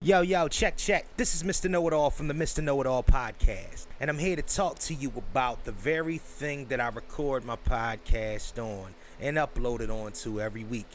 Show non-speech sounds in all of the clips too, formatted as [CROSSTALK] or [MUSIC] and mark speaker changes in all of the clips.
Speaker 1: Yo, yo, check, check. This is Mr. Know It All from the Mr. Know It All podcast. And I'm here to talk to you about the very thing that I record my podcast on and upload it onto every week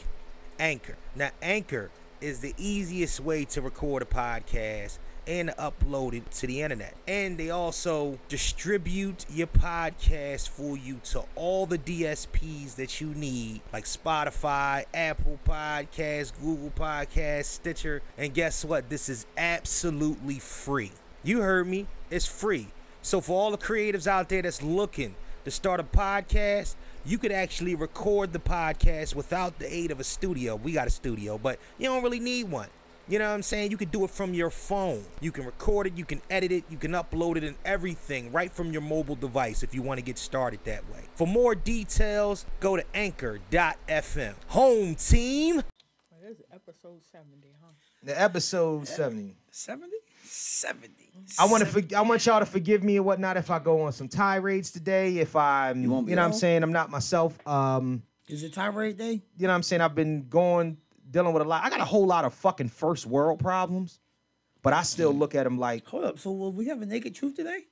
Speaker 1: Anchor. Now, Anchor is the easiest way to record a podcast and upload it to the internet. And they also distribute your podcast for you to all the DSPs that you need, like Spotify, Apple Podcasts, Google Podcasts, Stitcher. And guess what? This is absolutely free. You heard me. It's free. So for all the creatives out there that's looking to start a podcast, you could actually record the podcast without the aid of a studio. We got a studio, but you don't really need one. You know what I'm saying? You can do it from your phone. You can record it, you can edit it, you can upload it and everything right from your mobile device if you want to get started that way. For more details, go to anchor.fm. Home team.
Speaker 2: Well, this is episode 70, huh?
Speaker 3: The episode seventy.
Speaker 4: 70? 70.
Speaker 3: I want to. For, I want y'all to forgive me and whatnot if I go on some tirades today. If I'm, you,
Speaker 4: won't be
Speaker 3: know, what I'm
Speaker 4: wrong.
Speaker 3: saying I'm not myself. Um,
Speaker 4: Is it tirade day?
Speaker 3: you know, what I'm saying I've been going dealing with a lot. I got a whole lot of fucking first world problems, but I still look at them like,
Speaker 4: Hold up. So will we have a naked truth today?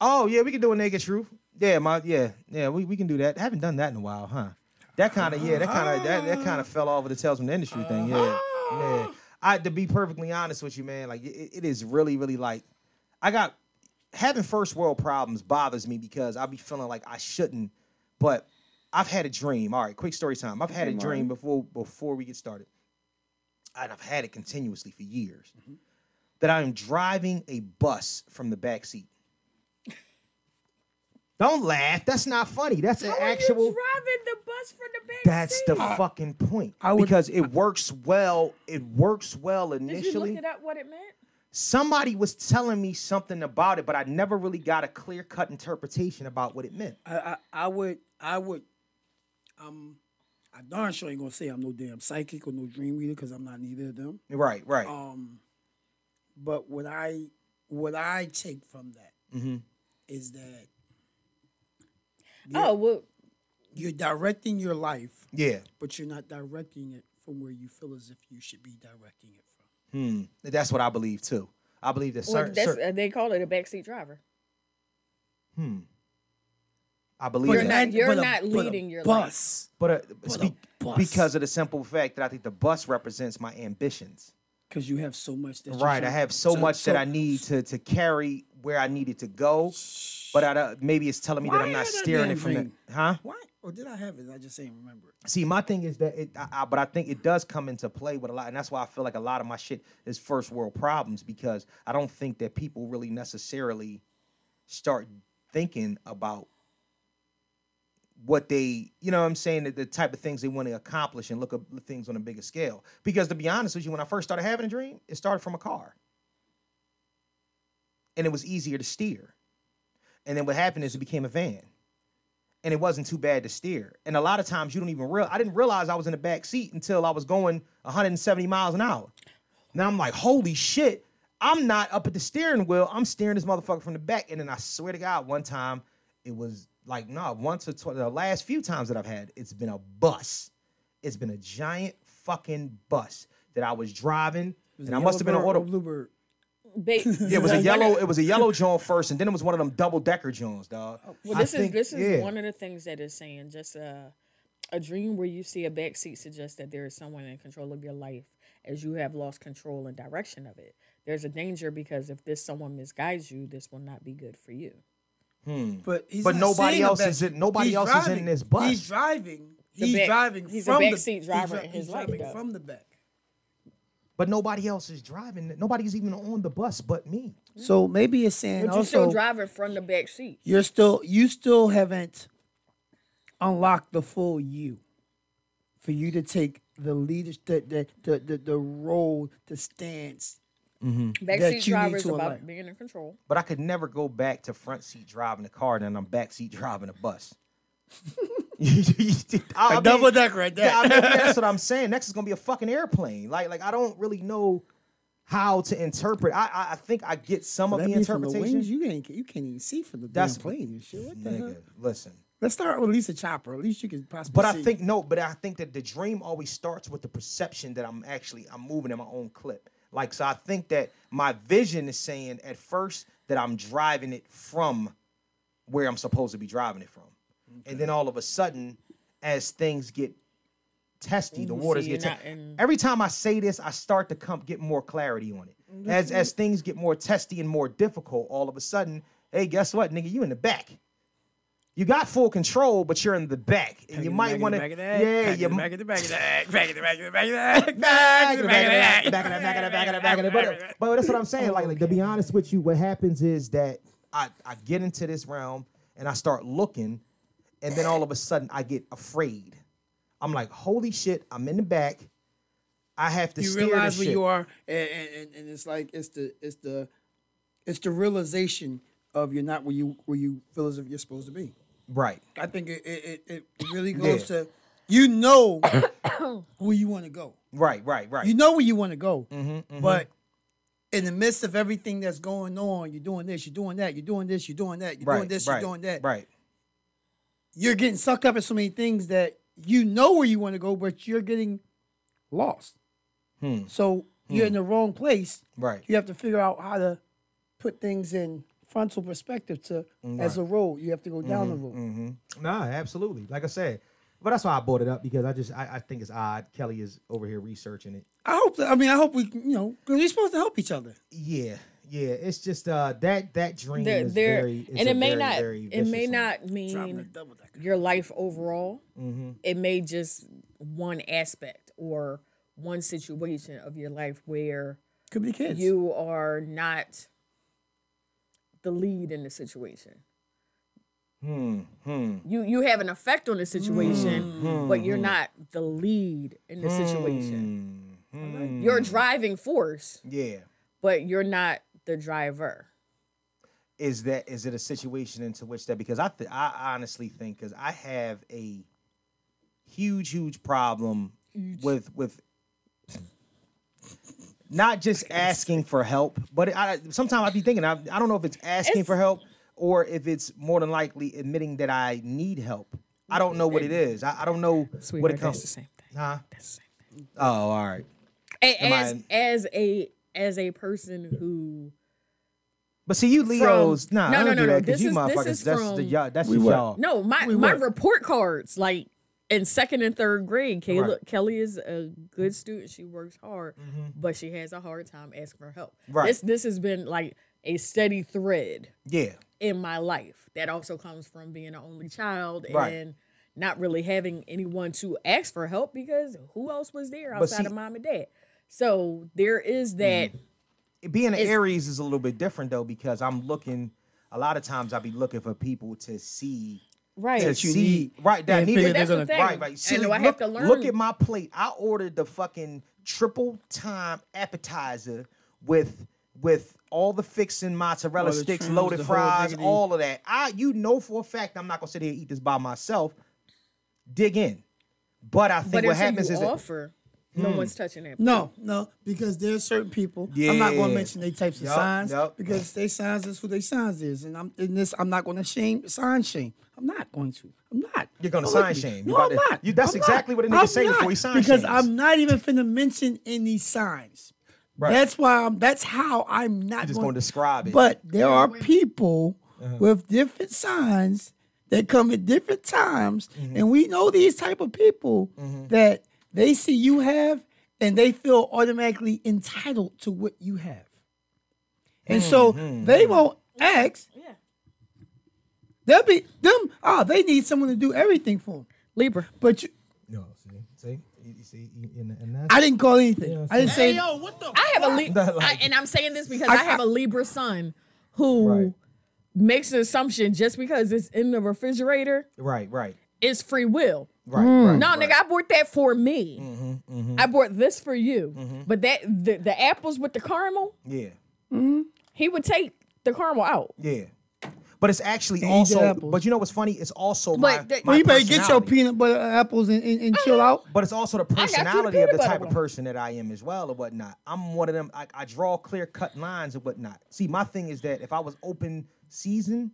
Speaker 3: oh yeah, we can do a naked truth. Yeah, my yeah yeah we, we can do that. haven't done that in a while, huh? That kind of yeah, that kind of that, that kind of fell off of the tales from the industry thing. Yeah, yeah. I to be perfectly honest with you, man, like it, it is really really like I got having first world problems bothers me because I be feeling like I shouldn't, but I've had a dream. All right, quick story time. I've had a dream before before we get started, and I've had it continuously for years that I am driving a bus from the back seat. Don't laugh. That's not funny. That's an actual.
Speaker 2: Oh, driving the bus from the back
Speaker 3: That's the fucking point.
Speaker 4: would-
Speaker 3: because it works well. It works well
Speaker 2: Did you
Speaker 3: initially
Speaker 2: look it up what it meant?
Speaker 3: somebody was telling me something about it, but I never really got a clear cut interpretation about what it meant.
Speaker 4: I, I, I would, I would, um, I darn sure ain't gonna say I'm no damn psychic or no dream reader because I'm not neither of them.
Speaker 3: Right, right.
Speaker 4: Um, but what I, what I take from that is
Speaker 3: Mm-hmm.
Speaker 4: that
Speaker 2: Oh, well,
Speaker 4: you're directing your life,
Speaker 3: yeah,
Speaker 4: but you're not directing it from where you feel as if you should be directing it from.
Speaker 3: Hmm. that's what I believe too. I believe that
Speaker 2: well
Speaker 3: certain.
Speaker 2: that's,
Speaker 3: certain-
Speaker 2: uh, they call it a backseat driver.
Speaker 3: I believe
Speaker 2: You're
Speaker 3: that.
Speaker 2: not- you're
Speaker 4: but
Speaker 2: not
Speaker 4: but
Speaker 2: leading your life.
Speaker 4: bus.
Speaker 3: but uh, speak,
Speaker 4: bus.
Speaker 3: because of the simple fact that I think the bus represents my ambitions.
Speaker 4: because you have so much. That you're
Speaker 3: Right, I
Speaker 4: trying-
Speaker 3: have so, much that I need to to carry where I needed to go, but I don't- maybe it's telling me that
Speaker 4: Why
Speaker 3: I'm
Speaker 4: had
Speaker 3: not
Speaker 4: that
Speaker 3: steering it
Speaker 4: damn
Speaker 3: from the
Speaker 4: thing?
Speaker 3: huh.
Speaker 4: Why? Or did I have it? I just ain't remember. it.
Speaker 3: See, my thing is that it, I, I, but I think it does come into play with a lot, and that's why I feel like a lot of my shit is first world problems because I don't think that people really necessarily start thinking about what they, you know, what I'm saying that the type of things they want to accomplish and look at things on a bigger scale. Because to be honest with you, when I first started having a dream, it started from a car, and it was easier to steer. And then what happened is it became a van and it wasn't too bad to steer. And a lot of times you don't even real I didn't realize I was in the back seat until I was going 170 miles an hour. Now I'm like, holy shit, I'm not up at the steering wheel. I'm steering this motherfucker from the back. And then I swear to God, one time it was like, nah, once or twice, the last few times that I've had, it's been a bus. It's been a giant fucking bus that I was driving. And I must have been an
Speaker 4: Yellowbird
Speaker 3: auto.
Speaker 4: or Bluebird.
Speaker 2: Ba-
Speaker 3: Yeah, it was a yellow. It was a yellow John first, and then it was one of them double decker Johns, dog.
Speaker 2: Oh, Well, this is this is one of the things that is saying just uh, a dream where you see a backseat suggests that there is someone in control of your life as you have lost control and direction of it. There's a danger because if this someone misguides you, this will not be good for you.
Speaker 4: But he's
Speaker 3: But
Speaker 4: not
Speaker 3: nobody
Speaker 4: saying a
Speaker 3: else
Speaker 4: back-
Speaker 3: is in- nobody
Speaker 4: he's
Speaker 3: else is in this bus.
Speaker 4: He's driving. He's
Speaker 2: back-
Speaker 4: driving.
Speaker 2: he's a
Speaker 4: from the,
Speaker 2: backseat driver
Speaker 4: he's
Speaker 2: in his
Speaker 4: he's
Speaker 2: life,
Speaker 4: driving
Speaker 2: though.
Speaker 4: from the back.
Speaker 3: But nobody else is driving. Nobody's even on the bus but me.
Speaker 4: So maybe it's saying
Speaker 2: But you still driving from the back seat.
Speaker 4: you're still you still haven't unlocked the full you for you to take the leaders the the the the, the role the stance
Speaker 3: Mm.
Speaker 2: Backseat
Speaker 4: you need
Speaker 2: driver is
Speaker 4: to
Speaker 2: about
Speaker 4: elect.
Speaker 2: being in control.
Speaker 3: But I could never go back to front seat driving the car, then I'm back seat driving a bus. [LAUGHS] I, I mean,
Speaker 4: decker right there
Speaker 3: yeah, I mean, that's [LAUGHS] what I'm saying. Next is gonna be a fucking airplane. Like, like I don't really know how to interpret. I, I, I think I get some of
Speaker 4: that
Speaker 3: the
Speaker 4: means from the wings
Speaker 3: interpretation.
Speaker 4: you ain't you can't even see from the
Speaker 3: That's-
Speaker 4: damn plane and shit what the hell
Speaker 3: Nigga, listen.
Speaker 4: let's start with at least a chopper at least you can possibly
Speaker 3: But I
Speaker 4: see.
Speaker 3: think no. But I think that the dream always starts with the perception that I'm actually I'm moving in my own clip. Like, so I think that my vision is saying at first that I'm driving it from where I'm supposed to be driving it from. And then all of a sudden, as things get testy, the
Speaker 2: You
Speaker 3: waters
Speaker 2: see,
Speaker 3: get
Speaker 2: you're
Speaker 3: testy.
Speaker 2: not in-
Speaker 3: Every time I say this, I start to come get more clarity on it. As as things get more testy and more difficult, all of a sudden, hey, guess what, nigga, you in the back. You got full control, but you're in the back, and you might want to. Yeah, you
Speaker 5: back
Speaker 3: might.
Speaker 5: in the back of that, back in the back of the back of that, back in the back of that, back in the back of that, back in the back of that, back in the
Speaker 3: But, but that's what I'm saying. Like, like to be honest with you, what happens is that I, I get into this realm and I start looking, and then all of a sudden I get afraid. I'm like, holy shit, I'm in the back. I have to
Speaker 5: You
Speaker 3: steer
Speaker 5: realize
Speaker 3: this
Speaker 5: where
Speaker 3: shit.
Speaker 5: you
Speaker 4: are and, and, and- and it's like it's the it's the it's the realization of you're not where you where you feel as if you're supposed to be.
Speaker 3: Right.
Speaker 4: I think it it, it, it really goes to you
Speaker 5: [COUGHS]
Speaker 4: know where you want to go.
Speaker 3: Right, right, right.
Speaker 4: You know where you want to go,
Speaker 5: Mm-hmm,
Speaker 4: but in the midst of everything that's going on, you're doing this, you're doing that, you're doing this, you're doing that, you're
Speaker 3: right,
Speaker 4: doing this,
Speaker 3: right,
Speaker 4: you're doing that.
Speaker 3: Right.
Speaker 4: You're getting sucked up in so many things that you know where you want to go, but you're getting lost. So you're in the wrong place.
Speaker 3: Right.
Speaker 4: You have to figure out how to put things in frontal perspective to as a road. You have to go down the road.
Speaker 3: Nah, absolutely. Like I said. But that's why I brought it up because I just I, I think it's odd. Kelly is over here researching it.
Speaker 4: I hope that I mean I hope we can, you know, because we're supposed to help each other.
Speaker 3: Yeah, yeah. It's just uh that that dream
Speaker 2: There,
Speaker 3: is
Speaker 2: there,
Speaker 3: very it's
Speaker 2: and
Speaker 3: a
Speaker 2: it may
Speaker 3: very,
Speaker 2: not.
Speaker 3: very
Speaker 2: it
Speaker 3: vicious
Speaker 2: may
Speaker 3: one.
Speaker 2: not mean your life overall.
Speaker 3: Mm-hmm.
Speaker 2: It may just one aspect or one situation of your life where
Speaker 4: Could be kids.
Speaker 2: you are not the lead in the situation.
Speaker 3: Hmm, Mm.
Speaker 2: You you have an effect on the situation,
Speaker 3: Mm-hmm.
Speaker 2: but you're not the lead in the situation.
Speaker 3: Mm-hmm.
Speaker 2: You're a driving force,
Speaker 3: Yeah.
Speaker 2: but you're not the driver.
Speaker 3: Is that is it a situation into which that because I th- I honestly think because I have a huge huge problem with with not just asking for help, but I sometimes I be thinking I, I don't know if it's asking for help or if it's more than likely admitting that I need help. I don't know what it is. I, I don't know what it comes.
Speaker 2: that's the same thing.
Speaker 3: Huh?
Speaker 2: That's the same thing.
Speaker 3: Oh, all right.
Speaker 2: A-
Speaker 3: Am
Speaker 2: as
Speaker 3: I-
Speaker 2: as a as a person who
Speaker 3: But see, you Leos, nah,
Speaker 2: No,
Speaker 3: I
Speaker 2: no,
Speaker 3: don't
Speaker 2: no,
Speaker 3: do
Speaker 2: no.
Speaker 3: that because
Speaker 2: This
Speaker 3: you
Speaker 2: is- this
Speaker 3: motherfuckers.
Speaker 2: is
Speaker 3: that's the
Speaker 2: from-
Speaker 3: y'all. That's y'all.
Speaker 2: no my my report cards like in second and third grade. Kayla,
Speaker 3: Right. Mm-hmm.
Speaker 2: Kelly is a good student. She works hard, but she has a hard time asking for help.
Speaker 3: Right.
Speaker 2: This this has been like a steady thread
Speaker 3: Yeah.
Speaker 2: in my life that also comes from being an only child
Speaker 3: Right.
Speaker 2: and not really having anyone to ask for help because who else was there outside
Speaker 3: see- Mm-hmm.
Speaker 2: of mom and dad? So there is that.
Speaker 3: being an Aries is a little bit different though because I'm looking. A lot of times I be looking for people to see
Speaker 2: Right.
Speaker 3: to see right that
Speaker 5: and
Speaker 3: need
Speaker 5: figure
Speaker 3: it.
Speaker 5: they're That's the gonna-
Speaker 2: thing.
Speaker 3: right right. See,
Speaker 2: And do
Speaker 3: look,
Speaker 2: I have to
Speaker 3: look
Speaker 2: learn?
Speaker 3: at my plate. I ordered the fucking triple time appetizer with with all the fixing mozzarella
Speaker 5: All the
Speaker 3: sticks,
Speaker 5: trims,
Speaker 3: loaded
Speaker 5: the whole
Speaker 3: fries,
Speaker 5: diggity.
Speaker 3: all of that. I you know for a fact I'm not gonna sit here and eat this by myself. Dig in. But I think
Speaker 2: But
Speaker 3: what
Speaker 2: until
Speaker 3: happens
Speaker 2: you
Speaker 3: is Hmm. that
Speaker 2: offer, no one's touching that.
Speaker 4: No, no, because there are certain people. I'm not going
Speaker 3: Yeah.
Speaker 4: to mention they types of
Speaker 3: Yup,
Speaker 4: signs
Speaker 3: yup.
Speaker 4: because they signs is who they signs is, and I'm in this. I'm not going to shame sign shame. I'm not going to. I'm not.
Speaker 3: You're gonna
Speaker 4: Don't
Speaker 3: sign
Speaker 4: look at me.
Speaker 3: shame. You
Speaker 4: No,
Speaker 3: about
Speaker 4: I'm
Speaker 3: to-
Speaker 4: not.
Speaker 3: you- that's
Speaker 4: I'm
Speaker 3: exactly
Speaker 4: not.
Speaker 3: what a nigga
Speaker 4: I'm
Speaker 3: say
Speaker 4: not,
Speaker 3: before he sign
Speaker 4: because
Speaker 3: shames.
Speaker 4: I'm not even finna mention any signs.
Speaker 3: Right.
Speaker 4: That's why. I'm, that's how I'm not.
Speaker 3: just
Speaker 4: gonna-
Speaker 3: gonna describe it. Uh-huh.
Speaker 4: But there are people with different signs that come at different times,
Speaker 3: Mm-hmm.
Speaker 4: and we know these type of people that they see you have, and they feel automatically entitled to what you have, and
Speaker 3: Mm-hmm.
Speaker 4: so they won't ask.
Speaker 2: Yeah.
Speaker 4: They'll be them. Oh, they need someone to do everything for them.
Speaker 2: Libra.
Speaker 4: But you,
Speaker 3: No, see, see, you, you see, you- and, and that's
Speaker 4: I didn't call anything. I didn't say.
Speaker 2: I have
Speaker 3: [LAUGHS]
Speaker 2: a Libra, and I'm saying this because I, have a Libra son who
Speaker 3: Right.
Speaker 2: makes an assumption just because it's in the refrigerator,
Speaker 3: right, right,
Speaker 2: it's free will.
Speaker 3: right, Mm-hmm. right. Mm-hmm,
Speaker 2: No, nigga, I bought that for me. I bought this for you. But that the, the apples with the caramel,
Speaker 3: Yeah,
Speaker 2: he would take the caramel out.
Speaker 3: yeah. But it's actually
Speaker 4: eat the
Speaker 3: also.
Speaker 4: apples.
Speaker 3: But you know what's funny? It's also my.
Speaker 2: But that-
Speaker 3: my
Speaker 4: Well, you better get your
Speaker 3: personality.
Speaker 4: peanut butter apples and, and, and chill out.
Speaker 3: But it's also the
Speaker 2: got you the
Speaker 3: personality of the
Speaker 2: peanut butter
Speaker 3: type of
Speaker 2: one.
Speaker 3: person that I am as well, or whatnot. I'm one of them. I, I draw clear cut lines and whatnot. See, my thing is that if I was open season,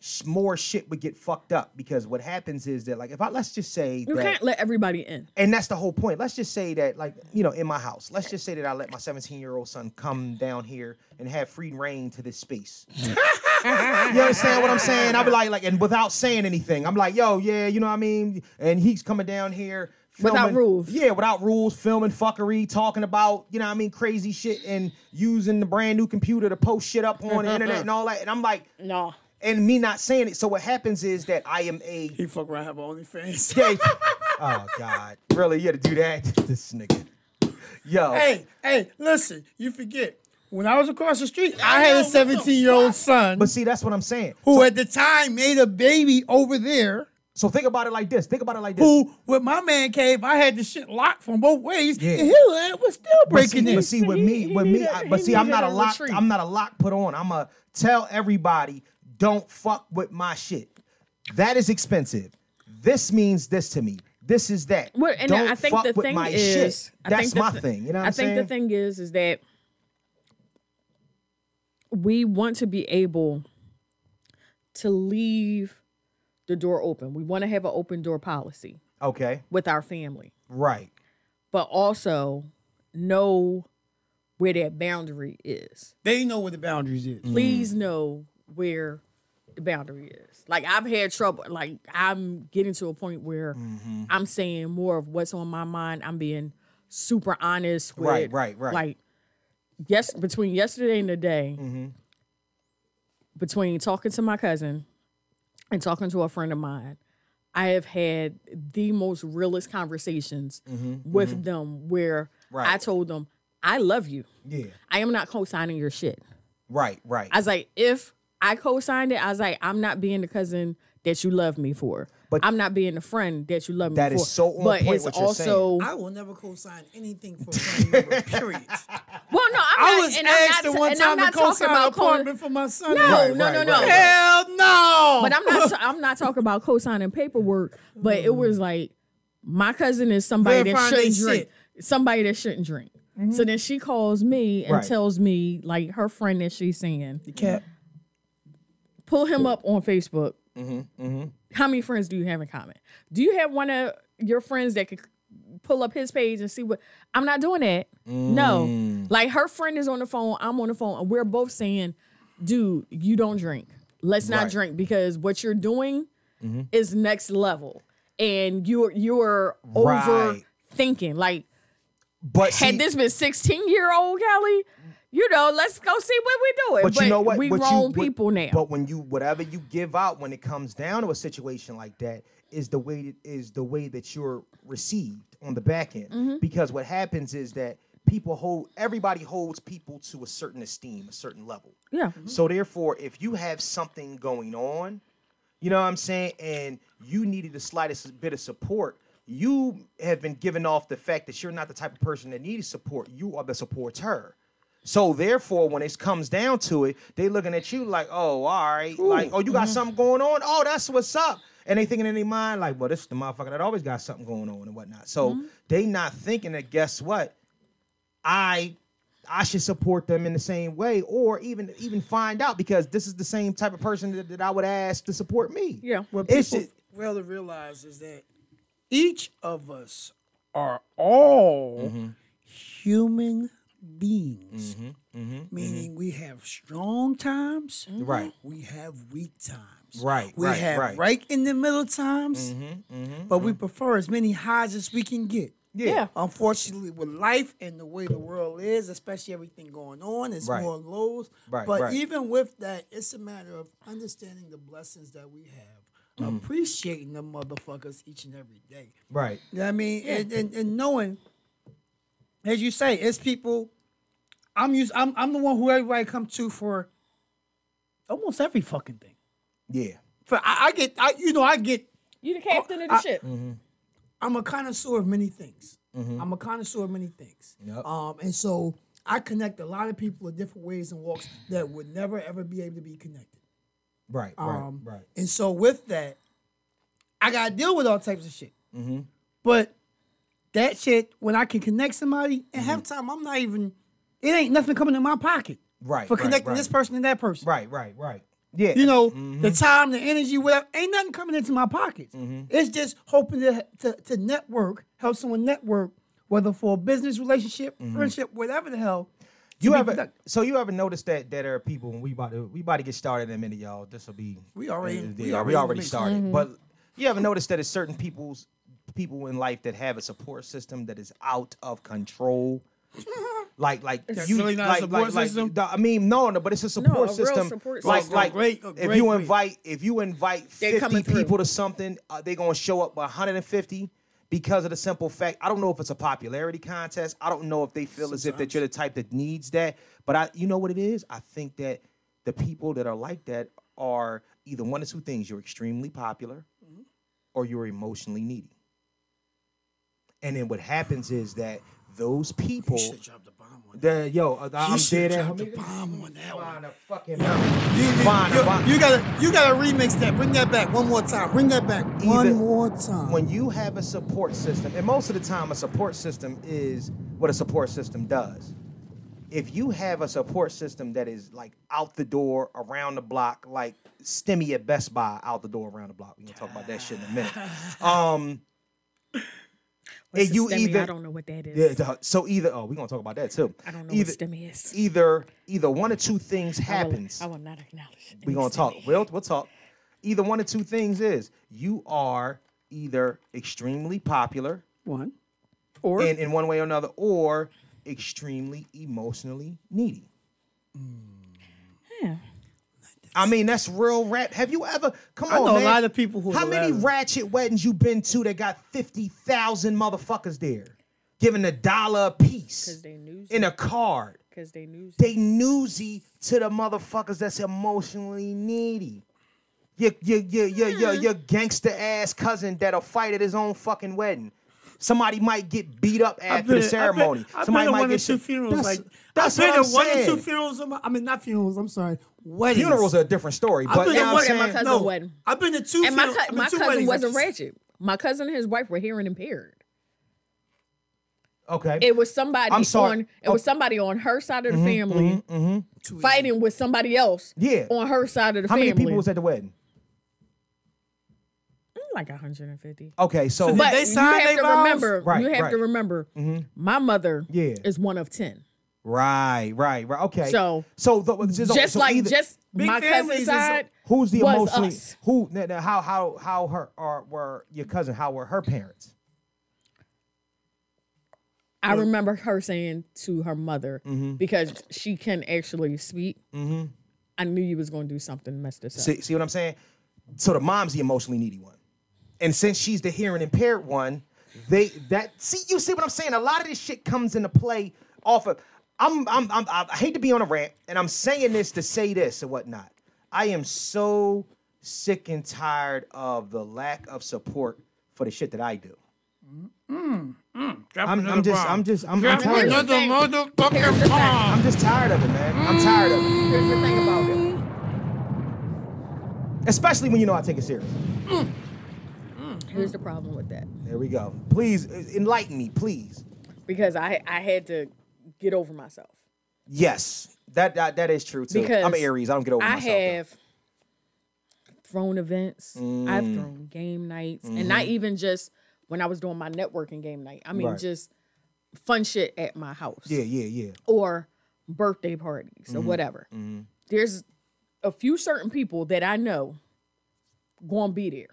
Speaker 3: sh- more shit would get fucked up because what happens is that like if I let's just say
Speaker 2: You
Speaker 3: that,
Speaker 2: can't let everybody in.
Speaker 3: and that's the whole point. Let's just say that, like, you know, in my house, let's just say that I let my 17 year old son come down here and have free reign to this space. [LAUGHS] you understand what I'm saying? I'll be like, like, and without saying anything, I'm like, yo, yeah, you know what I mean? And he's coming down here.
Speaker 2: Without
Speaker 3: filming-
Speaker 2: rules.
Speaker 3: Yeah, without rules, filming fuckery, talking about, you know what I mean, crazy shit and using the brand new computer to post shit up on the internet and all that. And I'm like,
Speaker 2: No.
Speaker 3: and me not saying it. So what happens is that I am a
Speaker 4: He fuck around have
Speaker 2: [LAUGHS]
Speaker 4: OnlyFans.
Speaker 3: Hey. oh God! Really? You had to do that? [LAUGHS] This nigga. Yo.
Speaker 4: hey, hey, listen, you forget. When I was across the street,
Speaker 6: I had a
Speaker 4: know what the
Speaker 6: 17 year old son
Speaker 3: But see, that's what I'm saying.
Speaker 6: who at the time made a baby over there.
Speaker 3: So think about it like this. Think about it like this.
Speaker 6: Who, with my man cave, I had the shit locked from both ways,
Speaker 3: Yeah.
Speaker 6: and his ass was still
Speaker 3: But see,
Speaker 6: breaking
Speaker 3: but
Speaker 6: it.
Speaker 3: see, with me,
Speaker 2: he
Speaker 3: with
Speaker 2: needed
Speaker 3: me,
Speaker 2: a-
Speaker 3: I-
Speaker 2: he
Speaker 3: but see, I'm
Speaker 2: needed
Speaker 3: not a
Speaker 2: a
Speaker 3: lock.
Speaker 2: retreat.
Speaker 3: I'm not a lock put on. I'm a tell everybody, don't fuck with my shit. That is expensive. This means this to me. This is that.
Speaker 2: Well, and
Speaker 3: don't
Speaker 2: I think
Speaker 3: fuck
Speaker 2: the
Speaker 3: with
Speaker 2: thing
Speaker 3: my
Speaker 2: is,
Speaker 3: shit.
Speaker 2: I
Speaker 3: That's
Speaker 2: think the
Speaker 3: my
Speaker 2: thi-
Speaker 3: thing. You know what
Speaker 2: I
Speaker 3: I'm
Speaker 2: think
Speaker 3: saying?
Speaker 2: the thing is, is that we want to be able to leave the door open. We want to have an open door policy
Speaker 3: Okay.
Speaker 2: with our family,
Speaker 3: Right.
Speaker 2: but also know where that boundary is.
Speaker 4: They know where the boundaries is.
Speaker 3: Mm-hmm.
Speaker 2: Please know where the boundary is. Like I've had trouble. Like I'm getting to a point where
Speaker 3: Mm-hmm.
Speaker 2: I'm saying more of what's on my mind. I'm being super honest with
Speaker 3: Right, right, right.
Speaker 2: Like yes, between yesterday and today,
Speaker 3: Mm-hmm.
Speaker 2: between talking to my cousin and talking to a friend of mine, I have had the most realest conversations with them where
Speaker 3: Mm-hmm,
Speaker 2: I
Speaker 3: Right.
Speaker 2: told them, I love you.
Speaker 3: Yeah.
Speaker 2: I am not co-signing your shit.
Speaker 3: Right. Right.
Speaker 2: I was like, if I co-signed it, I was like, I'm not being the cousin that you love me for.
Speaker 3: But-
Speaker 2: I'm not being the friend that you love me for.
Speaker 3: That is so on
Speaker 2: but
Speaker 3: point
Speaker 2: it's
Speaker 3: what you're saying.
Speaker 2: also
Speaker 4: I will never co-sign anything for a
Speaker 2: [LAUGHS]
Speaker 4: family member, period.
Speaker 2: well, no, I'm
Speaker 4: I
Speaker 2: not,
Speaker 4: was
Speaker 2: and
Speaker 4: asked
Speaker 2: I'm not,
Speaker 4: at one
Speaker 2: and
Speaker 4: time
Speaker 2: I'm
Speaker 4: to
Speaker 2: not talking
Speaker 4: co-sign an
Speaker 2: about co-
Speaker 4: apartment for my son.
Speaker 2: No,
Speaker 3: Right,
Speaker 2: no,
Speaker 3: right,
Speaker 2: no,
Speaker 3: right,
Speaker 2: no,
Speaker 3: right.
Speaker 4: Hell no.
Speaker 2: But I'm
Speaker 4: [LAUGHS]
Speaker 2: not. I'm not talking about co-signing paperwork. But it was like my cousin is somebody
Speaker 4: Verifying
Speaker 2: that
Speaker 4: they Mm-hmm.
Speaker 2: shouldn't drink. Somebody that shouldn't drink. So then she calls me and
Speaker 3: Right.
Speaker 2: tells me like her friend that she's seeing.
Speaker 6: Cap.
Speaker 2: pull him up on Facebook.
Speaker 3: Mm-hmm,
Speaker 2: How many friends do you have in common? Do you have one of your friends that could pull up his page and see what? I'm not doing that.
Speaker 3: Mm.
Speaker 2: No, like her friend is on the phone. I'm on the phone, and we're both saying, "Dude, you don't drink. Let's not
Speaker 3: Right. Mm-hmm.
Speaker 2: drink because what you're doing is next level, and you're you're
Speaker 3: Right.
Speaker 2: overthinking. Like,
Speaker 3: but
Speaker 2: had
Speaker 3: see,
Speaker 2: this been 16 year old Kelly, you know, let's go see what we're doing.
Speaker 3: But,
Speaker 2: But,
Speaker 3: you know what?
Speaker 2: We
Speaker 3: What you-
Speaker 2: grown
Speaker 3: what-
Speaker 2: people now.
Speaker 3: But when you whatever you give out when it comes down to a situation like that is the way that is the way that you're received on the back end.
Speaker 2: Mm-hmm.
Speaker 3: Because what happens is that people hold everybody holds people to a certain esteem, a certain level.
Speaker 2: yeah.
Speaker 3: So therefore, if you have something going on, you know what I'm saying, and you needed the slightest bit of support, you have been giving off the fact that you're not the type of person that needs support. You are the supporter. So therefore, when it comes down to it, they looking at you like, oh, all right, like, oh, you got something going on. Oh, that's what's up. And they thinking in their mind like, well, this is the motherfucker that always got something going on and whatnot. So they not thinking that. Guess what? I I should support them in the same way, or even even find out because this is the same type of person that, that I would ask to support me.
Speaker 2: Yeah.
Speaker 4: What
Speaker 3: It's
Speaker 4: people
Speaker 3: just-
Speaker 4: fail to realize is that each of us are all
Speaker 3: Mm-hmm.
Speaker 6: Human beings.
Speaker 3: Mm-hmm.
Speaker 4: meaning we have strong times,
Speaker 3: Right.
Speaker 4: we have weak times.
Speaker 3: Right,
Speaker 4: We
Speaker 3: right,
Speaker 4: have
Speaker 3: right. Mm-hmm.
Speaker 6: in the middle times, but we prefer as many highs as we can get.
Speaker 2: Yeah.
Speaker 4: Unfortunately, with life and the way the world is, especially everything going on, it's
Speaker 3: Right.
Speaker 4: more lows.
Speaker 3: Right,
Speaker 4: but
Speaker 3: right.
Speaker 4: even with that, it's a matter of understanding the blessings that we have,
Speaker 3: Hmm.
Speaker 4: appreciating the motherfuckers each and every day.
Speaker 3: Right.
Speaker 4: You know what I mean? And, and and knowing, as you say, it's people. I'm used. I'm I'm the one who everybody come to for almost every fucking thing.
Speaker 3: Yeah.
Speaker 4: For I, I get, I you know, I get.
Speaker 2: You the captain of the ship.
Speaker 3: mm-hmm.
Speaker 4: I'm a connoisseur of many things. I'm a connoisseur of many things.
Speaker 3: Yep.
Speaker 4: Um, and so I connect a lot of people in different ways and walks that would never ever be able to be connected.
Speaker 3: Right.
Speaker 4: Um,
Speaker 3: right. Right.
Speaker 4: And so with that, I gotta deal with all types of shit.
Speaker 3: Mm-hmm.
Speaker 4: But that shit, when I can connect somebody, and
Speaker 3: Mm-hmm.
Speaker 4: half time I'm not even. It ain't nothing coming in my pocket
Speaker 3: Right.
Speaker 4: for
Speaker 3: right,
Speaker 4: connecting
Speaker 3: right.
Speaker 4: this person and that person.
Speaker 3: Right. Right. Right. Yeah.
Speaker 4: You know,
Speaker 2: Mm-hmm.
Speaker 4: the time, the energy, whatever, ain't nothing coming into my pockets.
Speaker 2: Mm-hmm.
Speaker 4: It's just hoping to, to to network, help someone network, whether for a business relationship,
Speaker 2: Mm-hmm.
Speaker 4: friendship, whatever the hell. to
Speaker 3: You
Speaker 4: be
Speaker 3: ever
Speaker 4: productive.
Speaker 3: so you ever noticed that that there are people when we about to we about to get started in a minute, y'all. This will be
Speaker 4: We already-
Speaker 3: yeah,
Speaker 4: we
Speaker 3: yeah,
Speaker 4: already in the mix.
Speaker 3: started. But you ever noticed that it's certain people's people in life that have a support system that is out of control. Like, like
Speaker 4: That's
Speaker 3: you,
Speaker 4: really not a
Speaker 3: like,
Speaker 4: support
Speaker 3: like, like,
Speaker 4: system?
Speaker 3: the- I mean, no, no, but it's a support
Speaker 2: real
Speaker 3: system.
Speaker 2: support
Speaker 3: like,
Speaker 2: system.
Speaker 3: like,
Speaker 4: Great- a
Speaker 3: if
Speaker 4: great
Speaker 3: you
Speaker 4: way.
Speaker 3: invite, if you invite
Speaker 2: They're
Speaker 3: fifty
Speaker 2: coming through.
Speaker 3: people to something, uh, they're gonna show up with 150 because of the simple fact. I don't know if it's a popularity contest. I don't know if they feel as if that you're the type that needs that. But I, you know what it is. I think that the people that are like that are either one of two things: you're extremely popular,
Speaker 4: Mm-hmm.
Speaker 3: or you're emotionally needy. And then what happens is that those people,
Speaker 4: dropped the bomb on
Speaker 3: the yo, uh, I'm
Speaker 4: should
Speaker 3: dead ass.
Speaker 4: drop the bomb on that one.
Speaker 3: Find a fucking mountain.
Speaker 4: You,
Speaker 3: Fine,
Speaker 4: you-
Speaker 3: fine.
Speaker 4: you gotta you gotta remix that. Bring that back one more time. Bring that back
Speaker 3: Either-
Speaker 4: one more time.
Speaker 3: when you have a support system, and most of the time, a support system is what a support system does. If you have a support system that is like out the door, around the block, like Stimmy at Best Buy, out the door, around the block. We're gonna talk about that shit in a minute.
Speaker 2: [LAUGHS]
Speaker 3: Um,
Speaker 2: What's
Speaker 3: and
Speaker 2: a
Speaker 3: you
Speaker 2: STEMI?
Speaker 3: either
Speaker 2: I don't know what that is.
Speaker 3: Yeah, dog. so either oh, we're gonna talk about that too.
Speaker 2: I don't know
Speaker 3: either,
Speaker 2: what STEMI is.
Speaker 3: Either either one or two things
Speaker 2: I will-
Speaker 3: happens
Speaker 2: I will not acknowledge.
Speaker 3: we're
Speaker 2: any
Speaker 3: gonna talk.
Speaker 2: STEMI.
Speaker 3: We'll, we'll talk. Either one of two things is you are either extremely popular
Speaker 4: one or
Speaker 3: in, in one way or another, or extremely emotionally needy.
Speaker 4: Hmm.
Speaker 2: Yeah.
Speaker 3: I mean, that's real rap. Have you ever come on?
Speaker 4: know a
Speaker 3: man.
Speaker 4: lot of people who
Speaker 3: How
Speaker 4: are
Speaker 3: many
Speaker 4: rather-
Speaker 3: ratchet weddings you been to that got fifty thousand motherfuckers there, giving a dollar a piece
Speaker 2: they knew
Speaker 3: in a card?
Speaker 2: because they knew
Speaker 3: they newsy to the motherfuckers that's emotionally needy. Your your your your your,
Speaker 2: Hmm.
Speaker 3: your gangster ass cousin that'll fight at his own fucking wedding. Somebody might get beat up after
Speaker 4: been-
Speaker 3: the ceremony.
Speaker 4: I've been, I've
Speaker 3: Somebody
Speaker 4: been to
Speaker 3: might
Speaker 4: one or
Speaker 3: get
Speaker 4: two
Speaker 3: shit-
Speaker 4: funerals.
Speaker 3: That's,
Speaker 4: like
Speaker 3: that's
Speaker 4: I've
Speaker 3: what
Speaker 4: been
Speaker 3: I'm
Speaker 4: to one
Speaker 3: saying.
Speaker 4: or two funerals. In my, I mean, not funerals. I'm sorry. Weddings.
Speaker 3: Funerals are a different story, but
Speaker 4: I've been
Speaker 3: you
Speaker 4: to
Speaker 3: know
Speaker 4: one
Speaker 3: what I'm
Speaker 2: at my
Speaker 3: saying?
Speaker 2: cousin's
Speaker 4: no,
Speaker 2: wedding.
Speaker 4: I've been to two.
Speaker 2: And my,
Speaker 4: funerals.
Speaker 2: cou-
Speaker 4: I've been
Speaker 2: my
Speaker 4: to two
Speaker 2: cousin
Speaker 4: weddings.
Speaker 2: wasn't ratchet. My cousin and his wife were hearing impaired.
Speaker 3: Okay.
Speaker 2: It was somebody
Speaker 3: I'm sorry. Oh. Mm-hmm,
Speaker 2: on it was somebody on her side of the family
Speaker 4: Two weeks.
Speaker 2: fighting with somebody else
Speaker 3: Yeah.
Speaker 2: on her side of the
Speaker 3: How
Speaker 2: family.
Speaker 3: many people was at the wedding?
Speaker 2: Mm, Like 150.
Speaker 3: Okay, so,
Speaker 4: So
Speaker 2: But
Speaker 4: they
Speaker 2: you
Speaker 4: sign
Speaker 2: have
Speaker 4: they
Speaker 2: to
Speaker 4: vows?
Speaker 2: remember,
Speaker 3: Right,
Speaker 2: you have to
Speaker 3: right. Mm-hmm.
Speaker 2: remember, my mother
Speaker 3: Yeah.
Speaker 2: is one of 10.
Speaker 3: right, right, right. Okay.
Speaker 2: So,
Speaker 3: so the, so-
Speaker 2: just
Speaker 3: so
Speaker 2: like
Speaker 3: either-
Speaker 2: just
Speaker 4: Big
Speaker 2: my
Speaker 4: families
Speaker 2: cousin's
Speaker 4: is-
Speaker 2: side.
Speaker 3: Who's the
Speaker 2: was
Speaker 3: emotionally
Speaker 2: us.
Speaker 3: who? now- now How how how her or were your cousin? How were her parents?
Speaker 2: I remember her saying to her mother
Speaker 3: Mm-hmm.
Speaker 2: because she can actually speak. I knew you was going to do something to mess this up.
Speaker 3: See, see what I'm saying? So the mom's the emotionally needy one, and since she's the hearing impaired one, they that see you see what I'm saying? A lot of this shit comes into play off of. I'm I'm, I'm I hate to be on a rant, and I'm saying this to say this and whatnot. I am so sick and tired of the lack of support for the shit that I do.
Speaker 7: Mm, Drop
Speaker 3: I'm,
Speaker 7: another
Speaker 3: I'm just
Speaker 7: bomb.
Speaker 3: I'm just I'm, I'm
Speaker 7: Drop
Speaker 3: tired. Of it.
Speaker 7: another
Speaker 2: Here's the Here's the
Speaker 7: motherfucking
Speaker 2: thing.
Speaker 7: bomb.
Speaker 3: I'm just tired of it, man. I'm tired of it.
Speaker 2: Here's the thing about it.
Speaker 3: Especially when you know I take it serious.
Speaker 2: Here's the problem with that.
Speaker 3: There we go. Please uh, enlighten me, please.
Speaker 2: Because I I had to get over myself.
Speaker 3: Yes, that that, that is true too.
Speaker 2: Because
Speaker 3: I'm Aries. I don't get over
Speaker 2: I
Speaker 3: myself. though.
Speaker 2: have thrown events. I've
Speaker 3: Mm.
Speaker 2: thrown game nights. And not even just when I was doing my networking game night. I mean
Speaker 3: Mm-hmm. Right.
Speaker 2: just fun shit at my house.
Speaker 3: Yeah, yeah, yeah.
Speaker 2: or birthday parties
Speaker 3: Mm-hmm.
Speaker 2: or whatever. There's a few certain people that I know gonna be there.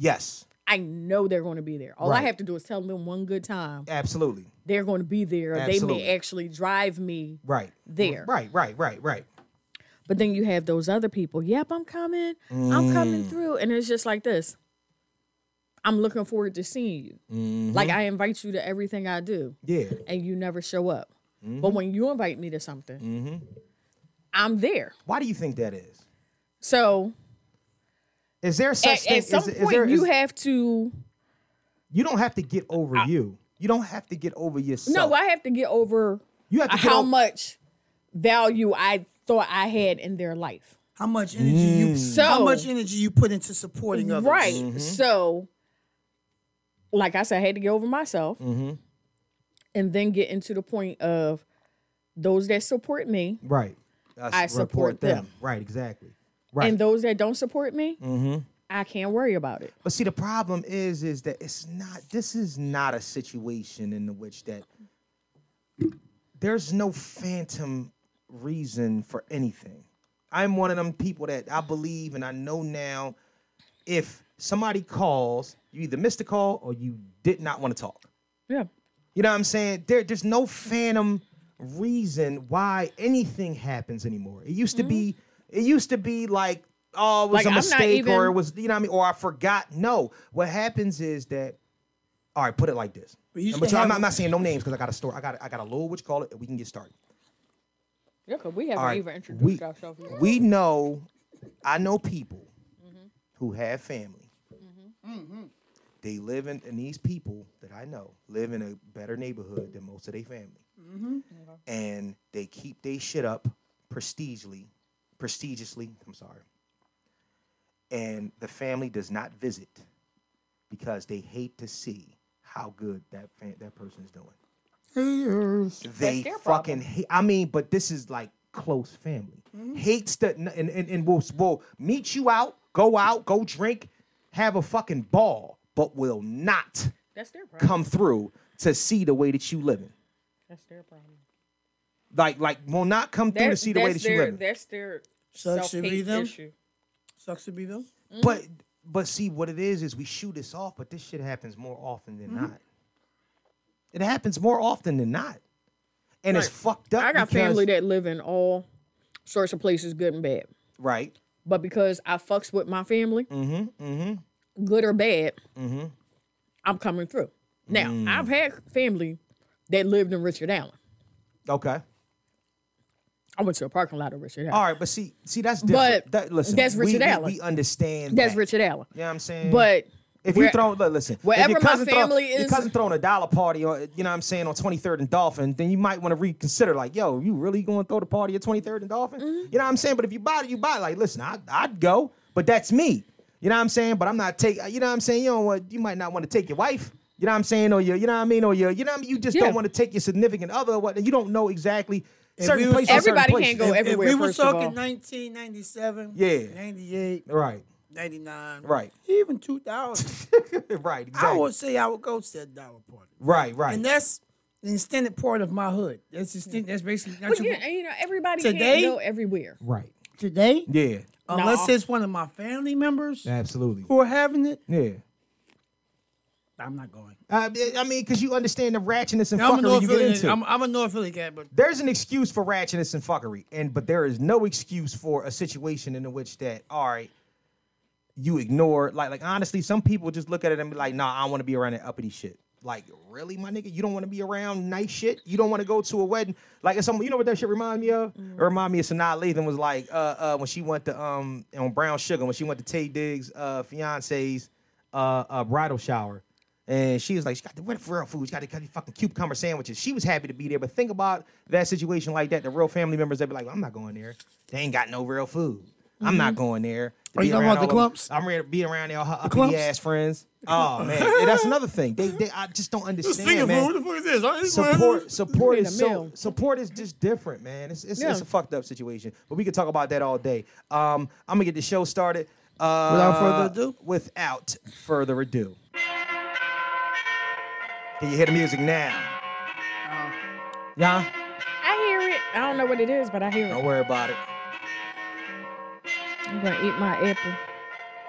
Speaker 3: Yes,
Speaker 2: I know they're gonna be there. All I
Speaker 3: Right.
Speaker 2: have to do is tell them one good time
Speaker 3: absolutely.
Speaker 2: they're gonna be there. or They
Speaker 3: Absolutely.
Speaker 2: may actually drive me
Speaker 3: Right.
Speaker 2: there.
Speaker 3: Right. Right. Right. Right.
Speaker 2: But then you have those other people, yep, I'm coming, I'm coming
Speaker 3: Mm.
Speaker 2: through. And it's just like this. I'm looking forward to seeing you.
Speaker 3: Mm-hmm.
Speaker 2: Like I invite you to everything I do.
Speaker 3: Yeah.
Speaker 2: And you never show up.
Speaker 3: Mm-hmm.
Speaker 2: But when you invite me to something, I'm there.
Speaker 3: Why do you think that is?
Speaker 2: So
Speaker 3: Is there such
Speaker 2: at,
Speaker 3: thing?
Speaker 2: at some
Speaker 3: is,
Speaker 2: point,
Speaker 3: is there,
Speaker 2: you
Speaker 3: is-
Speaker 2: have to.
Speaker 3: you don't have to get over you. You don't have to get over yourself.
Speaker 2: No, I have to get over
Speaker 3: You have to get
Speaker 2: how
Speaker 3: o-
Speaker 2: much value I thought I had in their life.
Speaker 4: How much energy you?
Speaker 3: Mm. Hmm.
Speaker 2: So-
Speaker 4: how much energy you put into supporting others?
Speaker 2: Right.
Speaker 3: Mm-hmm.
Speaker 2: So, like I said, I had to get over myself
Speaker 3: Mm-hmm.
Speaker 2: and then get into the point of those that support me.
Speaker 3: Right. That's-
Speaker 2: I
Speaker 3: report
Speaker 2: support them.
Speaker 3: Right. Exactly. Right. Mm-hmm.
Speaker 2: And those that don't support me, I can't worry about it.
Speaker 3: But see, the problem is, is that it's not. This is not a situation in which that there's no phantom reason for anything. I'm one of them people that I believe, and I know now. If somebody calls, you either missed the call or you did not want to talk.
Speaker 2: Yeah.
Speaker 3: You know what I'm saying? There, there's no phantom reason why anything happens anymore. It used to be, it used to be like, oh, it was
Speaker 2: Mm-hmm. Like,
Speaker 3: a
Speaker 2: I'm not
Speaker 3: mistake, or it
Speaker 2: even-
Speaker 3: was, you know what I mean, or I forgot. No, what happens is that, all right, put it like this.
Speaker 4: We used
Speaker 3: And but
Speaker 4: to
Speaker 3: y'all- I'm,
Speaker 4: have-
Speaker 3: not- I'm not saying no names because I got a story. I got, I got a little which call it. and We can get started.
Speaker 2: Yeah, because we haven't
Speaker 3: All right,
Speaker 2: even introduced
Speaker 3: we,
Speaker 2: ourselves yet.
Speaker 3: we know, I know people
Speaker 2: Mm-hmm.
Speaker 3: who have family. They live in, and these people that I know live in a better neighborhood than most of their family. And they keep their shit up prestigiously, prestigiously, I'm sorry. And the family does not visit because they hate to see how good that fam- that person is doing they
Speaker 2: their
Speaker 3: fucking hate. I mean, but this is like close family. Hates the n- and and, and will will meet you out, go out, go drink, have a fucking ball, but will not
Speaker 2: That's their problem.
Speaker 3: come through to see the way that you living.
Speaker 2: That's their problem.
Speaker 3: Like like will not come through to see the way that
Speaker 2: that's
Speaker 3: you
Speaker 2: their,
Speaker 3: living.
Speaker 2: That's their
Speaker 4: So it
Speaker 2: self
Speaker 4: should be
Speaker 2: hate
Speaker 4: them?
Speaker 2: issue.
Speaker 4: Sucks to be them.
Speaker 3: But
Speaker 2: Mm-hmm.
Speaker 3: but see what it is is we shoot this off, but this shit happens more often than
Speaker 2: Mm-hmm.
Speaker 3: not. It happens more often than not, and it's
Speaker 2: Right.
Speaker 3: fucked up.
Speaker 2: I got
Speaker 3: because-
Speaker 2: family that live in all sorts of places, good and bad.
Speaker 3: right.
Speaker 2: But because I fucks with my family,
Speaker 4: Mm-hmm,
Speaker 2: good or bad, I'm coming through. Now,
Speaker 4: Mm.
Speaker 2: I've had family that lived in Richard Allen.
Speaker 3: Okay.
Speaker 2: I went to a parking lot of Richard Allen.
Speaker 3: All right, but see, see, that's different.
Speaker 2: But
Speaker 3: that, listen,
Speaker 2: that's
Speaker 3: we-
Speaker 2: Richard
Speaker 3: we,
Speaker 2: Allen.
Speaker 3: We understand.
Speaker 2: That's
Speaker 3: that.
Speaker 2: Richard Allen.
Speaker 3: You know what I'm saying?
Speaker 2: But
Speaker 3: if
Speaker 2: where-
Speaker 3: you throw, look, listen. if
Speaker 2: wherever
Speaker 3: your
Speaker 2: my
Speaker 3: cousin throw-
Speaker 2: family
Speaker 3: your
Speaker 2: is-
Speaker 3: cousin throwing a dollar party, or you know what I'm saying, on 23rd and Dolphin, then you might want to reconsider. Like, yo, you really going to throw the party at 23rd and Dolphin?
Speaker 2: Mm-hmm.
Speaker 3: You know what I'm saying? But if you buy it, you buy. it. Like, listen, I, I'd go, but that's me. You know what I'm saying? But I'm not take. You know what I'm saying? You don't want. You might not want to take your wife. You know what I'm saying? Or your. You know what I mean? Or your. You know what I mean? You just
Speaker 2: Yeah.
Speaker 3: don't want to take your significant other. Or what? And you don't know exactly. Certain
Speaker 4: we was-
Speaker 3: places, certain
Speaker 2: Everybody
Speaker 3: places.
Speaker 2: can't go
Speaker 4: If
Speaker 2: everywhere.
Speaker 4: we were
Speaker 2: first of all.
Speaker 4: talking 1997,
Speaker 3: [LAUGHS] Yeah.
Speaker 4: 98,
Speaker 3: Right.
Speaker 4: 99,
Speaker 3: Right. [LAUGHS]
Speaker 4: even 2000,
Speaker 3: Right, exactly.
Speaker 4: I would say I would go to that dollar party.
Speaker 3: right, right.
Speaker 4: And that's an extended part of my hood. That's just, that's basically not
Speaker 2: But
Speaker 4: your,
Speaker 2: yeah, and, you know, everybody
Speaker 4: Today-
Speaker 2: can't go everywhere.
Speaker 3: right.
Speaker 4: today,
Speaker 3: Yeah,
Speaker 4: unless
Speaker 2: Nah.
Speaker 4: it's one of my family members
Speaker 3: absolutely.
Speaker 4: who are having it,
Speaker 3: Yeah.
Speaker 4: I'm not going.
Speaker 3: I mean- I mean, because you understand the ratchetness and
Speaker 4: I'm a
Speaker 3: fuckery
Speaker 4: North
Speaker 3: you get
Speaker 4: Philly.
Speaker 3: into.
Speaker 4: I'm, I'm a North Philly cat, but
Speaker 3: There's an excuse for ratchetness and fuckery, and but there is no excuse for a situation in which that all right, you ignore like like honestly, some people just look at it and be like, nah, I don't want to be around that uppity shit. Like really, my nigga, you don't want to be around nice shit. You don't want to go to a wedding. Like it's some, you know what that shit remind me of?
Speaker 4: Mm.
Speaker 3: It remind me of Sanaa Lathan was like uh uh when she went to um on Brown Sugar when she went to Tay Diggs uh fiance's uh, uh bridal shower. And she was like, she got the real for real food. She got the kind of fucking cucumber sandwiches. She was happy to be there, but think about that situation like that. The real family members, they'd be like, well, I'm not going there. They ain't got no real food. I'm not going there. to
Speaker 4: Mm-hmm. Are you
Speaker 3: be
Speaker 4: talking
Speaker 3: around
Speaker 4: about the
Speaker 3: all of-
Speaker 4: clumps?
Speaker 3: I'm ready to be around all her
Speaker 4: clumps?
Speaker 3: uppity ass friends. Oh man, And that's another thing. They, they, I just don't
Speaker 4: Singapore,
Speaker 3: understand, man.
Speaker 4: what the fuck is this? I ain't going
Speaker 3: Support,
Speaker 4: to-
Speaker 3: support
Speaker 2: You need
Speaker 3: is
Speaker 2: a
Speaker 3: so,
Speaker 2: meal.
Speaker 3: support is just different, man. It's it's, it's
Speaker 2: Yeah.
Speaker 3: a fucked up situation, but we could talk about that all day. Um, I'm gonna get the show started. Uh,
Speaker 4: Without further ado?
Speaker 3: Without further ado. Can you hear the music now? Yeah.
Speaker 2: I hear it. I don't know what it is, but I hear
Speaker 3: Don't
Speaker 2: it.
Speaker 3: worry about it.
Speaker 2: I'm gonna eat my apple.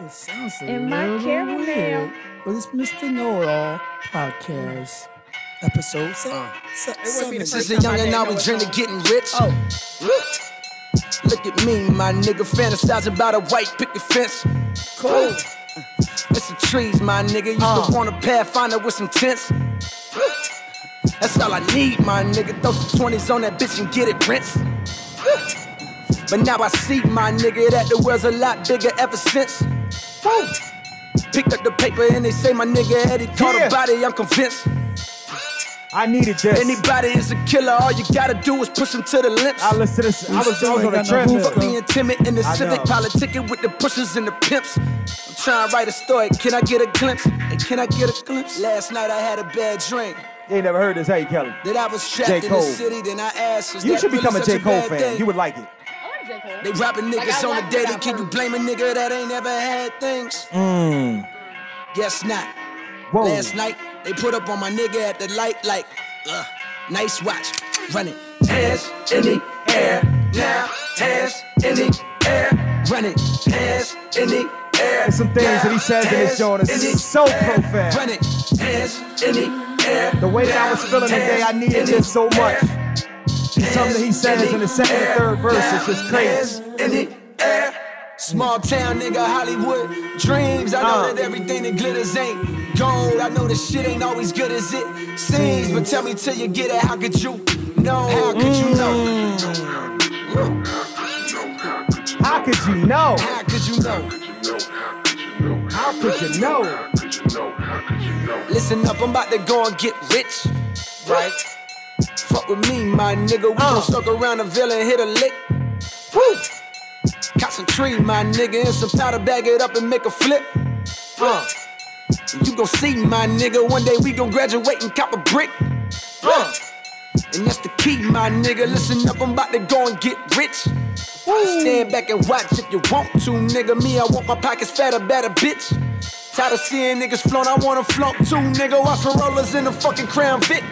Speaker 4: It sounds a
Speaker 2: Am I
Speaker 4: little
Speaker 2: careful
Speaker 4: weird,
Speaker 2: now?
Speaker 4: but it's Mr. Know It All podcast episode seven.
Speaker 8: Uh,
Speaker 4: Se- seven.
Speaker 9: Since a young and I was dreaming of getting rich. Oh. Look at me, my nigga, fantasize about a white picket fence. Cool. It's the trees, my nigga. Used to want a pathfinder with some tents. That's all I need, my nigga. Throw some 20s on that bitch and get it rinsed. But now I see, my nigga, that the world's a lot bigger ever since. Picked up the paper and they say my nigga Eddie caught
Speaker 3: Yeah.
Speaker 9: a body, I'm convinced.
Speaker 3: I needed this.
Speaker 9: Anybody is a killer, all you gotta do is push them to the lips.
Speaker 3: I listened to this. I was, I was on a
Speaker 9: For
Speaker 3: treadmill.
Speaker 9: being timid in the
Speaker 3: I
Speaker 9: civic,
Speaker 3: know.
Speaker 9: politicking with the pushers and the pimps. I'm trying to write a story, can I get a glimpse? Hey, can I get a glimpse? Last night I had a bad dream.
Speaker 3: You ain't never heard this, hey Kelly.
Speaker 9: That I was
Speaker 3: J.
Speaker 9: trapped in
Speaker 3: Cole.
Speaker 9: the city, then I asked, is
Speaker 3: You
Speaker 9: that
Speaker 3: should
Speaker 9: really
Speaker 3: become a
Speaker 9: such
Speaker 3: J. Cole
Speaker 9: bad
Speaker 3: fan.
Speaker 9: thing?
Speaker 3: You would like it.
Speaker 2: I like DJ Khaled.
Speaker 9: They robbing
Speaker 2: Like,
Speaker 9: niggas
Speaker 2: I
Speaker 9: on
Speaker 2: like
Speaker 9: the daily.
Speaker 2: that
Speaker 9: Can you
Speaker 2: verse.
Speaker 9: blame a nigga that ain't ever had things?
Speaker 3: Mm.
Speaker 9: Guess not.
Speaker 3: Whoa.
Speaker 9: Last night, they put up on my nigga at the light like, uh, nice watch. Run it. Hands in the air now. Hands in the air. Run it. Hands in the air.
Speaker 3: There's some things that he says in his joint
Speaker 9: Hands in
Speaker 3: is
Speaker 9: the
Speaker 3: so
Speaker 9: air.
Speaker 3: profound.
Speaker 9: Run it. Hands in the air.
Speaker 3: The way that I was feeling today, I needed this so much. Something that he says in the second and third verse is just crazy.
Speaker 9: In the air. Small town nigga, Hollywood dreams. I know
Speaker 3: Uh.
Speaker 9: that everything that glitters ain't gold. I know the shit ain't always good as it seems. But tell me till you get it, how could you know? How could you
Speaker 3: Mm.
Speaker 9: know?
Speaker 3: How could you know?
Speaker 9: How could you know?
Speaker 3: How could you know?
Speaker 9: Listen up, I'm about to go and get rich. Right? Fuck with me, my nigga. We gon' stuck around the villa and hit a lick. Woo! Caught some tree, my nigga, and some powder, bag it up and make a flip. Uh. You gon' see, my nigga. One day we gon' graduate and cop a brick. Uh. And that's the key, my nigga. Listen up, I'm about to go and get rich. Stand back and watch if you want to, nigga. Me, I want my pockets fatter, better, bitch. Tired of seeing niggas flaunt, I wanna flaunt too, nigga. Watch for rollers in the fucking crown fit.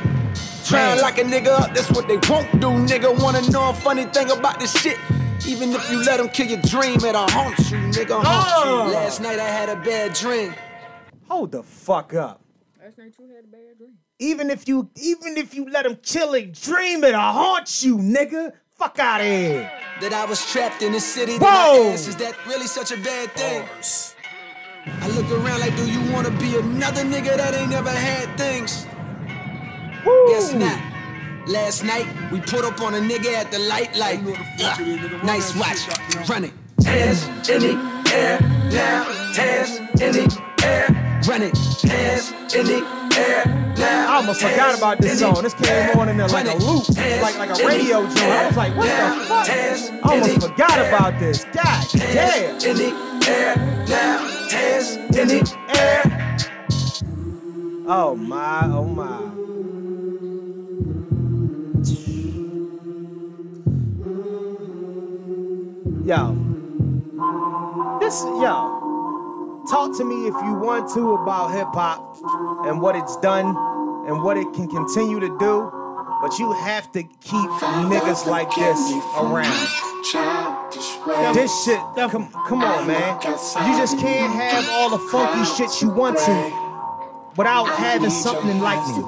Speaker 9: Trying like a nigga up, that's what they won't do, nigga. Wanna know a funny thing about this shit? Even if you let 'em kill your dream, it'll haunt you, nigga. Haunt you. Last night I had a bad dream.
Speaker 3: Hold the fuck up.
Speaker 2: Last night you had a bad dream.
Speaker 3: Even if you, even if you let him kill it, dream it, I haunt you, nigga. Fuck out of here.
Speaker 9: that I was trapped in a city.
Speaker 3: Whoa!
Speaker 9: That I asked, is that really such a bad thing? I look around like, do you wanna be another nigga that ain't never had things? Guess not. Last night we put up on a nigga at the light like, yeah, nice watch, run it. Hands in the air now, hands in the air, run it. Hands in the air now.
Speaker 3: I almost forgot about this song. This came on in there like a loop, like like a radio joint. I was like, what the fuck? I almost forgot about this. God damn.
Speaker 9: in the air now, hands in the air.
Speaker 3: Eh. Oh my, oh my. Yo. This yo. Talk to me if you want to about hip hop and what it's done and what it can continue to do, but you have to keep niggas like this around. This shit, come, come on, man. You just can't have all the funky shit you want to without having something like me.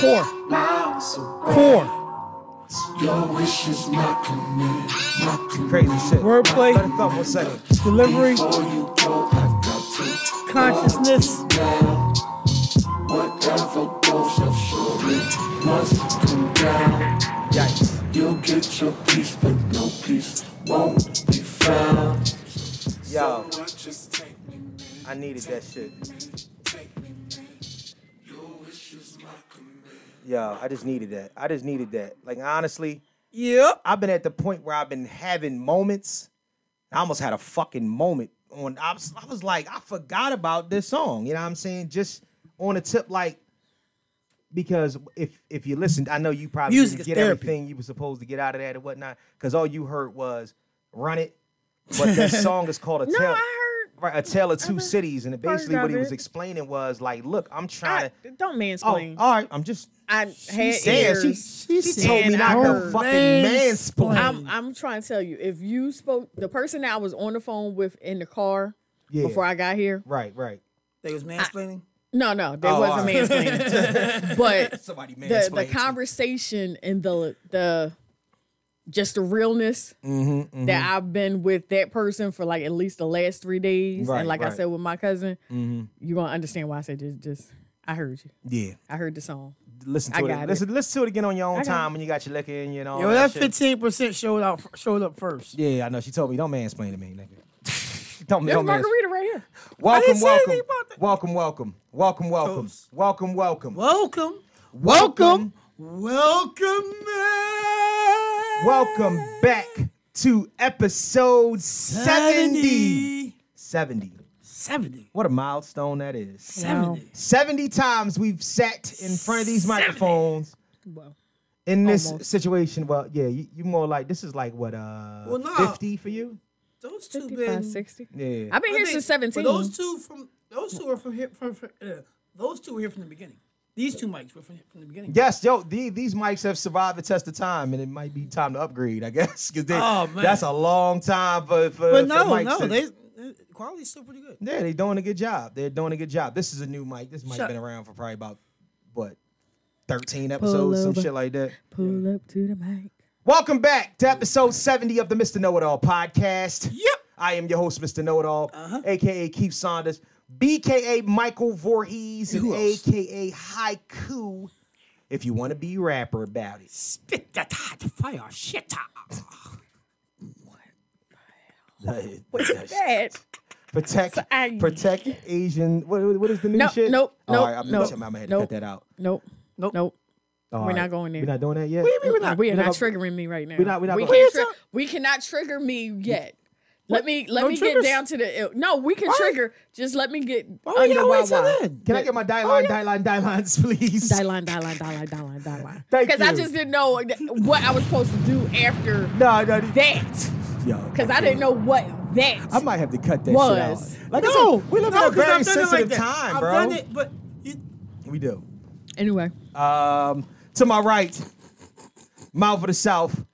Speaker 4: Core. Core.
Speaker 3: Crazy shit.
Speaker 4: Wordplay.
Speaker 3: Let it thump one second.
Speaker 4: Delivery. Consciousness.
Speaker 3: Yikes. Yo. I needed that shit. Yo, I just needed that. I just needed that. Like honestly,
Speaker 4: Yep.
Speaker 3: I've been at the point where I've been having moments. I almost had a fucking moment on. I was, I was like, I forgot about this song. You know what I'm saying? Just on a tip, like because if if you listened, I know you probably
Speaker 4: Music
Speaker 3: didn't
Speaker 4: is
Speaker 3: get
Speaker 4: therapy.
Speaker 3: everything you were supposed to get out of that and whatnot. Because all you heard was "Run It," but that
Speaker 2: [LAUGHS]
Speaker 3: song is called "A
Speaker 2: No,
Speaker 3: Tale."
Speaker 2: I heard.
Speaker 3: Right, a tale of two cities, and basically
Speaker 2: of
Speaker 3: what he was
Speaker 2: it.
Speaker 3: explaining was like, "Look, I'm
Speaker 2: I,
Speaker 3: trying to."
Speaker 2: don't
Speaker 3: Oh,
Speaker 2: mansplain.
Speaker 3: all right, I'm just.
Speaker 2: I had
Speaker 3: said- she-
Speaker 2: ears.
Speaker 3: she told me
Speaker 2: and
Speaker 3: not
Speaker 2: I
Speaker 3: to
Speaker 2: heard.
Speaker 3: fucking
Speaker 4: Mansplain.
Speaker 3: mansplain.
Speaker 2: I'm I'm trying to tell you, if you spoke the person that I was on the phone with in the car
Speaker 3: Yeah.
Speaker 2: before I got here,
Speaker 3: Right, right.
Speaker 4: They
Speaker 3: Ah.
Speaker 4: was mansplaining.
Speaker 2: no, no, there
Speaker 3: Oh,
Speaker 2: wasn't
Speaker 3: all [LAUGHS]
Speaker 2: mansplaining. but
Speaker 3: Somebody
Speaker 2: the the conversation and the the just the realness
Speaker 3: Mm-hmm,
Speaker 2: that I've been with that person for like at least the last three days,
Speaker 3: Right,
Speaker 2: and like I
Speaker 3: right. Mm-hmm.
Speaker 2: said with my cousin, you're gonna understand why I said just just I heard you,
Speaker 3: yeah.
Speaker 2: I heard the song.
Speaker 3: Listen
Speaker 2: I
Speaker 3: to it.
Speaker 2: got it.
Speaker 3: Listen, listen to it again on your own
Speaker 2: I got
Speaker 3: time when you got your liquor in you and all
Speaker 4: Yo,
Speaker 3: that
Speaker 4: that
Speaker 3: shit.
Speaker 4: fifteen percent showed out. Showed up first.
Speaker 3: Yeah, I know. She told me don't mansplain to me, nigga. [LAUGHS] Don't,
Speaker 2: There's
Speaker 3: don't mans-
Speaker 2: margarita right here.
Speaker 3: Welcome,
Speaker 4: didn't say
Speaker 3: welcome,
Speaker 4: anything about that.
Speaker 3: welcome, welcome, welcome, welcome,
Speaker 4: Toast.
Speaker 3: welcome, welcome,
Speaker 4: Welcome,
Speaker 3: welcome,
Speaker 4: welcome.
Speaker 3: welcome back to episode 70. 70.
Speaker 4: Seventy.
Speaker 3: What a milestone that is.
Speaker 4: Seventy.
Speaker 3: 70 times we've sat in front of these microphones in this
Speaker 2: Almost.
Speaker 3: situation, well, yeah, you, you more like this is like what uh
Speaker 8: Well, nah.
Speaker 3: fifty for you?
Speaker 8: Those two
Speaker 2: 55,
Speaker 8: been
Speaker 2: 60.
Speaker 3: Yeah.
Speaker 2: I've been
Speaker 8: I
Speaker 2: here
Speaker 8: think-
Speaker 2: since 17.
Speaker 8: but Those two from those two are from here from, from uh, those two were here from the beginning. These two mics were from, from the beginning.
Speaker 3: Yes, yo, the, these mics have survived the test of time, and it might be time to upgrade, I guess, because
Speaker 8: Oh, man.
Speaker 3: that's a long time for for.
Speaker 8: but
Speaker 3: for
Speaker 8: no,
Speaker 4: Oh,
Speaker 3: mics
Speaker 8: no,
Speaker 3: to-
Speaker 8: they uh, quality's still pretty good.
Speaker 3: yeah, they're doing a good job. They're doing a good job. This is a new mic. This mic
Speaker 8: Shut-
Speaker 3: been around for probably about what thirteen episodes, some
Speaker 2: over.
Speaker 3: shit like that.
Speaker 2: Pull up to the mic.
Speaker 3: Welcome back to episode 70 of the Mr. Know It All podcast. Yep. I am your host, Mr. Know It All,
Speaker 2: Uh-huh.
Speaker 3: aka Keith Saunders, BKA Michael Voorhees, and aka Haiku. If you want to be rapper about it,
Speaker 8: Spit that hot fire shit.
Speaker 2: [LAUGHS]
Speaker 3: What's
Speaker 2: Dad.
Speaker 3: protect,
Speaker 2: I-
Speaker 3: protect Asian. What, what is the new
Speaker 2: No,
Speaker 3: shit?
Speaker 2: nope,
Speaker 3: All right,
Speaker 2: nope,
Speaker 3: I'm,
Speaker 2: nope,
Speaker 3: I'm, gonna have to
Speaker 2: nope.
Speaker 3: cut that out.
Speaker 2: Nope. Nope. Nope.
Speaker 3: All
Speaker 2: We're
Speaker 3: right.
Speaker 2: not going there.
Speaker 3: We're not doing that yet.
Speaker 2: We're not, we are
Speaker 3: we're
Speaker 2: not
Speaker 3: not-
Speaker 2: triggering me right now.
Speaker 3: we're not- we're not
Speaker 2: we,
Speaker 3: gonna-
Speaker 2: can't
Speaker 3: What?
Speaker 2: tri- we cannot trigger me yet. Let me let
Speaker 3: No
Speaker 2: me
Speaker 3: triggers?
Speaker 2: get down to the uh, no. We can trigger. Just let me get
Speaker 3: we
Speaker 2: under Oh,
Speaker 3: gotta Oh, wait
Speaker 2: why
Speaker 3: till
Speaker 2: why.
Speaker 3: Can I get my die line, die line, die lines, please?
Speaker 2: Die line, die line, die line, die line, die line.
Speaker 3: Thank
Speaker 2: Because I
Speaker 3: you.
Speaker 2: just didn't know th- what I was supposed to do after
Speaker 3: [LAUGHS] No, no, no.
Speaker 2: that.
Speaker 3: Yo,
Speaker 2: Because I didn't know what that.
Speaker 3: I might have to cut that
Speaker 2: Was.
Speaker 3: shit out. Like I
Speaker 8: No,
Speaker 3: said, we live in a
Speaker 8: no, 'cause I've done
Speaker 3: very
Speaker 8: it
Speaker 3: sensitive
Speaker 8: like that.
Speaker 3: time,
Speaker 8: I've
Speaker 3: bro.
Speaker 8: done it, but you,
Speaker 3: We do.
Speaker 2: anyway,
Speaker 3: Um, to my right, mouth of the South.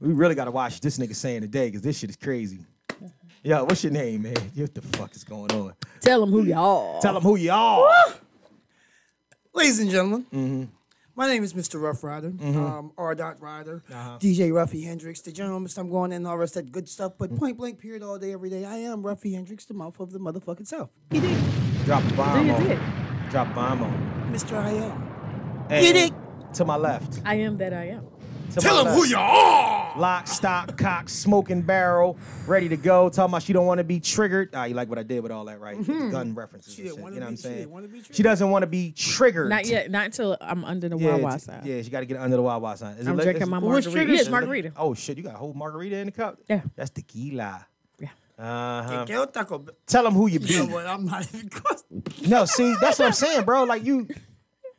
Speaker 3: We really gotta watch this nigga saying today because this shit is crazy. Yo, what's your name, man? What the fuck is going on?
Speaker 2: tell them who y'all.
Speaker 3: Tell them who you are.
Speaker 8: ladies and gentlemen.
Speaker 4: Mm-hmm.
Speaker 8: My name is Mr. Rough Rider, um, R. Dot Rider,
Speaker 4: Uh-huh.
Speaker 8: DJ Ruffy Hendrix, the general. Mr. I'm going in and all the rest of that good stuff,
Speaker 4: Mm-hmm.
Speaker 8: but point blank, period, all day, every day. I am Ruffy Hendrix, the mouth of the motherfucking South.
Speaker 3: Drop the bomb
Speaker 2: You
Speaker 3: on.
Speaker 2: did.
Speaker 3: Drop the bomb on.
Speaker 8: Mr. I am.
Speaker 3: And
Speaker 8: Get it?
Speaker 3: To my left.
Speaker 2: I am that I am.
Speaker 3: To Tell them who you are. Lock, stock, cock, smoking barrel, ready to go. Talking about she don't want to be triggered. Ah, you like what I did with all that, right? Gun references. and shit, you
Speaker 8: didn't
Speaker 3: know
Speaker 8: wanna
Speaker 3: what
Speaker 8: be-
Speaker 3: I'm
Speaker 8: Mm-hmm. she
Speaker 3: saying?
Speaker 8: didn't wanna be
Speaker 3: She doesn't want to be triggered.
Speaker 2: Not yet. Not until I'm under the
Speaker 3: Yeah,
Speaker 2: Wawa
Speaker 3: it's-
Speaker 2: side.
Speaker 3: yeah, she got to get under the Wawa sign. Is
Speaker 2: I'm
Speaker 3: like-
Speaker 2: drinking
Speaker 3: is-
Speaker 2: my
Speaker 3: Ooh, it's
Speaker 2: margarita.
Speaker 3: triggered.
Speaker 2: It's margarita.
Speaker 3: Oh shit, you got a whole margarita in the cup?
Speaker 2: Yeah.
Speaker 3: That's tequila.
Speaker 2: Yeah.
Speaker 3: Uh-huh.
Speaker 8: Yo, Taco Bell.
Speaker 3: Tell them who you
Speaker 8: You know
Speaker 3: be.
Speaker 8: what? I'm not even
Speaker 3: no, see, that's what I'm saying, bro. Like you,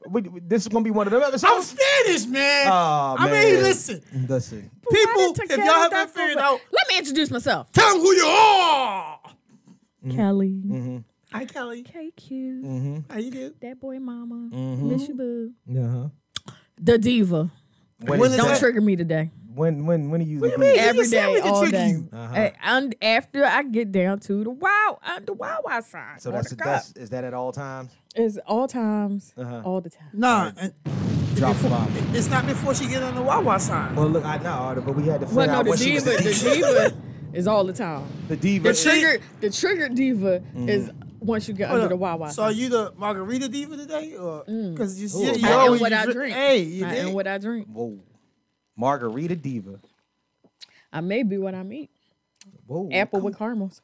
Speaker 3: we, we- this is gonna be one of them
Speaker 8: I'm
Speaker 3: episodes.
Speaker 8: Spanish, man.
Speaker 3: Aw,
Speaker 8: I
Speaker 3: man.
Speaker 8: mean, listen,
Speaker 3: Listen,
Speaker 8: people,
Speaker 2: Tequila
Speaker 8: if y'all haven't
Speaker 2: Taco
Speaker 8: figured
Speaker 2: Bell.
Speaker 8: out,
Speaker 2: let me introduce myself.
Speaker 8: tell them who you are.
Speaker 2: Kelly,
Speaker 8: Hi, Kelly.
Speaker 2: KQ,
Speaker 8: How you do?
Speaker 2: that boy, mama, miss you, boo.
Speaker 3: uh-huh.
Speaker 2: The diva.
Speaker 3: When,
Speaker 8: When
Speaker 3: is
Speaker 8: is
Speaker 2: Don't
Speaker 3: that?
Speaker 8: that?
Speaker 2: trigger me today.
Speaker 3: when when when are you? What
Speaker 8: mean?
Speaker 2: Every
Speaker 8: You said
Speaker 2: day,
Speaker 8: we could
Speaker 2: all
Speaker 8: trigger
Speaker 2: day.
Speaker 8: you.
Speaker 2: A- and after I get down to the wow, uh, the wow, wow sign.
Speaker 3: So
Speaker 2: on
Speaker 3: that's
Speaker 2: the cup.
Speaker 3: that's is that at all times?
Speaker 2: It's all times, all the time.
Speaker 8: Nah, and
Speaker 3: Drop the
Speaker 8: before-
Speaker 3: bomb.
Speaker 8: eh,
Speaker 2: [LAUGHS]
Speaker 8: it's not before she get on the Wawa sign.
Speaker 3: Well, look, I know, but we had to figure
Speaker 2: Well, no,
Speaker 3: out
Speaker 2: the
Speaker 3: what she
Speaker 2: diva,
Speaker 3: was
Speaker 2: the diva is all the time.
Speaker 3: the diva.
Speaker 2: The trigger, the trigger diva is once you get under the wow, wow.
Speaker 8: So are you the margarita diva today, or because you, you,
Speaker 3: I
Speaker 8: you
Speaker 3: am
Speaker 2: Mm. I am
Speaker 8: always
Speaker 2: what I
Speaker 8: dri-
Speaker 2: drink.
Speaker 8: Hey, you
Speaker 2: I
Speaker 8: did.
Speaker 2: am what I drink.
Speaker 3: Whoa, margarita diva.
Speaker 2: I may be what I eat.
Speaker 3: Whoa, Ah,
Speaker 2: Apple with caramels.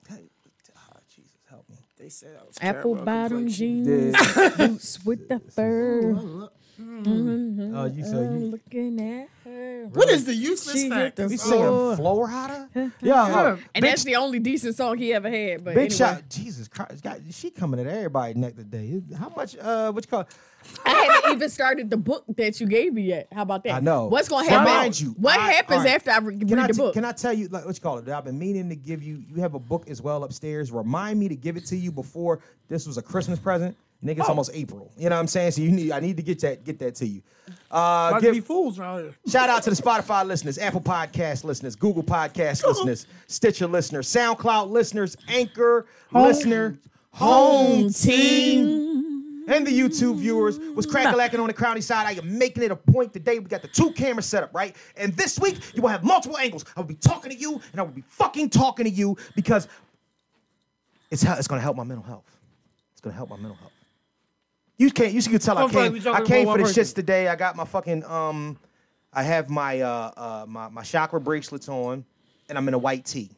Speaker 3: Jesus, help me.
Speaker 8: they said I was
Speaker 2: Apple
Speaker 8: terrible
Speaker 2: bottom
Speaker 8: complexion.
Speaker 2: jeans. [LAUGHS] Boots with the fur. Mm-hmm.
Speaker 3: Oh, you so you
Speaker 2: Looking at her.
Speaker 8: What is the useless
Speaker 2: She
Speaker 8: fact?
Speaker 2: hit the
Speaker 3: You
Speaker 2: floor.
Speaker 3: singing floor
Speaker 2: [LAUGHS]
Speaker 3: hotter? Yeah.
Speaker 2: Oh.
Speaker 3: uh,
Speaker 2: And that's the only decent song he ever had. But
Speaker 3: Big
Speaker 2: anyway,
Speaker 3: shot. Jesus Christ. God, she coming at everybody neck today. How much uh what you call
Speaker 2: I haven't even started the book that you gave me yet. How about that?
Speaker 3: I know.
Speaker 2: What's going to
Speaker 3: But
Speaker 2: happen?
Speaker 3: mind you,
Speaker 2: what
Speaker 3: I-
Speaker 2: happens
Speaker 3: all right.
Speaker 2: after I re- read
Speaker 3: can I
Speaker 2: the
Speaker 3: t-
Speaker 2: book?
Speaker 3: Can I tell you like what you call it? I've been meaning to give you you have a book as well upstairs. Remind me to give it to you before this was a Christmas present. Nigga,
Speaker 2: Oh.
Speaker 3: it's almost April. You know what I'm saying? So you need I need to get that get that to you. Uh
Speaker 8: About
Speaker 3: give-
Speaker 8: to be fools around here.
Speaker 3: Shout out to the Spotify listeners, Apple Podcast listeners, Google Podcast listeners, Stitcher listeners, SoundCloud listeners, Anchor listener, Home Team, and the YouTube viewers. Was crackalacking on the crowdy side. I am making it a point today. We got the two camera setup, right? And this week you will have multiple angles. I will be talking to you, and I will be fucking talking to you because it's how it's gonna help my mental health. It's gonna help my mental health. You can't. You can tell I
Speaker 8: I'm glad we
Speaker 3: came.
Speaker 8: talking
Speaker 3: I
Speaker 8: about
Speaker 3: came
Speaker 8: one
Speaker 3: for the
Speaker 8: person.
Speaker 3: shits today. I got my fucking um. I have my uh, uh my, my chakra bracelets on, and I'm in a white tee.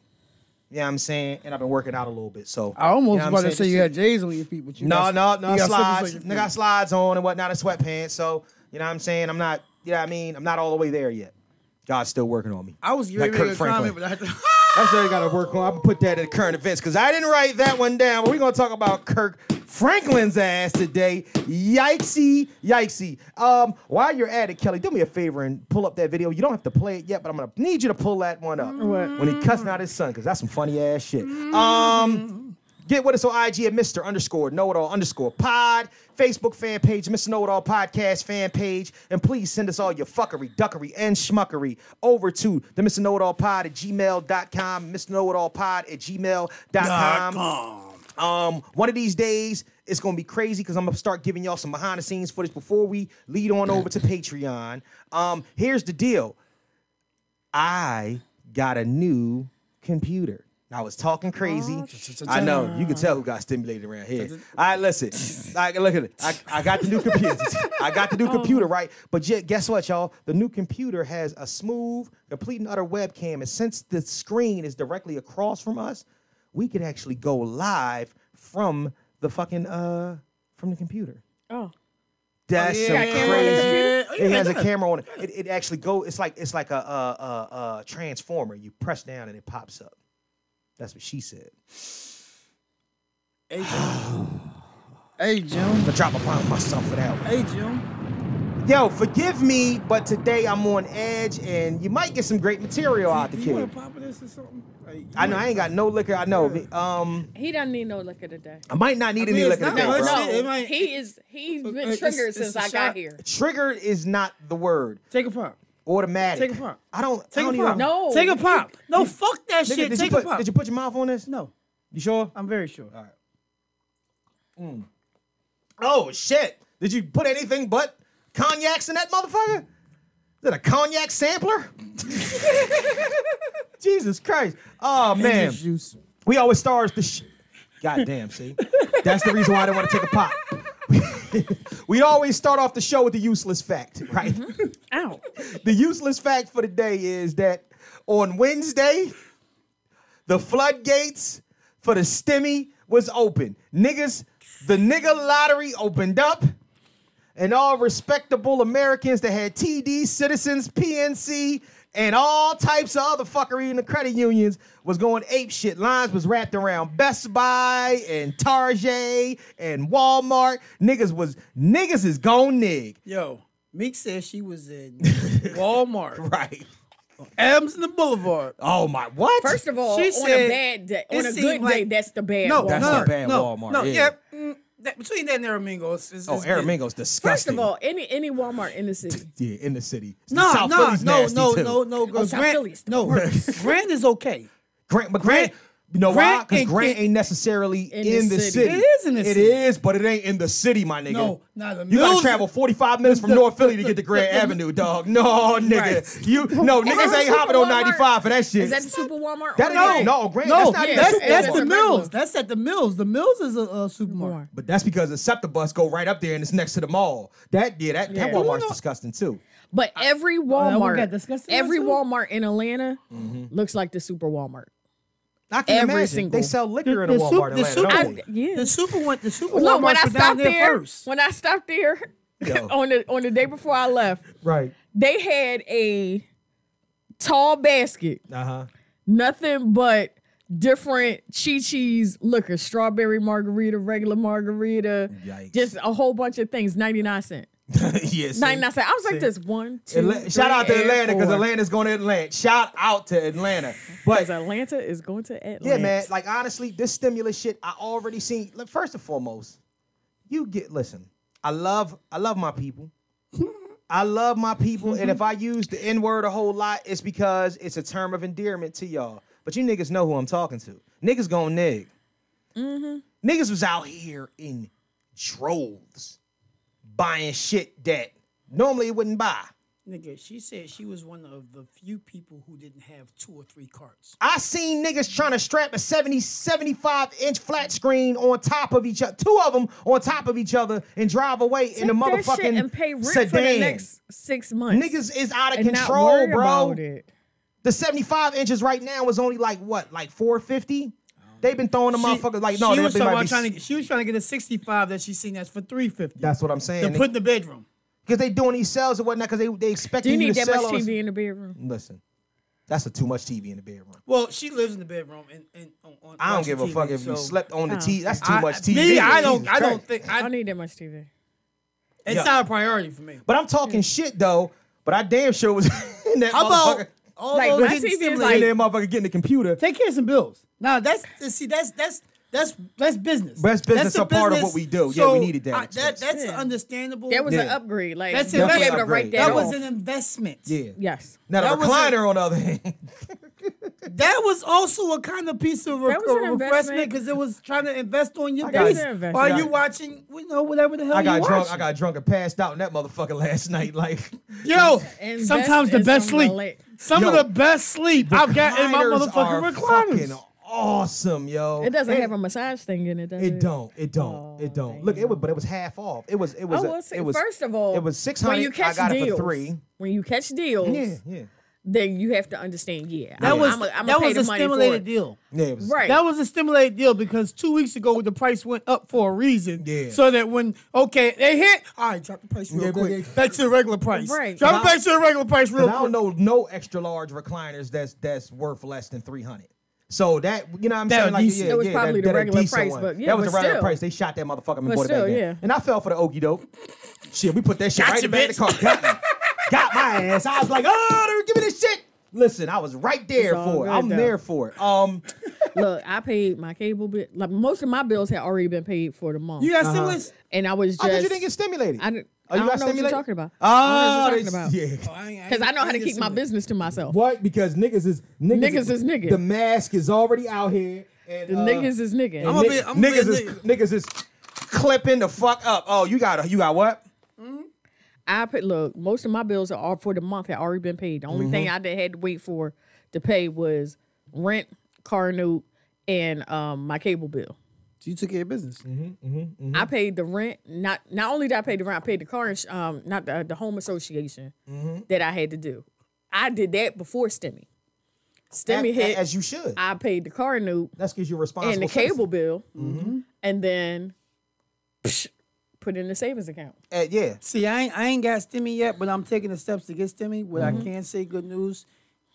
Speaker 3: You know what I'm saying? And I've been working out a little bit, so
Speaker 4: I almost
Speaker 3: you know what I'm
Speaker 4: about to
Speaker 3: saying?
Speaker 4: say
Speaker 3: This
Speaker 4: you
Speaker 3: shit-
Speaker 4: had J's on your feet, but you
Speaker 3: no,
Speaker 4: got-
Speaker 3: no, no
Speaker 4: you got
Speaker 3: slides.
Speaker 4: slippers on
Speaker 3: I
Speaker 4: your
Speaker 3: got
Speaker 4: feet.
Speaker 3: slides on and whatnot and sweatpants. So you know what I'm saying? I'm not. You know what I mean? I'm not all the way there yet. God's still working on me.
Speaker 8: I was
Speaker 3: Like
Speaker 8: giving
Speaker 3: Kirk
Speaker 8: a
Speaker 3: Franklin.
Speaker 8: comment, but I had to. [LAUGHS]
Speaker 3: That's what I got to work on. I'm gonna put that in current events because I didn't write that one down. But we're gonna talk about Kirk Franklin's ass today. Yikesy, yikesy. Um, while you're at it, Kelly, do me a favor and pull up that video. You don't have to play it yet, but I'm gonna need you to pull that one up when he cussing out his son because that's some funny ass shit. Uh, Um. Get with us on IG at Mr. underscore know it all underscore pod, Facebook fan page, Mr. Know It All podcast fan page, and please send us all your fuckery, duckery, and schmuckery over to the Mr. Know It All pod at gmail.com, Mr. Know It All pod at gmail.com. Um, one of these days, it's gonna be crazy because I'm gonna start giving y'all some behind the scenes footage before we lead on over to Patreon. Um, here's the deal. I got a new computer. I was talking crazy. I know you can tell who got stimulated around here. All right, listen. Like, look at it. I, I got the new computer. I got the new computer, right? But yet, guess what, y'all? The new computer has a smooth, complete and utter webcam, and since the screen is directly across from us, we could actually go live from the fucking uh from the computer.
Speaker 2: Oh.
Speaker 3: That's
Speaker 8: yeah,
Speaker 3: some
Speaker 8: yeah,
Speaker 3: crazy.
Speaker 8: yeah. Oh, yeah,
Speaker 3: it has a
Speaker 8: yeah.
Speaker 3: camera on it. it. It actually go. It's like it's like a, a, a, a transformer. You press down and it pops up. That's what she said.
Speaker 8: hey, Jim.
Speaker 3: I'm gonna drop a bomb myself for that one.
Speaker 8: Hey, Jim.
Speaker 3: Yo, forgive me, but today I'm on edge, and you might get some great material out the
Speaker 8: You want
Speaker 3: kid.
Speaker 8: to pop of this or something? Like, you
Speaker 3: I know I ain't got no liquor. I know. Um,
Speaker 2: He doesn't need no liquor today.
Speaker 3: I might not need
Speaker 8: mean,
Speaker 3: any
Speaker 8: it's
Speaker 3: liquor
Speaker 8: not
Speaker 3: today,
Speaker 8: her
Speaker 3: bro.
Speaker 8: shit. It might-
Speaker 2: He is he's been
Speaker 8: it's-
Speaker 2: triggered
Speaker 8: it's
Speaker 2: since
Speaker 8: a
Speaker 2: I
Speaker 8: shot.
Speaker 2: got here.
Speaker 3: Triggered is not the word.
Speaker 8: Take a pop.
Speaker 3: Automatic.
Speaker 8: Take a pop.
Speaker 3: I don't. I
Speaker 8: Take
Speaker 3: don't
Speaker 8: a
Speaker 3: even-
Speaker 8: pop.
Speaker 2: No.
Speaker 8: Take a pop. No, fuck that
Speaker 3: Nigga,
Speaker 8: shit.
Speaker 3: did, you
Speaker 8: Take a
Speaker 3: put,
Speaker 8: pop.
Speaker 3: did you put your mouth on this?
Speaker 8: No,
Speaker 3: You sure?
Speaker 8: I'm very sure.
Speaker 3: Oh shit! Did you put anything but cognacs in that motherfucker? Is that a cognac sampler? [LAUGHS] Jesus Christ! Oh man,
Speaker 8: Juice.
Speaker 3: we always stars the sh- goddamn. See, that's the reason why I didn't want to take a pop. [LAUGHS] we always start off the show with the useless fact, right?
Speaker 8: Mm-hmm.
Speaker 2: Ow.
Speaker 3: the useless fact for the day is that on Wednesday, the floodgates for the stimmy was open. Niggas, the nigga lottery opened up, and all respectable Americans that had TD, Citizens, PNC, and all types of other fuckery in the credit unions was going ape shit. Lines was wrapped around Best Buy and Target and Walmart. Niggas was niggas is gone nig.
Speaker 8: Yo, Meek said she
Speaker 3: [LAUGHS]
Speaker 8: was in Walmart,
Speaker 3: Right.
Speaker 8: Adams in the Boulevard.
Speaker 3: Oh my what?
Speaker 2: First of all,
Speaker 8: She
Speaker 2: on a
Speaker 8: said-
Speaker 2: bad day,
Speaker 8: it
Speaker 2: on a good
Speaker 8: seemed like-
Speaker 2: day, that's the bad
Speaker 8: No,
Speaker 2: one.
Speaker 3: That's
Speaker 8: no,
Speaker 3: a bad
Speaker 8: no,
Speaker 3: Walmart,
Speaker 8: No,
Speaker 3: yeah.
Speaker 8: yeah. mm, that- between that and Aramingo, it's, it's,
Speaker 3: Oh,
Speaker 8: it's-
Speaker 3: Aramingo's
Speaker 2: First
Speaker 3: disgusting.
Speaker 2: of all, any any Walmart in the city.
Speaker 3: yeah, in the city.
Speaker 8: No,
Speaker 3: South
Speaker 8: no,
Speaker 3: Philly's
Speaker 8: no,
Speaker 3: nasty
Speaker 8: no,
Speaker 3: too.
Speaker 8: no, no,
Speaker 2: Oh,
Speaker 8: no,
Speaker 2: South Philly's
Speaker 8: Grant,
Speaker 2: the
Speaker 8: no. [LAUGHS] Grant is okay.
Speaker 3: Grant, but Grant, you know why?
Speaker 8: Grant
Speaker 3: Because
Speaker 8: ain't-
Speaker 3: Grant ain't necessarily in, the city.
Speaker 8: It is in the
Speaker 3: It
Speaker 8: city.
Speaker 3: is, but it ain't in the city, my nigga.
Speaker 8: No, not a
Speaker 3: You gotta
Speaker 8: million-
Speaker 3: travel 45 minutes from
Speaker 8: the-
Speaker 3: North Philly to
Speaker 8: the-
Speaker 3: get to
Speaker 8: the-
Speaker 3: Grand
Speaker 8: the-
Speaker 3: Avenue, dog. No, nigga. You no
Speaker 2: Is
Speaker 3: [LAUGHS]
Speaker 2: that
Speaker 3: niggas
Speaker 2: the
Speaker 3: ain't
Speaker 2: Super
Speaker 3: hopping on
Speaker 2: Walmart?
Speaker 3: 95 for that shit.
Speaker 2: Is that the Super Walmart?
Speaker 3: That
Speaker 2: or
Speaker 3: ain't-
Speaker 2: the-
Speaker 3: no, Grant,
Speaker 8: No,
Speaker 3: that's not
Speaker 2: yeah,
Speaker 3: even
Speaker 8: that's,
Speaker 3: Super
Speaker 8: that's
Speaker 3: Walmart.
Speaker 8: the
Speaker 2: Walmart.
Speaker 8: Mills. That's at the Mills. The Mills is a, a supermarket.
Speaker 3: But that's because the Septibus go right up there and it's next to the mall. That yeah, that, that
Speaker 2: Yeah.
Speaker 3: Walmart's disgusting too.
Speaker 2: But every
Speaker 8: we got
Speaker 2: Walmart,
Speaker 8: disgusting
Speaker 2: every
Speaker 8: ones, too.
Speaker 2: Walmart in Atlanta
Speaker 3: Mm-hmm.
Speaker 2: looks like the Super Walmart.
Speaker 3: I can
Speaker 2: Every
Speaker 3: imagine
Speaker 2: single-
Speaker 3: they sell liquor in a
Speaker 8: The- the
Speaker 3: Walmart.
Speaker 8: Sup- the
Speaker 3: in Atlanta, don't
Speaker 8: Sup-
Speaker 3: they?
Speaker 2: Yeah.
Speaker 8: The super one, the super
Speaker 2: Look, when I
Speaker 8: Walmart's were down
Speaker 2: stopped
Speaker 8: there,
Speaker 2: there,
Speaker 8: first.
Speaker 2: when I stopped there
Speaker 3: Yo.
Speaker 2: [LAUGHS] on the on the day before I left,
Speaker 3: Right.
Speaker 2: they had a tall basket,
Speaker 3: Uh [LAUGHS] huh.
Speaker 2: nothing but different Chi Chi's liquor, strawberry margarita, regular margarita,
Speaker 3: Yikes.
Speaker 2: just a whole bunch of things, 99 cent.
Speaker 3: yes.
Speaker 2: 99 cent. I was like, this one, two,
Speaker 3: Atla- shout out to
Speaker 2: three, and
Speaker 3: Atlanta because
Speaker 2: four.
Speaker 3: Atlanta's going to Atlanta. Shout out to Atlanta. But
Speaker 2: 'Cause Atlanta is going to Atlanta.
Speaker 3: yeah, man, like honestly, this stimulus shit I already seen. Look, first and foremost, you get listen. I love I love my people. I love my people, and if I use the N word a whole lot, it's because it's a term of endearment to y'all. But you niggas know who I'm talking to. Niggas gonna nig. Niggas was out here in droves buying shit that normally wouldn't buy.
Speaker 8: Nigga, she said she was one of the few people who didn't have two or three carts.
Speaker 3: I seen niggas trying to strap a 70, 75 inch flat screen on top of each other, two of them on top of each other, and drive away in the
Speaker 2: Take that
Speaker 3: motherfucking
Speaker 2: shit and pay rent
Speaker 3: sedan.
Speaker 2: for the next six months.
Speaker 3: Niggas is out of
Speaker 2: and not
Speaker 3: control,
Speaker 2: worry
Speaker 3: bro.
Speaker 2: about it.
Speaker 3: The 75 inches right now is only like what, like 450? They've been throwing the motherfuckers like no,
Speaker 8: she
Speaker 3: they,
Speaker 8: was
Speaker 3: they
Speaker 8: talking
Speaker 3: might
Speaker 8: about
Speaker 3: be-
Speaker 8: trying to. She was trying to get a sixty-five that she seen that's for three fifty.
Speaker 3: That's what I'm saying.
Speaker 8: to put in the bedroom.
Speaker 3: Because they doing these sales and whatnot because they, they expect
Speaker 2: Do you need
Speaker 3: to
Speaker 2: that
Speaker 3: sell
Speaker 2: much
Speaker 3: on-
Speaker 2: TV in the bedroom?
Speaker 3: Listen, that's a too much TV in the bedroom.
Speaker 8: Well, she lives in the bedroom and, and on, on
Speaker 3: I don't
Speaker 8: watching
Speaker 3: give a
Speaker 8: TV,
Speaker 3: fuck if
Speaker 8: so
Speaker 3: you slept on the
Speaker 2: Oh.
Speaker 3: TV. That's too
Speaker 8: I-
Speaker 3: much TV.
Speaker 8: Me, I don't.
Speaker 3: Jesus
Speaker 8: I don't
Speaker 3: Christ.
Speaker 8: think.
Speaker 2: I
Speaker 8: I,
Speaker 2: don't need that much TV.
Speaker 8: it's
Speaker 3: Yeah.
Speaker 8: not a priority for me.
Speaker 3: But I'm talking shit though. But I damn sure was [LAUGHS] in that
Speaker 8: How about
Speaker 3: motherfucker.
Speaker 8: all
Speaker 2: Like,
Speaker 8: those
Speaker 2: my
Speaker 8: hidden
Speaker 2: TV is
Speaker 8: stimuli-
Speaker 2: like-
Speaker 3: in there, motherfucker getting the computer.
Speaker 4: Take care of some bills. Now that's see that's that's that's that's business.
Speaker 3: Best business
Speaker 8: That's a
Speaker 3: a part of what
Speaker 8: business-
Speaker 3: we do. yeah,
Speaker 8: so,
Speaker 3: we needed that.
Speaker 8: I- that
Speaker 3: expense.
Speaker 8: that's understandable.
Speaker 2: That was an
Speaker 3: Yeah.
Speaker 2: upgrade. Like
Speaker 8: That's
Speaker 2: you be
Speaker 8: investment
Speaker 2: able to write
Speaker 3: upgrade.
Speaker 2: that,
Speaker 8: that was
Speaker 2: off.
Speaker 8: an investment.
Speaker 3: yeah.
Speaker 2: yes.
Speaker 3: Now the
Speaker 8: that was a-
Speaker 3: recliner on the other hand.
Speaker 8: That was also a kind of piece of re-
Speaker 2: That was an
Speaker 8: of refreshment
Speaker 2: investment.
Speaker 8: because it was trying to invest on your
Speaker 3: got-
Speaker 8: days
Speaker 2: That's an investment.
Speaker 8: while
Speaker 3: I
Speaker 8: you
Speaker 3: got-
Speaker 8: watching, you know, whatever the hell
Speaker 3: I
Speaker 8: you
Speaker 3: got drunk.
Speaker 8: watching.
Speaker 3: I got drunk and passed out in that motherfucker last night. Like
Speaker 4: Yo,
Speaker 2: Invest
Speaker 4: sometimes the
Speaker 2: in
Speaker 4: best
Speaker 2: some
Speaker 4: sleep.
Speaker 2: rela-
Speaker 4: Some of
Speaker 3: Yo,
Speaker 4: the best sleep I've got in my
Speaker 3: recliners are
Speaker 4: motherfucking recliners.
Speaker 3: Fucking awesome, yo.
Speaker 2: It doesn't have a massage thing in it. Does it,
Speaker 3: It don't. It don't. it don't. Look, it was, but it was half off. It was. It was.
Speaker 2: I
Speaker 3: a-
Speaker 2: will say,
Speaker 3: it was
Speaker 2: Oh, first of all,
Speaker 3: it was six
Speaker 2: when you
Speaker 3: hundred. I
Speaker 2: catch
Speaker 3: got
Speaker 2: deals,
Speaker 3: it for three.
Speaker 2: When you catch deals,
Speaker 3: Yeah, yeah,
Speaker 2: then you have to understand. Yeah,
Speaker 4: That was
Speaker 2: I'm a, I'm
Speaker 4: that
Speaker 2: pay
Speaker 4: was
Speaker 2: the
Speaker 4: a
Speaker 2: money for
Speaker 4: stimulated
Speaker 2: it.
Speaker 4: deal.
Speaker 3: yeah. It was,
Speaker 2: Right.
Speaker 4: That was a stimulated deal because two weeks ago the price went up for a reason.
Speaker 3: Yeah.
Speaker 4: So that when okay they hit
Speaker 8: All right, drop the price real
Speaker 3: Yeah,
Speaker 8: quick.
Speaker 3: yeah, yeah.
Speaker 4: back to the regular price.
Speaker 2: Right.
Speaker 4: Drop
Speaker 3: Wow.
Speaker 4: it back to the regular price real
Speaker 3: And
Speaker 2: [LAUGHS]
Speaker 3: I
Speaker 4: quick.
Speaker 3: don't know no extra large recliners that's that's worth less than three hundred. So that you know what I'm
Speaker 4: That
Speaker 3: saying
Speaker 4: was
Speaker 3: like
Speaker 4: decent.
Speaker 3: yeah,
Speaker 2: It was
Speaker 3: yeah,
Speaker 2: probably
Speaker 3: that,
Speaker 2: the
Speaker 3: that a
Speaker 2: regular
Speaker 3: decent
Speaker 2: price,
Speaker 3: one.
Speaker 2: but yeah,
Speaker 3: that was
Speaker 2: but
Speaker 3: the regular
Speaker 2: still.
Speaker 3: price. They shot that motherfucker and
Speaker 2: But
Speaker 3: bought it
Speaker 2: still,
Speaker 3: back
Speaker 2: yeah.
Speaker 3: then. And I fell for the okey doke. Shit, we put that shit right
Speaker 8: Gotcha,
Speaker 3: in the back of the car. Got, me. Got my ass. I was like, oh, give me this shit. Listen, I was right there
Speaker 2: It's all
Speaker 3: for it.
Speaker 2: good,
Speaker 3: I'm
Speaker 2: though.
Speaker 3: there for it. Um,
Speaker 2: Look, I paid my cable bill. Like most of my bills had already been paid for the month.
Speaker 8: You got stimulus?
Speaker 2: and I was just.
Speaker 3: I thought Oh, you didn't get stimulated.
Speaker 2: I didn't-
Speaker 3: Oh, you
Speaker 2: I don't
Speaker 3: got
Speaker 2: know what you're
Speaker 3: stimulated?
Speaker 2: talking about.
Speaker 3: Oh,
Speaker 2: I don't know what you're talking
Speaker 3: yeah.
Speaker 8: Oh, I ain't- I
Speaker 2: Because
Speaker 8: ain't-
Speaker 2: I know how
Speaker 8: ain't
Speaker 2: to
Speaker 8: get
Speaker 2: keep my
Speaker 8: stimulus.
Speaker 2: business to myself.
Speaker 3: What? Because niggas is niggas,
Speaker 2: Niggas is niggas.
Speaker 3: The mask is already out here. And,
Speaker 2: The
Speaker 3: uh,
Speaker 2: niggas is niggas.
Speaker 8: I'ma
Speaker 3: Nigg-
Speaker 8: be- I'ma be
Speaker 3: niggas
Speaker 8: a
Speaker 3: is
Speaker 8: nigga.
Speaker 3: niggas is clipping the fuck up. Oh, you got you got what?
Speaker 2: I put look, most of my bills are all for the month had already been paid. The only thing I did had to wait for to pay was rent, car note, and um my cable bill.
Speaker 4: So you took care of business.
Speaker 2: I paid the rent. Not not only did I pay the rent, I paid the car ins- um not the, the home association that I had to do. I did that before STEMI. STEMI
Speaker 3: A-
Speaker 2: hit.
Speaker 3: a- as you should.
Speaker 2: I paid the car note
Speaker 3: That's because you're responsible.
Speaker 2: and the
Speaker 3: citizen.
Speaker 2: cable bill,
Speaker 3: Mm-hmm.
Speaker 2: and then psh, put in the savings account.
Speaker 3: Uh, yeah.
Speaker 4: See, I ain't, I ain't got stimmy yet, but I'm taking the steps to get stimmy. What I can say, good news,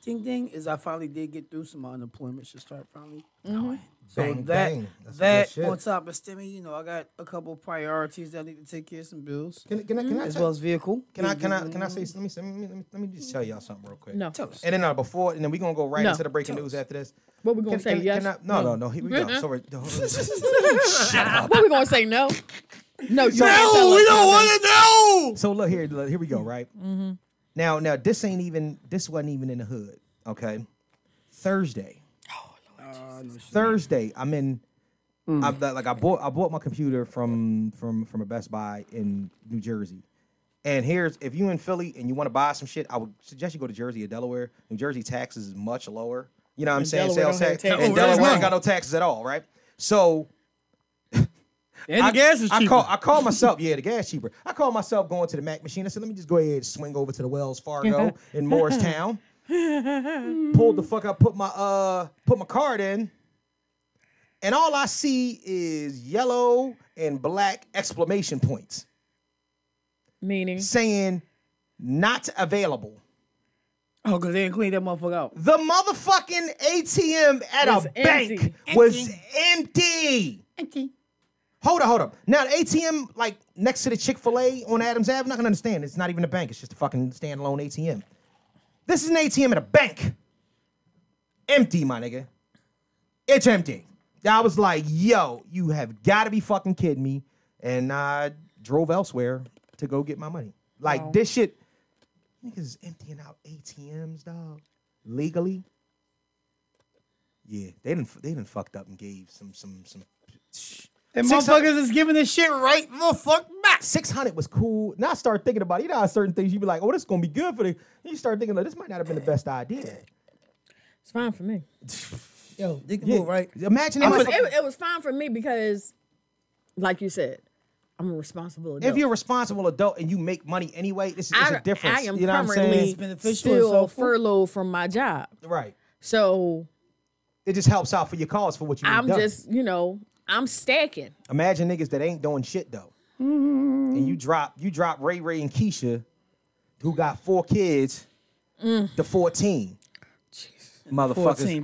Speaker 4: ding ding, is I finally did get through some unemployment should start finally. going. So
Speaker 3: Dang,
Speaker 4: that
Speaker 3: dang. That's good
Speaker 4: that
Speaker 3: shit.
Speaker 4: on top of stimmy, you know, I got a couple priorities that I need to take care of some bills
Speaker 3: Can, can I can I
Speaker 4: as
Speaker 3: tell-
Speaker 4: well as vehicle.
Speaker 3: can I can I can I say let me let me let me, let me just tell y'all something real quick.
Speaker 2: No,
Speaker 3: And then uh, before, and then we're gonna go right
Speaker 2: No.
Speaker 3: into the breaking news after this.
Speaker 2: What we gonna
Speaker 3: Can-
Speaker 2: say,
Speaker 3: can-
Speaker 2: yes?
Speaker 3: can I- no, no, no. Here we
Speaker 2: [LAUGHS]
Speaker 3: go. Sorry.
Speaker 2: what we gonna say? No, no, you
Speaker 3: No,
Speaker 2: we
Speaker 8: I wanna know.
Speaker 3: So look here, look, here we go, right? Now, now this ain't even this wasn't even in the hood. Okay, Thursday.
Speaker 2: Ah,
Speaker 3: Thursday, I'm in. I'm like I bought I bought my computer from from from a Best Buy in New Jersey. And here's if you in Philly and you want to buy some shit, I would suggest you go to Jersey or Delaware. New Jersey taxes is much lower. You know what I'm saying?
Speaker 2: Delaware
Speaker 3: Sales
Speaker 2: don't
Speaker 3: tax.
Speaker 2: have taxes.
Speaker 3: And
Speaker 8: Delaware
Speaker 3: Delaware ain't
Speaker 8: don't.
Speaker 3: got no taxes at all, right? So
Speaker 4: And the gas is
Speaker 3: I
Speaker 4: cheaper.
Speaker 3: call I call myself, yeah, the gas cheaper. I call myself going to the Mac machine. I said, let me just go ahead and swing over to the Wells Fargo in
Speaker 4: [LAUGHS]
Speaker 3: Morristown. Pulled the fuck up, put my uh put my card in, and all I see is yellow and black exclamation points
Speaker 2: meaning
Speaker 3: saying not available.
Speaker 4: Oh, because they didn't clean that motherfucker out.
Speaker 3: The motherfucking ATM at
Speaker 2: Was
Speaker 3: a
Speaker 2: empty.
Speaker 3: bank was empty.
Speaker 4: Empty.
Speaker 3: Hold up, hold up. Now the ATM, like next to the Chick Fil A on Adams Ave, I'm not gonna understand. It's not even a bank. It's just a fucking standalone ATM. This is an ATM at a bank. Empty, my nigga. It's empty. I was like, yo, you have got to be fucking kidding me. And I drove elsewhere to go get my money. Like this shit, niggas is emptying out ATMs, dog. Legally. Yeah, they didn't. They didn't fucked up and gave some some some.
Speaker 4: And
Speaker 3: Six
Speaker 4: motherfuckers is giving this shit right the fuck back.
Speaker 3: six hundred was cool. Now I start thinking about it. You know how certain things you be like, oh, this is gonna be good for the. You start thinking, like, this might not have been the best idea.
Speaker 2: it's fine for me.
Speaker 8: Yo, they can move right.
Speaker 3: Imagine
Speaker 2: It
Speaker 3: if,
Speaker 2: was, it, it was fine for me because, like you said, I'm a responsible adult.
Speaker 3: if you're a responsible adult and you make money anyway, this is it's a difference.
Speaker 2: I am
Speaker 3: you know what I'm
Speaker 2: permanently
Speaker 3: saying?
Speaker 4: beneficial and
Speaker 2: still
Speaker 4: helpful.
Speaker 2: furloughed from my job,
Speaker 3: Right.
Speaker 2: so
Speaker 3: It just helps out for your cause for what you. need
Speaker 2: I'm
Speaker 3: done.
Speaker 2: just you know I'm stacking.
Speaker 3: imagine niggas that ain't doing shit though.
Speaker 2: Mm-hmm.
Speaker 3: and you drop you drop Ray Ray and Keisha, who got four kids,
Speaker 2: Mm.
Speaker 3: to fourteen. Motherfuckers,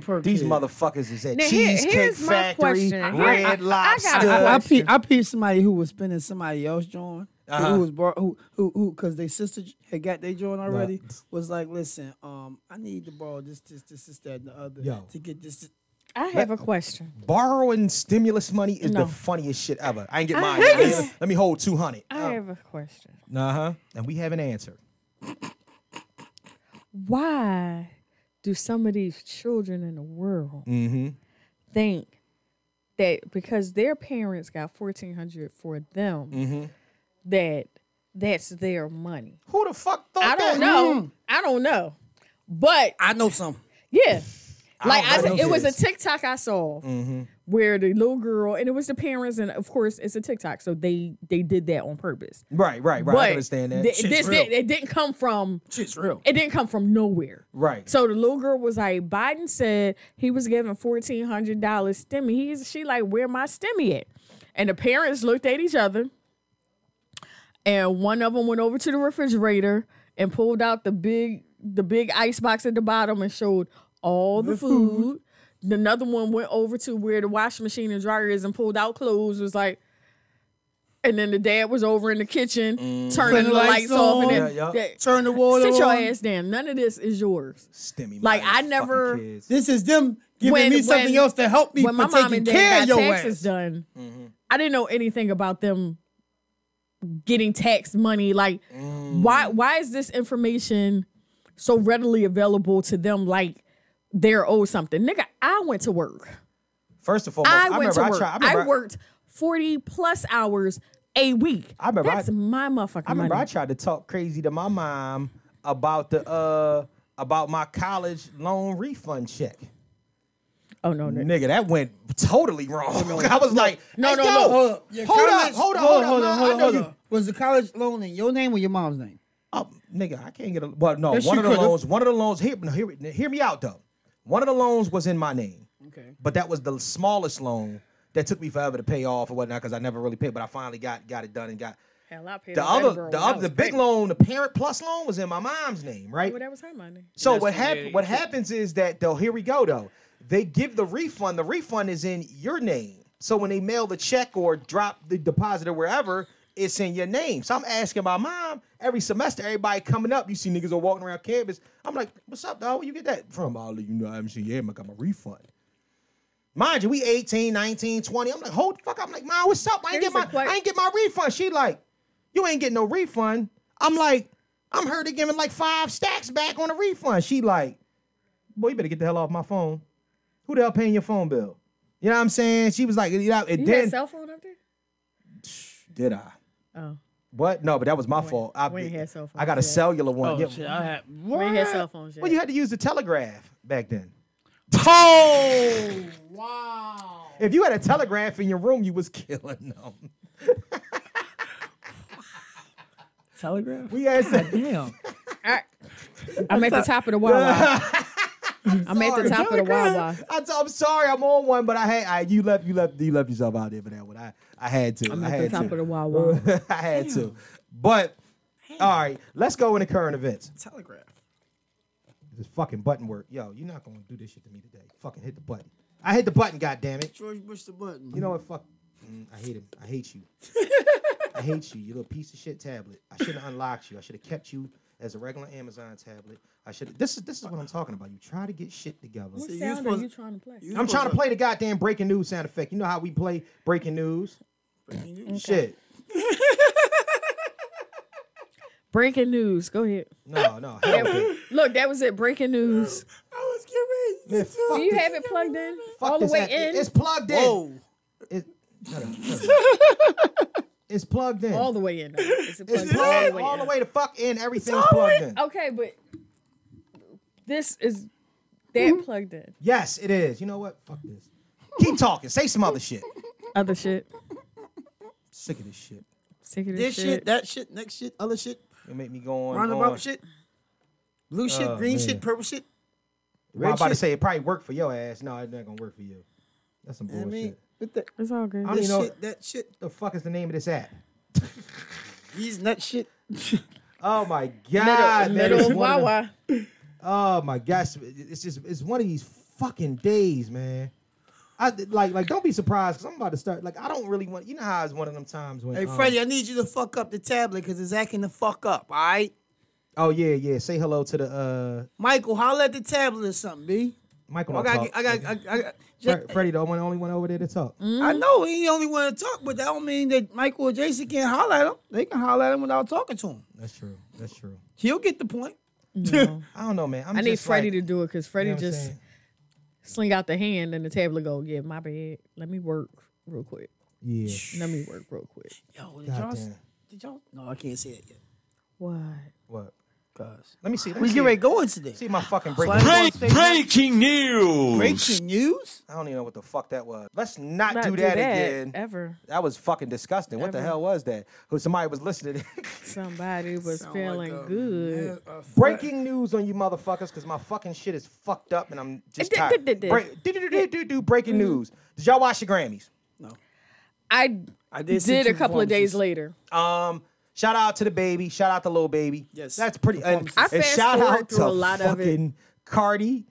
Speaker 4: 14 per
Speaker 3: these
Speaker 4: kid.
Speaker 3: motherfuckers is at
Speaker 2: Now, here-
Speaker 3: Cheesecake
Speaker 2: here's my
Speaker 3: Factory,
Speaker 2: question. Here- I- I- I
Speaker 3: Red
Speaker 2: got a
Speaker 3: Lobster.
Speaker 2: question.
Speaker 4: I, I, pe- I peeped somebody who was spending somebody else joint.
Speaker 3: Uh-huh.
Speaker 4: Who was bar- who who who because their sister j- had got their joint already was like, listen, um, I need to borrow this, this, this, this, that, and the other
Speaker 3: Yo.
Speaker 4: to get this.
Speaker 2: I have a question.
Speaker 3: Borrowing stimulus money is the
Speaker 2: No.
Speaker 3: funniest shit ever. I ain't get
Speaker 2: I-
Speaker 3: mine. yet. Let me- Let me hold two hundred.
Speaker 2: I have a question.
Speaker 3: Uh huh. And we have an answer.
Speaker 2: Why do some of these children in the world
Speaker 3: Mm-hmm.
Speaker 2: think that because their parents got fourteen hundred for them,
Speaker 3: Mm-hmm.
Speaker 2: that that's their money?
Speaker 3: Who the fuck thought
Speaker 2: I don't
Speaker 3: that?
Speaker 2: know. I don't know. But
Speaker 8: I know some.
Speaker 2: yeah. Like I,
Speaker 3: know Mm-hmm.
Speaker 2: said, it was a
Speaker 3: kids.
Speaker 2: TikTok I saw where the little girl and it was the parents and of course it's a TikTok so they they did that on purpose.
Speaker 3: Right, right, right. I understand that.
Speaker 2: th-
Speaker 3: Shit.
Speaker 2: this
Speaker 8: real.
Speaker 2: did, it didn't come from
Speaker 8: Shit's real.
Speaker 2: it didn't come from nowhere.
Speaker 3: Right.
Speaker 2: So the little girl was like, Biden said he was giving fourteen hundred dollars stimmy. He's she like, where my stimmy at? And the parents looked at each other, and one of them went over to the refrigerator and pulled out the big the big ice box at the bottom and showed all the, food. Another one went over to where the washing machine and dryer is and pulled out clothes. Was like. And then the dad was over in the kitchen turning
Speaker 4: Turn
Speaker 2: the lights, off, and then
Speaker 3: Yeah, yeah.
Speaker 2: that-
Speaker 4: Turn the water
Speaker 2: Sit your
Speaker 4: on.
Speaker 2: ass down. None of this is yours.
Speaker 3: Stimmy
Speaker 2: Like,
Speaker 3: money,
Speaker 2: I
Speaker 3: fucking
Speaker 2: never-
Speaker 3: kids.
Speaker 4: This is them giving
Speaker 2: When-
Speaker 4: me something
Speaker 2: when-
Speaker 4: else to help me
Speaker 2: When
Speaker 4: for
Speaker 2: my mom
Speaker 4: taking
Speaker 2: and
Speaker 4: care
Speaker 2: dad
Speaker 4: of
Speaker 2: got
Speaker 4: your
Speaker 2: taxes
Speaker 4: ass.
Speaker 2: done,
Speaker 3: Mm-hmm.
Speaker 2: I didn't know anything about them getting tax money. Like, why
Speaker 3: Mm.
Speaker 2: why is this information so readily available to them? Like, they're owed something. Nigga, I went to work.
Speaker 3: First and foremost, I,
Speaker 2: I,
Speaker 3: remember
Speaker 2: went to
Speaker 3: I
Speaker 2: work.
Speaker 3: tried. I,
Speaker 2: I,
Speaker 3: remember,
Speaker 2: worked forty plus hours a week.
Speaker 3: I remember I-
Speaker 2: That's my motherfucking
Speaker 3: I remember I
Speaker 2: money.
Speaker 3: tried to talk crazy to my mom about the uh about my college loan refund check.
Speaker 2: oh no, no.
Speaker 3: Nigga, that went totally wrong. [LAUGHS] I was like,
Speaker 2: No,
Speaker 3: hey,
Speaker 2: no,
Speaker 3: yo,
Speaker 2: no.
Speaker 4: Hold up. Your
Speaker 3: hold up,
Speaker 4: college-
Speaker 3: hold up, hold up,
Speaker 4: hold
Speaker 3: mom,
Speaker 4: up, hold
Speaker 3: I
Speaker 4: up,
Speaker 3: know
Speaker 4: hold
Speaker 3: you-
Speaker 4: up. Was the college loan in your name or your mom's name?
Speaker 3: Oh, nigga, I can't get a well. No,
Speaker 4: Yes,
Speaker 3: one
Speaker 4: you
Speaker 3: of the
Speaker 4: could've.
Speaker 3: loans. One of the loans. Hear, no, hear, hear me out though. One of the loans was in my name. Okay. But that was the smallest loan that took me forever to pay off or whatnot because I never really paid. But I finally got got it done and got
Speaker 2: Hell, I paid
Speaker 3: the
Speaker 2: off that
Speaker 3: other
Speaker 2: girl
Speaker 3: the
Speaker 2: when I
Speaker 3: other
Speaker 2: was
Speaker 3: the big
Speaker 2: pregnant.
Speaker 3: loan, the parent plus loan was in my mom's name, right?
Speaker 2: Well, that was her money.
Speaker 3: So what hap- what happens is that though here we go though. They give the refund. The refund is in your name. So when they mail the check or drop the deposit or wherever, it's in your name. So I'm asking my mom every semester, everybody coming up, you see niggas are walking around campus. I'm like, what's up, dog? Where you get that from? I'll let you know. I haven't seen you. I got my refund. Mind you, we 18, 19, 20. I'm like, hold the fuck up. I'm like, mom, what's up? I ain't
Speaker 2: Here's
Speaker 3: get my
Speaker 2: the que-
Speaker 3: I ain't get my refund. She like, you ain't getting no refund. I'm like, I'm her to giving like five stacks back on a refund. She like, boy, you better get the hell off my phone. Who the hell paying your phone bill? You know what I'm saying? She was like, you know, it
Speaker 2: You had
Speaker 3: did.
Speaker 2: cell phone up there?
Speaker 3: did I?
Speaker 2: Oh.
Speaker 3: What? No, but that was my fault. I,
Speaker 2: we ain't had cell
Speaker 3: I got a
Speaker 2: phones yet.
Speaker 3: cellular one.
Speaker 7: Oh,
Speaker 3: Yeah.
Speaker 7: shit, I had,
Speaker 2: We ain't had cell phones yet.
Speaker 3: Well, you had to use the telegraph back then.
Speaker 7: oh,
Speaker 3: If you had a telegraph in your room, you was [LAUGHS] killing them.
Speaker 4: Telegram.
Speaker 3: We had to,
Speaker 4: Damn.
Speaker 2: I, am at the top of the Wawa. [LAUGHS] I'm at the top of the Wawa.
Speaker 3: I t- I'm sorry, I'm on one, but I had I, you left you left you left yourself out there for that one. I I had to.
Speaker 2: I'm
Speaker 3: I
Speaker 2: at
Speaker 3: had
Speaker 2: the top
Speaker 3: to.
Speaker 2: of
Speaker 3: [LAUGHS]
Speaker 2: the Wawa.
Speaker 3: I had to. But all right, let's go into current events.
Speaker 8: Telegraph.
Speaker 3: This fucking button work. Yo, you're not gonna do this shit to me today. Fucking hit the button. I hit the button, goddammit.
Speaker 8: George Bush the button.
Speaker 3: You know what? Fuck. Mm, I hate him. I hate you. I hate you. You little piece of shit tablet. I should have unlocked you. I should have kept you as a regular Amazon tablet. I should. This is this is what I'm talking about. You try to get shit together.
Speaker 2: What
Speaker 8: you
Speaker 2: sound are
Speaker 8: supposed-
Speaker 2: you trying to play?
Speaker 8: You
Speaker 3: I'm trying to
Speaker 8: supposed
Speaker 3: play the goddamn breaking news sound effect. You know how we play breaking news? Breaking news. Shit.
Speaker 2: Breaking news. Go ahead.
Speaker 3: No, no. hell with it.
Speaker 2: Look, that was it. Breaking news.
Speaker 8: I was getting ready.
Speaker 3: Man, fuck
Speaker 2: Do you
Speaker 3: this-
Speaker 2: have it plugged in
Speaker 3: fuck
Speaker 2: all the
Speaker 3: this
Speaker 2: way
Speaker 3: app.
Speaker 2: in?
Speaker 3: It's plugged in.
Speaker 8: Whoa.
Speaker 3: It, shut up, shut
Speaker 2: [LAUGHS]
Speaker 3: up. it's plugged in.
Speaker 2: all the way in. though. Is it plugged
Speaker 3: it's
Speaker 2: in? all the
Speaker 3: plugged
Speaker 2: way
Speaker 3: all the
Speaker 2: in?
Speaker 3: way to fuck in. Everything's plugged in.
Speaker 2: Okay, but this is that plugged in.
Speaker 3: Yes, it is. You know what? Fuck this. Keep talking. Say some other
Speaker 2: [LAUGHS]
Speaker 3: shit.
Speaker 2: Other shit.
Speaker 3: Sick of this shit.
Speaker 2: Sick of
Speaker 8: This
Speaker 2: this
Speaker 8: shit, that shit, next shit, other shit,
Speaker 3: It make me go on.
Speaker 8: roundabout
Speaker 3: on.
Speaker 8: shit, blue shit,
Speaker 3: Oh,
Speaker 8: green
Speaker 3: man.
Speaker 8: shit, purple shit.
Speaker 3: Well, I'm
Speaker 8: red
Speaker 3: about to
Speaker 8: shit.
Speaker 3: say it probably worked for your ass. No, it's not gonna work for you. That's some
Speaker 8: I
Speaker 3: bullshit.
Speaker 8: mean, what the,
Speaker 2: it's all good.
Speaker 3: I don't
Speaker 8: this
Speaker 3: even know
Speaker 8: shit, that shit.
Speaker 3: the fuck is the name of this app.
Speaker 8: He's nut shit.
Speaker 3: Oh my god, man,
Speaker 2: middle
Speaker 3: it's
Speaker 2: of
Speaker 3: one of the-
Speaker 2: Wawa.
Speaker 3: Oh my gosh, it's just it's one of these fucking days, man. I like like don't be surprised because I'm about to start. Like I don't really want you know how it's one of them times when
Speaker 8: Hey,
Speaker 3: um,
Speaker 8: Freddie, I need you to fuck up the tablet because it's acting the fuck up, all right?
Speaker 3: Oh yeah, yeah. Say hello to the uh
Speaker 8: Michael, holla at the tablet or something, B.
Speaker 3: Michael.
Speaker 8: Oh, I
Speaker 3: don't
Speaker 8: got,
Speaker 3: talk.
Speaker 8: I got, I got, I, got-
Speaker 3: Fre- Freddie, the one only one over there to talk.
Speaker 2: Mm-hmm.
Speaker 8: I know he the only want to talk, but that don't mean that Michael or Jason can't holler at him. They can holler at him without talking to him.
Speaker 3: That's true. That's true.
Speaker 8: He'll get the point. [LAUGHS]
Speaker 3: I don't know, man. I'm
Speaker 2: I need
Speaker 3: just
Speaker 2: Freddie
Speaker 3: like,
Speaker 2: to do it because
Speaker 3: you
Speaker 2: Freddie
Speaker 3: know what I'm
Speaker 2: just
Speaker 3: saying?
Speaker 2: sling out the hand and the tablet go, yeah, my bad. Let me work real quick.
Speaker 3: yeah.
Speaker 2: Let me work real quick.
Speaker 8: Yo, did y'all,
Speaker 3: Goddamn.
Speaker 8: did y'all? No, I can't say it yet.
Speaker 2: What?
Speaker 3: What?
Speaker 8: Cause
Speaker 3: Let me see. Let me
Speaker 8: we
Speaker 3: see.
Speaker 8: get ready to go into this.
Speaker 3: See my fucking break.
Speaker 7: Break, breaking news.
Speaker 8: Breaking news.
Speaker 3: I don't even know what the fuck that was. Let's not, do,
Speaker 2: do
Speaker 3: that,
Speaker 2: that
Speaker 3: again.
Speaker 2: ever.
Speaker 3: That was fucking disgusting. What the hell was that? Who somebody was listening?
Speaker 2: Somebody was feeling good.
Speaker 3: [LAUGHS] Breaking news on you motherfuckers, because my fucking shit is fucked up and I'm just
Speaker 2: Did-
Speaker 3: tired.
Speaker 2: did- did- Mm-hmm. did.
Speaker 3: Break- do- do- do- do- do- do, breaking news. Did y'all watch the Grammys?
Speaker 2: I,
Speaker 8: I
Speaker 2: did,
Speaker 8: see two
Speaker 2: a couple of days
Speaker 8: performances.
Speaker 2: later.
Speaker 3: Um, shout out to the baby. Shout out to little baby.
Speaker 8: Yes.
Speaker 3: that's pretty. And,
Speaker 2: I
Speaker 3: and
Speaker 2: fast
Speaker 3: shout
Speaker 2: forward
Speaker 3: out
Speaker 2: through
Speaker 3: to
Speaker 2: a lot of it.
Speaker 3: fucking Cardi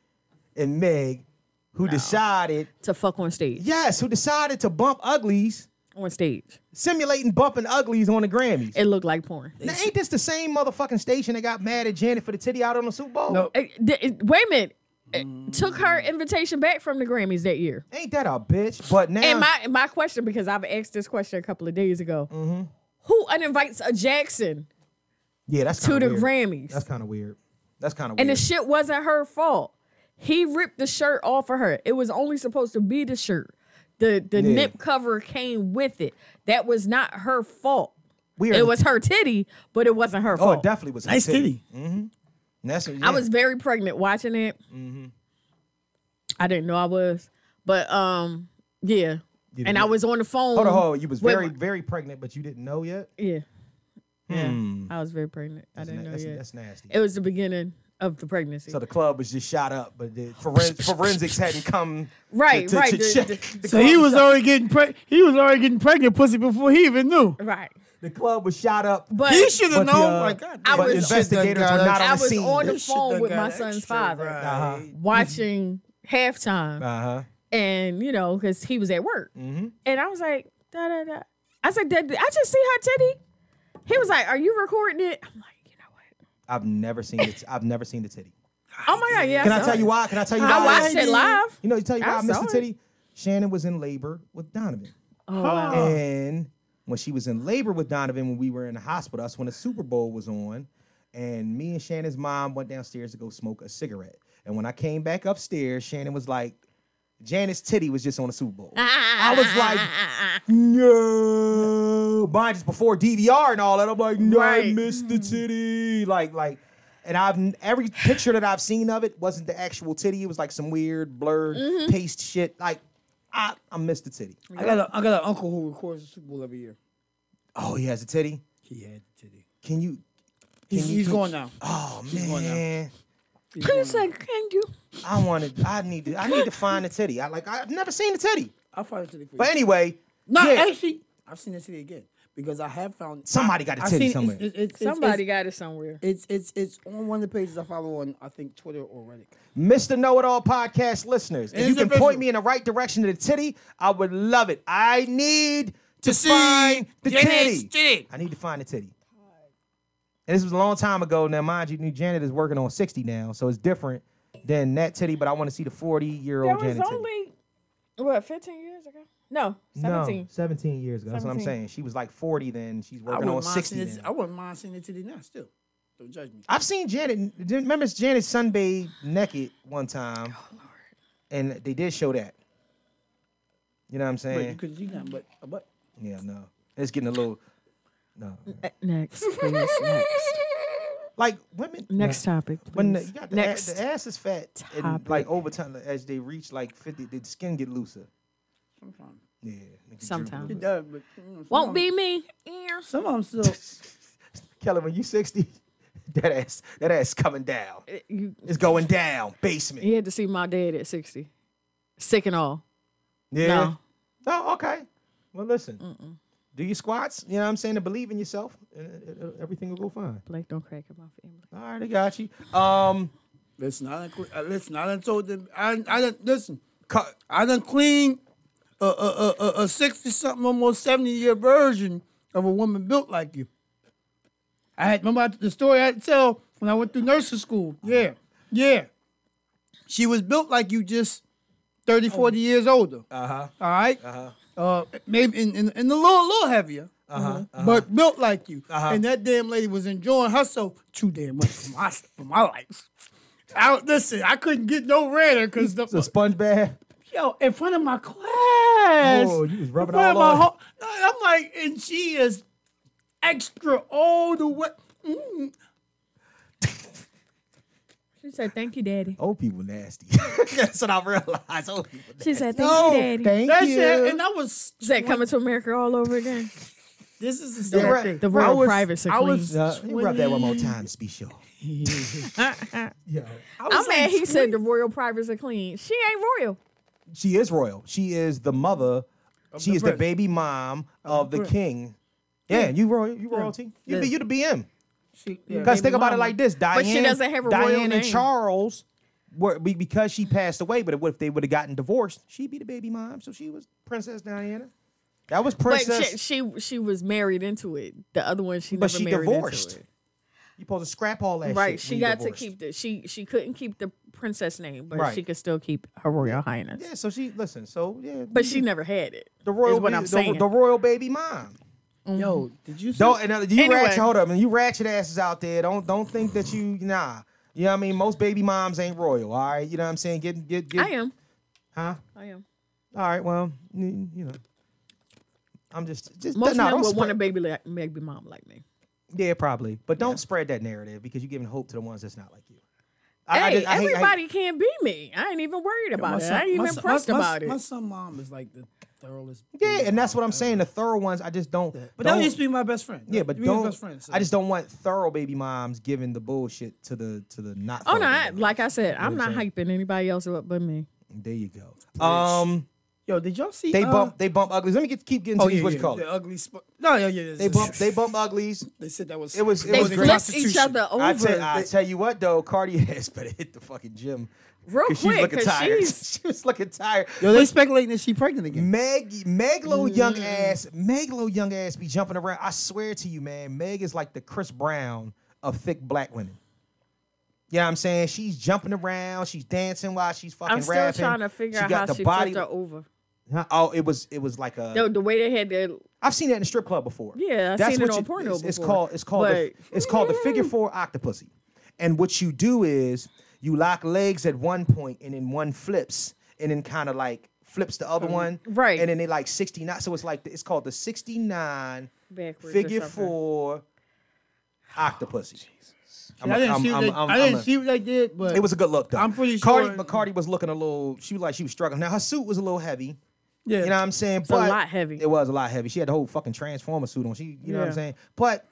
Speaker 3: and Meg, who decided
Speaker 2: To fuck on stage.
Speaker 3: yes, who decided to bump uglies,
Speaker 2: On stage.
Speaker 3: simulating bumping uglies on the Grammys.
Speaker 2: It looked like porn.
Speaker 3: Now, ain't this the same motherfucking station that got mad at Janet for the titty out on the Super Bowl?
Speaker 2: Uh, th- it- wait a minute. It took her invitation back from the Grammys that year.
Speaker 3: Ain't that a bitch? But now,
Speaker 2: And my my question, because I've asked this question a couple of days ago, who uninvites a Jackson
Speaker 3: yeah, that's
Speaker 2: to
Speaker 3: kinda
Speaker 2: the
Speaker 3: weird.
Speaker 2: Grammys?
Speaker 3: That's kind of weird. That's kind of
Speaker 2: and
Speaker 3: weird.
Speaker 2: the shit wasn't her fault. He ripped the shirt off of her. It was only supposed to be the shirt. The the
Speaker 3: Yeah.
Speaker 2: nip cover came with it. That was not her fault.
Speaker 3: weird.
Speaker 2: It was her titty, but it wasn't her
Speaker 3: Oh,
Speaker 2: fault.
Speaker 3: it definitely was.
Speaker 4: Nice titty.
Speaker 3: And That's what,
Speaker 2: I was very pregnant watching it.
Speaker 3: Mm-hmm.
Speaker 2: I didn't know I was, but um, yeah.
Speaker 3: You
Speaker 2: and I
Speaker 3: didn't-
Speaker 2: was on the phone.
Speaker 3: Hold on, hold on. You was
Speaker 2: with
Speaker 3: very,
Speaker 2: my-
Speaker 3: very pregnant, but you didn't know yet.
Speaker 2: yeah, yeah. I was very pregnant. I
Speaker 3: Hmm. That's,
Speaker 2: didn't
Speaker 3: na-
Speaker 2: know
Speaker 3: that's,
Speaker 2: yet.
Speaker 3: that's nasty.
Speaker 2: It was the beginning of the pregnancy.
Speaker 3: so the club was just shot up, but
Speaker 2: [LAUGHS]
Speaker 3: the foren- forensics hadn't come.
Speaker 2: Right,
Speaker 3: to- to-
Speaker 2: right,
Speaker 3: to
Speaker 2: the-
Speaker 3: check.
Speaker 2: the-
Speaker 3: The
Speaker 4: So he
Speaker 3: club
Speaker 4: was already getting preg- he was already getting pregnant pussy before he even knew.
Speaker 2: right,
Speaker 3: The club was shot up.
Speaker 2: but
Speaker 8: He should have
Speaker 3: But the,
Speaker 8: known.
Speaker 3: uh,
Speaker 8: like, God,
Speaker 2: I
Speaker 3: but
Speaker 2: was-
Speaker 3: investigators were not on
Speaker 2: I
Speaker 3: the
Speaker 2: was
Speaker 3: scene.
Speaker 2: on the
Speaker 8: This shit done
Speaker 2: phone with
Speaker 8: got
Speaker 2: my son's
Speaker 8: extra,
Speaker 2: father
Speaker 8: right.
Speaker 3: uh-huh.
Speaker 2: watching halftime,
Speaker 3: Uh-huh.
Speaker 2: and you know, because he was at work,
Speaker 3: Mm-hmm.
Speaker 2: and I was like, da da da. I said, did did I just see her titty? He was like, "Are you recording it?" I'm like, "You know what?
Speaker 3: I've never seen it. I've never seen the titty.
Speaker 2: Oh my god, yeah."
Speaker 3: Can I
Speaker 2: saw
Speaker 3: tell
Speaker 2: it.
Speaker 3: you why? Can I tell you why?
Speaker 2: I watched it live.
Speaker 3: You know, you tell you
Speaker 2: I
Speaker 3: why I missed
Speaker 2: saw
Speaker 3: the
Speaker 2: it.
Speaker 3: titty. Shannon was in labor with Donovan.
Speaker 2: Oh, wow.
Speaker 3: And when she was in labor with Donovan, when we were in the hospital, that's when the Super Bowl was on. And me and Shannon's mom went downstairs to go smoke a cigarette. And when I came back upstairs, Shannon was like, Janice Titty was just on the Super Bowl. I was like, no. Mine just before DVR and all that. I'm like, no, I
Speaker 2: Right.
Speaker 3: missed
Speaker 8: Mm.
Speaker 3: the titty. Like, like, and I've n- every picture that I've seen of it wasn't the actual titty. It was like some weird blurred
Speaker 8: Mm-hmm.
Speaker 3: paste shit. Like, I, I missed the titty.
Speaker 8: I got, a, I got an uncle who records the Super Bowl every year.
Speaker 3: Oh, he has a titty.
Speaker 8: He had the titty.
Speaker 3: Can you?
Speaker 8: He's, he's going now.
Speaker 3: Oh
Speaker 8: going now.
Speaker 3: man,
Speaker 2: He's like, "Can you?"
Speaker 3: I wanted. I need to. I need to find the titty. I like. I've never seen the titty.
Speaker 8: I'll find the titty for you.
Speaker 3: But anyway,
Speaker 8: no,
Speaker 3: yeah,
Speaker 8: actually, I've seen the titty again because I have found
Speaker 3: somebody got a
Speaker 8: I've
Speaker 3: titty
Speaker 8: seen it-
Speaker 3: somewhere.
Speaker 8: It's, it's, it's,
Speaker 2: Somebody got it somewhere.
Speaker 8: It's, it's it's on one of the pages I follow on I think Twitter or Reddit.
Speaker 3: Mr. Know It All podcast listeners, if
Speaker 8: It's
Speaker 3: you can
Speaker 8: official.
Speaker 3: point me in the right direction to the titty, I would love it. I need to,
Speaker 8: see
Speaker 3: find the
Speaker 8: Janet's
Speaker 3: titty.
Speaker 8: titty.
Speaker 3: I need to find the titty. And this was a long time ago. Now, mind you, new Janet is working on 60 now, so it's different than that titty, but I want to see the 40 year
Speaker 2: That
Speaker 3: old
Speaker 2: was
Speaker 3: Janet titty.
Speaker 2: only what 15 years ago? No, 17.
Speaker 3: No, 17 years ago. That's what I'm
Speaker 2: 17.
Speaker 3: saying. She was like 40 then. She's
Speaker 8: I
Speaker 3: working on
Speaker 8: wouldn't, mind
Speaker 3: 60
Speaker 8: seeing it, I
Speaker 3: now.
Speaker 8: wouldn't mind seeing the titty now still. Don't judge me.
Speaker 3: I've seen Janet. Remember Janet sunbathed naked one time.
Speaker 2: Oh,
Speaker 3: And they did show that. You know what I'm
Speaker 8: But you
Speaker 3: saying?
Speaker 8: couldn't see nothing but a butt.
Speaker 3: Yeah, no. It's getting a little. No.
Speaker 2: Next, please. Next,
Speaker 3: Like women.
Speaker 2: next topic, please.
Speaker 3: When the, you got the,
Speaker 2: next.
Speaker 3: Ass, the ass is fat, and
Speaker 2: topic.
Speaker 3: like over time, as they reach like 50, the skin get looser.
Speaker 8: Sometimes.
Speaker 3: Yeah. make it droop a little
Speaker 2: Sometimes.
Speaker 8: It
Speaker 3: bit.
Speaker 8: does, but you know, some
Speaker 2: Won't
Speaker 8: of
Speaker 2: be me.
Speaker 8: them- Some of them still.
Speaker 3: Kelly, when you 60, [LAUGHS] that ass, that ass coming down.
Speaker 2: You,
Speaker 3: It's going down. Basement.
Speaker 2: you had to see my dad at 60, sick and all.
Speaker 3: Yeah. Oh, okay. Well, listen. Do your squats. You know what I'm saying? To believe in yourself, and it- it- it- everything will go fine.
Speaker 2: Blake don't crack at my family.
Speaker 3: All right, I got you. Um,
Speaker 8: Let's not. uh, Listen, I done told them. I I done listen.
Speaker 3: co-
Speaker 8: I done cleaned a a a, a sixty something, almost seventy year version of a woman built like you. I had remember the story I had to tell when I went through nursing school. Yeah, yeah. She was built like you, just 30, 40 years older. Oh. Uh-huh. All right? Uh-huh. maybe in, in, in a little, little heavier, uh-huh, but built like you. Uh-huh. And that damn lady was enjoying herself too damn much for my, for my life. I, listen, I couldn't get no redder because the
Speaker 3: the
Speaker 8: [LAUGHS]
Speaker 3: sponge bath.
Speaker 8: yo, in front of my class.
Speaker 3: Oh, you was rubbing
Speaker 8: in front
Speaker 3: all
Speaker 8: of
Speaker 3: over.
Speaker 8: my whole- I'm like, and she is extra old. What? Mm.
Speaker 2: She said, "Thank you, Daddy."
Speaker 3: Old people nasty. [LAUGHS] That's what I realized. Old people.
Speaker 2: She said, "Thank you, Daddy."
Speaker 3: Thank
Speaker 8: That
Speaker 3: you.
Speaker 8: shit, and I was.
Speaker 2: Is that coming to America all over again?
Speaker 8: This is
Speaker 3: Yeah,
Speaker 8: the
Speaker 3: right.
Speaker 2: The
Speaker 3: Bro, I
Speaker 2: royal
Speaker 3: was-
Speaker 2: privates are
Speaker 8: I
Speaker 2: clean.
Speaker 8: was-
Speaker 3: Uh, you rub that one more time, Speed Show. Yo.
Speaker 2: I'm mad. He said the royal privates are clean. She ain't royal.
Speaker 3: She is royal. She is the mother. she is the baby mom of, the, king. Yeah, you royal. You royalty. You be you the BM. Because think about it like this, Diane.
Speaker 2: she doesn't have a royal
Speaker 3: Diane and
Speaker 2: name.
Speaker 3: Charles were be- because she passed away. But if they would have gotten divorced, she'd be the baby mom. So she was Princess Diana. That was
Speaker 2: But
Speaker 3: Princess.
Speaker 2: she, she she was married into it. The other one she
Speaker 3: But
Speaker 2: never
Speaker 3: she
Speaker 2: married
Speaker 3: divorced.
Speaker 2: into it.
Speaker 3: You supposed to scrap all that.
Speaker 2: Right.
Speaker 3: shit
Speaker 2: She
Speaker 3: when you
Speaker 2: got
Speaker 3: divorced.
Speaker 2: to keep the she she couldn't keep the princess name, but
Speaker 3: Right.
Speaker 2: she could still keep her royal highness.
Speaker 3: Yeah. So she listen. So yeah.
Speaker 2: But she never had it.
Speaker 3: the royal.
Speaker 2: is what
Speaker 3: ba-
Speaker 2: I'm
Speaker 3: the,
Speaker 2: saying.
Speaker 3: the royal baby mom.
Speaker 8: Yo, did you? See,
Speaker 3: Don't and, uh, you
Speaker 2: Anyway.
Speaker 3: ratchet. Hold up, man. You ratchet asses out there. Don't don't think that you nah. You know what I mean? Most baby moms ain't royal. All right. You know what I'm saying? Get get get.
Speaker 2: I am.
Speaker 3: Huh?
Speaker 2: I am.
Speaker 3: All right. Well, you you know. I'm just just
Speaker 2: Most
Speaker 3: nah,
Speaker 2: men
Speaker 3: don't
Speaker 2: would
Speaker 3: spread-
Speaker 2: want a baby like baby mom like me.
Speaker 3: Yeah, probably. But don't spread that narrative because you're giving hope to the ones that's not like you.
Speaker 2: Hey,
Speaker 3: just- hate- hate-
Speaker 2: everybody can't be me. I ain't even worried about it. I ain't even impressed about
Speaker 8: My
Speaker 2: it.
Speaker 8: son mom is like the thoroughest.
Speaker 3: yeah, and that's what I'm saying. The thorough ones, I just don't.
Speaker 8: But
Speaker 3: don't,
Speaker 8: that used to be my best friend.
Speaker 3: Yeah, but
Speaker 8: we were
Speaker 3: don't.
Speaker 8: Best friends, so.
Speaker 3: I just don't want thorough baby moms giving the bullshit to the to the not.
Speaker 2: Oh
Speaker 3: thorough
Speaker 2: no! I,
Speaker 3: baby
Speaker 2: like I said, I'm
Speaker 3: what
Speaker 2: not
Speaker 3: I'm
Speaker 2: hyping anybody else up but me.
Speaker 3: moms. There you go. Um,
Speaker 8: Yo, did y'all see?
Speaker 3: they
Speaker 8: uh,
Speaker 3: bump they bump uglies. Let me get keep getting to
Speaker 8: Oh
Speaker 3: these.
Speaker 8: yeah,
Speaker 3: what
Speaker 8: yeah,
Speaker 3: you call
Speaker 8: the
Speaker 3: it?
Speaker 8: ugly spot. No, yeah, yeah.
Speaker 3: They bump they bump uglies.
Speaker 8: They said that was
Speaker 3: It was- it
Speaker 2: They
Speaker 3: was
Speaker 8: in the
Speaker 3: great.
Speaker 2: flipped each
Speaker 8: Constitution.
Speaker 2: other over.
Speaker 3: I tell, I tell you what though, Cardi [LAUGHS] has better hit the fucking gym.
Speaker 2: Real
Speaker 3: 'Cause
Speaker 2: quick,
Speaker 3: she was looking
Speaker 2: 'cause
Speaker 3: tired. [LAUGHS]
Speaker 2: she's-
Speaker 3: she was looking tired.
Speaker 8: Yo, they speculating that she pregnant again.
Speaker 3: Meg, Meg Lo young
Speaker 2: Mm.
Speaker 3: ass, Meg Lo young ass be jumping around. I swear to you, man, Meg is like the Chris Brown of thick black women. You know what I'm saying? She's jumping around, she's dancing while she's fucking
Speaker 2: I'm still
Speaker 3: rapping.
Speaker 2: trying to figure
Speaker 3: she
Speaker 2: out
Speaker 3: got
Speaker 2: how
Speaker 3: the
Speaker 2: she
Speaker 3: body.
Speaker 2: flipped her over.
Speaker 3: Huh? Oh, it was it was like a.
Speaker 2: No, the way they had their
Speaker 3: I've seen that in a strip club before.
Speaker 2: Yeah, I've seen it
Speaker 3: what
Speaker 2: on
Speaker 3: you-
Speaker 2: porno
Speaker 3: it's, it's
Speaker 2: before.
Speaker 3: called it's called the, it's called the figure four octopussy, and what you do is you lock legs at one point, and then one flips, and then kind of like flips the other one,
Speaker 2: Um, right.
Speaker 3: And then they like sixty nine. So it's like it's called the sixty nine
Speaker 2: backwards. or
Speaker 3: figure
Speaker 2: something.
Speaker 3: four octopussy. I'm-
Speaker 8: I didn't
Speaker 3: I'm-
Speaker 8: see what
Speaker 3: I'm-
Speaker 8: they,
Speaker 3: I'm-
Speaker 8: I
Speaker 3: I'm
Speaker 8: didn't
Speaker 3: a-
Speaker 8: see what they did, but
Speaker 3: it was a good look though.
Speaker 8: I'm pretty
Speaker 3: Cardi,
Speaker 8: sure-
Speaker 3: but Cardi was looking a little. She was like she was struggling. Now her suit was a little heavy.
Speaker 8: yeah.
Speaker 3: You know what I'm saying?
Speaker 2: a lot heavy.
Speaker 3: It was a lot heavy. She had the whole fucking transformer suit on. She, you know what I'm
Speaker 2: Yeah.
Speaker 3: saying? But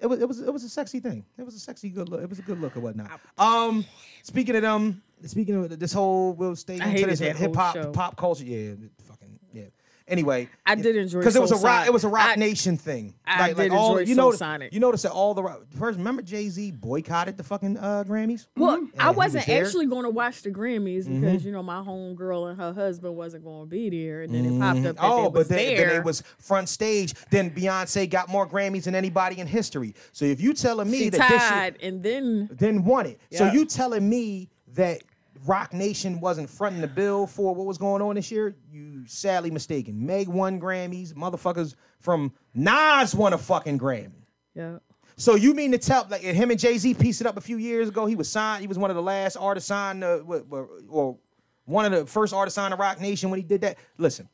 Speaker 3: it was it was it was a sexy thing. It was a sexy good look. It was a good look or whatnot. Um, speaking of them, speaking of this whole we'll stay into
Speaker 2: hated
Speaker 3: this
Speaker 2: that whole
Speaker 3: hip hop
Speaker 2: show.
Speaker 3: pop culture. Yeah, fucking yeah. Anyway,
Speaker 2: I did enjoy
Speaker 3: because it was a
Speaker 2: Soul
Speaker 3: rock.
Speaker 2: Sonic.
Speaker 3: It was a rock
Speaker 2: I-
Speaker 3: nation thing.
Speaker 2: I did enjoy
Speaker 3: you
Speaker 2: Soul
Speaker 3: notice-
Speaker 2: Sonic.
Speaker 3: You notice that all the rock- first. Remember Jay Z boycotted the fucking uh, Grammys.
Speaker 2: Well, I
Speaker 3: was
Speaker 2: wasn't
Speaker 3: there. Mm-hmm.
Speaker 2: actually going to watch the Grammys because you know my homegirl and her husband wasn't going to be there, and then it popped up that
Speaker 3: Oh,
Speaker 2: they was
Speaker 3: but then,
Speaker 2: there.
Speaker 3: then it was front stage. Then Beyonce got more Grammys than anybody in history. So if you telling me
Speaker 2: she
Speaker 3: that this shit-
Speaker 2: tied, and then
Speaker 3: then won it. So
Speaker 2: Yeah.
Speaker 3: you telling me that Rock Nation wasn't fronting the bill for what was going on this year? You sadly mistaken. Meg won Grammys. Motherfuckers from Nas won a fucking Grammy.
Speaker 2: yeah.
Speaker 3: So you mean to tell like him and Jay Z pieced it up a few years ago? He was signed. He was one of the last artists signed to, wh- wh- or one of the first artists signed to Rock Nation when he did that. Listen,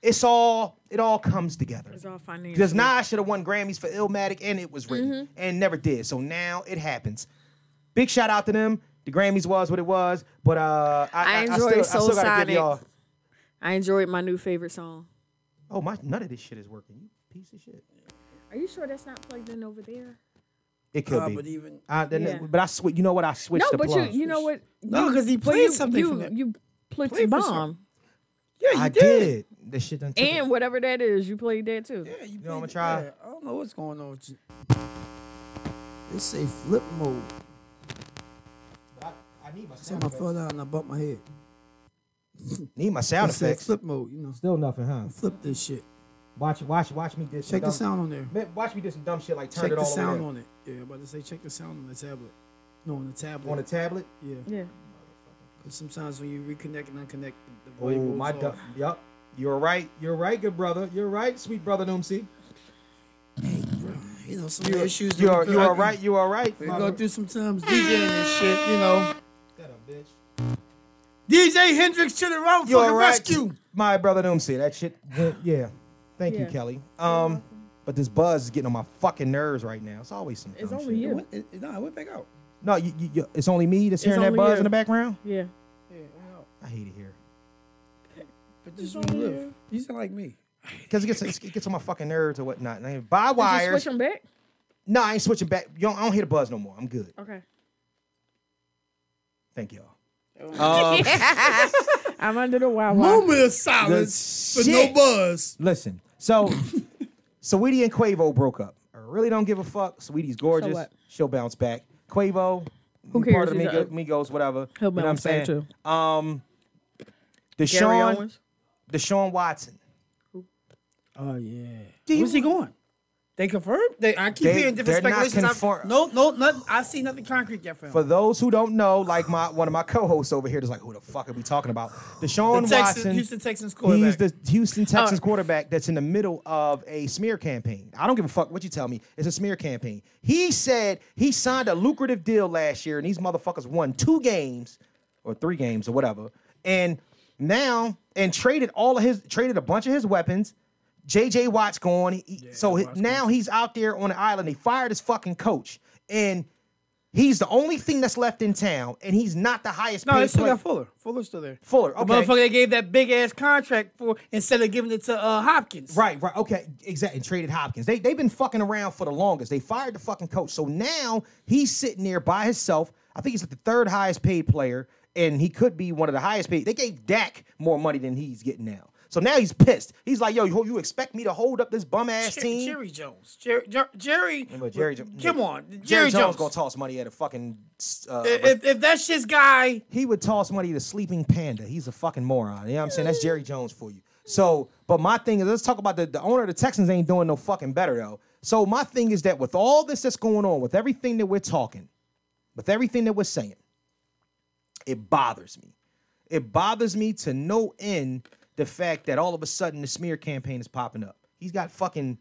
Speaker 3: it's all it all comes together.
Speaker 2: It's all financial.
Speaker 3: Because Nas should have won Grammys for Illmatic and it was written
Speaker 2: Mm-hmm.
Speaker 3: and never did. So now it happens. Big shout out to them. The Grammys was what it was, but uh, I,
Speaker 2: I
Speaker 3: I- I
Speaker 2: enjoy
Speaker 3: still, I
Speaker 2: Soul
Speaker 3: still gotta
Speaker 2: Sonic.
Speaker 3: give y'all.
Speaker 2: I enjoyed my new favorite song.
Speaker 3: Oh my, none of this shit is working. You piece of shit.
Speaker 2: Are you sure that's not plugged in over there?
Speaker 3: It could
Speaker 8: Uh,
Speaker 3: be.
Speaker 8: but even-
Speaker 3: I, then,
Speaker 2: Yeah.
Speaker 3: but I switch. You know what? I switched
Speaker 2: No,
Speaker 3: the
Speaker 2: but
Speaker 3: plug.
Speaker 2: you you know what?
Speaker 8: No, 'cause he
Speaker 2: but
Speaker 8: played
Speaker 2: you-
Speaker 8: something
Speaker 2: You
Speaker 8: from it.
Speaker 2: you played
Speaker 8: Played
Speaker 2: the
Speaker 8: for
Speaker 2: bomb.
Speaker 8: something.
Speaker 4: Yeah, you
Speaker 3: I
Speaker 4: did.
Speaker 3: did. That shit done took
Speaker 2: And whatever that is, you played that too.
Speaker 4: Yeah, you
Speaker 3: You know, I'ma
Speaker 4: played
Speaker 8: Uh,
Speaker 4: it.
Speaker 3: try.
Speaker 4: Yeah, I don't know what's going on with you. They say flip mode.
Speaker 3: I need my sound
Speaker 4: Something I fell down and I bumped my head.
Speaker 3: Need my
Speaker 4: I
Speaker 3: sound
Speaker 4: said
Speaker 3: effects.
Speaker 4: flip mode, you know.
Speaker 3: Still nothing, huh?
Speaker 4: Flip this shit.
Speaker 3: Watch, watch, watch me do some
Speaker 4: Check the
Speaker 3: dumb-
Speaker 4: sound on there.
Speaker 3: Man, Watch me do some dumb shit like turn
Speaker 4: Check
Speaker 3: it
Speaker 4: the
Speaker 3: all the way
Speaker 4: sound
Speaker 3: up.
Speaker 4: on it. Yeah, I'm about to say check the sound on the tablet. No, on the tablet.
Speaker 3: on a tablet.
Speaker 4: yeah.
Speaker 2: Yeah.
Speaker 4: Because sometimes when you reconnect and unconnect, the, the
Speaker 3: Oh,
Speaker 4: volume goes
Speaker 3: my
Speaker 4: off.
Speaker 3: dumb. Yep. You're right. You're right, good brother. You're right, sweet brother Noomsi.
Speaker 4: You know, some of the issues. that
Speaker 3: You
Speaker 4: we
Speaker 3: are,
Speaker 4: go-
Speaker 3: you are right. You are right.
Speaker 4: We
Speaker 3: my
Speaker 4: go
Speaker 3: bro-
Speaker 4: through sometimes DJing and shit, you know.
Speaker 3: Shut up, bitch.
Speaker 4: DJ Hendrix to the road,
Speaker 3: You
Speaker 4: fucking
Speaker 3: are right.
Speaker 4: rescue.
Speaker 3: My brother Noomsi. That shit. went- Yeah. Thank you,
Speaker 2: Yeah.
Speaker 3: Kelly. Um, but this buzz is getting on my fucking nerves right now. It's always some.
Speaker 2: It's
Speaker 3: dumb
Speaker 2: only
Speaker 3: shit.
Speaker 2: you.
Speaker 4: It- it- No, I went back out.
Speaker 3: No, you, you, you, it's only me that's hearing that
Speaker 2: only
Speaker 3: buzz
Speaker 2: you.
Speaker 3: in the background.
Speaker 2: Yeah.
Speaker 3: I hate it here
Speaker 4: But this is where you live. You sound like me.
Speaker 3: because it gets it gets on my fucking nerves or whatnot. And I buy
Speaker 2: Did you
Speaker 3: wires.
Speaker 2: switch them back?
Speaker 3: No, I ain't switching back. You don't, I don't hear the buzz no more. I'm good.
Speaker 2: Okay.
Speaker 3: Thank y'all.
Speaker 2: I'm under the wow wow.
Speaker 4: Moment of silence,
Speaker 3: The
Speaker 4: but no
Speaker 3: shit.
Speaker 4: buzz.
Speaker 3: Listen, so [LAUGHS] Saweetie and Quavo broke up. I really don't give a fuck. Saweetie's gorgeous.
Speaker 2: what?
Speaker 3: She'll bounce back. Quavo,
Speaker 2: Who
Speaker 3: part
Speaker 2: cares?
Speaker 3: of the
Speaker 2: He's
Speaker 3: Migos,
Speaker 2: a-
Speaker 3: Migos, whatever.
Speaker 2: He'll
Speaker 3: you know what I'm
Speaker 2: bounce back,
Speaker 3: saying? Um, Deshaun, Deshaun Watson.
Speaker 4: Oh yeah.
Speaker 3: Do you-
Speaker 4: Where's he going? They confirmed. They. I keep
Speaker 3: They-
Speaker 4: hearing different
Speaker 3: they're not
Speaker 4: speculations. I've-
Speaker 3: conform-
Speaker 4: no, no, nothing. I see nothing concrete yet for him.
Speaker 3: For those who don't know, like my one of my co-hosts over here is like, who the fuck are we talking about? Deshaun
Speaker 4: the Texas,
Speaker 3: Watson.
Speaker 4: Houston Texans
Speaker 3: He's
Speaker 4: quarterback.
Speaker 3: the Houston Texans quarterback that's in the middle of a smear campaign. I don't give a fuck what you tell me. It's a smear campaign. He said he signed a lucrative deal last year, and these motherfuckers won two games or three games or whatever, and now and traded all of his traded a bunch of his weapons. JJ Watt's gone, He- so hi- now he's out there on the island. They fired his fucking coach, and he's the only thing that's left in town, and he's not the highest.
Speaker 4: no,
Speaker 3: paid
Speaker 4: they still
Speaker 3: player.
Speaker 4: got Fuller. Fuller's still there.
Speaker 3: Fuller.
Speaker 4: The
Speaker 3: Okay.
Speaker 4: motherfucker they gave that big ass contract for instead of giving it to uh, Hopkins.
Speaker 3: Right, right. Okay, exactly. And traded Hopkins. They, they've been fucking around for the longest. They fired the fucking coach. So now he's sitting there by himself. I think he's like the third highest paid player, and he could be one of the highest paid. They gave Dak more money than he's getting now. So now he's pissed. He's like, yo, you, you expect me to hold up this bum ass
Speaker 4: Jerry,
Speaker 3: team?
Speaker 4: Jerry Jones. Jerry. Jer- Jerry.
Speaker 3: But Jerry, Jo-
Speaker 4: Come on, Jerry,
Speaker 3: Jerry Jones,
Speaker 4: Jones.
Speaker 3: gonna toss money at a fucking. Uh,
Speaker 4: if, if that's his guy,
Speaker 3: he would toss money to Sleeping Panda. He's a fucking moron. You know what I'm saying? That's Jerry Jones for you. So, but my thing is, let's talk about the, the owner of the Texans ain't doing no fucking better though. So my thing is that with all this that's going on, with everything that we're talking, with everything that we're saying, it bothers me. It bothers me to no end the fact that all of a sudden the smear campaign is popping up. He's got fucking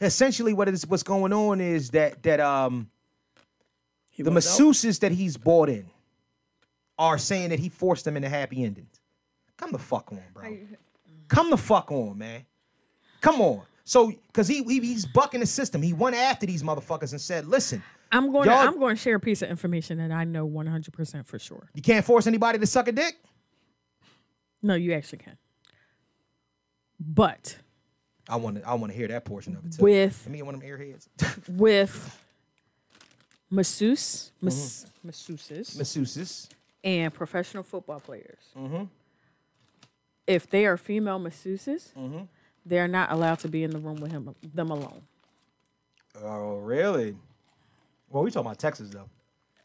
Speaker 3: essentially what is what's going on is that that um the masseuses that he's bought in are saying that he forced them into happy endings. Come the fuck on, bro. Come the fuck on, man. Come on. So, cause he, he he's bucking the system. He went after these motherfuckers and said, "Listen,
Speaker 2: I'm going. To,
Speaker 3: Y'all-
Speaker 2: I'm going to share a piece of information that I know 100 percent for sure.
Speaker 3: you can't force anybody to suck a dick."
Speaker 2: No, you actually can. But
Speaker 3: I want to I want to hear that portion of it too.
Speaker 2: with
Speaker 3: Let me get one of them airheads. [LAUGHS]
Speaker 2: with
Speaker 8: Mm-hmm.
Speaker 2: masseuse, mas- masseuses,
Speaker 3: Masseuses.
Speaker 2: and professional football players.
Speaker 3: Mm-hmm.
Speaker 2: If they are female masseuses,
Speaker 3: Mm-hmm.
Speaker 2: they are not allowed to be in the room with him them alone.
Speaker 3: Oh, really? Well, we talking about Texas though.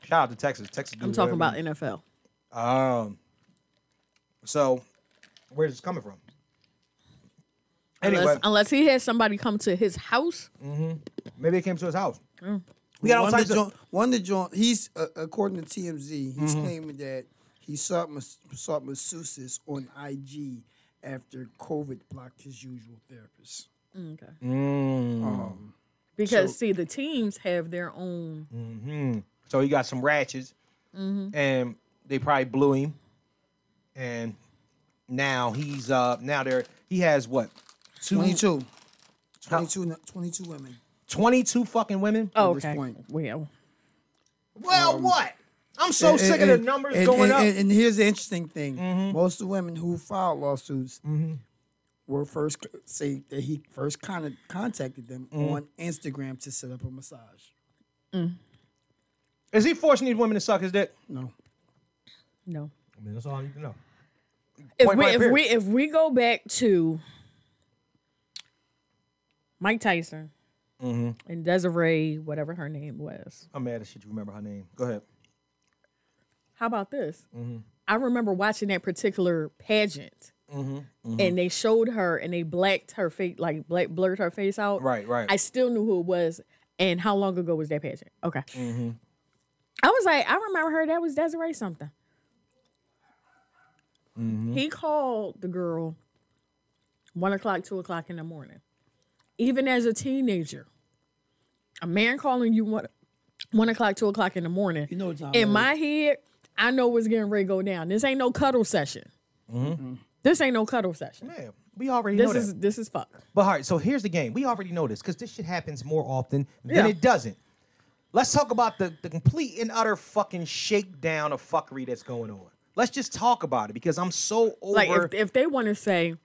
Speaker 3: Shout out to Texas. Texas.
Speaker 2: I'm talking about NFL.
Speaker 3: Um. So, where's this coming from? Anyway,
Speaker 2: Unless, unless he had somebody come to his house,
Speaker 3: maybe it came to his house.
Speaker 4: We
Speaker 3: got all
Speaker 4: one
Speaker 3: types
Speaker 4: the
Speaker 3: of-
Speaker 4: joint, one the joint. He's uh, according to TMZ, he's
Speaker 3: Mm-hmm.
Speaker 4: claiming that he sought mas- sought masseuses on IG after COVID blocked his usual therapist.
Speaker 2: because see, the teams have their own.
Speaker 3: So he got some ratchets, and they probably blew him. And now he's uh now there he has what
Speaker 4: 22. 22, n- 22 women.
Speaker 3: twenty two fucking women. Um,
Speaker 2: Oh,
Speaker 4: this
Speaker 2: okay.
Speaker 4: point.
Speaker 2: Well,
Speaker 3: well, what? I'm so sick of the numbers
Speaker 4: and-
Speaker 3: going
Speaker 4: and-
Speaker 3: up. Mm-hmm.
Speaker 4: And, and here's the interesting thing: most of the women who filed lawsuits were first say that he first con- contacted them
Speaker 3: Mm-hmm.
Speaker 4: on Instagram to set up a massage.
Speaker 3: Is he forcing these women to suck his dick?
Speaker 4: No,
Speaker 2: no.
Speaker 3: I mean, that's all you know.
Speaker 2: If
Speaker 3: Point
Speaker 2: we
Speaker 3: blank,
Speaker 2: if we
Speaker 3: period.
Speaker 2: if we go back to Mike Tyson
Speaker 3: Mm-hmm.
Speaker 2: and Desiree, whatever her name was,
Speaker 3: I'm mad at shit. You remember her name? Go ahead.
Speaker 2: how about this?
Speaker 3: Mm-hmm.
Speaker 2: I remember watching that particular pageant.
Speaker 3: Mm-hmm.
Speaker 2: And they showed her, and they blacked her face, like black blurred her face out.
Speaker 3: Right, right.
Speaker 2: I still knew who it was, and how long ago was that pageant? Okay,
Speaker 3: Mm-hmm.
Speaker 2: I was like, I remember her. That was Desiree something.
Speaker 3: Mm-hmm.
Speaker 2: He called the girl one o'clock, two o'clock in the morning. Even as a teenager, a man calling you one, one o'clock, two o'clock in the morning. You
Speaker 8: know what time it
Speaker 2: in
Speaker 8: is.
Speaker 2: my head, I know what's getting ready to go down. This ain't no cuddle session. This ain't no cuddle session.
Speaker 3: Yeah, we already Mm-hmm. know
Speaker 2: This
Speaker 3: that.
Speaker 2: is this is fuck.
Speaker 3: But all right, so here's the game. We already know this because this shit happens more often than
Speaker 2: Yeah.
Speaker 3: it doesn't. Let's talk about the, the complete and utter fucking shakedown of fuckery that's going on. Let's just talk about it because I'm so over.
Speaker 2: Like if, if they want to say,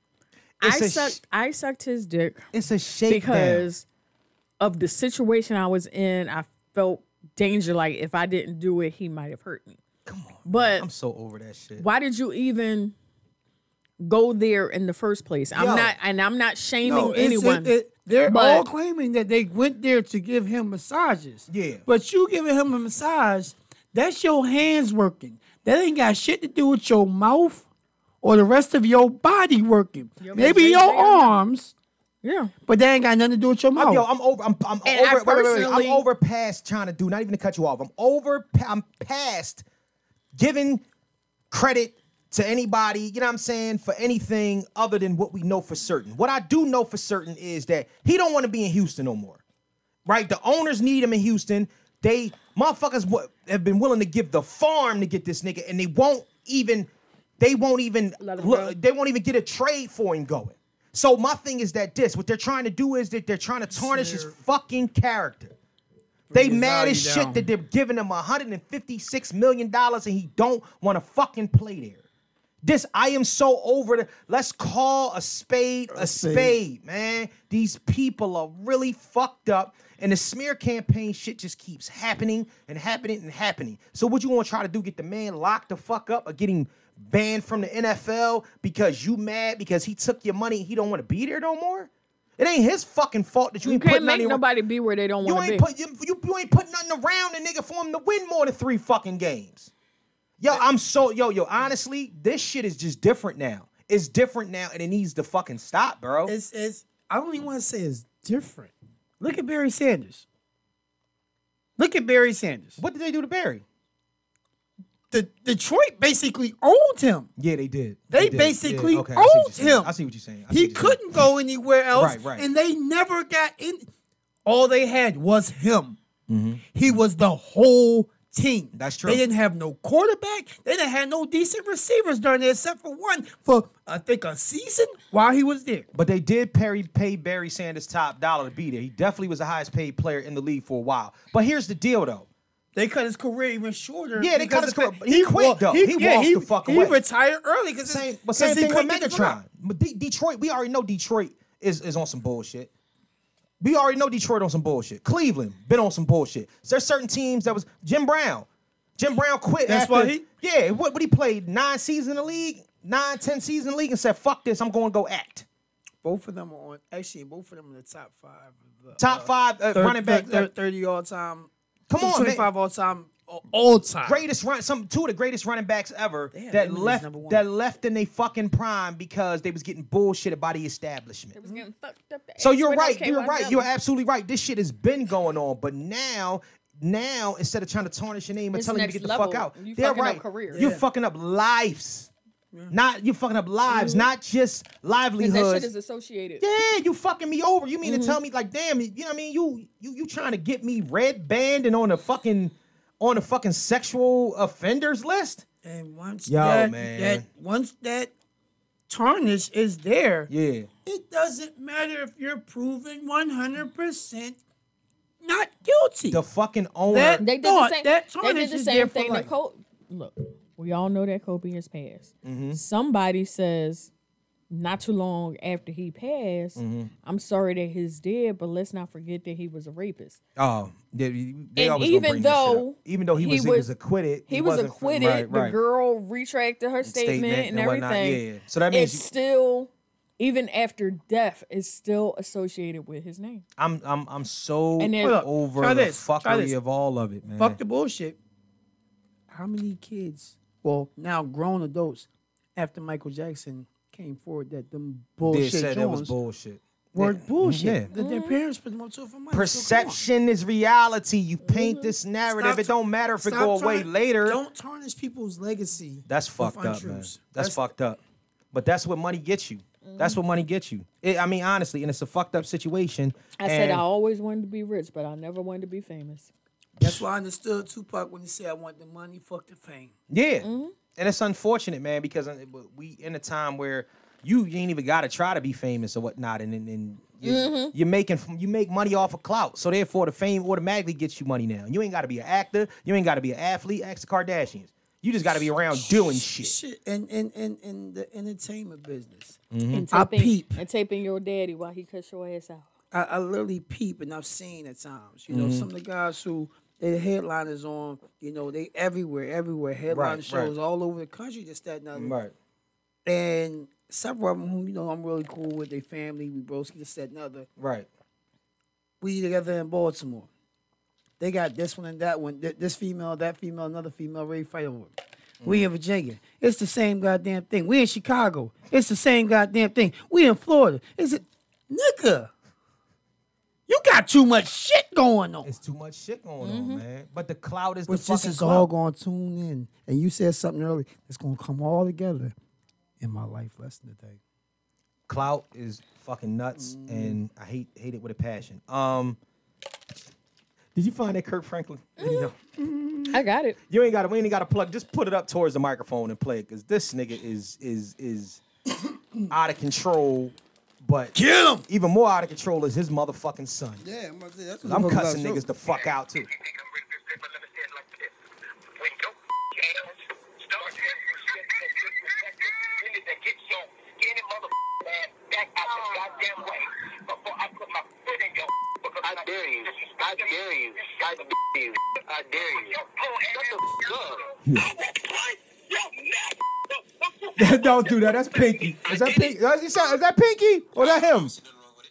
Speaker 2: I
Speaker 3: It's a sh-
Speaker 2: sucked, I sucked his dick
Speaker 3: it's a shakedown.
Speaker 2: because of the situation I was in. I felt danger. Like if I didn't do it, he might have hurt me.
Speaker 3: Come on,
Speaker 2: But
Speaker 3: I'm so over that shit.
Speaker 2: why did you even go there in the first place? I'm
Speaker 3: Yo.
Speaker 2: not, and I'm not shaming
Speaker 8: No, it's- it-
Speaker 2: anyone.
Speaker 8: it- they're
Speaker 2: but-
Speaker 8: all claiming that they went there to give him massages.
Speaker 3: Yeah.
Speaker 8: But you giving him a massage, that's your hands working. That ain't got shit to do with your mouth or the rest of your body working. Maybe
Speaker 2: they-
Speaker 8: your
Speaker 2: they are-
Speaker 8: arms,
Speaker 2: yeah,
Speaker 8: but that ain't got nothing to do with your mouth.
Speaker 3: Yo, I'm over. I'm, I'm
Speaker 2: And I
Speaker 3: over. wait, wait, wait, wait. I'm
Speaker 2: personally-
Speaker 3: over past trying to do. Not even to cut you off. I'm over. pa- I'm past giving credit to anybody. You know what I'm saying for anything other than what we know for certain. What I do know for certain is that he don't want to be in Houston no more. Right? The owners need him in Houston. They motherfuckers wa- have been willing to give the farm to get this nigga, and they won't even. They won't even.
Speaker 2: Let him
Speaker 3: look-
Speaker 2: go.
Speaker 3: they won't even get a trade for him going. So my thing is that this, what they're trying to do is that they're trying to tarnish his fucking character. They
Speaker 8: his
Speaker 3: mad
Speaker 8: value
Speaker 3: as shit
Speaker 8: down.
Speaker 3: that they're giving him 156 million dollars and he don't want to fucking play there. This I am so over. The, let's call a spade a spade, man. These people are really fucked up, and the smear campaign shit just keeps happening and happening and happening. So what you want to try to do? Get the man locked the fuck up or get him banned from the NFL because you mad because he took your money? And he don't want to be there no more. It ain't his fucking fault that you,
Speaker 2: you
Speaker 3: ain't
Speaker 2: can't
Speaker 3: putting
Speaker 2: make
Speaker 3: any-
Speaker 2: nobody be where they don't
Speaker 3: you
Speaker 2: want to be.
Speaker 3: ain't put you, you, you ain't put nothing around the nigga for him to win more than three fucking games. Yo, I'm so yo yo. Honestly, this shit is just different now. It's different now, and it needs to fucking stop, bro.
Speaker 8: It's it's I don't even want to say it's different. Look at Barry Sanders. Look at Barry Sanders.
Speaker 3: what did they do to Barry?
Speaker 8: The Detroit basically owned him.
Speaker 3: Yeah, they did.
Speaker 8: They
Speaker 3: did.
Speaker 8: basically
Speaker 3: I see what you're
Speaker 8: owned
Speaker 3: saying.
Speaker 8: him.
Speaker 3: I see what you're saying. I see
Speaker 8: He
Speaker 3: what you're saying.
Speaker 8: couldn't go anywhere else,
Speaker 3: Right, right.
Speaker 8: and they never got in. All they had was him. He was the whole team.
Speaker 3: Mm-hmm. That's true.
Speaker 8: They didn't have no quarterback. They didn't have no decent receivers during there, except for one for I think a season while he was there.
Speaker 3: But they did pay, pay Barry Sanders top dollar to be there. He definitely was the highest paid player in the league for a while. But here's the deal, though.
Speaker 8: They cut his career even shorter.
Speaker 3: Yeah, they
Speaker 8: because
Speaker 3: cut his
Speaker 8: of the
Speaker 3: career-
Speaker 8: fact-
Speaker 3: he quit,
Speaker 8: wa-
Speaker 3: though. He walked the fuck
Speaker 8: he
Speaker 3: away.
Speaker 8: retired early because
Speaker 3: Same, but same thing with Megatron. But De- Detroit, we already know Detroit is, is on some bullshit. We already know Detroit on some bullshit. Cleveland been on some bullshit. There's certain teams that was Jim Brown. Jim Brown quit.
Speaker 8: That's
Speaker 3: after,
Speaker 8: why he-
Speaker 3: Yeah, what, what he played nine season in the league, nine ten season in the league, and said fuck this, I'm going to go act.
Speaker 8: Both of them are on. Actually, both of them in the top five. of the,
Speaker 3: Top five uh,
Speaker 8: thir-
Speaker 3: running back.
Speaker 8: thir- thirty all time.
Speaker 3: Come on, man.
Speaker 8: 25 all time, all time.
Speaker 3: greatest run, some two of the greatest running backs ever that
Speaker 8: Edelman's
Speaker 3: left
Speaker 8: number one.
Speaker 3: that left in they fucking prime because they was getting bullshitted by the establishment. So you're right. You're right. You're absolutely right. This shit has been going on, but now. Now, instead of trying to tarnish your name and
Speaker 2: It's
Speaker 3: telling you to
Speaker 2: next
Speaker 3: get the fuck
Speaker 2: level.
Speaker 3: out,
Speaker 2: You
Speaker 3: they're
Speaker 2: fucking up
Speaker 3: right.
Speaker 2: career.
Speaker 3: You're
Speaker 2: Yeah.
Speaker 3: fucking up lives, not you're fucking up lives, not just livelihoods.
Speaker 2: Mm-hmm. that shit is Mm-hmm. associated.
Speaker 3: Yeah, you fucking me over. You mean to tell me like, damn, you know what I mean? You you you trying to get me red band and on a fucking on a fucking sexual offenders list?
Speaker 8: And once
Speaker 3: Yo,
Speaker 8: that,
Speaker 3: man.
Speaker 8: that once that tarnish is there,
Speaker 3: Yeah.
Speaker 8: it doesn't matter if you're proven 100 percent not guilty.
Speaker 3: The fucking owner.
Speaker 8: That-
Speaker 2: They did
Speaker 8: thought
Speaker 2: the same.
Speaker 8: that
Speaker 2: they
Speaker 8: tarnish
Speaker 2: did the
Speaker 8: is
Speaker 2: same
Speaker 8: there for
Speaker 2: thing.
Speaker 8: life.
Speaker 3: Mm-hmm.
Speaker 2: to Kobe. Look, we all know that Kobe has passed. Somebody says not too long after he passed,
Speaker 3: Mm-hmm.
Speaker 2: I'm sorry that he's dead, but let's not forget that he was a rapist.
Speaker 3: Oh, they, they always
Speaker 2: And
Speaker 3: gonna bring
Speaker 2: even
Speaker 3: this shit up.
Speaker 2: though
Speaker 3: even though he,
Speaker 2: he
Speaker 3: was, he
Speaker 2: was-
Speaker 3: was acquitted,
Speaker 2: He, was
Speaker 3: wasn't-
Speaker 2: acquitted.
Speaker 3: right, right.
Speaker 2: The girl retracted her statement, and,
Speaker 3: whatnot,
Speaker 2: everything.
Speaker 3: yeah. So that means
Speaker 2: it's
Speaker 3: you-
Speaker 2: still, even after death, is still associated with his name.
Speaker 3: I'm I'm I'm so
Speaker 2: And then- Look,
Speaker 3: over
Speaker 4: try
Speaker 3: the
Speaker 4: this, try
Speaker 3: fuckery
Speaker 4: this.
Speaker 3: of all of it, man.
Speaker 4: Fuck the bullshit. How many kids, well, now grown adults, after Michael Jackson came forward that them
Speaker 3: they
Speaker 4: bullshit
Speaker 3: said that was
Speaker 4: joints
Speaker 3: bullshit.
Speaker 4: were bullshit
Speaker 3: Yeah.
Speaker 4: that their parents put them up to for money. So
Speaker 3: Perception is reality. You paint this
Speaker 8: Stop
Speaker 3: narrative. It
Speaker 8: try-
Speaker 3: don't matter if it
Speaker 8: stop
Speaker 3: go away
Speaker 8: trying-
Speaker 3: later.
Speaker 8: Don't tarnish people's legacy.
Speaker 3: That's
Speaker 8: with
Speaker 3: fucked up, man.
Speaker 8: untruths.
Speaker 3: That's, fucked up. But that's what money gets you. That's what money gets you. It, I mean, honestly, and it's a fucked up situation.
Speaker 2: I said I
Speaker 3: and-
Speaker 2: always wanted to be rich, but I never wanted to be famous.
Speaker 8: That's why I understood Tupac when he said, "I want the money, fuck the fame."
Speaker 3: Yeah, and it's unfortunate, man, because uh, but we in a time where you, you ain't even got to try to be famous or whatnot, and and, and you, you're making you make money off of clout, so therefore the fame automatically gets you money now. You ain't got to be an actor, you ain't got to be an athlete. Ask the Kardashians. You just got to be around doing shit.
Speaker 8: Shit, and and and in the entertainment business,
Speaker 3: Mm-hmm.
Speaker 2: And
Speaker 8: I
Speaker 2: taping,
Speaker 8: peep.
Speaker 2: and taping your daddy while he cuts your ass out.
Speaker 8: I, I literally peep, and I've seen at times. You know,
Speaker 3: Mm-hmm.
Speaker 8: some of the guys who they the headliners on. You know, they everywhere, everywhere. Headline
Speaker 3: Right,
Speaker 8: shows
Speaker 3: right.
Speaker 8: all over the country. Just that and other. And several of them, who you know, I'm really cool with. Their family, we broski, this that and other.
Speaker 3: right.
Speaker 8: we together in Baltimore. They got this one and that one, th- this female, that female, another female, ready to fight over. it. We in Virginia. It's the same goddamn thing. We in Chicago. It's the same goddamn thing. We in Florida. Is it, nigga? You got too much shit going on.
Speaker 3: It's too much shit going on, man. But the clout is
Speaker 8: But
Speaker 3: the
Speaker 8: this
Speaker 3: fucking
Speaker 8: is all
Speaker 3: clout.
Speaker 8: going to tune in. And you said something earlier. It's going to come all together in my life lesson today.
Speaker 3: Clout is fucking nuts, and I hate hate it with a passion. Um, did you find that Kirk Franklin? video?
Speaker 2: I got it.
Speaker 3: You ain't got to. We ain't got to plug. Just put it up towards the microphone and play it, cause this nigga is is [COUGHS] is out of control. But
Speaker 8: Get him!
Speaker 3: even more out of control is his motherfucking son.
Speaker 4: Yeah, I'm, about to say, that's what
Speaker 3: I'm
Speaker 4: I'm
Speaker 3: cussing
Speaker 4: about.
Speaker 3: niggas the fuck out too.
Speaker 10: I dare you. I dare you. I dare you. I dare you.
Speaker 3: [LAUGHS] Don't do that. That's Pinky. Is that Pinky? Is that, is that Pinky or that him?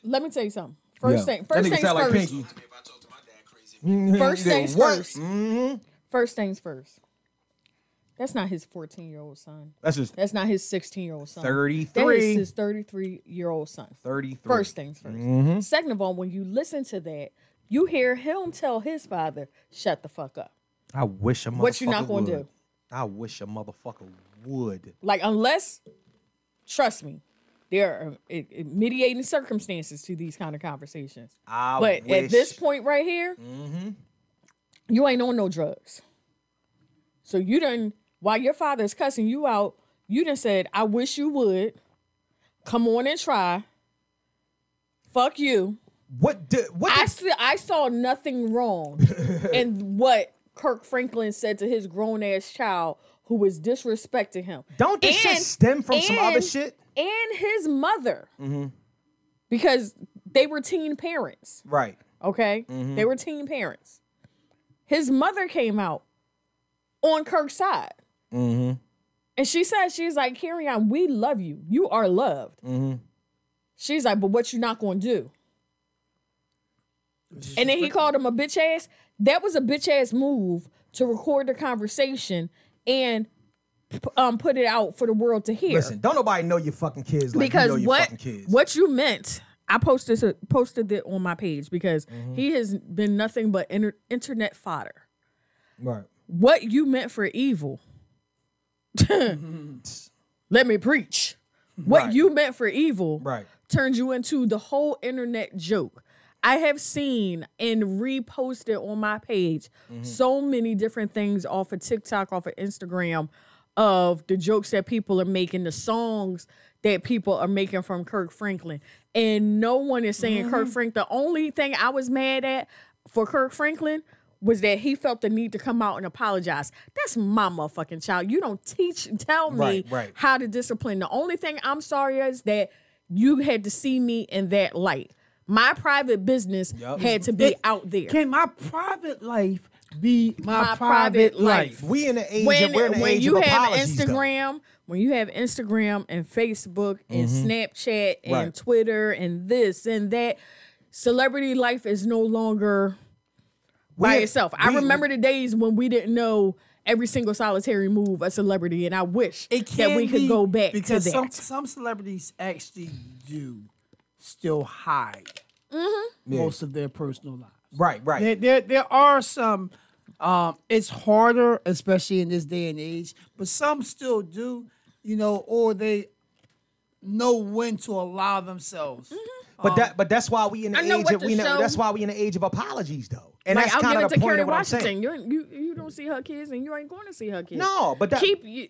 Speaker 2: Let me tell you something. First
Speaker 3: Yeah.
Speaker 2: thing, first
Speaker 3: that nigga
Speaker 2: things
Speaker 3: sound
Speaker 2: first.
Speaker 3: like Pinky. [LAUGHS]
Speaker 2: First
Speaker 3: Yeah, Mm-hmm.
Speaker 2: things
Speaker 3: what?
Speaker 2: 1st First things first. That's not his 14 year old son.
Speaker 3: That's just
Speaker 2: That's not his 16 year old son. That
Speaker 3: 33.
Speaker 2: is his 33 year old son.
Speaker 3: 33.
Speaker 2: First things 1st
Speaker 3: Mm-hmm.
Speaker 2: Second of all, when you listen to that, you hear him tell his father, shut the fuck up.
Speaker 3: I wish a motherfucker
Speaker 2: What you not gonna
Speaker 3: would.
Speaker 2: do?
Speaker 3: I wish a motherfucker would.
Speaker 2: Like, unless, trust me, there are uh, uh, mediating circumstances to these kind of conversations.
Speaker 3: I wish.
Speaker 2: but
Speaker 3: Mm-hmm.
Speaker 2: at this point right here, you ain't on no drugs. So you done while your father's cussing you out, you done said, "I wish you would come on and try." Fuck you.
Speaker 3: what did what
Speaker 2: I
Speaker 3: the-
Speaker 2: see, I saw
Speaker 3: [LAUGHS]
Speaker 2: nothing wrong in what Kirk Franklin said to his grown ass child who was disrespecting him.
Speaker 3: don't this shit
Speaker 2: And-
Speaker 3: stem from some other
Speaker 2: and-
Speaker 3: shit? Mm-hmm.
Speaker 2: And his mother. Because they were teen parents.
Speaker 3: Right.
Speaker 2: Okay? They were teen parents. His mother came out on Kirk's side. And she said, she's like, carry on, we love you. You are loved. She's like, but what you not going to do? And then he called him a bitch ass. That was a bitch ass move to record the conversation and p- um, put it out for the world to hear
Speaker 3: Listen, don't nobody know your fucking kids like you know
Speaker 2: because
Speaker 3: your
Speaker 2: what
Speaker 3: fucking kids.
Speaker 2: what you meant i posted it- posted it on my page because
Speaker 3: Mm-hmm.
Speaker 2: he has been nothing but inter- internet fodder
Speaker 3: Right.
Speaker 2: what you meant for evil [LAUGHS] let me preach what
Speaker 3: Mm-hmm. Right.
Speaker 2: you meant for evil
Speaker 3: Right.
Speaker 2: turns you into the whole internet joke i have seen and reposted on my page
Speaker 3: Mm-hmm.
Speaker 2: so many different things off of tiktok off of instagram of the jokes that people are making the songs that people are making from kirk franklin
Speaker 3: Mm-hmm.
Speaker 2: and no one is saying kirk franklin the only thing i was mad at for kirk franklin was that he felt the need to come out and apologize. That's my motherfucking child. You don't teach, tell me
Speaker 3: Right, right.
Speaker 2: how to discipline. The only thing I'm sorry is that you had to see me in that light. My private business had to be out there.
Speaker 4: Can my private life be my,
Speaker 2: My private
Speaker 4: private
Speaker 2: life.
Speaker 4: life?
Speaker 3: We in the age
Speaker 2: when
Speaker 3: of we're in the
Speaker 2: when
Speaker 3: age
Speaker 2: you
Speaker 3: of
Speaker 2: have
Speaker 3: apologies, though.
Speaker 2: Instagram, when you have Instagram and Facebook and Snapchat
Speaker 3: Mm-hmm.
Speaker 2: and
Speaker 3: Right.
Speaker 2: Twitter and this and that, celebrity life is no longer by
Speaker 3: have-
Speaker 2: itself.
Speaker 3: we-
Speaker 2: I remember the days when we didn't know every single solitary move a celebrity, and I wish
Speaker 4: It
Speaker 2: that
Speaker 4: can
Speaker 2: we could
Speaker 4: be
Speaker 2: go back to
Speaker 4: because
Speaker 2: that.
Speaker 4: some some celebrities actually do still hide
Speaker 2: Mm-hmm.
Speaker 4: most of their personal lives.
Speaker 3: Right, right.
Speaker 4: There, there, there are some. Um, it's harder, especially in this day and age, but some still do, you know, or they know when to allow themselves.
Speaker 2: Mm-hmm.
Speaker 3: But
Speaker 8: um,
Speaker 3: that but that's why we in the
Speaker 2: I know
Speaker 3: age
Speaker 2: what
Speaker 3: of
Speaker 2: to
Speaker 3: we know,
Speaker 2: show.
Speaker 3: that's why we in the age of apologies though. And
Speaker 2: like,
Speaker 3: that's
Speaker 2: I'll
Speaker 3: kind
Speaker 2: give
Speaker 3: of the
Speaker 2: it to
Speaker 3: point
Speaker 2: Kerry
Speaker 3: of what I'm
Speaker 2: Washington.
Speaker 3: saying.
Speaker 2: You ain't- you you don't see her kids, and you ain't going to see her kids.
Speaker 3: No, but that-
Speaker 2: keep you,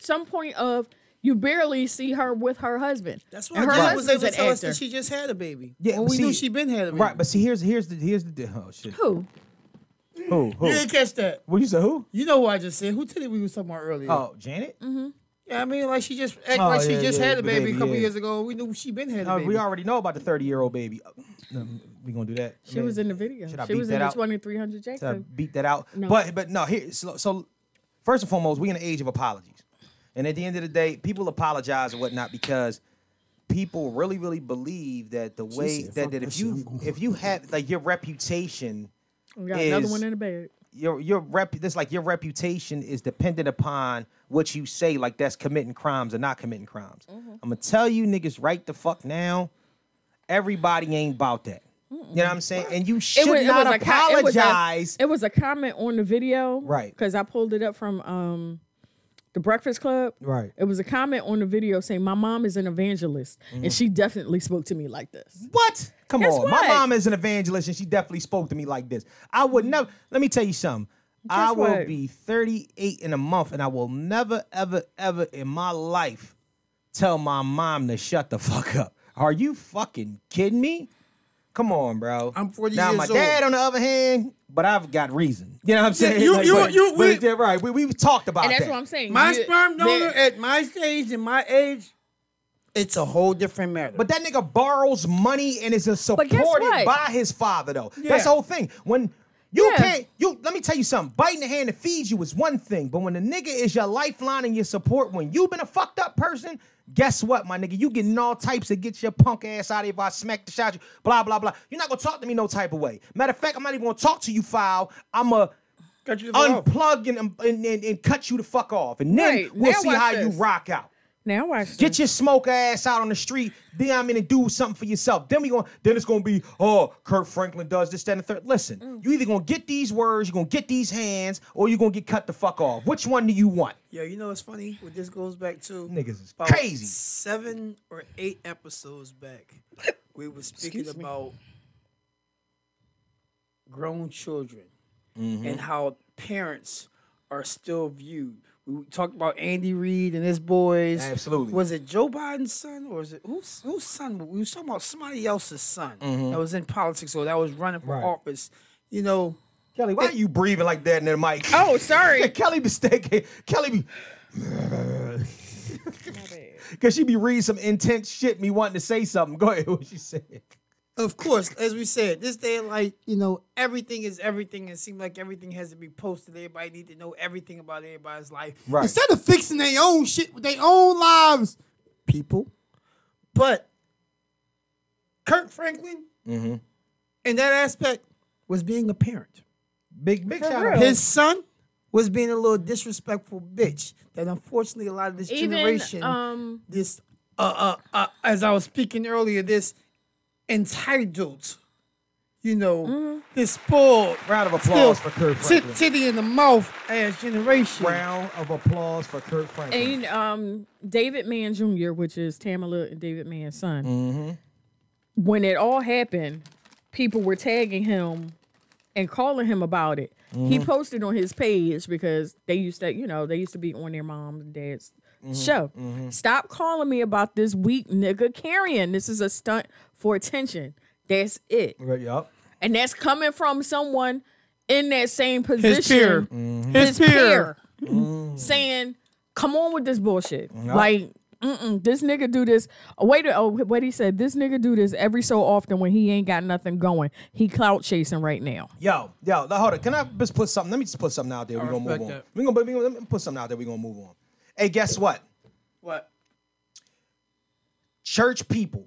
Speaker 2: some point of you barely see her with her husband.
Speaker 8: That's
Speaker 2: and
Speaker 8: why
Speaker 2: her
Speaker 8: Jack was
Speaker 2: husband's
Speaker 8: able to
Speaker 2: an
Speaker 8: tell us
Speaker 2: actor.
Speaker 8: that she just had a baby.
Speaker 3: Yeah,
Speaker 8: Yeah, well,
Speaker 3: but
Speaker 8: we
Speaker 3: see-
Speaker 8: knew she been had a baby.
Speaker 3: Right, but see here's here's the here's the oh shit.
Speaker 2: Who?
Speaker 3: Who? Who?
Speaker 8: you didn't catch that.
Speaker 3: What you said who?
Speaker 8: You know who I just said? Who told you we was talking about earlier?
Speaker 3: Oh, Janet?
Speaker 8: Mm-hmm. Yeah, I mean, like she just act
Speaker 3: Oh,
Speaker 8: like she
Speaker 3: yeah,
Speaker 8: just
Speaker 3: yeah,
Speaker 8: had a
Speaker 3: the
Speaker 8: baby,
Speaker 3: baby,
Speaker 8: a couple
Speaker 3: yeah.
Speaker 8: years ago. We knew she been had a
Speaker 3: Uh,
Speaker 8: baby.
Speaker 3: we already know about the 30 year old baby. Uh, no, we gonna do that.
Speaker 2: She was in the video.
Speaker 3: Should I
Speaker 2: She
Speaker 3: beat
Speaker 2: was
Speaker 3: that
Speaker 2: in the
Speaker 3: out?
Speaker 2: 2300
Speaker 3: Should I
Speaker 2: Jackson.
Speaker 3: beat that out? But but no, here so, so first and foremost, we in the age of apologies. And at the end of the day, people apologize and whatnot because people really, really believe that the way that, that if you if you had like your reputation
Speaker 2: We got another
Speaker 3: is-
Speaker 2: one in the bag.
Speaker 3: your your rep this like your reputation is dependent upon what you say like that's committing crimes or not committing crimes
Speaker 2: Mm-hmm.
Speaker 3: i'm gonna tell you niggas right the fuck now everybody ain't about that you know what i'm saying and you should not
Speaker 2: a co- it was a-
Speaker 3: apologize
Speaker 2: It was, a, comment on the video.
Speaker 3: Right.
Speaker 2: Because I pulled it up from um the Breakfast Club.
Speaker 3: Right.
Speaker 2: It was a comment on the video saying, My mom is an evangelist,
Speaker 3: Mm-hmm.
Speaker 2: and she definitely spoke to me like this.
Speaker 3: what come
Speaker 2: Guess
Speaker 3: on my
Speaker 2: what?
Speaker 3: mom is an evangelist and she definitely spoke to me like this i would never let me tell you something i
Speaker 2: Guess
Speaker 3: will
Speaker 2: what?
Speaker 3: be 38 in a month and i will never ever ever in my life tell my mom to shut the fuck up are you fucking kidding me Come on, bro.
Speaker 8: I'm 40
Speaker 3: now,
Speaker 8: years
Speaker 3: my
Speaker 8: old.
Speaker 3: dad, on the other hand, but I've got reason. You know what I'm saying?
Speaker 8: you- you-
Speaker 3: but-
Speaker 8: you-
Speaker 3: but
Speaker 8: we-
Speaker 3: it's- yeah, right. We, we've talked about
Speaker 2: And that's
Speaker 3: that.
Speaker 2: what I'm saying.
Speaker 8: my
Speaker 2: You-
Speaker 8: sperm donor
Speaker 2: there-
Speaker 8: at my stage and my age, it's a whole different matter.
Speaker 3: But that nigga borrows money and is supported
Speaker 2: guess what?
Speaker 3: by his father, though. That's the whole thing. When you
Speaker 2: Yeah.
Speaker 3: can't, you let me tell you something. Biting the hand that feeds you is one thing, but when the nigga is your lifeline and your support, when you've been a fucked up person, guess what, my nigga? You getting all types of get your punk ass out of here if I smack the shot you. Blah blah blah. You're not gonna talk to me no type of way. Matter of fact, I'm not even gonna talk to you. Foul. I'm a
Speaker 8: Cut you the fuck off.
Speaker 3: unplug and, and, and, and cut you the fuck off, and then
Speaker 2: Right.
Speaker 3: we'll
Speaker 2: Now
Speaker 3: see
Speaker 2: watch
Speaker 3: how
Speaker 2: this.
Speaker 3: you rock out.
Speaker 2: Now watch
Speaker 3: Get
Speaker 2: this.
Speaker 3: your smoker ass out on the street. Then I'm gonna do something for yourself. Then we going then it's gonna be, oh, Kurt Franklin does this, that, and the third. Listen, you either gonna get these words, you're gonna get these hands, or you're gonna get cut the fuck off. Which one do you want?
Speaker 8: Yo, you know what's funny? What this goes back to?
Speaker 3: Niggas is
Speaker 8: about
Speaker 3: crazy.
Speaker 8: Seven or eight episodes back, we were speaking about grown children
Speaker 3: Mm-hmm.
Speaker 8: and how parents are still viewed. We talked about Andy Reid and his boys.
Speaker 3: Absolutely.
Speaker 8: Was it Joe Biden's son or is it whose whose son? We was talking about somebody else's son that was in politics or that was running for
Speaker 3: Mm-hmm. Right.
Speaker 8: office. You know,
Speaker 3: Kelly, why are you breathing like that in the mic?
Speaker 2: Oh, sorry.
Speaker 3: [LAUGHS] Kelly be stinking. Kelly be [LAUGHS] Cause she be reading some intense shit, me wanting to say something. Go ahead, what she said.
Speaker 8: of course, as we said, this day and light, you know, everything is everything. It seems like everything has to be posted. Everybody need to know everything about everybody's life.
Speaker 3: Right.
Speaker 8: Instead of fixing their own shit with their own lives, people. But Kirk Franklin, in that aspect, was being a parent.
Speaker 3: Big big shout out.
Speaker 2: real.
Speaker 8: His son was being a little disrespectful bitch that unfortunately a lot of this
Speaker 2: Even
Speaker 8: generation
Speaker 2: um,
Speaker 8: this uh, uh uh as I was speaking earlier, this entitled, you know,
Speaker 2: Mm-hmm.
Speaker 8: this spoiled
Speaker 3: Round of applause for
Speaker 8: still
Speaker 3: Kirk
Speaker 8: tit-
Speaker 3: Franklin.
Speaker 8: titty in the mouth ass generation.
Speaker 3: Round of applause for Kurt Franklin.
Speaker 2: and um David Mann Jr., which is Tamala and David Mann's son. When it all happened, people were tagging him and calling him about it. He posted on his page because they used to, you know, they used to be on their mom and dad's show. Stop calling me about this weak nigga carrying. This is a stunt for attention. That's it.
Speaker 3: Right, yup.
Speaker 2: And that's coming from someone in that same position,
Speaker 6: His peer.
Speaker 3: Mm-hmm.
Speaker 6: His peer.
Speaker 2: peer, Mm-hmm. saying, "Come on with this bullshit." Like, mm-mm, this nigga do this. Oh, wait, oh, what he said? This nigga do this every so often when he ain't got nothing going. He clout chasing right now.
Speaker 3: Yo, yo, now, hold on. Can I just put something? Let me just put something out there. We're gonna move
Speaker 11: respect
Speaker 3: on.
Speaker 11: that.
Speaker 3: We're gonna, we gonna let me put something out there. We're gonna move on. Hey, guess what?
Speaker 11: What?
Speaker 3: Church people,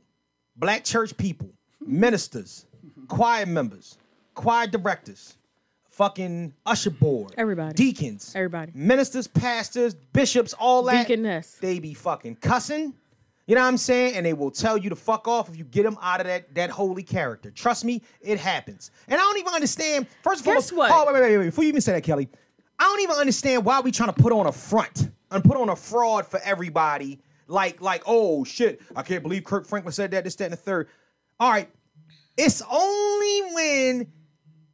Speaker 3: black church people, ministers, choir members, choir directors, fucking usher board,
Speaker 2: Everybody.
Speaker 3: deacons,
Speaker 2: Everybody.
Speaker 3: ministers, pastors, bishops, all that.
Speaker 2: Deaconess.
Speaker 3: They be fucking cussing. You know what I'm saying? And they will tell you to fuck off if you get them out of that, that holy character. Trust me, it happens. And I don't even understand. First of all,
Speaker 2: Guess what?
Speaker 3: Oh, wait, wait, wait, wait. Before you even say that, Kelly, I don't even understand why we trying to put on a front and put on a fraud for everybody. Like, like, oh shit, I can't believe Kirk Franklin said that, this, that, and the third. All right. It's only when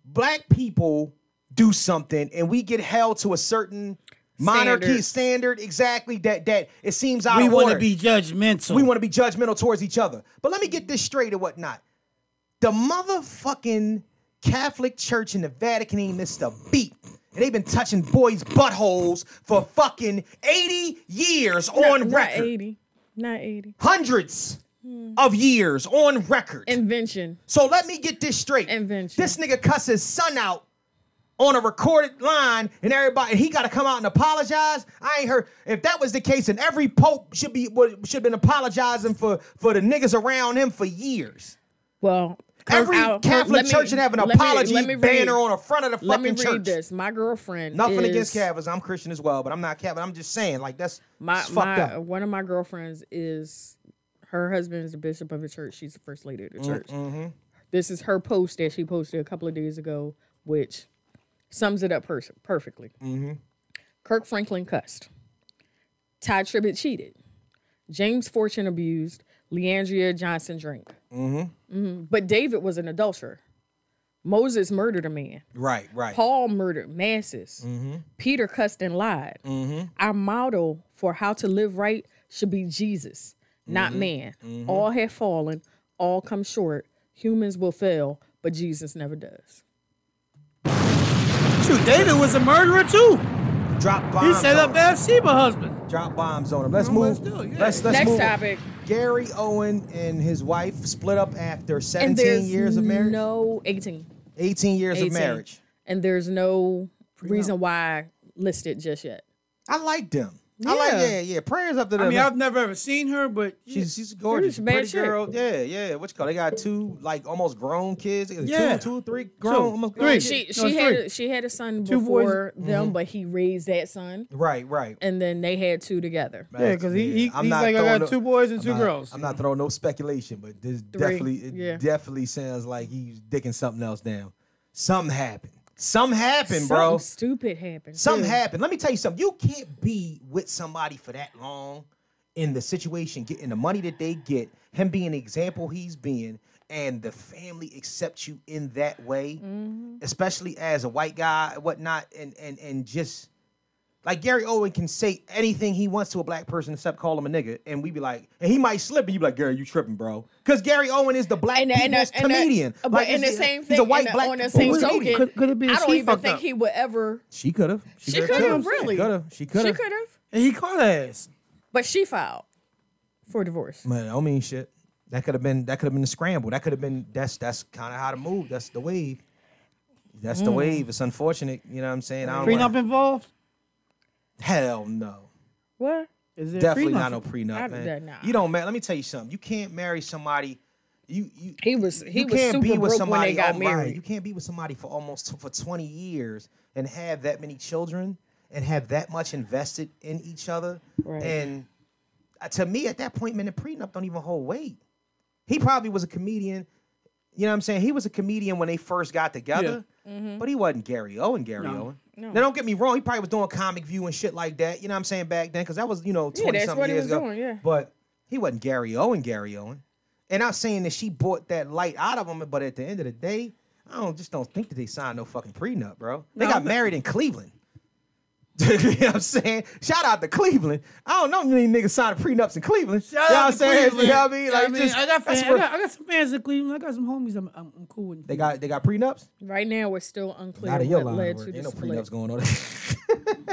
Speaker 3: black people do something and we get held to a certain monarchy
Speaker 2: Standard.
Speaker 3: standard exactly that that it seems out
Speaker 4: We
Speaker 3: of
Speaker 4: want to
Speaker 3: order.
Speaker 4: be judgmental.
Speaker 3: we want to be judgmental towards each other but let me get this straight and whatnot the motherfucking catholic church in the vatican ain't missed a beat and they've been touching boys buttholes for fucking 80 years on
Speaker 2: not
Speaker 3: record
Speaker 2: eighty, not eighty.
Speaker 3: hundreds of years on record
Speaker 2: Invention.
Speaker 3: so let me get this straight.
Speaker 2: Invention.
Speaker 3: This nigga cuss his son out on a recorded line, and everybody and he got to come out and apologize. I ain't heard if that was the case, then every pope should be would, should been apologizing for for the niggas around him for years.
Speaker 2: Well,
Speaker 3: Every Catholic church should have an apology banner on the front of the
Speaker 2: Let me
Speaker 3: fucking
Speaker 2: read
Speaker 3: church.
Speaker 2: this. My girlfriend.
Speaker 3: Nothing
Speaker 2: is-
Speaker 3: against Catholics. I'm Christian as well, but I'm not Catholic. I'm just saying, like that's
Speaker 2: my,
Speaker 3: it's fucked
Speaker 2: my
Speaker 3: up.
Speaker 2: one of my girlfriends is her husband is the bishop of the church. She's the first lady of
Speaker 3: Mm,
Speaker 2: the church.
Speaker 3: mm-hmm.
Speaker 2: This is her post that she posted a couple of days ago, which sums it up per- perfectly.
Speaker 3: Mm-hmm.
Speaker 2: Kirk Franklin cussed. Ty Tribbett cheated. James Fortune abused. Leandria Johnson drank. Mm-hmm. But David was an adulterer. Moses murdered a man.
Speaker 3: Right, right.
Speaker 2: Paul murdered masses. Peter cussed and lied. Our model for how to live right should be Jesus, not man. All have fallen, all come short. Humans will fail, but Jesus never does.
Speaker 4: Shoot, David was a murderer too.
Speaker 3: Drop bombs.
Speaker 4: He set
Speaker 3: on
Speaker 4: up
Speaker 3: him.
Speaker 4: Bathsheba husband.
Speaker 3: Drop bombs on him. Let's
Speaker 4: Well,
Speaker 3: move.
Speaker 4: let's do it, yeah.
Speaker 3: Let's let's
Speaker 2: Next
Speaker 3: move.
Speaker 2: topic.
Speaker 3: Gary Owen and his wife split up after
Speaker 2: And
Speaker 3: 17
Speaker 2: there's
Speaker 3: years of marriage.
Speaker 2: No, 18.
Speaker 3: 18 years
Speaker 2: 18.
Speaker 3: of marriage.
Speaker 2: And there's no reason why listed just yet.
Speaker 3: I like them. I like
Speaker 2: Yeah.
Speaker 3: yeah, yeah. Prayers up to them.
Speaker 4: I mean, I've never ever seen her, but
Speaker 3: she's she's gorgeous,
Speaker 2: She was a bad
Speaker 3: pretty
Speaker 2: chick.
Speaker 3: girl. Yeah, yeah. What you call? They got two like almost grown kids. Yeah,
Speaker 4: Yeah.
Speaker 3: two, two, three grown, almost grown.
Speaker 4: Three.
Speaker 3: kids.
Speaker 2: She
Speaker 4: No,
Speaker 2: she
Speaker 4: it's
Speaker 2: had
Speaker 4: three.
Speaker 2: a, she had a son
Speaker 4: Two boys.
Speaker 2: before them, but he raised that son,
Speaker 3: Right, right.
Speaker 2: and then they had two together.
Speaker 4: Yeah, 'cause he- he-
Speaker 3: I'm
Speaker 4: he's
Speaker 3: not
Speaker 4: like, I got
Speaker 3: throwing no-
Speaker 4: two boys and
Speaker 3: I'm
Speaker 4: two
Speaker 3: not-
Speaker 4: girls.
Speaker 3: I'm not throwing no speculation, but this definitely it
Speaker 2: yeah.
Speaker 3: definitely sounds like he's dicking something else down. Something happened. Something happened,
Speaker 2: Something
Speaker 3: bro.
Speaker 2: stupid happened.
Speaker 3: Something
Speaker 2: too.
Speaker 3: happened. Let me tell you something. You can't be with somebody for that long in the situation, getting the money that they get, him being the example he's being, and the family accepts you in that way,
Speaker 2: Mm-hmm.
Speaker 3: especially as a white guy, and whatnot, and and and just like Gary Owen can say anything he wants to a black person except call him a nigga, and we be like, and he might slip, and you be like, Gary, you tripping, bro? Because Gary Owen is the black
Speaker 2: and, and,
Speaker 3: people's
Speaker 2: and,
Speaker 3: comedian.
Speaker 2: But
Speaker 3: Like,
Speaker 2: in the
Speaker 3: it's-
Speaker 2: same
Speaker 3: he's
Speaker 2: thing,
Speaker 3: a white
Speaker 2: in the-
Speaker 3: black
Speaker 2: on the
Speaker 3: people's
Speaker 2: same
Speaker 4: Well,
Speaker 3: comedian.
Speaker 2: token,
Speaker 4: Could- could it be
Speaker 2: I
Speaker 4: that
Speaker 2: don't
Speaker 4: she
Speaker 2: even
Speaker 4: fucked
Speaker 2: think
Speaker 4: up?
Speaker 2: he would ever.
Speaker 3: She could have.
Speaker 2: She could have really.
Speaker 3: She could have. She could
Speaker 2: She
Speaker 3: have.
Speaker 2: could have,
Speaker 4: and he caught her ass.
Speaker 2: but she filed for divorce.
Speaker 3: Man, I don't mean shit. That could have been that could have been the scramble. That could have been that's that's kind of how to move. That's the wave. That's the wave. It's unfortunate. You know what I'm saying? I don't
Speaker 4: Mm. Prenup
Speaker 3: wanna,
Speaker 4: involved?
Speaker 3: hell no.
Speaker 2: What?
Speaker 4: Is there
Speaker 3: Definitely
Speaker 4: prenup?
Speaker 3: not no
Speaker 2: I-
Speaker 3: prenup,
Speaker 2: that-
Speaker 3: man.
Speaker 2: nah.
Speaker 3: You don't man. Let me tell you something. You can't marry somebody. You you
Speaker 2: He was he
Speaker 3: you
Speaker 2: was
Speaker 3: can't
Speaker 2: super
Speaker 3: be with
Speaker 2: broke
Speaker 3: somebody
Speaker 2: when they got
Speaker 3: all- right, You
Speaker 2: married.
Speaker 3: can't be with somebody for almost for 20 years and have that many children and have that much invested in each other.
Speaker 2: Right.
Speaker 3: And uh, to me, at that point, man, the prenup don't even hold weight. He probably was a comedian. You know what I'm saying? He was a comedian when they first got together,
Speaker 2: Mm-hmm.
Speaker 3: but he wasn't Gary Owen. Gary Owen. Now don't get me wrong. He probably was doing comic view and shit like that. You know what I'm saying back then, because that was you know 20
Speaker 2: that's
Speaker 3: something
Speaker 2: what he
Speaker 3: years
Speaker 2: was
Speaker 3: ago.
Speaker 2: doing, yeah.
Speaker 3: But he wasn't Gary Owen, Gary Owen. And I'm saying that she bought that light out of him, but at the end of the day, I don't just don't think that they signed no fucking prenup, bro. They got married in Cleveland. [LAUGHS] you know what I'm saying? Shout out to Cleveland. I don't know many niggas signing prenups in Cleveland.
Speaker 4: Shout
Speaker 3: you know what
Speaker 4: out
Speaker 3: I'm
Speaker 4: to
Speaker 3: saying?
Speaker 4: Cleveland.
Speaker 3: You know what I mean? Like,
Speaker 4: I, mean,
Speaker 3: just,
Speaker 4: I got
Speaker 3: that's
Speaker 4: fans. I
Speaker 3: where-
Speaker 4: got, I got some fans in Cleveland. I got some homies. I'm, I'm, I'm cool with.
Speaker 3: they got they got prenups.
Speaker 2: Right now, we're still unclear
Speaker 3: Not in your
Speaker 2: what
Speaker 3: line.
Speaker 2: led
Speaker 3: Ain't
Speaker 2: to the
Speaker 3: no
Speaker 2: split.
Speaker 3: prenups going on.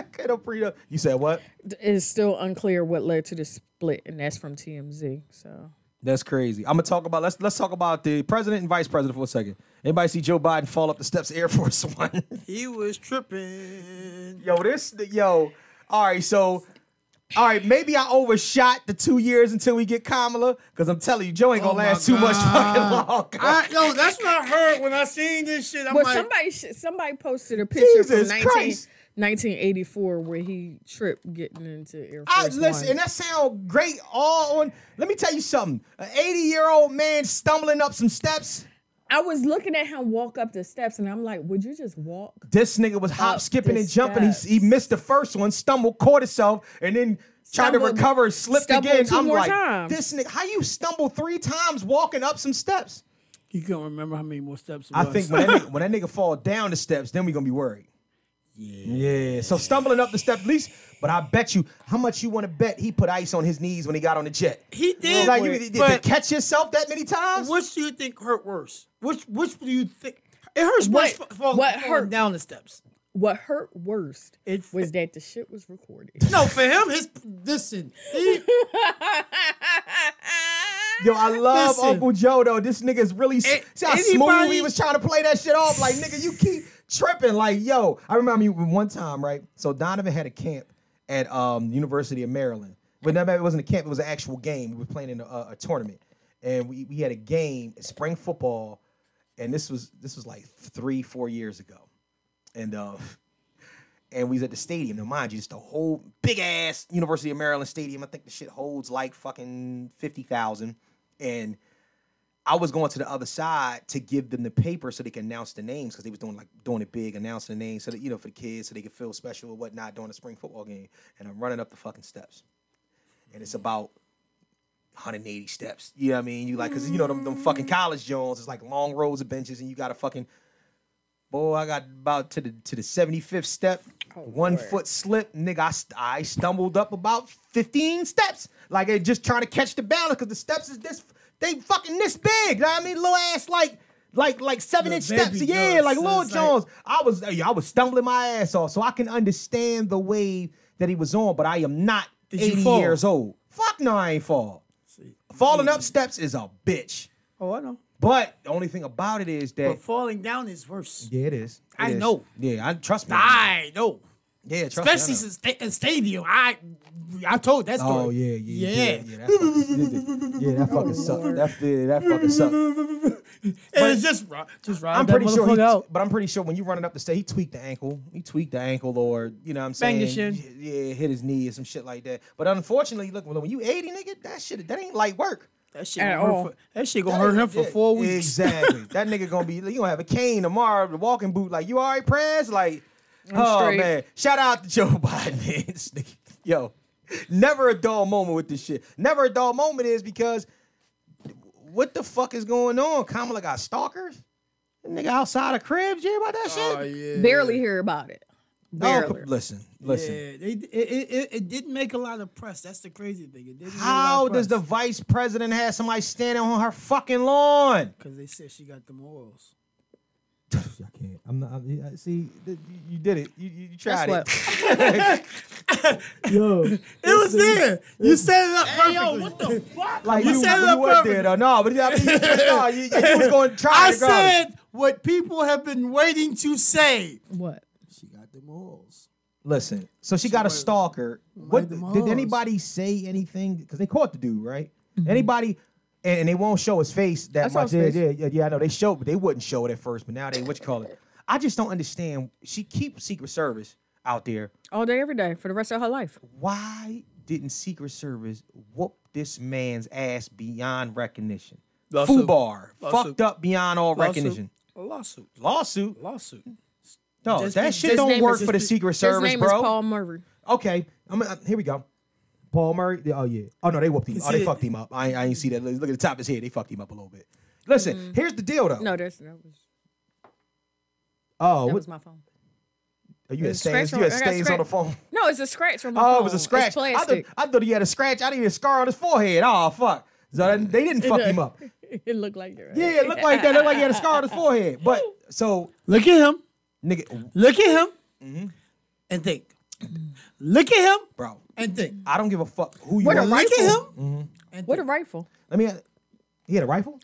Speaker 3: [LAUGHS] Ain't no prenup. You said what?
Speaker 2: It's still unclear what led to the split, and that's from TMZ. So
Speaker 3: That's crazy. I'm gonna talk about let's let's talk about the president and vice president for a second. Anybody see Joe Biden fall up the steps of Air Force [LAUGHS] One?
Speaker 8: He was tripping.
Speaker 3: yo, this yo. All right, so all right, maybe I overshot the two years until we get Kamala, because I'm telling you, Joe ain't gonna
Speaker 8: Oh my
Speaker 3: last too much fucking
Speaker 8: God.
Speaker 3: long.
Speaker 8: I, yo, that's what I heard when I seen this shit. I'm
Speaker 2: well,
Speaker 8: like,
Speaker 2: somebody sh- somebody posted a picture from
Speaker 3: Jesus
Speaker 2: 19,
Speaker 3: Christ.
Speaker 2: 1984 where he tripped getting into Air
Speaker 3: I,
Speaker 2: Force
Speaker 3: listen,
Speaker 2: One.
Speaker 3: and that sound great. All on. Let me tell you something. An 80 year old man stumbling up some steps.
Speaker 2: I was looking at him walk up the steps, and I'm like, "Would you just walk?"
Speaker 3: This nigga was hop,
Speaker 2: Up
Speaker 3: skipping,
Speaker 2: the
Speaker 3: and jumping. He,
Speaker 2: steps.
Speaker 3: he missed the first one, stumbled, caught himself, and then tried to
Speaker 2: Stumbled-
Speaker 3: recover, slipped
Speaker 2: stumbled
Speaker 3: again.
Speaker 2: two
Speaker 3: I'm
Speaker 2: more
Speaker 3: like,
Speaker 2: times.
Speaker 3: this nigga, how you stumble three times walking up some steps?
Speaker 4: You can't remember how many more steps. It
Speaker 3: I
Speaker 4: was.
Speaker 3: think when that, nigga, when that nigga fall down the steps, then we gonna be worried. Yeah. Yeah. So stumbling up the steps, at least. But I bet you, how much you want to bet he put ice on his knees when he got on the jet?
Speaker 8: he did.
Speaker 3: like you, did to
Speaker 8: but
Speaker 3: catch yourself that many times?
Speaker 8: which do you think hurt worse? Which which do you think it hurts
Speaker 2: What-
Speaker 8: worse? fa- fall-
Speaker 2: what
Speaker 8: falling
Speaker 2: hurt?
Speaker 8: down the steps?
Speaker 2: What hurt worst
Speaker 8: It's-
Speaker 2: [LAUGHS] was that the shit was
Speaker 3: [LAUGHS]
Speaker 2: recorded.
Speaker 8: No, for him, his listen. He,
Speaker 3: Yo, I love
Speaker 8: Listen.
Speaker 3: Uncle Joe though. This nigga's really s-
Speaker 8: A-
Speaker 3: see how smooth
Speaker 8: anybody-
Speaker 3: he was trying to play that shit off. Like nigga, you keep tripping. Like yo, I remember you one time right. So Donovan had a camp at um University of Maryland, but no, it wasn't a camp. It was an actual game. We were playing in a, a tournament, and we we had a game spring football, and this was this was like three four years ago, and uh. [LAUGHS] And we was at the stadium. Now, mind you, it's the whole big ass University of Maryland stadium. I think the shit holds like fucking fifty thousand. And I was going to the other side to give them the paper so they could announce the names because they was doing like doing it big, announcing the names so that you know for the kids so they could feel special or whatnot during the spring football game. And I'm running up the fucking steps, and it's about 180 steps. You know what I mean? You like because you know them, them fucking college Jones. It's like long rows of benches, and you got to fucking boy. I got about to the to the 75th step, one foot slip, nigga. I st- I stumbled up about 15 steps, like it just trying to catch the balance because the steps is this they fucking this big. You know what I mean? Little ass like. Like like seven inch
Speaker 8: baby
Speaker 3: steps, yeah.
Speaker 8: Jones,
Speaker 3: Like
Speaker 8: so
Speaker 3: Lil
Speaker 8: it's like-
Speaker 3: Jones, I was yeah, I was stumbling my ass off, so I can understand the wave that he was on. But I am not
Speaker 8: Did you
Speaker 3: eighty
Speaker 8: fall?
Speaker 3: years old. Fuck no, I ain't fall. Falling up steps is a bitch.
Speaker 8: oh, I know.
Speaker 3: But the only thing about it is that
Speaker 8: But falling down is worse.
Speaker 3: [LAUGHS] yeah, it is. It
Speaker 8: I
Speaker 3: is.
Speaker 8: know.
Speaker 3: Yeah, I trust me.
Speaker 8: I know.
Speaker 3: yeah, trust
Speaker 8: Especially
Speaker 3: me.
Speaker 8: since sta- in stadium, I I told that
Speaker 3: I know.
Speaker 8: story.
Speaker 3: Oh yeah, yeah, yeah,
Speaker 8: yeah.
Speaker 3: yeah. that fucking, yeah, that fucking sucked. That, yeah, that fucking sucked.
Speaker 8: And it's just ri- just ride
Speaker 3: I'm
Speaker 8: that
Speaker 3: pretty sure, he,
Speaker 8: motherfucker out.
Speaker 3: but I'm pretty sure when you running up the stage, he tweaked the ankle. He tweaked the ankle, or you know what I'm saying?
Speaker 8: Banged his shin.
Speaker 3: Yeah, hit his knee or some shit like that. But unfortunately, look, when you 80, nigga, that shit, that ain't light work.
Speaker 8: That shit
Speaker 2: At
Speaker 8: gonna hurt
Speaker 2: all.
Speaker 8: for- that shit gonna hurt him for
Speaker 3: Yeah,
Speaker 8: four weeks. [LAUGHS]
Speaker 3: Exactly. that nigga gonna be you gonna have a cane tomorrow, the walking boot. Like you all right, Prez? Like, oh
Speaker 2: straight.
Speaker 3: man, shout out to Joe [LAUGHS] Biden, [LAUGHS] man. This nigga- Yo, never a dull moment with this shit. Never a dull moment is because what the fuck is going on? Kamala got stalkers. That nigga outside of cribs. You hear about that shit?
Speaker 2: Barely hear about it.
Speaker 3: No,
Speaker 2: Oh, Barely.
Speaker 3: listen, listen.
Speaker 8: Yeah, they, it, it, it, it didn't make a lot of press. That's the crazy thing. It didn't
Speaker 3: How does the vice president have somebody standing on her fucking lawn?
Speaker 8: because they said she got the morals.
Speaker 3: I can't. I'm not. I'm, I- see, th- you- you did it. You, you you tried
Speaker 2: That's
Speaker 3: it.
Speaker 2: what.
Speaker 8: It was there. You set it up perfectly.
Speaker 3: [LAUGHS] [LAUGHS] Like
Speaker 8: You
Speaker 3: you, you,
Speaker 8: set it up
Speaker 3: went there
Speaker 8: perfect.
Speaker 3: though. No, but I mean, you, no, you, you was going to try.
Speaker 8: I
Speaker 3: it regardless.
Speaker 8: said what people have been waiting to say.
Speaker 2: What?
Speaker 8: She got the morals.
Speaker 3: Listen. So she got a stalker. What
Speaker 8: the
Speaker 3: did
Speaker 8: Mars.
Speaker 3: anybody say anything? Because they caught the dude, right? Anybody? And, and they won't show his face that
Speaker 2: saw
Speaker 3: much.
Speaker 2: his
Speaker 3: Yeah,
Speaker 2: face.
Speaker 3: yeah, yeah, yeah. I know they showed, but they wouldn't show it at first. But now they what you call it? I just don't understand. She keeps Secret Service out there.
Speaker 2: All day, every day, for the rest of her life.
Speaker 3: Why didn't Secret Service whoop this man's ass beyond recognition?
Speaker 8: Lawsuit.
Speaker 3: Fubar
Speaker 8: Lawsuit.
Speaker 3: fucked up beyond all recognition.
Speaker 8: A lawsuit.
Speaker 3: Lawsuit.
Speaker 8: Lawsuit.
Speaker 3: No,
Speaker 8: Just
Speaker 3: that
Speaker 8: be-
Speaker 3: shit
Speaker 8: his
Speaker 3: don't
Speaker 2: name
Speaker 3: work
Speaker 2: is-
Speaker 3: for the Secret
Speaker 2: His
Speaker 3: Service,
Speaker 2: name
Speaker 3: bro.
Speaker 2: is Paul Murray.
Speaker 3: Okay, I'm, uh, here we go. Paul Murray. Oh yeah. Oh no, they whooped him. Oh, they
Speaker 8: See-
Speaker 3: fucked him up. I, I ain't see that. Look at the top of his head. They fucked him up a little bit. Listen,
Speaker 2: Mm-hmm.
Speaker 3: here's the deal though.
Speaker 2: No, that's that was,
Speaker 3: oh,
Speaker 2: that
Speaker 3: what-
Speaker 2: was my phone.
Speaker 3: Oh, you had
Speaker 2: It's
Speaker 3: stains.
Speaker 2: scratch
Speaker 3: You had
Speaker 2: on- I got
Speaker 3: stains on the
Speaker 2: scratch-
Speaker 3: phone.
Speaker 2: No, it's a scratch from my
Speaker 3: Oh,
Speaker 2: phone.
Speaker 3: it was a scratch.
Speaker 2: It's
Speaker 3: I
Speaker 2: plastic.
Speaker 3: thought, I thought he had a scratch. I didn't even scar on his forehead. Oh fuck! So that- they didn't fuck him up.
Speaker 2: [LAUGHS] it looked like that. Right?
Speaker 3: Yeah, it looked like that. It looked like he had a scar on his forehead. But so
Speaker 4: Look at him.
Speaker 3: nigga,
Speaker 4: Look at him. Mm-hmm. And think. Look at him
Speaker 3: bro,
Speaker 4: and think.
Speaker 3: I don't give a fuck who you
Speaker 2: What a
Speaker 3: are.
Speaker 4: Look at him.
Speaker 2: rifle. What a rifle.
Speaker 3: Let me. He had a rifle.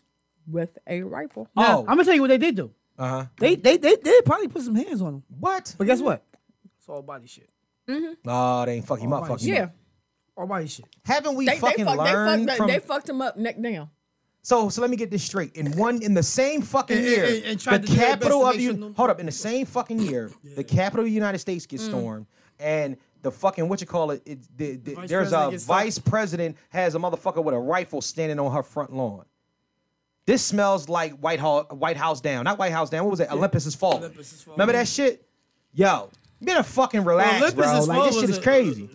Speaker 2: With a rifle.
Speaker 3: Oh.
Speaker 4: Now, I'm gonna tell you what they did do.
Speaker 3: Uh huh.
Speaker 4: They they they they probably put some hands on him.
Speaker 3: What?
Speaker 4: But guess what? Mm-hmm. It's all body shit.
Speaker 3: No, they ain't fuck him up. Fuck him
Speaker 2: Oh, Yeah.
Speaker 3: up.
Speaker 4: All body shit.
Speaker 3: Haven't we
Speaker 2: They, they,
Speaker 3: fucking
Speaker 2: fucked, they,
Speaker 3: learned
Speaker 2: fucked,
Speaker 3: from?
Speaker 2: they fucked him up neck down.
Speaker 3: So so let me get this straight. In one in the same fucking
Speaker 4: And-
Speaker 3: year,
Speaker 4: and- and tried
Speaker 3: the
Speaker 4: to do their
Speaker 3: capital
Speaker 4: best
Speaker 3: of the
Speaker 4: to make sure
Speaker 3: Un-
Speaker 4: no- Mm.
Speaker 3: hold up in the same fucking year, the capital of the United States gets stormed, and the fucking what you call it? it the, the-
Speaker 4: vice
Speaker 3: there's
Speaker 4: president
Speaker 3: a
Speaker 4: gets
Speaker 3: vice president has a motherfucker with a rifle standing on her front lawn. This smells like White House, White House down, not White House down. What was it? Olympus is falling.
Speaker 4: Olympus Is Falling.
Speaker 3: Remember that shit? Yo, better fucking relax,
Speaker 4: Olympus
Speaker 3: bro.
Speaker 4: Is
Speaker 3: Like this
Speaker 4: Falling
Speaker 3: shit
Speaker 4: was
Speaker 3: is
Speaker 4: a-
Speaker 3: crazy.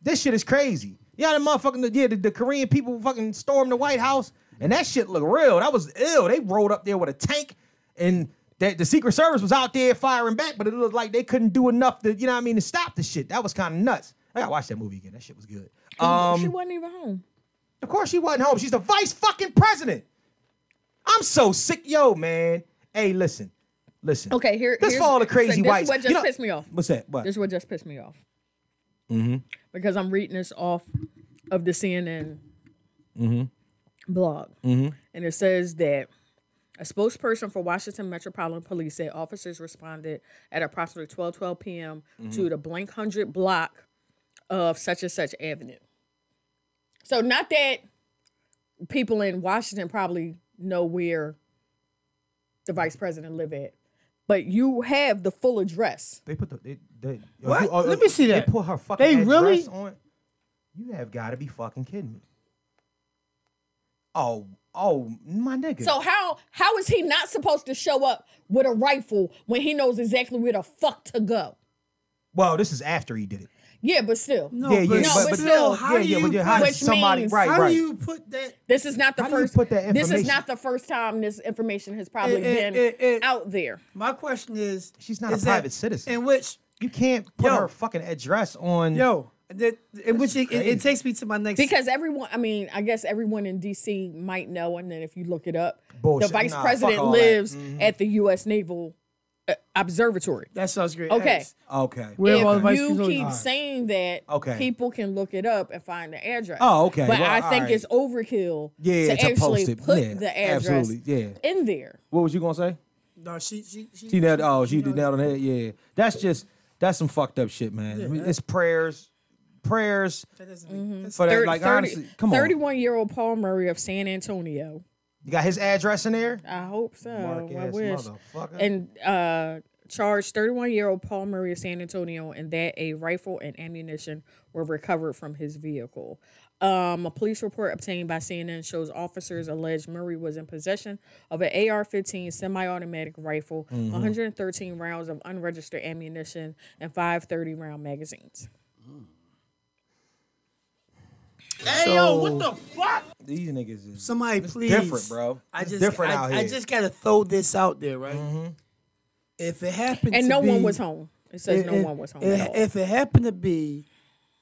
Speaker 3: This shit is crazy. Yeah, the motherfucking yeah, the, the Korean people fucking stormed the White House, and that shit looked real. That was ill. They rolled up there with a tank, and that the Secret Service was out there firing back, but it looked like they couldn't do enough to you know what I mean to stop the shit. That was kind of nuts. I gotta watch that movie again. That shit was good.
Speaker 2: she
Speaker 3: Um,
Speaker 2: wasn't even home.
Speaker 3: of course she wasn't home. She's the vice fucking president. I'm so sick, yo, man. Hey, listen, listen.
Speaker 2: Okay, here.
Speaker 3: This
Speaker 2: here's,
Speaker 3: for all the crazy
Speaker 2: so this
Speaker 3: whites.
Speaker 2: is what just
Speaker 3: You know-
Speaker 2: pissed me off.
Speaker 3: What's that? What?
Speaker 2: This is what just pissed me off. Mm-hmm. Because I'm reading this off of the CNN blog, and it says that a spokesperson for Washington Metropolitan Police said officers responded at approximately 12:12 p.m. to the blank hundred block of such and such avenue. So not that people in Washington probably know where the vice president live at, but you have the full address.
Speaker 3: They put the they, they, oh,
Speaker 4: What? Let me see that.
Speaker 3: They put her fucking
Speaker 4: They
Speaker 3: address
Speaker 4: really-
Speaker 3: on. You have got to be fucking kidding me. Oh, oh, my nigga.
Speaker 2: So how how is he not supposed to show up with a rifle when he knows exactly where the fuck to go?
Speaker 3: well, this is after he did it.
Speaker 2: Yeah, but still,
Speaker 4: No,
Speaker 3: yeah, yeah,
Speaker 4: but,
Speaker 2: No,
Speaker 3: but,
Speaker 2: but
Speaker 3: but
Speaker 2: still,
Speaker 4: how
Speaker 3: yeah,
Speaker 4: do
Speaker 3: yeah, but
Speaker 4: you
Speaker 3: yeah, how
Speaker 2: put-
Speaker 3: does somebody
Speaker 2: means-
Speaker 3: right,
Speaker 4: How
Speaker 3: right.
Speaker 4: do you put that?
Speaker 2: this is not the
Speaker 3: How do you
Speaker 2: first.
Speaker 3: put that
Speaker 2: this is
Speaker 3: information-
Speaker 2: not the first time this information has probably
Speaker 4: Eh, eh,
Speaker 2: been
Speaker 4: eh, eh.
Speaker 2: out there.
Speaker 4: My question is,
Speaker 3: She's not a
Speaker 4: is
Speaker 3: private
Speaker 4: that
Speaker 3: citizen.
Speaker 4: In which
Speaker 3: you can't put
Speaker 4: Yo.
Speaker 3: her fucking address on.
Speaker 4: yo, that, in which it, it,
Speaker 3: crazy.
Speaker 4: it takes me to my next.
Speaker 2: Because everyone, I mean, I guess everyone in D.C. might know, and then if you look it up,
Speaker 3: Bullshit.
Speaker 2: the vice
Speaker 3: Nah, fuck
Speaker 2: president
Speaker 3: all that. Mm-hmm.
Speaker 2: lives at the U.S. Naval uh, Observatory.
Speaker 4: that sounds great.
Speaker 2: Okay.
Speaker 4: Ask.
Speaker 3: Okay.
Speaker 4: Where all the
Speaker 2: if
Speaker 4: vice
Speaker 2: you
Speaker 4: presidents-
Speaker 2: keep
Speaker 4: All right.
Speaker 2: saying that,
Speaker 3: Okay.
Speaker 2: people can look it up and find the address.
Speaker 3: Oh, okay.
Speaker 2: But
Speaker 3: Well,
Speaker 2: I
Speaker 3: all
Speaker 2: think
Speaker 3: right.
Speaker 2: it's overkill
Speaker 3: Yeah,
Speaker 2: to,
Speaker 3: to post
Speaker 2: actually
Speaker 3: it.
Speaker 2: put
Speaker 3: Yeah,
Speaker 2: the address
Speaker 3: absolutely, yeah.
Speaker 2: in there.
Speaker 3: What was you gonna say?
Speaker 4: No, she she she.
Speaker 3: She nailed. Oh, she did nailed on the head. Yeah, that's just that's some fucked up shit, man. I mean, it's prayers, prayers
Speaker 4: That doesn't make- that's-
Speaker 3: for that.
Speaker 2: Thir-
Speaker 3: Like
Speaker 2: 30
Speaker 3: honestly, come on.
Speaker 2: 31 year old Paul Murray of San Antonio.
Speaker 3: You got his address in there.
Speaker 2: I hope so. I
Speaker 3: Mark-ass
Speaker 2: wish.
Speaker 3: motherfucker.
Speaker 2: And uh, charged 31 year old Paul Murray of San Antonio and that a rifle and ammunition were recovered from his vehicle. Um, a police report obtained by CNN shows officers alleged Murray was in possession of an AR 15 semi automatic rifle, 113 rounds of unregistered ammunition, and five 30 round magazines.
Speaker 4: Hey yo, what the fuck?
Speaker 3: These niggas is
Speaker 4: Somebody please.
Speaker 3: different, bro.
Speaker 4: I
Speaker 3: It's
Speaker 4: just
Speaker 3: different
Speaker 4: I,
Speaker 3: out
Speaker 4: I
Speaker 3: here. Mm-hmm.
Speaker 4: just gotta throw this out there, right? If it happened,
Speaker 2: And
Speaker 4: to
Speaker 2: no
Speaker 4: be,
Speaker 2: one was home. It says
Speaker 4: i-
Speaker 2: no
Speaker 4: i-
Speaker 2: one was home
Speaker 4: i-
Speaker 2: at all.
Speaker 4: If it happened to be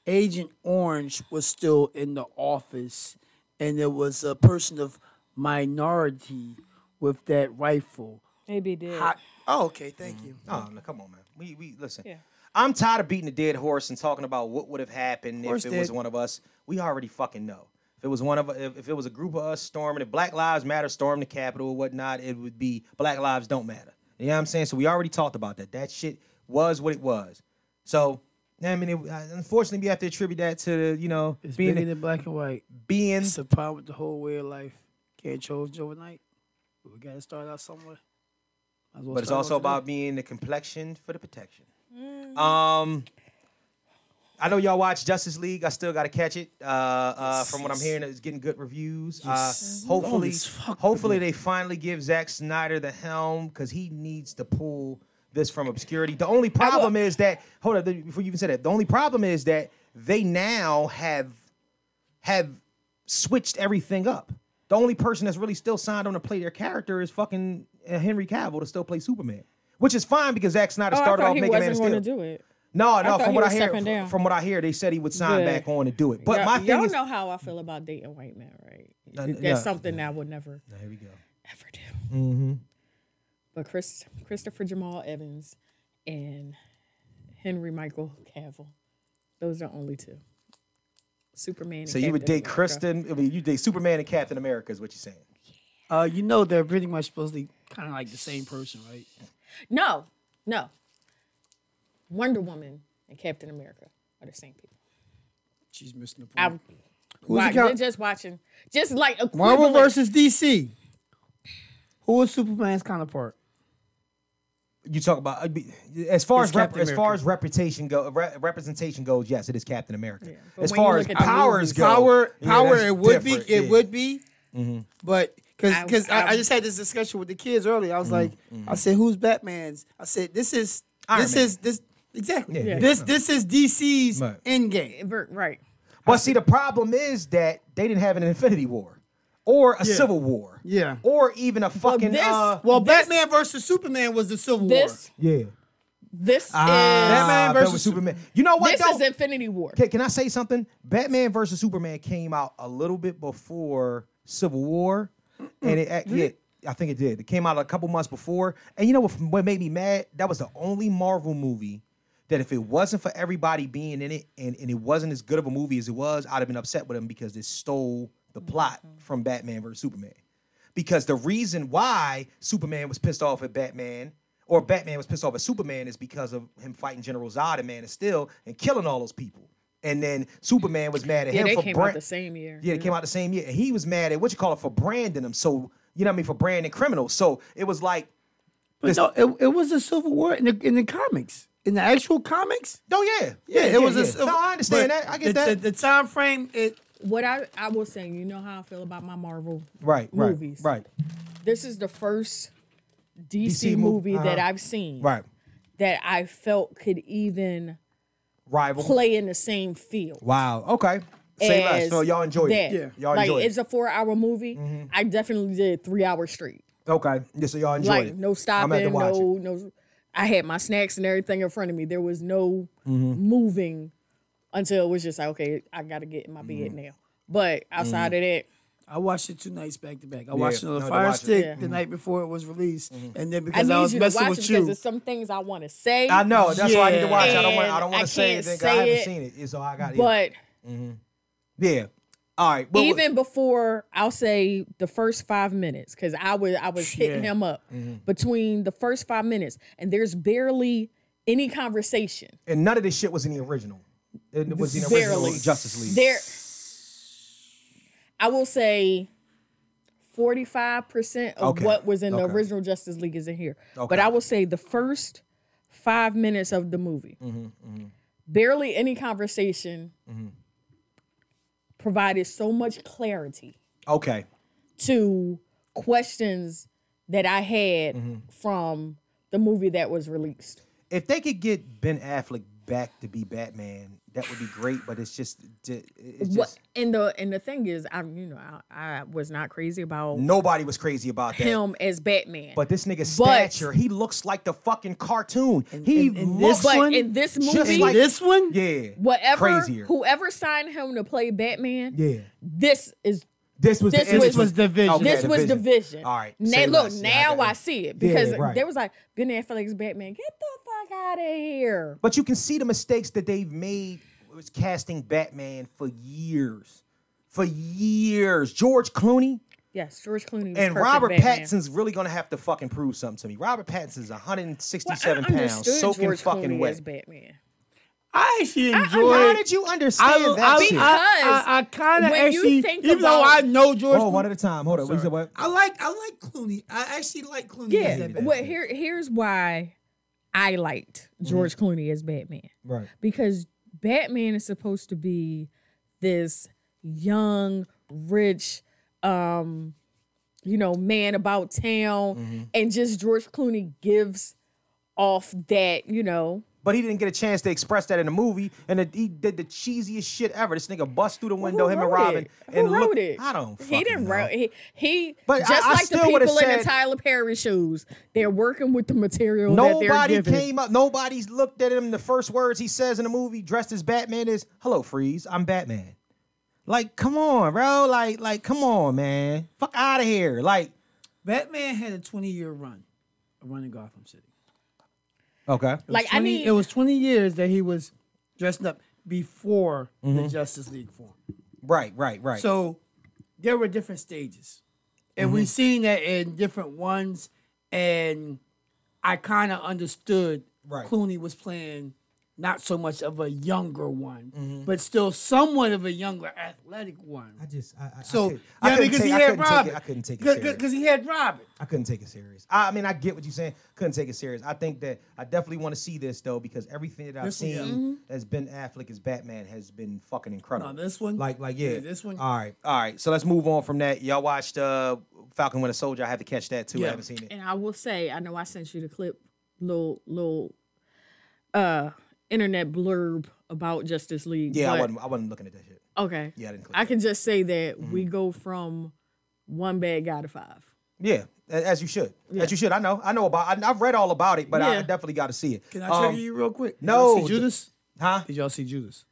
Speaker 4: Agent Orange was still in the office and there was a person of minority with that rifle.
Speaker 2: Maybe did.
Speaker 4: I, oh, okay, thank you.
Speaker 3: Oh, no, come on, man. We we listen.
Speaker 2: Yeah.
Speaker 3: I'm tired of beating a dead horse and talking about what would have happened
Speaker 4: Horse
Speaker 3: if it was
Speaker 4: dead.
Speaker 3: one of us. We already fucking know. If it was one of if, if it was a group of us storming, if Black Lives Matter stormed the Capitol or whatnot, it would be Black Lives Don't Matter. You know what I'm saying? So we already talked about that. That shit was what it was. So I mean, it, unfortunately, we have to attribute that to you know
Speaker 4: It's
Speaker 3: being
Speaker 4: bigger than black and white.
Speaker 3: being
Speaker 4: It's a problem with the whole way of life. Can't change overnight. But we gotta start out somewhere. Might as well
Speaker 3: but it's
Speaker 4: start out
Speaker 3: also
Speaker 4: today.
Speaker 3: about being the complexion for the protection. Um, I know y'all watch Justice League. I still gotta catch it. Uh, uh, from what I'm hearing, it's getting good reviews. Uh, hopefully,
Speaker 4: Long as fuck,
Speaker 3: hopefully they finally give Zack Snyder the helm because he needs to pull this from obscurity. The only problem is that hold up th- before you even say that. The only problem is that they now have have switched everything up. The only person that's really still signed on to play their character is fucking uh, Henry Cavill to still play Superman, which is fine because Zack Snyder
Speaker 2: Oh, I
Speaker 3: started
Speaker 2: thought
Speaker 3: off
Speaker 2: he
Speaker 3: Mega Man
Speaker 2: wasn't
Speaker 3: of
Speaker 2: going to
Speaker 3: Steel.
Speaker 2: do it.
Speaker 3: No,
Speaker 2: I
Speaker 3: no.
Speaker 2: thought
Speaker 3: From
Speaker 2: he
Speaker 3: what I
Speaker 2: was
Speaker 3: hear,
Speaker 2: stepping down.
Speaker 3: from, what I hear, they said he would sign
Speaker 2: Good.
Speaker 3: back on to do it. But
Speaker 2: y'all,
Speaker 3: my
Speaker 2: y'all
Speaker 3: thing is,
Speaker 2: know how I feel about dating white men, right?
Speaker 3: Uh,
Speaker 2: That's
Speaker 3: yeah. Mm-hmm.
Speaker 2: something I would never,
Speaker 3: Now, here we go.
Speaker 2: ever do. But Chris, Christopher Jamal Evans and Henry Michael Cavill, those are only two. Superman. and
Speaker 3: So you would
Speaker 2: Captain
Speaker 3: date
Speaker 2: America.
Speaker 3: Kristen? I mean, you date Superman and Captain America is what you're saying.
Speaker 4: Uh, you know they're pretty much supposed to be kind of like the same person, right?
Speaker 2: No, no. Wonder Woman and Captain America are the same people.
Speaker 4: She's missing the
Speaker 3: Hmm.
Speaker 4: point.
Speaker 2: I'm
Speaker 6: the
Speaker 2: watch,
Speaker 6: cap-
Speaker 2: just watching, just like
Speaker 4: Marvel
Speaker 2: equivalent.
Speaker 4: versus DC. Who was Superman's counterpart?
Speaker 3: You talk about I'd be- as far
Speaker 4: It's
Speaker 3: as rep,
Speaker 4: Captain
Speaker 3: as far as reputation go re- representation goes. Yes, it is Captain America.
Speaker 2: but
Speaker 3: As
Speaker 2: when you
Speaker 3: far as
Speaker 2: look at the
Speaker 3: powers
Speaker 2: movies-
Speaker 3: go,
Speaker 4: Power,
Speaker 3: yeah,
Speaker 4: power.
Speaker 3: that's
Speaker 4: it
Speaker 3: different,
Speaker 4: would be, it
Speaker 3: yeah. Mm-hmm.
Speaker 4: would be, but because
Speaker 2: I-
Speaker 4: because I, I
Speaker 2: I'm-
Speaker 4: just had this discussion with the kids earlier. I
Speaker 3: Mm-hmm.
Speaker 4: was like, I said, who's Batman's? I said, this is
Speaker 3: Iron
Speaker 4: this
Speaker 3: Man.
Speaker 4: is this exactly
Speaker 3: Yeah, yeah.
Speaker 4: this this is DC's
Speaker 3: Right.
Speaker 4: Endgame.
Speaker 2: Ver- right.
Speaker 3: But see, the problem is that they didn't have an Infinity War, or a Civil War,
Speaker 4: Yeah.
Speaker 3: or even a fucking
Speaker 2: this-
Speaker 3: uh,
Speaker 4: Well, Batman versus Superman was the Civil
Speaker 2: This,
Speaker 3: yeah.
Speaker 2: this is
Speaker 3: Batman
Speaker 4: versus
Speaker 3: Ah, versus Superman. You know what?
Speaker 2: this
Speaker 3: though?
Speaker 2: is Infinity War.
Speaker 3: Can, can I say something? Batman versus Superman came out a little bit before Civil War, and it act- yeah, I think it did. It came out a couple months before, and you know what? What made me mad? That was the only Marvel movie that if it wasn't for everybody being in it, and, and it wasn't as good of a movie as it was, I'd have been upset with him because it stole the plot from Batman versus Superman. Because the reason why Superman was pissed off at Batman or Batman was pissed off at Superman is because of him fighting General Zod and Man of Steel and killing all those people. And then Superman was mad at
Speaker 2: Yeah,
Speaker 3: him
Speaker 2: they
Speaker 3: for
Speaker 2: came out
Speaker 3: bran-
Speaker 2: the same year.
Speaker 3: Yeah, they came out the same year. And he was mad at what you call it for branding them. So you know what I mean for branding criminals. So it was like,
Speaker 4: But no, it, it was a Civil War in the in the comics, in the actual comics.
Speaker 3: oh yeah,
Speaker 4: Yeah, it was a
Speaker 3: yeah.
Speaker 4: Civil.
Speaker 3: No, I understand
Speaker 4: but
Speaker 3: that. I get
Speaker 4: the,
Speaker 3: that.
Speaker 4: The, the time frame, it
Speaker 2: What I I will say, you know how I feel about my Marvel
Speaker 3: right, right,
Speaker 2: movies.
Speaker 3: right,
Speaker 2: This is the first DC,
Speaker 3: DC mo-
Speaker 2: movie that
Speaker 3: uh-huh.
Speaker 2: I've seen
Speaker 3: right.
Speaker 2: that I felt could even
Speaker 3: Rival.
Speaker 2: play in the same field.
Speaker 3: Wow. Okay. Say less.
Speaker 2: as
Speaker 3: So y'all enjoyed
Speaker 2: that.
Speaker 3: it. Mm-hmm. Y'all
Speaker 2: like
Speaker 3: enjoyed
Speaker 2: it's a four hour movie. I definitely did three hours straight.
Speaker 3: it. Okay. Yeah, so y'all enjoyed
Speaker 2: like
Speaker 3: it.
Speaker 2: no
Speaker 3: I'm gonna have to
Speaker 2: stopping,
Speaker 3: watch
Speaker 2: no no. I had my snacks and everything in front of me. There was no
Speaker 3: Mm-hmm.
Speaker 2: moving until it was just like, okay, I gotta get in my
Speaker 3: Mm-hmm.
Speaker 2: bed now. But outside of that,
Speaker 4: I watched it two nights back to back. I watched it on
Speaker 3: no,
Speaker 4: the
Speaker 3: to
Speaker 4: Fire
Speaker 3: watch it. Mm-hmm.
Speaker 4: Stick the night before it was released, and then
Speaker 2: I
Speaker 4: because
Speaker 2: need
Speaker 4: I, was
Speaker 2: you to
Speaker 4: messing
Speaker 2: watch it
Speaker 4: with
Speaker 2: because
Speaker 4: you,
Speaker 2: there's some things I want to say.
Speaker 3: I know. That's why I need to
Speaker 4: Yeah.
Speaker 3: watch. I don't want. I
Speaker 2: And
Speaker 3: don't
Speaker 2: I
Speaker 3: want to say
Speaker 2: can't
Speaker 3: it.
Speaker 2: say
Speaker 3: I haven't
Speaker 2: it.
Speaker 3: seen it. and So I got. yeah.
Speaker 2: But
Speaker 3: yeah. All right. Well,
Speaker 2: even before I'll say the first five minutes, because I was I was hitting him up
Speaker 4: Mm-hmm.
Speaker 2: between the first five minutes, and there's barely any conversation.
Speaker 3: and none of this shit was in the original. It was in the original
Speaker 2: Barely.
Speaker 3: Justice League.
Speaker 2: There, I will say, forty five percent of
Speaker 3: Okay.
Speaker 2: what was in the
Speaker 3: Okay.
Speaker 2: original Justice League is in here. But
Speaker 3: Okay.
Speaker 2: I will say the first five minutes of the movie,
Speaker 3: Mm-hmm,
Speaker 2: barely any conversation, provided so much clarity
Speaker 3: okay.
Speaker 2: to questions that I had
Speaker 3: Mm-hmm.
Speaker 2: from the movie that was released.
Speaker 3: If they could get Ben Affleck back to be Batman, that would be great. But it's just, it's just
Speaker 2: What and the and the thing is, I you know I, I was not crazy about
Speaker 3: nobody was crazy about that.
Speaker 2: him as Batman.
Speaker 3: But this nigga's
Speaker 2: But-
Speaker 3: stature, he looks like the fucking cartoon. he
Speaker 4: and- and
Speaker 3: looks
Speaker 4: this
Speaker 2: but
Speaker 4: one-
Speaker 2: in this
Speaker 3: just
Speaker 2: movie,
Speaker 3: like-
Speaker 4: this one,
Speaker 3: yeah,
Speaker 2: whatever
Speaker 3: crazier.
Speaker 2: whoever signed him to play Batman,
Speaker 3: yeah,
Speaker 2: this is
Speaker 3: this was
Speaker 2: This
Speaker 3: the
Speaker 2: was-
Speaker 4: was Division.
Speaker 3: Okay,
Speaker 2: this was division.
Speaker 3: All right,
Speaker 2: now,
Speaker 3: say
Speaker 2: look
Speaker 3: less. Yeah,
Speaker 2: now
Speaker 3: got
Speaker 2: I,
Speaker 3: it.
Speaker 2: see it because
Speaker 3: right.
Speaker 2: there was like Ben Affleck's Batman. Get the fuck out of here.
Speaker 3: But you can see the mistakes that they've made was casting Batman for years. For years. George Clooney
Speaker 2: Yes, George Clooney was
Speaker 3: and
Speaker 2: perfect
Speaker 3: Robert
Speaker 2: Batman.
Speaker 3: Pattinson's really gonna have to fucking prove something to me. Robert Pattinson's
Speaker 2: Well,
Speaker 3: 167
Speaker 2: I understood
Speaker 3: pounds, soaking
Speaker 2: George
Speaker 3: fucking
Speaker 2: Clooney
Speaker 3: wet.
Speaker 2: as Batman.
Speaker 4: I actually
Speaker 3: How
Speaker 4: enjoyed.
Speaker 3: did you
Speaker 4: I,
Speaker 3: understand that
Speaker 4: I,
Speaker 3: shit?
Speaker 4: I, I, I kind of
Speaker 2: when you
Speaker 4: actually,
Speaker 2: think
Speaker 4: even though
Speaker 2: about-
Speaker 4: I know George,
Speaker 3: oh, one at a time. Hold on. What you said, what?
Speaker 8: I like I like Clooney. I actually like Clooney. as
Speaker 2: Yeah.
Speaker 8: that Batman.
Speaker 2: Well, here here's why I liked George
Speaker 3: Mm-hmm.
Speaker 2: Clooney as Batman.
Speaker 3: Right.
Speaker 2: Because Batman is supposed to be this young, rich, um, you know, man
Speaker 3: Mm-hmm.
Speaker 2: about town. And just George Clooney gives off that, you know,
Speaker 3: But he didn't get a chance to express that in the movie, and it, he did the cheesiest shit ever. This nigga bust through the window, him and
Speaker 2: wrote
Speaker 3: Robin,
Speaker 2: it?
Speaker 3: and
Speaker 2: Who
Speaker 3: look-
Speaker 2: wrote it?
Speaker 3: I don't.
Speaker 2: He didn't
Speaker 3: know.
Speaker 2: wrote. He he.
Speaker 3: But I-
Speaker 2: just
Speaker 3: I
Speaker 2: like
Speaker 3: still
Speaker 2: the
Speaker 3: would've
Speaker 2: people in
Speaker 3: said-
Speaker 2: the Tyler Perry shoes, they're working with the material that
Speaker 3: Nobody
Speaker 2: they're given.
Speaker 3: came up. Nobody's looked at him. The first words he says in the movie, dressed as Batman, is "Hello, Freeze. I'm Batman." Like, come on, bro. Like, like, come on, man. Fuck out of here. Like,
Speaker 4: Batman had a 20 year run, a run in Gotham City.
Speaker 3: okay,
Speaker 4: It was
Speaker 2: Like, I
Speaker 4: 20
Speaker 2: need-
Speaker 4: it was 20 years that he was dressed up before
Speaker 3: Mm-hmm.
Speaker 4: the Justice League formed.
Speaker 3: right, right, right.
Speaker 4: So there were different stages. And
Speaker 3: Mm-hmm.
Speaker 4: we've seen that in different ones. And I kind of understood
Speaker 3: Right.
Speaker 4: Clooney was playing not so much of a younger one, but still somewhat of a younger athletic one.
Speaker 3: Mm-hmm. I just, I, I,
Speaker 4: so,
Speaker 3: I, could,
Speaker 4: yeah,
Speaker 3: I couldn't
Speaker 4: because
Speaker 3: take,
Speaker 4: he
Speaker 3: I
Speaker 4: had
Speaker 3: couldn't take
Speaker 4: Robin.
Speaker 3: it. I couldn't take it. serious.
Speaker 4: Because he had Robin.
Speaker 3: I couldn't take it serious. I, I mean, I get what you're saying. Couldn't take it serious. I think that I definitely want to see this though because everything that I've
Speaker 4: This one,
Speaker 3: seen
Speaker 4: yeah. Mm-hmm.
Speaker 3: that's Ben Affleck as Batman has been fucking incredible.
Speaker 4: No, this one-
Speaker 3: like, like, yeah.
Speaker 4: yeah, this one-
Speaker 3: All right, all right. So let's move on from that. Y'all watched uh, Falcon Winter Soldier. I have to catch that too. I
Speaker 4: Yeah.
Speaker 3: haven't seen it.
Speaker 2: And I will say, I know I sent you the clip, little little uh internet blurb about Justice League.
Speaker 3: Yeah, I
Speaker 2: but-
Speaker 3: wasn't. I wasn't looking at that shit.
Speaker 2: Okay.
Speaker 3: Yeah, I didn't click. that.
Speaker 2: I
Speaker 3: Mm-hmm.
Speaker 2: can just say that we go from one bad guy to five.
Speaker 3: Yeah, a- as you should. As you should. I know. I know about. I, I've read all about it, but I
Speaker 2: Yeah.
Speaker 3: definitely got to see it.
Speaker 4: Can I trigger
Speaker 3: Um,
Speaker 4: you real quick? Did
Speaker 3: no,
Speaker 4: y'all see
Speaker 3: the-
Speaker 4: Judas?
Speaker 3: Huh?
Speaker 4: Did y'all see Judas?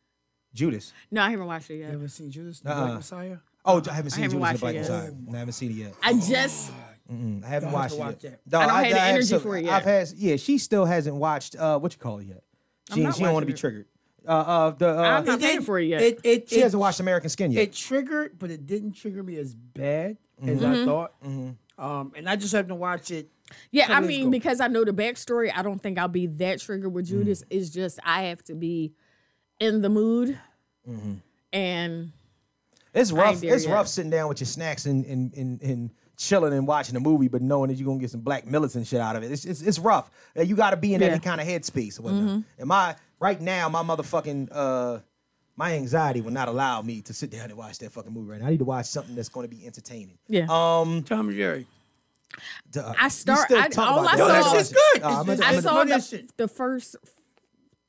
Speaker 3: Judas.
Speaker 2: No, I haven't watched it yet.
Speaker 4: You ever seen Judas? The Black Messiah?
Speaker 3: Oh, I haven't seen Judas
Speaker 2: haven't
Speaker 3: in the
Speaker 2: watched
Speaker 3: Black
Speaker 2: it yet.
Speaker 3: Messiah. I haven't seen it yet. Mm,
Speaker 2: I
Speaker 3: Oh,
Speaker 2: just
Speaker 3: I haven't
Speaker 4: Don't have
Speaker 3: watched
Speaker 4: to
Speaker 3: it.
Speaker 4: watch
Speaker 3: Yet.
Speaker 4: that.
Speaker 3: No,
Speaker 2: I don't have the
Speaker 3: have
Speaker 2: energy
Speaker 3: some-
Speaker 2: for it
Speaker 3: I've
Speaker 2: yet.
Speaker 3: had, yeah, she still hasn't watched. Uh, what you call it yet? She,
Speaker 2: not
Speaker 3: she don't want to
Speaker 2: watching
Speaker 3: be
Speaker 2: it.
Speaker 3: triggered. Uh, uh, the uh,
Speaker 2: I'm not paying for it yet.
Speaker 4: It, it,
Speaker 3: she
Speaker 4: it,
Speaker 3: hasn't watched American Skin yet.
Speaker 4: it triggered, but it didn't trigger me as bad as I thought. Um, and I just happened to watch it.
Speaker 2: yeah, I
Speaker 4: let's
Speaker 2: mean,
Speaker 4: go.
Speaker 2: because I know the backstory, I don't think I'll be that triggered with
Speaker 3: Mm-hmm.
Speaker 2: Judas. It's just I have to be in the mood.
Speaker 3: Mm-hmm.
Speaker 2: And
Speaker 3: it's rough.
Speaker 2: there
Speaker 3: It's
Speaker 2: yet.
Speaker 3: rough sitting down with your snacks and and and, and chilling and watching a movie, but knowing that you're gonna get some black militant shit out of it. It's it's, it's rough. Uh, you got to be in
Speaker 2: Yeah. Mm-hmm.
Speaker 3: every kind of headspace. Or whatnot. And my right now, my motherfucking. Uh, my anxiety will not allow me to sit down and watch that fucking movie right now. I need to watch something that's going to be entertaining.
Speaker 2: yeah.
Speaker 4: Tom and Jerry.
Speaker 3: Um, Duh.
Speaker 2: I
Speaker 3: You
Speaker 2: start-
Speaker 3: still
Speaker 2: I-
Speaker 3: talk
Speaker 2: all
Speaker 3: about
Speaker 2: I
Speaker 3: that.
Speaker 2: saw-
Speaker 3: Don't
Speaker 2: That shit's
Speaker 3: watch it.
Speaker 4: good.
Speaker 3: Uh, I'm
Speaker 4: It's-
Speaker 3: gonna-
Speaker 4: it's-
Speaker 3: I'm
Speaker 2: I
Speaker 3: gonna-
Speaker 4: the
Speaker 2: saw the,
Speaker 4: funniest shit.
Speaker 2: the first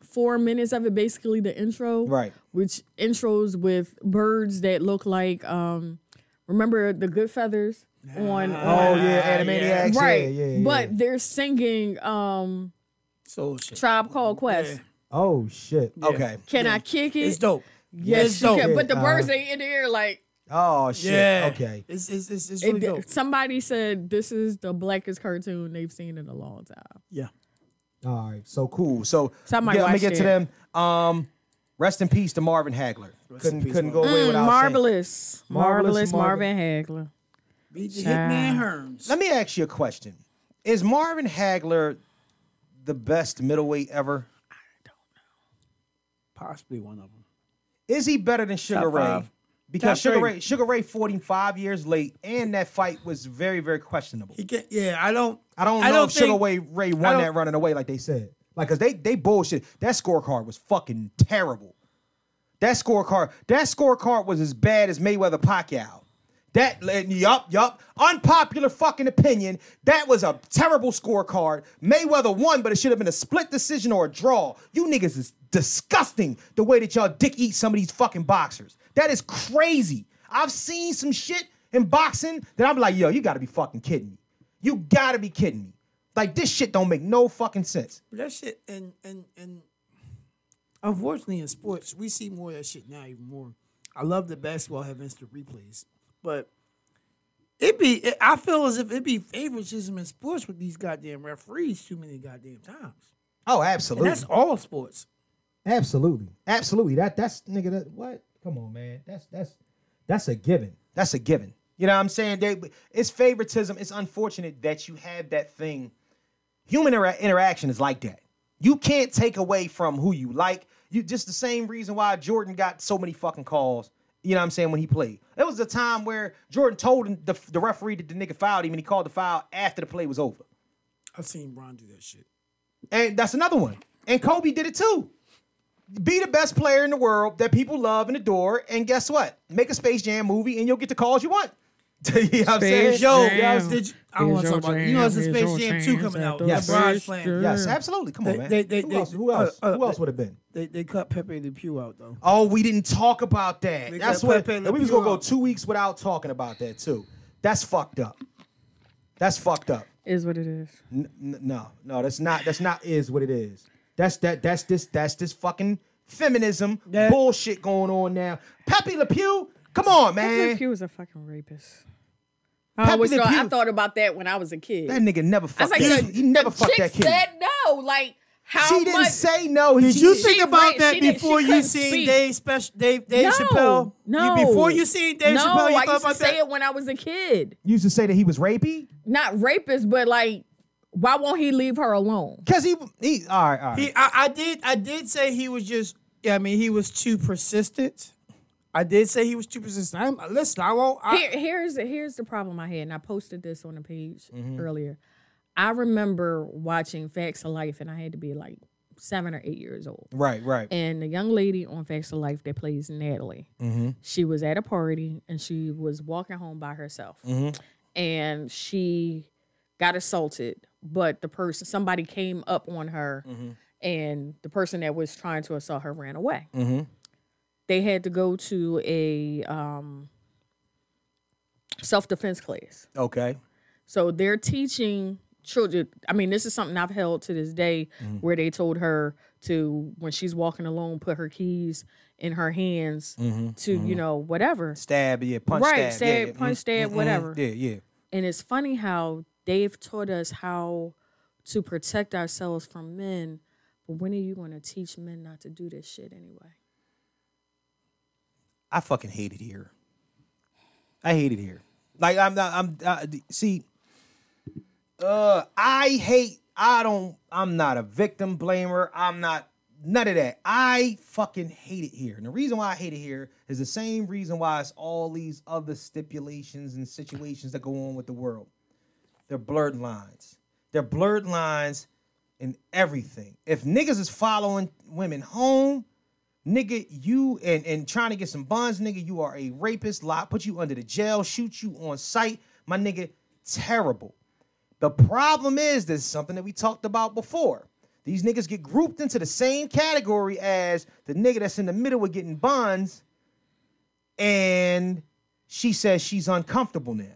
Speaker 2: four minutes of it, basically the intro,
Speaker 3: Right.
Speaker 2: Which intros with birds that look like, um, remember the good feathers
Speaker 4: Ah.
Speaker 2: on,
Speaker 3: Oh
Speaker 2: on-
Speaker 3: yeah, Animaniacs.
Speaker 2: right?
Speaker 3: Yeah, yeah, yeah.
Speaker 2: But they're singing um,
Speaker 4: Soul shit.
Speaker 2: Tribe Called Quest.
Speaker 3: oh shit. Okay.
Speaker 2: Can I kick it?
Speaker 4: It's dope.
Speaker 2: Yes,
Speaker 4: it's
Speaker 2: you
Speaker 4: dope.
Speaker 2: can. But the
Speaker 3: Uh-huh.
Speaker 2: birds they in the air like.
Speaker 3: Oh shit.
Speaker 4: Yeah.
Speaker 3: Okay.
Speaker 4: It's it's it's, it's really
Speaker 2: It,
Speaker 4: dope.
Speaker 2: somebody said this is the blackest cartoon they've seen in a long time.
Speaker 4: Yeah.
Speaker 3: All right. So cool. So
Speaker 2: So I might
Speaker 3: yeah, let me
Speaker 2: watch
Speaker 3: get to
Speaker 2: that.
Speaker 3: them. Um, rest in peace to Marvin Hagler. couldn't
Speaker 4: peace,
Speaker 3: couldn't go away without saying.
Speaker 2: Mm, Marvelous,
Speaker 3: Marvelous
Speaker 2: marvelous,
Speaker 3: Marvin.
Speaker 2: Marvin Hagler.
Speaker 4: Beat the Hitman Herms.
Speaker 3: Let me ask you a question: Is Marvin Hagler the best middleweight ever?
Speaker 4: Possibly one of them.
Speaker 3: Is he better than Sugar
Speaker 4: Top
Speaker 3: Ray?
Speaker 4: five.
Speaker 3: Because
Speaker 4: Top
Speaker 3: Sugar
Speaker 4: three.
Speaker 3: Ray, Sugar Ray, forty-five years late, and that fight was very, very questionable.
Speaker 4: He can yeah, I don't
Speaker 3: I don't know if Sugar
Speaker 4: think-
Speaker 3: Ray, Ray
Speaker 4: I
Speaker 3: won
Speaker 4: don't-
Speaker 3: that running away like they said. Like, cause they they bullshit. That scorecard was fucking terrible. That scorecard, that scorecard was as bad as Mayweather Pacquiao. That yup, yup. Unpopular fucking opinion. That was a terrible scorecard. Mayweather won, but it should have been a split decision or a draw. You niggas is disgusting the way that y'all dick eat some of these fucking boxers. That is crazy. I've seen some shit in boxing that I'm like, yo, you gotta be fucking kidding me. You gotta be kidding me. Like this shit don't make no fucking sense.
Speaker 4: that shit and and and unfortunately in sports we see more of that shit now even more. I love that basketball have instant replays, but it be it, I feel as if it be favoritism in sports with these goddamn referees too many goddamn times.
Speaker 3: Oh,
Speaker 4: And
Speaker 3: absolutely.
Speaker 4: that's all sports.
Speaker 3: Absolutely, absolutely. That that's nigga. That what? Come on, man. That's that's that's a given. That's a given. You know what I'm saying? They, it's favoritism. It's unfortunate that you have that thing. Human intera- interaction is like that. You can't take away from who you like. You just the same reason why Jordan got so many fucking calls. You know what I'm saying? When he played, it was a time where Jordan told the, the referee that the nigga fouled him, and he called the foul after the play was over.
Speaker 4: I've seen Bron do that shit.
Speaker 3: And that's another one. And Kobe did it too. Be the best player in the world that people love and adore. And guess what? Make a Space Jam movie and you'll get the calls you want. [LAUGHS] you know what I'm saying?
Speaker 4: Yo,
Speaker 3: Yo,
Speaker 4: y'all, did you, I don't want to talk about it. You know, it's a Space Jam 2 coming out.
Speaker 3: Yes.
Speaker 4: LeBron's playing.
Speaker 3: yes, absolutely. Come on,
Speaker 4: They-
Speaker 3: man.
Speaker 4: they- they-
Speaker 3: who
Speaker 4: they-
Speaker 3: else? Who else,
Speaker 4: uh, uh,
Speaker 3: who else
Speaker 4: they-
Speaker 3: would have been?
Speaker 4: They, they cut Pepe Le Pew out, though.
Speaker 3: Oh, we didn't talk about that.
Speaker 4: They
Speaker 3: That's
Speaker 4: got
Speaker 3: what.
Speaker 4: Pepe
Speaker 3: And
Speaker 4: Le
Speaker 3: we was
Speaker 4: Pew
Speaker 3: gonna go
Speaker 4: out.
Speaker 3: two weeks without talking about that too. That's fucked up. That's fucked up.
Speaker 2: Is what it is.
Speaker 3: N- n- no, no, that's not. That's not is what it is. That's that. That's this. That's this fucking feminism bullshit going on now. Pepe Le Pew, come on,
Speaker 2: Pepe Le
Speaker 3: man.
Speaker 2: Pew was a fucking rapist.
Speaker 3: Pepe
Speaker 4: Oh,
Speaker 2: I always
Speaker 3: Le
Speaker 2: thought, I
Speaker 3: Pew-
Speaker 2: thought about that when I was a kid.
Speaker 3: That nigga never
Speaker 2: I was
Speaker 3: fucked.
Speaker 2: like,
Speaker 3: that.
Speaker 2: the
Speaker 3: He never fucked that
Speaker 2: chick
Speaker 3: kid.
Speaker 2: said no. Like how
Speaker 3: she didn't
Speaker 2: much?
Speaker 3: say no. He-
Speaker 4: Did
Speaker 3: she-
Speaker 4: you
Speaker 3: she-
Speaker 4: think
Speaker 2: she
Speaker 4: about
Speaker 2: ran-
Speaker 4: that
Speaker 2: she didn't-
Speaker 4: before
Speaker 2: she
Speaker 4: you
Speaker 2: couldn't
Speaker 4: seen
Speaker 2: speak.
Speaker 4: Dave special Dave Dave
Speaker 2: no,
Speaker 4: Chappelle? You-
Speaker 2: no.
Speaker 4: before you seen Dave
Speaker 2: no,
Speaker 4: Chappelle, you
Speaker 2: I
Speaker 4: thought
Speaker 2: used to
Speaker 4: about
Speaker 2: say
Speaker 4: that.
Speaker 2: it when I was a kid.
Speaker 3: You used to say that he was rapey
Speaker 2: Not rapist, but like, why won't he leave her alone?
Speaker 3: because he he. All right, all right.
Speaker 4: He, I, I did, I did say he was just. Yeah, I mean, he was too persistent. I did say he was too persistent. I'm, listen, I won't. I,
Speaker 2: Here, here's here's the problem I had, and I posted this on the page
Speaker 4: Mm-hmm.
Speaker 2: earlier. I remember watching Facts of Life, and I had to be like seven or eight years old.
Speaker 3: right, right.
Speaker 2: And the young lady on Facts of Life that plays Natalie, she was at a party and she was walking home by herself, and she got assaulted. But the person, somebody came up on her, and the person that was trying to assault her ran away. They had to go to a um, self defense class.
Speaker 3: okay.
Speaker 2: So they're teaching children. I mean, this is something I've held to this day
Speaker 3: Mm-hmm.
Speaker 2: where they told her to, when she's walking alone, put her keys in her hands
Speaker 3: Mm-hmm.
Speaker 2: to, you know, whatever.
Speaker 3: Stab. Yeah. Punch. Stab.
Speaker 2: right. stab,
Speaker 3: yeah, yeah,
Speaker 2: punch,
Speaker 3: mm,
Speaker 2: stab,
Speaker 3: mm,
Speaker 2: whatever.
Speaker 3: Yeah. Yeah.
Speaker 2: And it's funny how they've taught us how to protect ourselves from men. But when are you going to teach men not to do this shit anyway?
Speaker 3: I fucking hate it here. I hate it here. Like I'm not. I'm. Uh, see. Uh, I hate. I don't. I'm not a victim blamer. I'm not none of that. I fucking hate it here. And the reason why I hate it here is the same reason why it's all these other stipulations and situations that go on with the world. They're blurred lines. They're blurred lines in everything. If niggas is following women home, nigga, you and and trying to get some bonds, nigga, you are a rapist. Lot put you under the jail, shoot you on sight, my nigga. Terrible. The problem is this is something that we talked about before. These niggas get grouped into the same category as the nigga that's in the middle with getting bonds, and she says she's uncomfortable now.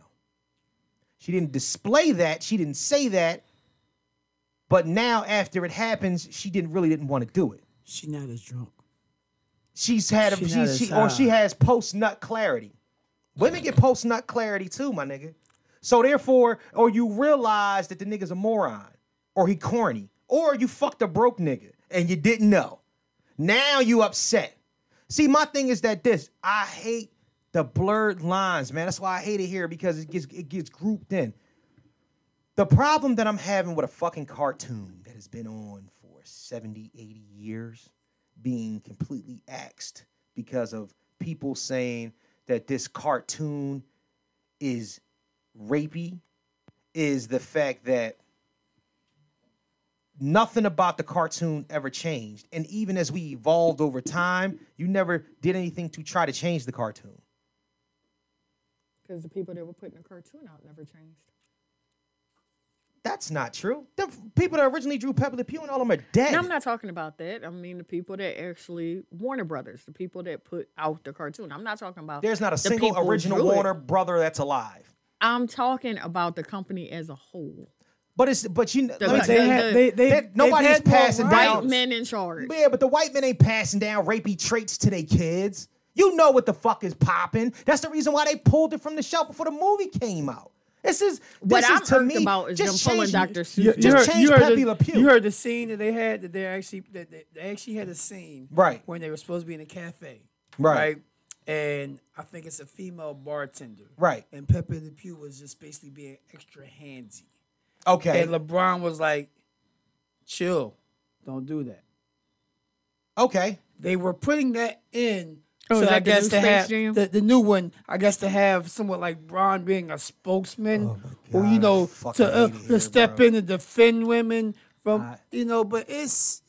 Speaker 3: She didn't display that. She didn't say that. But now, after it happens, she didn't really didn't want to do it
Speaker 4: she not as drunk.
Speaker 3: she's had a,
Speaker 4: She
Speaker 3: she,
Speaker 4: not
Speaker 3: she,
Speaker 4: as
Speaker 3: or
Speaker 4: high.
Speaker 3: she has post nut clarity. Women get post nut clarity too, my nigga. So therefore, or you realize that the nigga's a moron, or he corny, or you fucked a broke nigga and you didn't know. Now you upset. See, my thing is that this I hate the blurred lines, man. That's why I hate it here because it gets it gets grouped in. The problem that I'm having with a fucking cartoon that has been on for 70, 80 years being completely axed because of people saying that this cartoon is rapey is the fact that nothing about the cartoon ever changed. And even as we evolved over time, you never did anything to try to change the cartoon.
Speaker 2: Because the people that were putting the cartoon out never changed.
Speaker 3: That's not true. The people that originally drew Pepe Le Pew and all of them are dead.
Speaker 2: No, I'm not talking about that. I mean the people that actually Warner Brothers, the people that put out the cartoon. I'm not talking about.
Speaker 3: There's not a
Speaker 2: the
Speaker 3: single
Speaker 2: people who
Speaker 3: original
Speaker 2: drew it.
Speaker 3: Warner brother that's alive.
Speaker 2: I'm talking about the company as a whole.
Speaker 3: But it's but you let me
Speaker 2: like-
Speaker 3: tell
Speaker 4: They
Speaker 3: you,
Speaker 4: had, they, they,
Speaker 3: that
Speaker 4: they've
Speaker 3: nobody's
Speaker 4: had more
Speaker 3: passing
Speaker 4: rights.
Speaker 3: down-
Speaker 2: White men in charge.
Speaker 3: Yeah, but the white men ain't passing down rapey traits to their kids. You know what the fuck is popping. That's the reason why they pulled it from the shelf before the movie came out. This is
Speaker 2: What
Speaker 3: this
Speaker 2: I'm
Speaker 3: is to
Speaker 2: hurt
Speaker 3: me,
Speaker 2: about is
Speaker 3: just
Speaker 2: them pulling
Speaker 3: change-
Speaker 2: Dr. Seuss.
Speaker 4: You, you
Speaker 3: Just
Speaker 4: heard,
Speaker 3: change
Speaker 4: you, heard
Speaker 3: Pepe
Speaker 4: the,
Speaker 3: Le Pew.
Speaker 4: you heard the scene that they had that they actually that they, they actually had a scene
Speaker 3: Right.
Speaker 4: when they were supposed to be in a cafe.
Speaker 3: Right.
Speaker 4: And I think it's a female bartender.
Speaker 3: Right.
Speaker 4: And Pepe Le Pew was just basically being extra handsy.
Speaker 3: Okay.
Speaker 4: And LeBron was like, chill, don't do that.
Speaker 3: okay.
Speaker 4: They were putting that in.
Speaker 2: Oh,
Speaker 4: so
Speaker 2: is
Speaker 4: I
Speaker 2: that the
Speaker 4: guess
Speaker 2: new
Speaker 4: to
Speaker 2: Space
Speaker 4: have
Speaker 2: Jam?
Speaker 4: the, the new one, I guess to have someone like Bron being a spokesman, or
Speaker 3: Oh God, I
Speaker 4: you know,
Speaker 3: fucking
Speaker 4: to uh,
Speaker 3: hate it
Speaker 4: to
Speaker 3: here,
Speaker 4: step
Speaker 3: bro.
Speaker 4: in and defend women from
Speaker 3: I-
Speaker 4: you know, but it's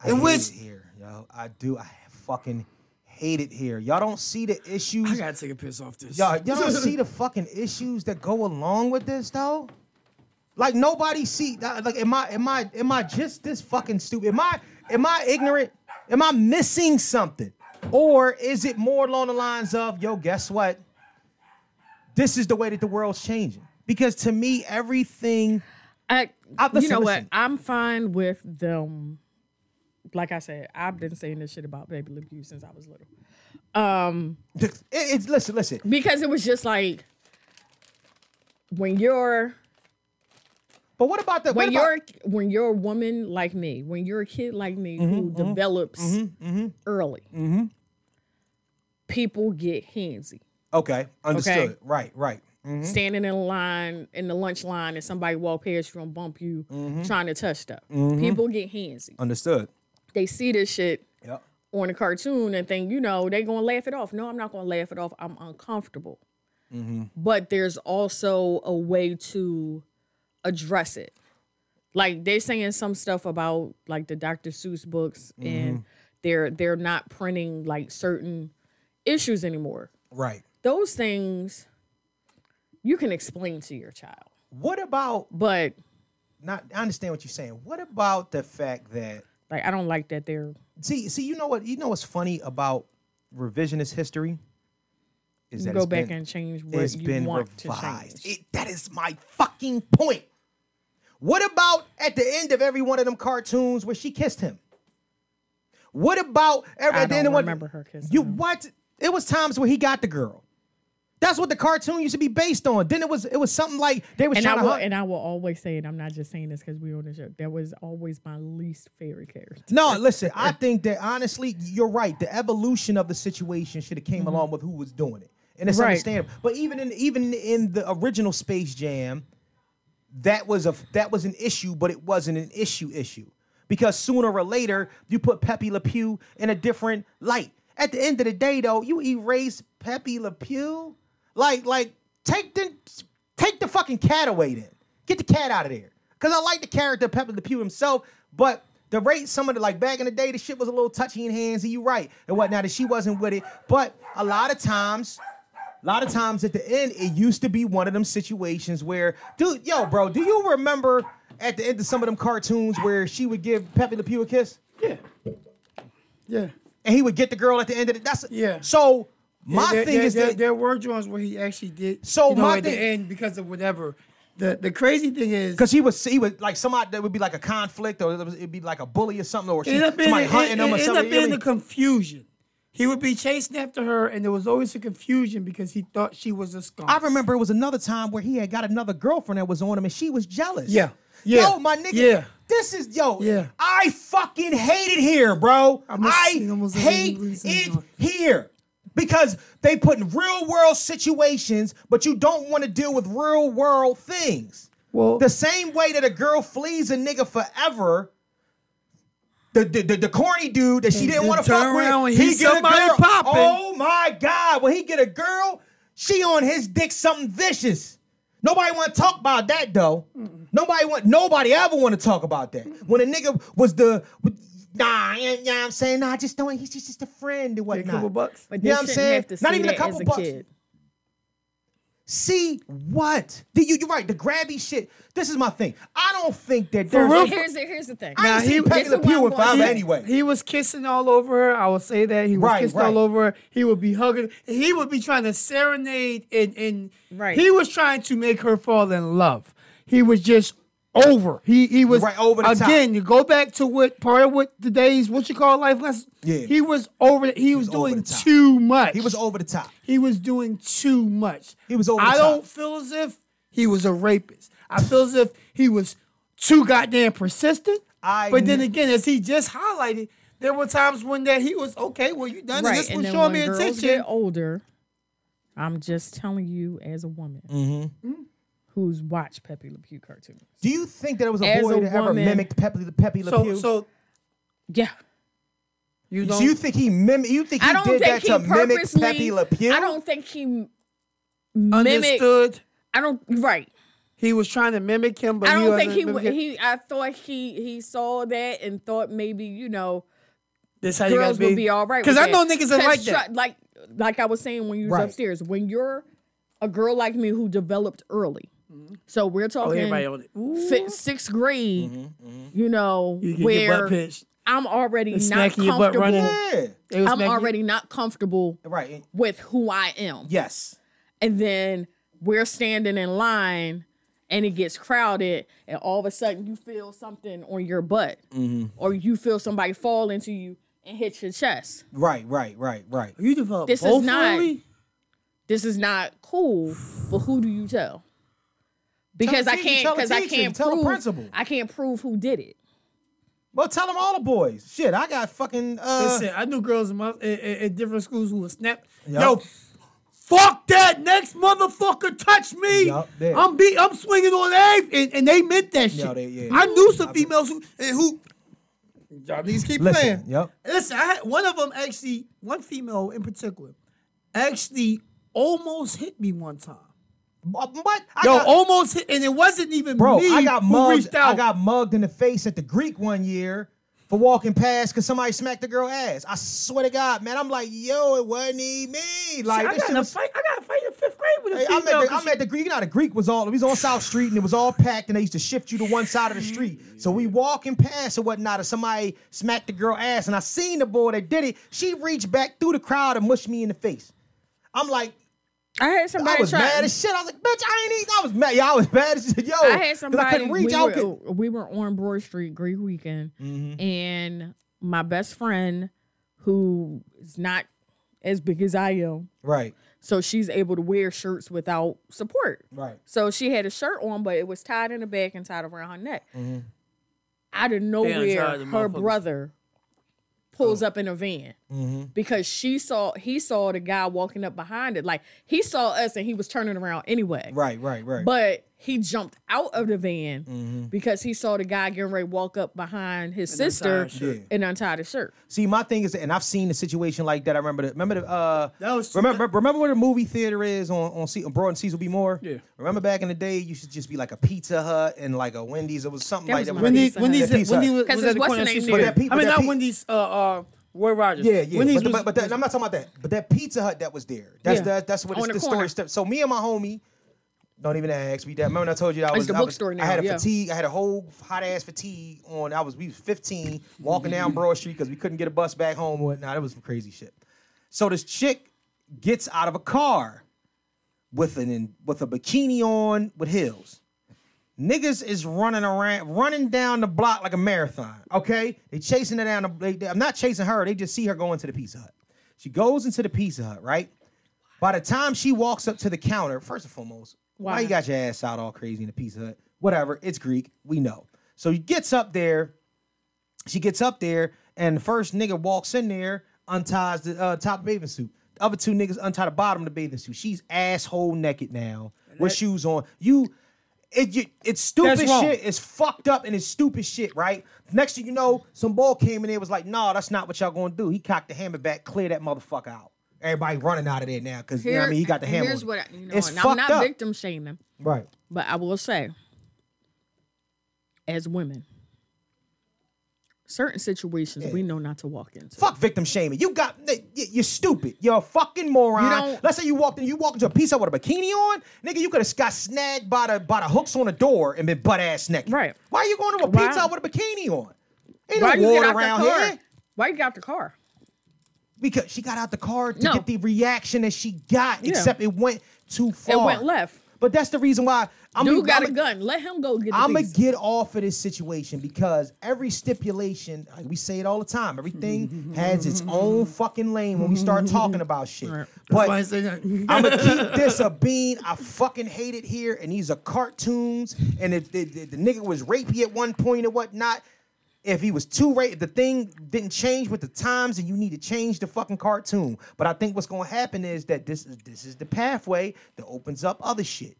Speaker 3: I
Speaker 4: in
Speaker 3: hate
Speaker 4: which
Speaker 3: it here, yo. I do. I fucking hate it here. Y'all don't see the issues.
Speaker 8: I gotta take a piss off this.
Speaker 3: Y'all, y'all
Speaker 4: [LAUGHS]
Speaker 3: don't see the fucking issues that go along with this though. Like nobody see. Like am I am I am I just this fucking stupid? Am I am I ignorant? Am I missing something? Or is it more along the lines of yo? Guess what? This is the way that the world's changing. Because to me, everything.
Speaker 2: I,
Speaker 3: I-
Speaker 2: you
Speaker 3: listen,
Speaker 2: know what?
Speaker 3: listen.
Speaker 2: I'm fine with them. Like I said, I've been saying this shit about baby Le Pew since I was little. Um,
Speaker 3: It- it's listen, listen.
Speaker 2: because it was just like when you're
Speaker 3: But what about the what
Speaker 2: when
Speaker 3: about-
Speaker 2: you're when you're a woman like me, when you're a kid like me who
Speaker 3: Mm-hmm,
Speaker 2: develops early, people get handsy.
Speaker 3: Okay, understood.
Speaker 2: Okay.
Speaker 3: Right, right. Mhm.
Speaker 2: Standing in line in the lunch line, and somebody walk past you and bump you, trying to touch stuff. People get handsy.
Speaker 3: Understood.
Speaker 2: They see this shit
Speaker 3: Yep.
Speaker 2: on a cartoon and think, you know, they gonna laugh it off. No, I'm not gonna laugh it off. I'm uncomfortable. But there's also a way to address it. Like they're saying some stuff about like the Dr. Seuss books and they're they're not printing like certain issues anymore.
Speaker 3: Right.
Speaker 2: Those things you can explain to your child.
Speaker 3: What about
Speaker 2: But
Speaker 3: not? I understand what you're saying. What about the fact that
Speaker 2: like I don't like that they're
Speaker 3: see see you know what you know what's funny about revisionist history is
Speaker 2: you
Speaker 3: that
Speaker 2: go
Speaker 3: it's
Speaker 2: back
Speaker 3: been-
Speaker 2: and change what
Speaker 3: it's
Speaker 2: you
Speaker 3: been
Speaker 2: want
Speaker 3: revised.
Speaker 2: to [LAUGHS] change.
Speaker 3: It, that is my fucking point. What about at the end of every one of them cartoons where she kissed him? What about every,
Speaker 2: I
Speaker 3: at the end
Speaker 2: don't
Speaker 3: of one-
Speaker 2: remember her kissing
Speaker 3: You
Speaker 2: him.
Speaker 3: what? It was times where he got the girl. That's what the cartoon used to be based on. Then it was it was something like they was
Speaker 2: and I
Speaker 3: trying to
Speaker 2: will,
Speaker 3: hunt.
Speaker 2: and I will always say it. I'm not just saying this because we on the show. That was always my least favorite character.
Speaker 3: No, listen, I think that honestly, you're right. The evolution of the situation should have came along with who was doing it. And it's
Speaker 2: Right.
Speaker 3: understandable. But even in even in the original Space Jam, that was a that was an issue, but it wasn't an issue issue. Because sooner or later, you put Pepe Le Pew in a different light. At the end of the day, though, you erase Pepe Le Pew. Like, like, take the take the fucking cat away then. Get the cat out of there. Cause I like the character of Pepe Le Pew himself, but the rate, some of the like back in the day, the shit was a little touchy and handsy, you right, and whatnot, and she wasn't with it. But a lot of times, a lot of times at the end, it used to be one of them situations where, dude, yo, bro, do you remember at the end of some of them cartoons where she would give Pepe Le Pew a kiss? Yeah.
Speaker 4: Yeah.
Speaker 3: And he would get the girl at the end of it. That's
Speaker 4: Yeah.
Speaker 3: So my
Speaker 4: there,
Speaker 3: thing
Speaker 4: there-
Speaker 3: is
Speaker 4: there,
Speaker 3: that
Speaker 4: there were drawings where he actually did.
Speaker 3: So
Speaker 4: you know,
Speaker 3: my
Speaker 4: at
Speaker 3: thing-
Speaker 4: the end because of whatever. The the crazy thing is
Speaker 3: because he was he would like somebody that would be like a conflict or it was- it'd be like a bully or something or she,
Speaker 4: It ended up being,
Speaker 3: somebody
Speaker 4: it-
Speaker 3: hunting
Speaker 4: it
Speaker 3: him or
Speaker 4: ended
Speaker 3: something.
Speaker 4: up
Speaker 3: you know
Speaker 4: being
Speaker 3: what I
Speaker 4: the
Speaker 3: mean?
Speaker 4: confusion. He would be chasing after her, and there was always a confusion because he thought she was a skunk.
Speaker 3: I remember it was another time where he had got another girlfriend that was on him and she was jealous.
Speaker 4: Yeah. Yeah.
Speaker 3: Yo, my nigga.
Speaker 4: Yeah.
Speaker 3: This is yo.
Speaker 4: Yeah.
Speaker 3: I fucking hate it here, bro.
Speaker 4: I'm a-
Speaker 3: I
Speaker 4: I'm a-
Speaker 3: hate
Speaker 4: I'm a-
Speaker 3: it here because they put in real world situations, but you don't want to deal with real world things.
Speaker 4: Well-
Speaker 3: the same way that a girl flees a nigga forever. The, the, the, the corny dude that she
Speaker 4: And
Speaker 3: didn't
Speaker 4: then
Speaker 3: want to
Speaker 4: turn
Speaker 3: fuck
Speaker 4: around
Speaker 3: with,
Speaker 4: and
Speaker 3: he
Speaker 4: he's
Speaker 3: get a
Speaker 4: somebody
Speaker 3: girl.
Speaker 4: popping.
Speaker 3: Oh my god! When he get a girl, she on his dick something vicious. Nobody want to talk about that though. Nobody want. Nobody ever want to talk about that. When a nigga was the nah, yeah, yeah, I'm saying nah, just don't. He's just, just a friend and
Speaker 4: a
Speaker 3: whatnot.
Speaker 4: couple bucks.
Speaker 2: But
Speaker 3: You
Speaker 2: they
Speaker 3: know what I'm
Speaker 2: shouldn't
Speaker 3: saying?
Speaker 2: have to see
Speaker 3: Not even a
Speaker 2: that
Speaker 3: couple
Speaker 2: as a
Speaker 3: bucks.
Speaker 2: [LAUGHS] kid.
Speaker 3: See what? The, you, you're right. The grabby shit. This is my thing. I don't think that
Speaker 4: For
Speaker 3: there's.
Speaker 4: real?
Speaker 2: Here's the here's the thing.
Speaker 3: I ain't
Speaker 4: Now, he-
Speaker 3: seen Peggy
Speaker 4: this
Speaker 3: Le
Speaker 2: is what
Speaker 3: Pew
Speaker 2: I'm
Speaker 3: in
Speaker 2: gonna
Speaker 3: forever
Speaker 2: say.
Speaker 3: anyway.
Speaker 4: He was kissing all over her. I will say that he was
Speaker 3: Right,
Speaker 4: kissing
Speaker 3: right.
Speaker 4: all over her. He would be hugging. and He would be trying to serenade and and
Speaker 2: Right.
Speaker 4: he was trying to make her fall in love. He was just over. He he was
Speaker 3: Right, over the top.
Speaker 4: again. You go back to what part of what today's what you call life lesson.
Speaker 3: Yeah.
Speaker 4: he was over. He, was,
Speaker 3: over
Speaker 4: doing
Speaker 3: the top.
Speaker 4: too
Speaker 3: [LAUGHS]
Speaker 4: much.
Speaker 3: he was over the top.
Speaker 4: He was doing too much.
Speaker 3: He was over
Speaker 4: I
Speaker 3: the top.
Speaker 4: don't feel as if he was a rapist. I feel as if he was too goddamn persistent.
Speaker 3: I
Speaker 4: but then
Speaker 3: kn-
Speaker 4: again, as he just highlighted, there were times when that he was okay. Well, you done it.
Speaker 2: Right.
Speaker 4: this
Speaker 2: And
Speaker 4: was
Speaker 2: then
Speaker 4: showing
Speaker 2: when
Speaker 4: me
Speaker 2: girls
Speaker 4: attention.
Speaker 2: get older, I'm just telling you as a woman
Speaker 3: Mm-hmm.
Speaker 2: Mm-hmm. who's watched Pepe Le Pew cartoons.
Speaker 3: Do you think that it was a
Speaker 2: As
Speaker 3: boy
Speaker 2: a
Speaker 3: that ever
Speaker 2: woman-
Speaker 3: mimicked Pepe, Pepe Le
Speaker 4: so,
Speaker 3: Pew?
Speaker 4: so
Speaker 2: Yeah.
Speaker 4: you
Speaker 3: So
Speaker 4: don't.
Speaker 3: you think he mim- You think he
Speaker 2: I don't
Speaker 3: did that
Speaker 2: think he
Speaker 3: to mimic
Speaker 2: purposely
Speaker 3: Pepe Le Pew?
Speaker 2: I don't think he m- mimicked
Speaker 4: understood?
Speaker 2: I don't right.
Speaker 4: He was trying to mimic him, but
Speaker 2: I
Speaker 4: he
Speaker 2: don't think he
Speaker 4: wasn't
Speaker 2: would.
Speaker 4: mimicking-
Speaker 2: He, I thought he he saw that and thought maybe you know,
Speaker 4: This how you
Speaker 2: girls
Speaker 4: guys be.
Speaker 2: would be all right.
Speaker 4: Because
Speaker 2: with
Speaker 4: I know niggas that
Speaker 2: 'Cause
Speaker 4: like that.
Speaker 2: tru- Like, like I was saying when you was
Speaker 4: Right.
Speaker 2: upstairs, when you're a girl like me who developed early, so we're talking
Speaker 4: Mm-hmm. Oh, everybody on it. Mm-hmm,
Speaker 2: fi- sixth grade, you know,
Speaker 4: You get your butt
Speaker 2: where
Speaker 4: pinched.
Speaker 2: I'm already
Speaker 4: They
Speaker 2: not
Speaker 4: smacking your butt
Speaker 2: comfortable.
Speaker 4: running.
Speaker 3: Yeah.
Speaker 4: They was
Speaker 2: I'm
Speaker 4: smacking-
Speaker 2: already not comfortable
Speaker 3: Right.
Speaker 2: with who I am.
Speaker 3: Yes.
Speaker 2: and then we're standing in line and it gets crowded and all of a sudden you feel something on your butt
Speaker 3: Mm-hmm.
Speaker 2: or you feel somebody fall into you and hit your chest
Speaker 3: Right. Right. Right. Right.
Speaker 4: You develop
Speaker 2: This is
Speaker 4: both
Speaker 2: not-
Speaker 4: early?
Speaker 2: this is not cool but who do you tell because I
Speaker 3: teacher,
Speaker 2: can't
Speaker 3: tell the
Speaker 2: because I
Speaker 3: teacher,
Speaker 2: can't
Speaker 3: tell the
Speaker 2: prove
Speaker 3: principal.
Speaker 2: I can't prove who did it
Speaker 3: Well, tell them all the boys. Shit, I got fucking. Uh,
Speaker 4: Listen, I knew girls in my in, in- in different schools who would snap.
Speaker 3: Yup.
Speaker 4: Yo, fuck that! Next motherfucker touch me.
Speaker 3: Yup, there.
Speaker 4: I'm be I'm swinging on Ave, and, and they meant that shit.
Speaker 3: Yo, they- yeah.
Speaker 4: I knew some females who and who. Y'all niggas keep
Speaker 3: Listen,
Speaker 4: playing.
Speaker 3: yup.
Speaker 4: Listen, I had one of them actually. One female in particular actually almost hit me one time.
Speaker 3: what? Uh, I
Speaker 4: Yo,
Speaker 3: got,
Speaker 4: almost hit, and it wasn't even
Speaker 3: bro,
Speaker 4: me
Speaker 3: I got
Speaker 4: who
Speaker 3: mugged.
Speaker 4: reached out.
Speaker 3: I got mugged in the face at the Greek one year for walking past because somebody smacked the girl ass. I swear to God, man, I'm like, yo, it wasn't even me. Like,
Speaker 4: I
Speaker 3: that
Speaker 4: got
Speaker 3: shit
Speaker 4: in a
Speaker 3: was.
Speaker 4: fight. I got in a fight in fifth grade with a
Speaker 3: Hey, I'm, at
Speaker 4: female.
Speaker 3: the,
Speaker 4: 'cause
Speaker 3: I'm at the Greek. Now the Greek was all. We was on South Street and it was all packed, and they used to shift you to one side of the street. So we walking past and whatnot, and somebody smacked the girl ass, and I seen the boy that did it. She reached back through the crowd and mushed me in the face. I'm like,
Speaker 2: I had
Speaker 3: I
Speaker 2: somebody
Speaker 3: was
Speaker 2: try
Speaker 3: mad as shit. I was like, bitch, I ain't even. I was mad. Yeah, I was mad as shit. Yo,
Speaker 2: I had
Speaker 3: 'cause
Speaker 2: somebody.
Speaker 3: I couldn't reach.
Speaker 2: we,
Speaker 3: I
Speaker 2: were,
Speaker 3: could, Mm-hmm.
Speaker 2: we were on Broad Street Greek weekend, and my best friend, who is not as big as I am,
Speaker 3: right,
Speaker 2: so she's able to wear shirts without support.
Speaker 3: right.
Speaker 2: So she had a shirt on, but it was tied in the back and tied around her neck.
Speaker 3: Mm-hmm.
Speaker 2: Out of
Speaker 4: They done
Speaker 2: nowhere,
Speaker 4: tried to
Speaker 2: her
Speaker 4: motherfuckers.
Speaker 2: brother
Speaker 3: Oh.
Speaker 2: pulls up in a van
Speaker 3: Mm-hmm.
Speaker 2: because she saw he saw the guy walking up behind it. Like he saw us and he was turning around anyway.
Speaker 3: Right, right, right. Mm-hmm.
Speaker 2: But he jumped out of the van because he saw the guy getting ready to walk up behind his sister
Speaker 4: untie his shirt.
Speaker 2: and untie the shirt.
Speaker 3: See, my thing is, and I've seen a situation like that. I remember the remember the uh
Speaker 4: That was-
Speaker 3: remember remember where the movie theater is on on, C- on Broad and Cecil B. Moore.
Speaker 4: Yeah.
Speaker 3: Remember back in the day, you should just be like a Pizza Hut and like a Wendy's. It was something
Speaker 2: That
Speaker 3: like
Speaker 2: was
Speaker 3: that.
Speaker 2: my
Speaker 3: When
Speaker 2: Wendy's-
Speaker 3: these
Speaker 4: Wendy's,
Speaker 2: Pizza
Speaker 4: Wendy's,
Speaker 2: Hut.
Speaker 4: Wendy's was,
Speaker 2: 'Cause
Speaker 4: was
Speaker 2: it's
Speaker 4: at the
Speaker 2: what's
Speaker 4: corner
Speaker 2: the
Speaker 4: of
Speaker 2: name
Speaker 4: Sixth
Speaker 2: there?
Speaker 4: Street.
Speaker 3: But that Pete-
Speaker 4: I mean,
Speaker 3: but that
Speaker 4: not
Speaker 3: Pete-
Speaker 4: Wendy's. Uh, uh, Roy Rogers.
Speaker 3: Yeah, yeah.
Speaker 4: Wendy's
Speaker 3: but, the,
Speaker 4: was,
Speaker 3: but, but the- I'm not talking about that. But that Pizza Hut that was there. That's
Speaker 2: Yeah.
Speaker 3: that, that's what
Speaker 2: On
Speaker 3: this,
Speaker 2: the
Speaker 3: this
Speaker 2: corner.
Speaker 3: story steps. So me and my homie, don't even ask me that. Remember when I told you that I
Speaker 2: It's
Speaker 3: was,
Speaker 2: the
Speaker 3: I, was
Speaker 2: bookstore
Speaker 3: I had a
Speaker 2: now, yeah.
Speaker 3: fatigue. I had a whole hot ass fatigue on. I was we was 15 walking down Broad Street because we couldn't get a bus back home. or Whatnot. It was some crazy shit. So this chick gets out of a car with an with a bikini on with heels. Niggas is running around, running down the block like a marathon. Okay, they chasing her down. The, they, they- I'm not chasing her. They just see her going to the Pizza Hut. She goes into the Pizza Hut. Right. By the time she walks up to the counter, first and foremost, why,
Speaker 2: Why?
Speaker 3: you got your ass out all crazy in the Pizza Hut? Whatever. It's Greek. We know. So she gets up there. She gets up there, and the first nigga walks in there, unties the uh, top bathing suit. The other two niggas untie the bottom of the bathing suit. She's asshole naked now with shoes on. You it, you- it's stupid
Speaker 4: That's wrong.
Speaker 3: shit. It's fucked up and it's stupid shit, right? Next thing you know, some ball came in there was like, nah, that's not what y'all gonna do. He cocked the hammer back, clear that motherfucker out. Everybody running out of there now because you know what I mean. He got the hammer.
Speaker 2: Here's
Speaker 3: on.
Speaker 2: what I, you know,
Speaker 3: It's
Speaker 2: and I'm
Speaker 3: fucked
Speaker 2: not
Speaker 3: up.
Speaker 2: victim shaming,
Speaker 3: right?
Speaker 2: but I will say, as women, certain situations we know not to walk into.
Speaker 3: Fuck victim shaming. You got y- you're stupid. You're a fucking moron.
Speaker 2: You don't-
Speaker 3: Let's say you walked in, you walked into a pizza with a bikini on, nigga. You could have got snagged by the by the hooks on the door and been butt ass naked.
Speaker 2: Right.
Speaker 3: Why you going to a
Speaker 2: Why-
Speaker 3: pizza with a bikini on? Ain't
Speaker 2: Why
Speaker 3: no
Speaker 2: you get out
Speaker 3: water
Speaker 2: the
Speaker 3: around
Speaker 2: car?
Speaker 3: here.
Speaker 2: Why you get out the car?
Speaker 3: because she got out the car to
Speaker 2: No.
Speaker 3: get the reaction that she got,
Speaker 2: Yeah.
Speaker 3: except it went too far.
Speaker 2: It went left.
Speaker 3: But that's the reason why I'm
Speaker 2: Dude got
Speaker 3: I'm
Speaker 2: a gun. Let him go get the
Speaker 3: I'm gonna
Speaker 2: pizza.
Speaker 3: get off of this situation because every stipulation, like we say it all the time, everything has its own fucking lane when we start talking about shit. But
Speaker 4: Why I say that?
Speaker 3: I'm gonna keep this a bean. I fucking hate it here, and these are cartoons. And if the, the, the nigga was rapey at one point and whatnot, if he was too rape, if the thing didn't change with the times, and you need to change the fucking cartoon. But I think what's gonna happen is that this is this is the pathway that opens up other shit.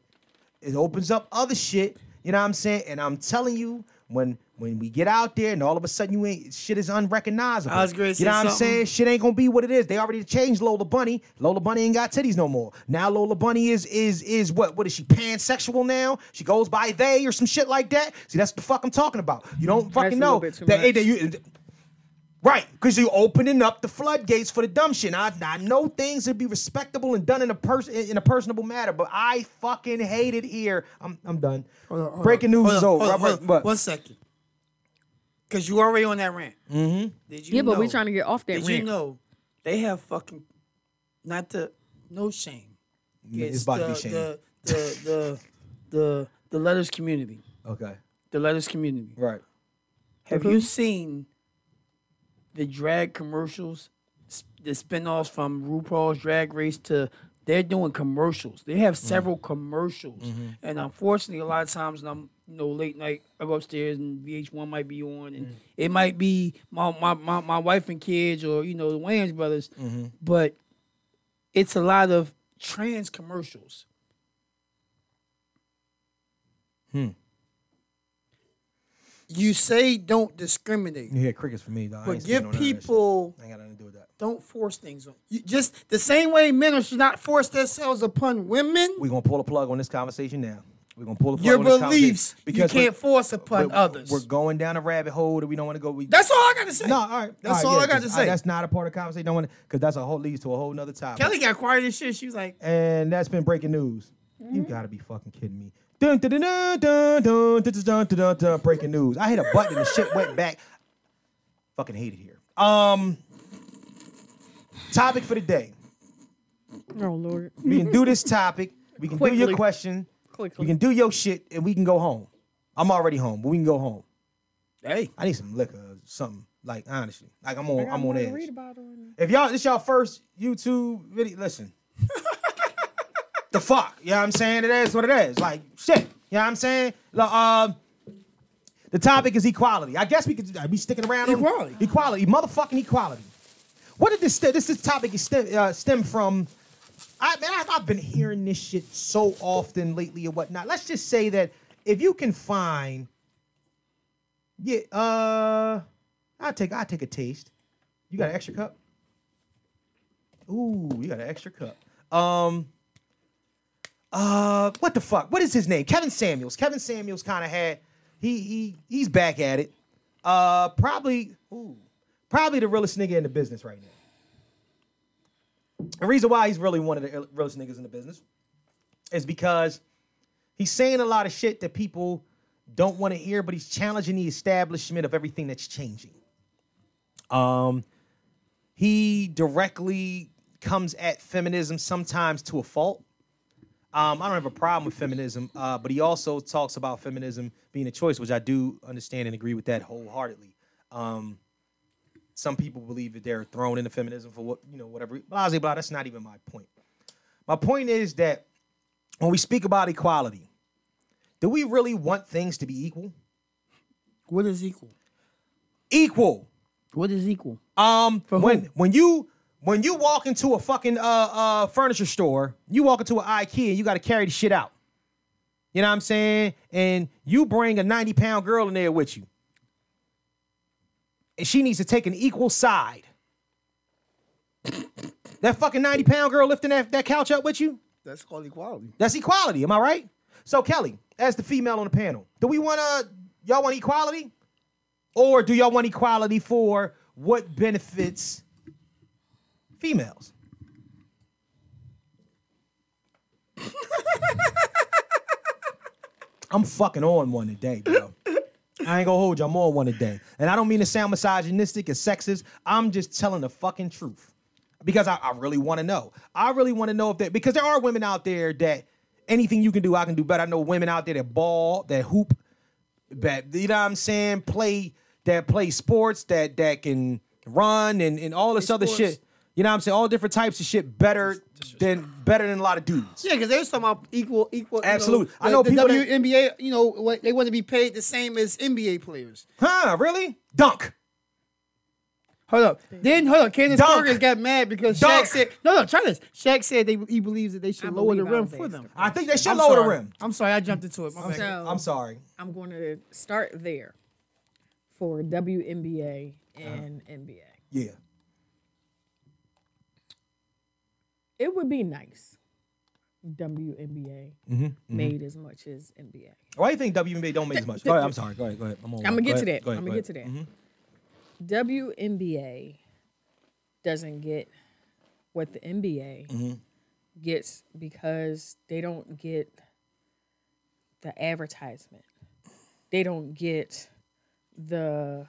Speaker 3: It opens up other shit. You know what I'm saying? And I'm telling you. When, when we get out there and all of a sudden you ain't shit is unrecognizable.
Speaker 4: I was gonna
Speaker 3: you know
Speaker 4: say
Speaker 3: what I'm
Speaker 4: something.
Speaker 3: saying? shit ain't gonna be what it is. They already changed Lola Bunny. Lola Bunny ain't got titties no more. Now Lola Bunny is is is what? What is she pansexual now? She goes by they or some shit like that. See, that's the fuck I'm talking about. You don't fucking
Speaker 2: a
Speaker 3: know
Speaker 2: little bit too
Speaker 3: that
Speaker 2: much.
Speaker 3: either you. Right, because you're opening up the floodgates for the dumb shit. Now, I, I know things would be respectable and done in a person in a personable manner, but I fucking hate it here. I'm I'm done.
Speaker 4: Hold on, hold
Speaker 3: Breaking
Speaker 4: on.
Speaker 3: news
Speaker 4: [LAUGHS] Hold
Speaker 3: is
Speaker 4: on,
Speaker 3: over.
Speaker 4: hold on,
Speaker 3: Robert,
Speaker 4: hold on.
Speaker 3: what?
Speaker 4: One second. Because you already on that rant.
Speaker 3: Mhm.
Speaker 4: Did you
Speaker 2: Yeah, but we
Speaker 4: know-
Speaker 2: trying to get off that
Speaker 4: Did you
Speaker 2: rant.
Speaker 4: know they have fucking not the no shame.
Speaker 3: It's about to be
Speaker 4: the-
Speaker 3: shame.
Speaker 4: The the the the, the letters community.
Speaker 3: Okay.
Speaker 4: The letters [LAUGHS] community.
Speaker 3: Right.
Speaker 4: Have
Speaker 2: Mm-hmm.
Speaker 4: you seen the drag commercials, s- the spin-offs from RuPaul's Drag Race to they're doing commercials. They have several commercials, and unfortunately, a lot of times, and I'm you know late night, I'm upstairs, and VH1 might be on, and it might be my, my my my wife and kids, or you know the Wayans brothers, but it's a lot of trans commercials. You say don't discriminate,
Speaker 3: You hear crickets for me, dog. I ain't
Speaker 4: but
Speaker 3: speaking
Speaker 4: give
Speaker 3: on none of that shit.
Speaker 4: people.
Speaker 3: I ain't got nothing to do with that.
Speaker 4: Don't force things on you. Just the same way men should not force themselves upon women.
Speaker 3: We're gonna pull a plug on this conversation now. We're gonna pull a plug
Speaker 4: Your
Speaker 3: on this
Speaker 4: beliefs
Speaker 3: conversation
Speaker 4: you
Speaker 3: we're-
Speaker 4: can't force upon
Speaker 3: we're-
Speaker 4: others.
Speaker 3: We're going down a rabbit hole that we don't want to go. We,
Speaker 4: That's all I gotta say.
Speaker 3: no, all right.
Speaker 4: That's
Speaker 3: right,
Speaker 4: all
Speaker 3: yeah,
Speaker 4: I gotta
Speaker 3: 'cause
Speaker 4: say.
Speaker 3: that's not a part of the conversation. Don't want to because that's a whole leads to a whole nother topic.
Speaker 4: Kelly got quiet as shit. She was like,
Speaker 3: and that's been breaking news.
Speaker 2: Mm-hmm.
Speaker 3: You gotta be fucking kidding me. Dun, dun, dun, dun, dun, dun, dun, dun, dun, dun, dun, dun, breaking news. I hit a button and the shit went back. Fucking hate it here. Um, topic for the day.
Speaker 2: Oh Lord.
Speaker 3: We can do
Speaker 2: [LAUGHS]
Speaker 3: this topic. We can do your
Speaker 2: Quickly.
Speaker 3: question. We
Speaker 2: Quickly.
Speaker 3: can do your shit and we can go home. I'm already home, but we can go home.
Speaker 4: "Hey,
Speaker 3: I need some liquor or something. Like honestly, like I'm on, I'm on
Speaker 2: wanna
Speaker 3: edge.
Speaker 2: read about it on
Speaker 3: If y'all this y'all first YouTube video, listen. the fuck? You know what I'm saying? It is what it is. Like shit. You know what I'm saying? Like, um, the topic is equality. I guess we could are we sticking around. on-
Speaker 4: Equality.
Speaker 3: Equality. Motherfucking equality. What did this stem- this, this topic is stem, uh, stem from? I man, I, I've been hearing this shit so often lately and whatnot. Let's just say that if you can find, yeah, uh, I take I take a taste. You got an extra cup? Ooh, you got an extra cup. Um, uh, what the fuck? What is his name? Kevin Samuels. Kevin Samuels kind of had he he he's back at it. Uh, probably ooh, probably the realest nigga in the business right now. The reason why he's really one of the realest niggas in the business is because he's saying a lot of shit that people don't want to hear, but he's challenging the establishment of everything that's changing. Um, he directly comes at feminism sometimes to a fault. Um, I don't have a problem with feminism, uh, but he also talks about feminism being a choice, which I do understand and agree with that wholeheartedly. Um, some people believe that they're thrown into feminism for what you know, whatever. Blah blah blah. That's not even my point. My point is that when we speak about equality, do we really want things to be equal?
Speaker 4: what is equal?
Speaker 3: Equal.
Speaker 4: What is equal?"
Speaker 3: Um, when when you when you walk into a fucking uh uh furniture store, you walk into an IKEA, you got to carry the shit out. You know what I'm saying? And you bring a 90 pound girl in there with you, and she needs to take an equal side. that fucking 90 pound girl lifting that, that couch up with you,
Speaker 4: That's called equality.
Speaker 3: that's equality. Am I right? So Kelly, as the female on the panel, do we want to y'all want equality, or do y'all want equality for what benefits females? I'm fucking on one today, bro. I ain't gonna hold you. I'm on one today, and I don't mean to sound misogynistic or sexist. I'm just telling the fucking truth because I, I really want to know. I really want to know if that because there are women out there that anything you can do, I can do better. I know women out there that ball, that hoop, that you know what I'm saying, play that play sports, that that can run and and all this other
Speaker 4: sports.
Speaker 3: shit. You know what I'm saying? All different types of shit better than better than a lot of dudes.
Speaker 4: Yeah, because they was talking about equal, equal.
Speaker 3: Absolutely. I
Speaker 4: you
Speaker 3: know
Speaker 4: know, the,
Speaker 3: people
Speaker 4: the
Speaker 3: that-
Speaker 4: WNBA. You know, what, they want to be paid the same as NBA players.
Speaker 3: Huh? Really? Dunk.
Speaker 4: Hold up. Then hold up. Candace
Speaker 3: Dunk.
Speaker 4: Parker got mad because
Speaker 3: Dunk.
Speaker 4: Shaq said no, no. Try this. Shaq said they, he believes that they should
Speaker 2: I
Speaker 4: lower the
Speaker 2: believe I
Speaker 4: rim
Speaker 2: was
Speaker 4: for them.
Speaker 3: I think they should
Speaker 4: I'm
Speaker 3: lower the
Speaker 4: sorry.
Speaker 3: rim.
Speaker 4: I'm sorry, I jumped into it. My bad.
Speaker 2: So
Speaker 3: I'm sorry.
Speaker 2: I'm going to start there for WNBA and
Speaker 3: Uh-huh.
Speaker 2: NBA.
Speaker 3: Yeah.
Speaker 2: It would be nice. WNBA
Speaker 3: Mm-hmm,
Speaker 2: made as much as NBA.
Speaker 3: Why do you think WNBA don't make as much? Go ahead. Mm-hmm. I'm sorry. Go ahead. Go ahead. I'm,
Speaker 2: I'm gonna get to that. I'm gonna get to that. WNBA doesn't get what the NBA
Speaker 3: Mm-hmm.
Speaker 2: gets because they don't get the advertisement. They don't get the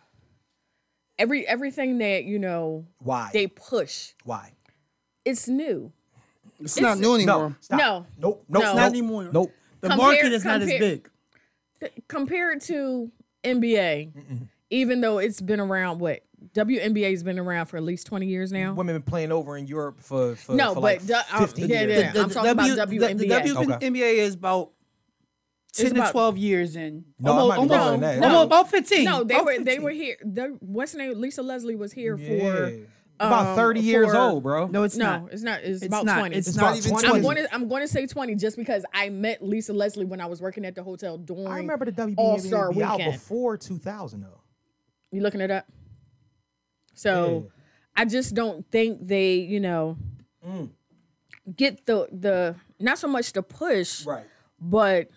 Speaker 2: every everything that you know
Speaker 3: Why?
Speaker 2: they push.
Speaker 3: Why?
Speaker 2: It's new.
Speaker 4: It's, not new anymore.
Speaker 3: No. Stop.
Speaker 2: No.
Speaker 3: Nope. Nope.
Speaker 2: No.
Speaker 3: nope,
Speaker 2: Not
Speaker 4: anymore.
Speaker 3: Nope.
Speaker 4: The
Speaker 2: Compare-
Speaker 4: market is not as
Speaker 2: compare-
Speaker 4: big.
Speaker 2: compared to NBA, even though it's been around what WNBA's been around for at least twenty years now.
Speaker 3: Women been playing over in Europe for, for
Speaker 2: No,
Speaker 3: for
Speaker 2: but
Speaker 3: like
Speaker 2: du- um,
Speaker 3: 15
Speaker 2: yeah,
Speaker 3: years.
Speaker 2: yeah. I'm talking about
Speaker 4: The, the
Speaker 2: WNBA.
Speaker 4: WNBA is about ten to
Speaker 2: about-
Speaker 4: twelve years in.
Speaker 3: No, it
Speaker 4: almost,
Speaker 3: might be longer
Speaker 4: almost-
Speaker 3: than that.
Speaker 4: almost-
Speaker 2: No.
Speaker 4: about fifteen.
Speaker 2: No, they
Speaker 4: About
Speaker 2: were they
Speaker 4: 15.
Speaker 2: were here. The, what's her name? Lisa Leslie was here [LAUGHS]
Speaker 3: Yeah.
Speaker 2: for.
Speaker 3: about
Speaker 2: um,
Speaker 3: thirty years
Speaker 2: for-
Speaker 3: old, bro.
Speaker 4: No, it's
Speaker 2: no,
Speaker 4: not.
Speaker 2: it's not. It's,
Speaker 4: It's
Speaker 2: about
Speaker 4: not.
Speaker 2: twenty.
Speaker 4: It's,
Speaker 3: It's
Speaker 4: not
Speaker 3: about
Speaker 4: even
Speaker 3: 20.
Speaker 2: I'm
Speaker 4: twenty.
Speaker 2: going to I'm going to say 20 just because I met Lisa Leslie when I was working at the hotel during
Speaker 3: I remember the WBA
Speaker 2: All Star
Speaker 3: be out
Speaker 2: Weekend.
Speaker 3: before two thousand though.
Speaker 2: You looking it up? So I just don't think they, you know,
Speaker 3: Mm.
Speaker 2: get the the not so much the push,
Speaker 3: Right.
Speaker 2: but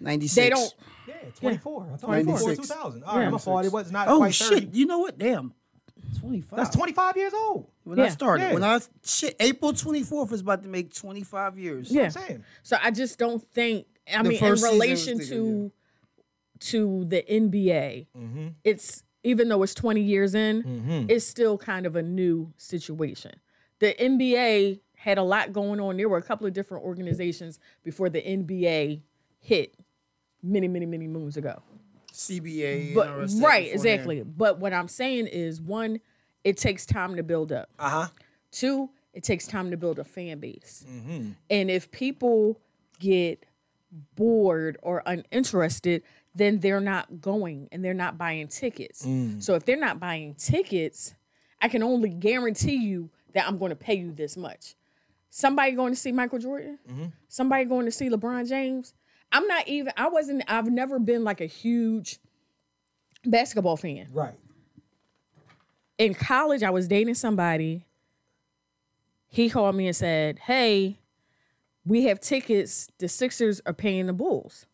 Speaker 4: Ninety six.
Speaker 2: they don't.
Speaker 3: Yeah, 24. I thought it was before
Speaker 4: 96.
Speaker 3: 2000. All right, my fault. It was not
Speaker 4: Oh
Speaker 3: quite 30.
Speaker 4: shit! You know what? Damn. Twenty five.
Speaker 3: That's 25 years old.
Speaker 4: When I
Speaker 2: Yeah.
Speaker 4: started.
Speaker 3: Yeah.
Speaker 4: When I shit, April twenty fourth is about to make twenty five years.
Speaker 2: Yeah.
Speaker 3: I'm saying.
Speaker 2: So I just don't think. I
Speaker 4: The
Speaker 2: mean, in
Speaker 4: first season was
Speaker 2: relation
Speaker 4: bigger,
Speaker 2: to to the NBA,
Speaker 4: Mm-hmm.
Speaker 2: it's even though it's twenty years in, it's still kind of a new situation. The NBA had a lot going on. There were a couple of different organizations before the NBA hit many, many, many moons ago.
Speaker 4: CBA. and all
Speaker 2: but
Speaker 4: that stuff
Speaker 2: right
Speaker 4: beforehand.
Speaker 2: exactly but what i'm saying is one it takes time to build up
Speaker 3: Uh-huh.
Speaker 2: two it takes time to build a fan base and if people get bored or uninterested then they're not going and they're not buying tickets so if they're not buying tickets i can only guarantee you that i'm going to pay you this much somebody going to see michael jordan somebody going to see lebron james i'm not even i wasn't i've never been like a huge basketball fan.
Speaker 3: Right.
Speaker 2: In college, I was dating somebody. He called me and said, Hey, we have tickets. The Sixers are paying the Bulls.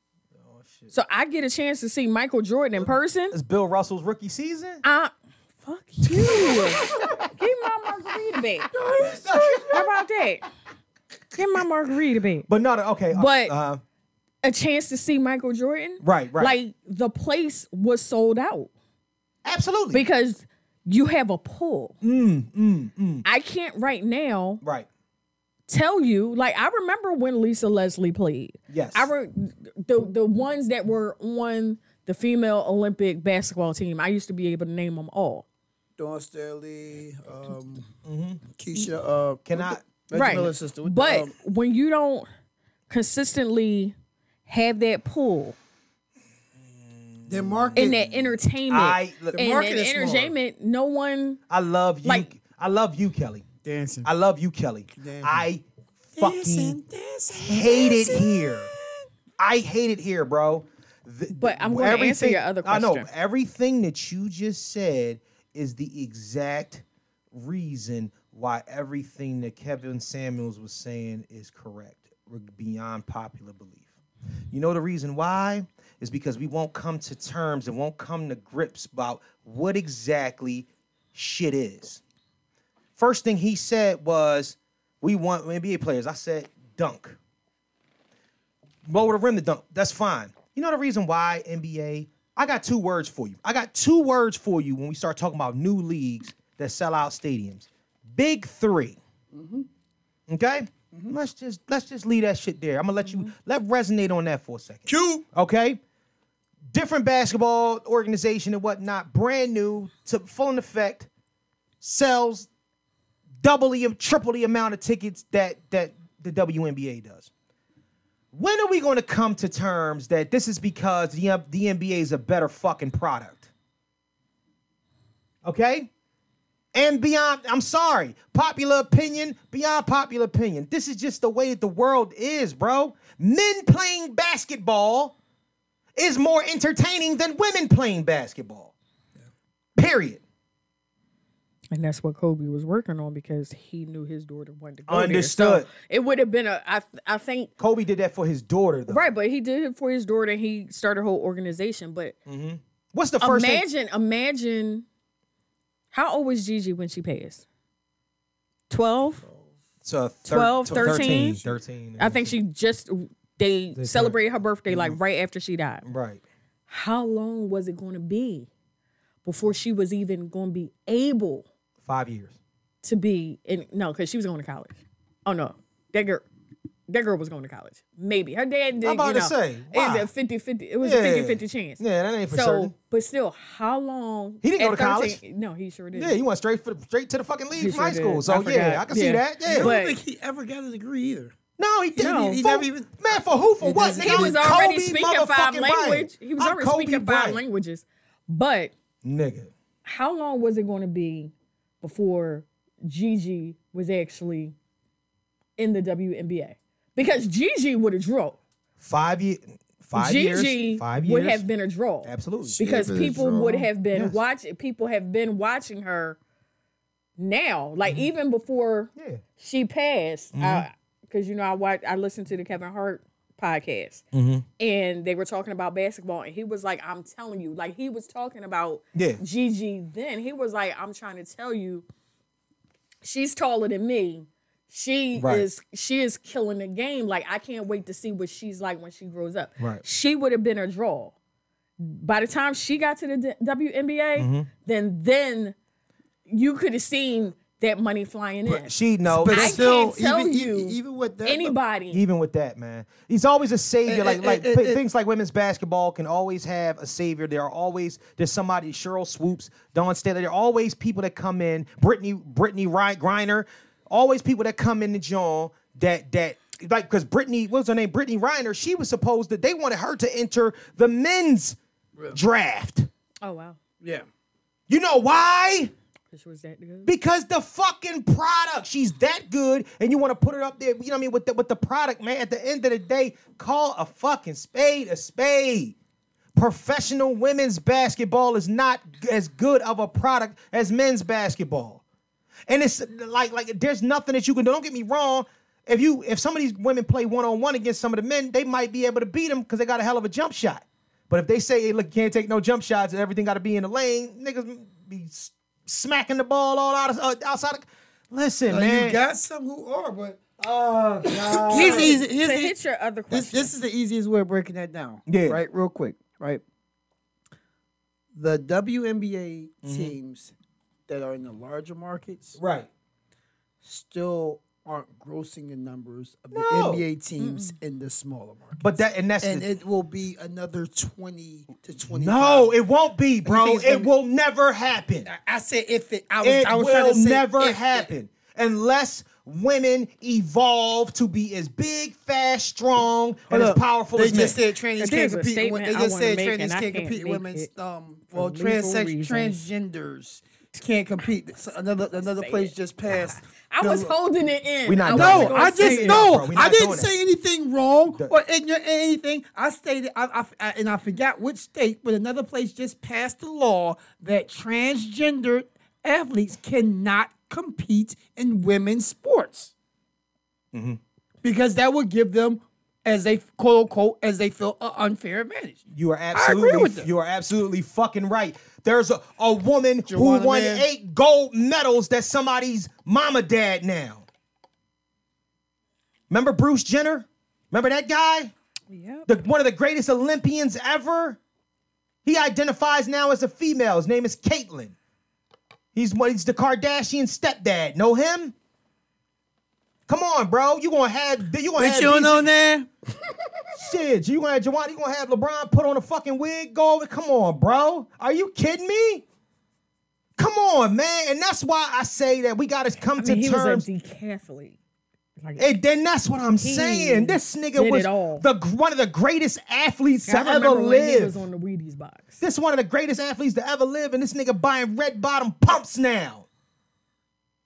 Speaker 2: So I get a chance to see Michael Jordan in person.
Speaker 3: It's Bill Russell's rookie season.
Speaker 2: I, fuck
Speaker 3: [LAUGHS]
Speaker 2: you. Give my margarita back. How about that? Give my margarita back.
Speaker 3: But no, no, okay. uh,
Speaker 2: But-
Speaker 3: uh,
Speaker 2: A chance to see Michael Jordan.
Speaker 3: Right, right.
Speaker 2: Like the place was sold out.
Speaker 3: absolutely.
Speaker 2: because you have a pull. I can't right now
Speaker 3: right.
Speaker 2: tell you. Like I remember when Lisa Leslie played.
Speaker 3: Yes.
Speaker 2: I re- the the ones that were on the female Olympic basketball team. I used to be able to name them all.
Speaker 8: Dawn Sterling, um, Keisha, uh,
Speaker 3: Mm-hmm. Can I?
Speaker 4: Reggie
Speaker 2: Right.
Speaker 4: Miller's sister. What the-
Speaker 2: But
Speaker 4: um,
Speaker 2: when you don't consistently have that pull
Speaker 8: their market.
Speaker 2: and that entertainment
Speaker 3: I look,
Speaker 2: and
Speaker 8: market
Speaker 2: that
Speaker 8: is smaller.
Speaker 2: entertainment, no one.
Speaker 3: I love you.
Speaker 2: Like-
Speaker 3: I love you, Kelly.
Speaker 8: dancing.
Speaker 3: I love you, Kelly. I fucking hate it here. I hate it here, bro. The-
Speaker 2: But I'm gonna answer
Speaker 3: everything-
Speaker 2: your other
Speaker 3: I know
Speaker 2: question.
Speaker 3: everything that you just said is the exact reason why everything that Kevin Samuels was saying is correct, re- beyond popular belief. You know the reason why is because we won't come to terms and won't come to grips about what exactly shit is first thing he said was, "We want NBA players." I said, "Dunk, lower the rim to dunk. That's fine." You know the reason why NBA? I got two words for you. I got two words for you when we start talking about new leagues that sell out stadiums. Big 3 Okay, Mm-hmm. let's just let's just leave that shit there. I'm gonna let you let resonate on that for a second.
Speaker 8: Cute.
Speaker 3: Okay. Different basketball organization and whatnot, brand new to full in effect, sells double the triple the amount of tickets that that the WNBA does. When are we going to come to terms that this is because the M- the NBA is a better fucking product? Okay? And beyond, I'm sorry, popular opinion, beyond popular opinion. This is just the way that the world is, bro. Men playing basketball is more entertaining than women playing basketball. Period.
Speaker 2: And that's what Kobe was working on because he knew his daughter wanted to go There.
Speaker 3: Understood.
Speaker 2: So it would have been a I th- I think
Speaker 3: Kobe did that for his daughter, though.
Speaker 2: right, but he did it for his daughter and he started a whole organization. But
Speaker 3: What's the Mm. first thing?
Speaker 2: imagine imagine How old was Gigi when she passed? 12?
Speaker 3: So thir-
Speaker 2: 12,
Speaker 3: 13.
Speaker 2: 13?
Speaker 3: 13.
Speaker 2: I think she just, they
Speaker 3: They Mm-hmm.
Speaker 2: celebrated her birthday like right after she died.
Speaker 3: Right.
Speaker 2: How long was it going to be before she was even going to be able
Speaker 3: Five years.
Speaker 2: to be in? No, because she was going to college. Oh, no. That girl. That girl was going to college. Maybe. Her dad did.
Speaker 3: I'm about to
Speaker 2: you know,
Speaker 3: say, why?
Speaker 2: It's a 50 50. It was
Speaker 3: Yeah.
Speaker 2: a 50 50 chance.
Speaker 3: Yeah, that ain't for
Speaker 2: so,
Speaker 3: certain.
Speaker 2: But still, how long?
Speaker 3: He didn't go
Speaker 2: at
Speaker 3: to college.
Speaker 2: No, he sure did.
Speaker 3: Yeah, he went straight for, straight to the fucking league
Speaker 2: He
Speaker 3: from
Speaker 2: sure
Speaker 3: high school.
Speaker 2: did.
Speaker 3: So
Speaker 2: I
Speaker 3: yeah,
Speaker 2: forgot.
Speaker 3: I can see
Speaker 2: Yeah.
Speaker 3: that. Yeah.
Speaker 8: I
Speaker 2: But-
Speaker 8: don't think he ever got a degree either.
Speaker 3: no, he didn't.
Speaker 2: No.
Speaker 3: he
Speaker 8: He
Speaker 3: never
Speaker 8: never
Speaker 3: even
Speaker 8: even-
Speaker 3: man for who for
Speaker 8: It
Speaker 3: what?
Speaker 8: doesn't-
Speaker 3: Nigga,
Speaker 2: he
Speaker 3: I'm
Speaker 2: was already
Speaker 3: Kobe
Speaker 2: speaking five
Speaker 3: motherfucking Bryant.
Speaker 2: language. He was
Speaker 3: I'm
Speaker 2: already
Speaker 3: Kobe
Speaker 2: speaking
Speaker 3: Bryant.
Speaker 2: five languages. But
Speaker 3: Nigga,
Speaker 2: how long was it going to be before Gigi was actually in the WNBA? Because Gigi would have draw.
Speaker 3: five years. Five
Speaker 2: Gigi
Speaker 3: years. Five years.
Speaker 2: would have been a draw.
Speaker 3: absolutely.
Speaker 2: Because
Speaker 6: She
Speaker 2: people
Speaker 6: was a
Speaker 2: would
Speaker 6: draw.
Speaker 2: have been
Speaker 3: Yes.
Speaker 2: watching people have been watching her now. Like even before
Speaker 3: Yeah.
Speaker 2: she passed,
Speaker 3: Mm-hmm.
Speaker 2: because you know I watched, I listened to the Kevin Hart podcast,
Speaker 3: Mm-hmm.
Speaker 2: and they were talking about basketball, and he was like, "I'm telling you," like he was talking about
Speaker 3: Yeah.
Speaker 2: Gigi. Then he was like, "I'm trying to tell you, she's taller than me." She
Speaker 3: Right.
Speaker 2: is she is killing the game. Like I can't wait to see what she's like when she grows up.
Speaker 3: Right.
Speaker 2: She would have been a draw. By the time she got to the D- WNBA,
Speaker 3: Mm-hmm.
Speaker 2: then then you could have seen that money flying in.
Speaker 3: She knows.
Speaker 2: I
Speaker 8: Still,
Speaker 2: can't tell
Speaker 8: even,
Speaker 2: you
Speaker 8: even, even with that,
Speaker 2: anybody.
Speaker 3: even with that, man, he's always a savior.
Speaker 8: Eh,
Speaker 3: Like
Speaker 8: eh,
Speaker 3: like
Speaker 8: eh,
Speaker 3: p-
Speaker 8: eh,
Speaker 3: things like women's basketball can always have a savior. There are always there's somebody Cheryl Swoops, Dawn Staley. There are always people that come in. Brittany Brittany Ryan Griner, always people that come in the joint that that. Like, because Brittany, what was her name? Brittany Reiner, she was supposed to, they wanted her to enter the men's draft.
Speaker 2: oh wow,
Speaker 8: yeah.
Speaker 3: You know why?
Speaker 2: because she was that good.
Speaker 3: Because the fucking product, she's that good, and you want to put her up there. You know what I mean? With the with the product, man. At the end of the day, call a fucking spade a spade. Professional women's basketball is not g- as good of a product as men's basketball, and it's like like there's nothing that you can do. Don't get me wrong. If you if some of these women play one on one against some of the men, they might be able to beat them because they got a hell of a jump shot. But if they say, hey, look, can't take no jump shots and everything got to be in the lane, niggas be s- smacking the ball all out of, uh, outside. Of, listen,
Speaker 8: Uh,
Speaker 3: man.
Speaker 8: You got some who are, but
Speaker 2: [LAUGHS]
Speaker 8: oh god.
Speaker 4: Here's the easy- here's
Speaker 2: To
Speaker 4: the-
Speaker 2: hit your other
Speaker 8: this,
Speaker 2: question,
Speaker 8: this is the easiest way of breaking that down.
Speaker 3: Yeah.
Speaker 8: Right, real quick. Right. The WNBA
Speaker 3: Mm-hmm.
Speaker 8: teams that are in the larger markets
Speaker 3: right.
Speaker 8: still aren't grossing the numbers of the
Speaker 3: No.
Speaker 8: NBA teams in the smaller market.
Speaker 3: But that and that's
Speaker 8: And
Speaker 3: the,
Speaker 8: it will be another twenty to twenty.
Speaker 3: no, it won't be, bro.
Speaker 8: think it's
Speaker 3: It
Speaker 8: gonna-
Speaker 3: will never happen.
Speaker 8: I said if it. I was.
Speaker 3: It
Speaker 8: I was trying
Speaker 3: will
Speaker 8: to say
Speaker 3: never
Speaker 8: if it-
Speaker 3: happen unless women evolve to be as big, fast, strong, and
Speaker 8: Look,
Speaker 3: as powerful
Speaker 8: They
Speaker 3: as men.
Speaker 8: just said trans can't
Speaker 2: There's a
Speaker 8: compete. with-
Speaker 2: statement
Speaker 8: They
Speaker 2: I
Speaker 8: just
Speaker 2: wanna
Speaker 8: said
Speaker 2: make and
Speaker 8: trans
Speaker 2: I
Speaker 8: can't
Speaker 2: can't
Speaker 8: compete
Speaker 2: make
Speaker 8: women's
Speaker 2: it
Speaker 8: um
Speaker 2: for
Speaker 8: well
Speaker 2: legal
Speaker 8: transsex
Speaker 2: reasons.
Speaker 8: transgenders can't compete. So another another
Speaker 2: Say
Speaker 8: place
Speaker 2: it.
Speaker 8: just passed.
Speaker 2: [LAUGHS] I
Speaker 8: the-
Speaker 2: was holding it in.
Speaker 3: We not
Speaker 2: I
Speaker 3: doing
Speaker 2: wasn't
Speaker 8: No,
Speaker 3: it.
Speaker 2: gonna
Speaker 8: I
Speaker 2: say
Speaker 8: just
Speaker 2: it.
Speaker 3: Bro,
Speaker 8: no.
Speaker 3: we not
Speaker 8: I didn't
Speaker 3: doing
Speaker 8: say
Speaker 3: it.
Speaker 8: anything wrong
Speaker 3: The-
Speaker 8: or ignorant anything. I stated, I, I, I- and I forgot which state, but another place just passed a law that transgender athletes cannot compete in women's sports
Speaker 3: Mm-hmm.
Speaker 8: because that would give them, as they quote unquote, as they feel, an unfair advantage.
Speaker 3: You are
Speaker 8: agree
Speaker 3: absolutely
Speaker 8: with them.
Speaker 3: you are absolutely fucking right. There's a, a woman who
Speaker 8: Joanna
Speaker 3: won
Speaker 8: Man.
Speaker 3: eight gold medals that's somebody's mama dad now. Remember Bruce Jenner? Remember that guy?
Speaker 2: Yep.
Speaker 3: The, one of the greatest Olympians ever. He identifies now as a female. His name is Caitlyn. He's what he's the Kardashian stepdad. Know him? Come on, bro. You gonna have you gonna have these-
Speaker 8: that?
Speaker 3: Shit, you gonna have Juwan, you gonna have LeBron put on a fucking wig, go over. Come on, bro. Are you kidding me? Come on, man. And that's why I say that we gotta come
Speaker 2: I mean,
Speaker 3: to
Speaker 2: he
Speaker 3: terms.
Speaker 2: was a decathlete. Like,
Speaker 3: and then that's what I'm saying. This nigga
Speaker 2: did it
Speaker 3: was
Speaker 2: all.
Speaker 3: the gr- one of the greatest athletes
Speaker 2: I
Speaker 3: to ever
Speaker 2: remember when he was
Speaker 3: live.
Speaker 2: on the Wheaties box.
Speaker 3: this one of the greatest athletes to ever live, and this nigga buying red bottom pumps now.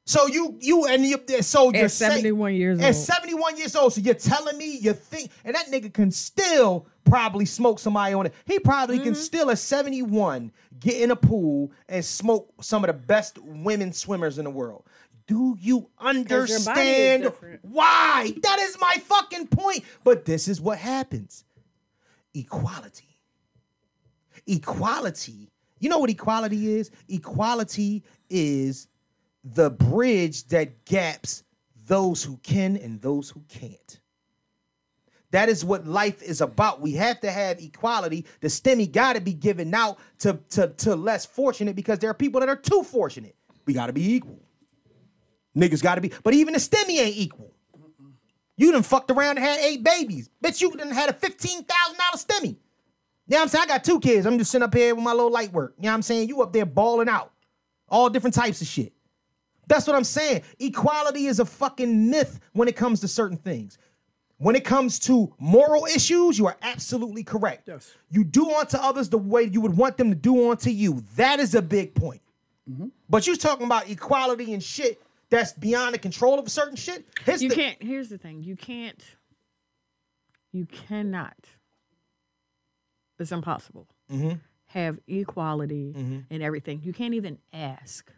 Speaker 3: So you you and you so you're
Speaker 2: At
Speaker 3: say-
Speaker 2: 71 years
Speaker 3: At
Speaker 2: old.
Speaker 3: 71 years old, so you're telling me you think, and that nigga can still probably smoke somebody on it. He probably can still at 71 get in a pool and smoke some of the best women swimmers in the world. Do you understand
Speaker 2: different.
Speaker 3: why? That is my fucking point. But this is what happens equality. Equality. You know what equality is? Equality is the bridge that gaps those who can and those who can't. That is what life is about. We have to have equality. The STEMI got to be given out to, to, to less fortunate because there are people that are too fortunate. We got to be equal. Niggas got to be, but even the STEMI ain't equal. You done fucked around and had eight babies. Bitch, you done had a $15,000 STEMI. You know what I'm saying? I got two kids. I'm just sitting up here with my little light work. You know what I'm saying? You up there balling out. All different types of shit. That's what I'm saying. Equality is a fucking myth when it comes to certain things. When it comes to moral issues, you are absolutely correct.
Speaker 8: Yes.
Speaker 3: You do unto others the way you would want them to do unto you. That is a big point. But you talking about equality and shit that's beyond the control of certain shit. Here's
Speaker 2: You
Speaker 3: the-
Speaker 2: can't. Here's the thing. You can't. You cannot. It's impossible.
Speaker 3: Mm-hmm.
Speaker 2: Have equality in everything. You can't even ask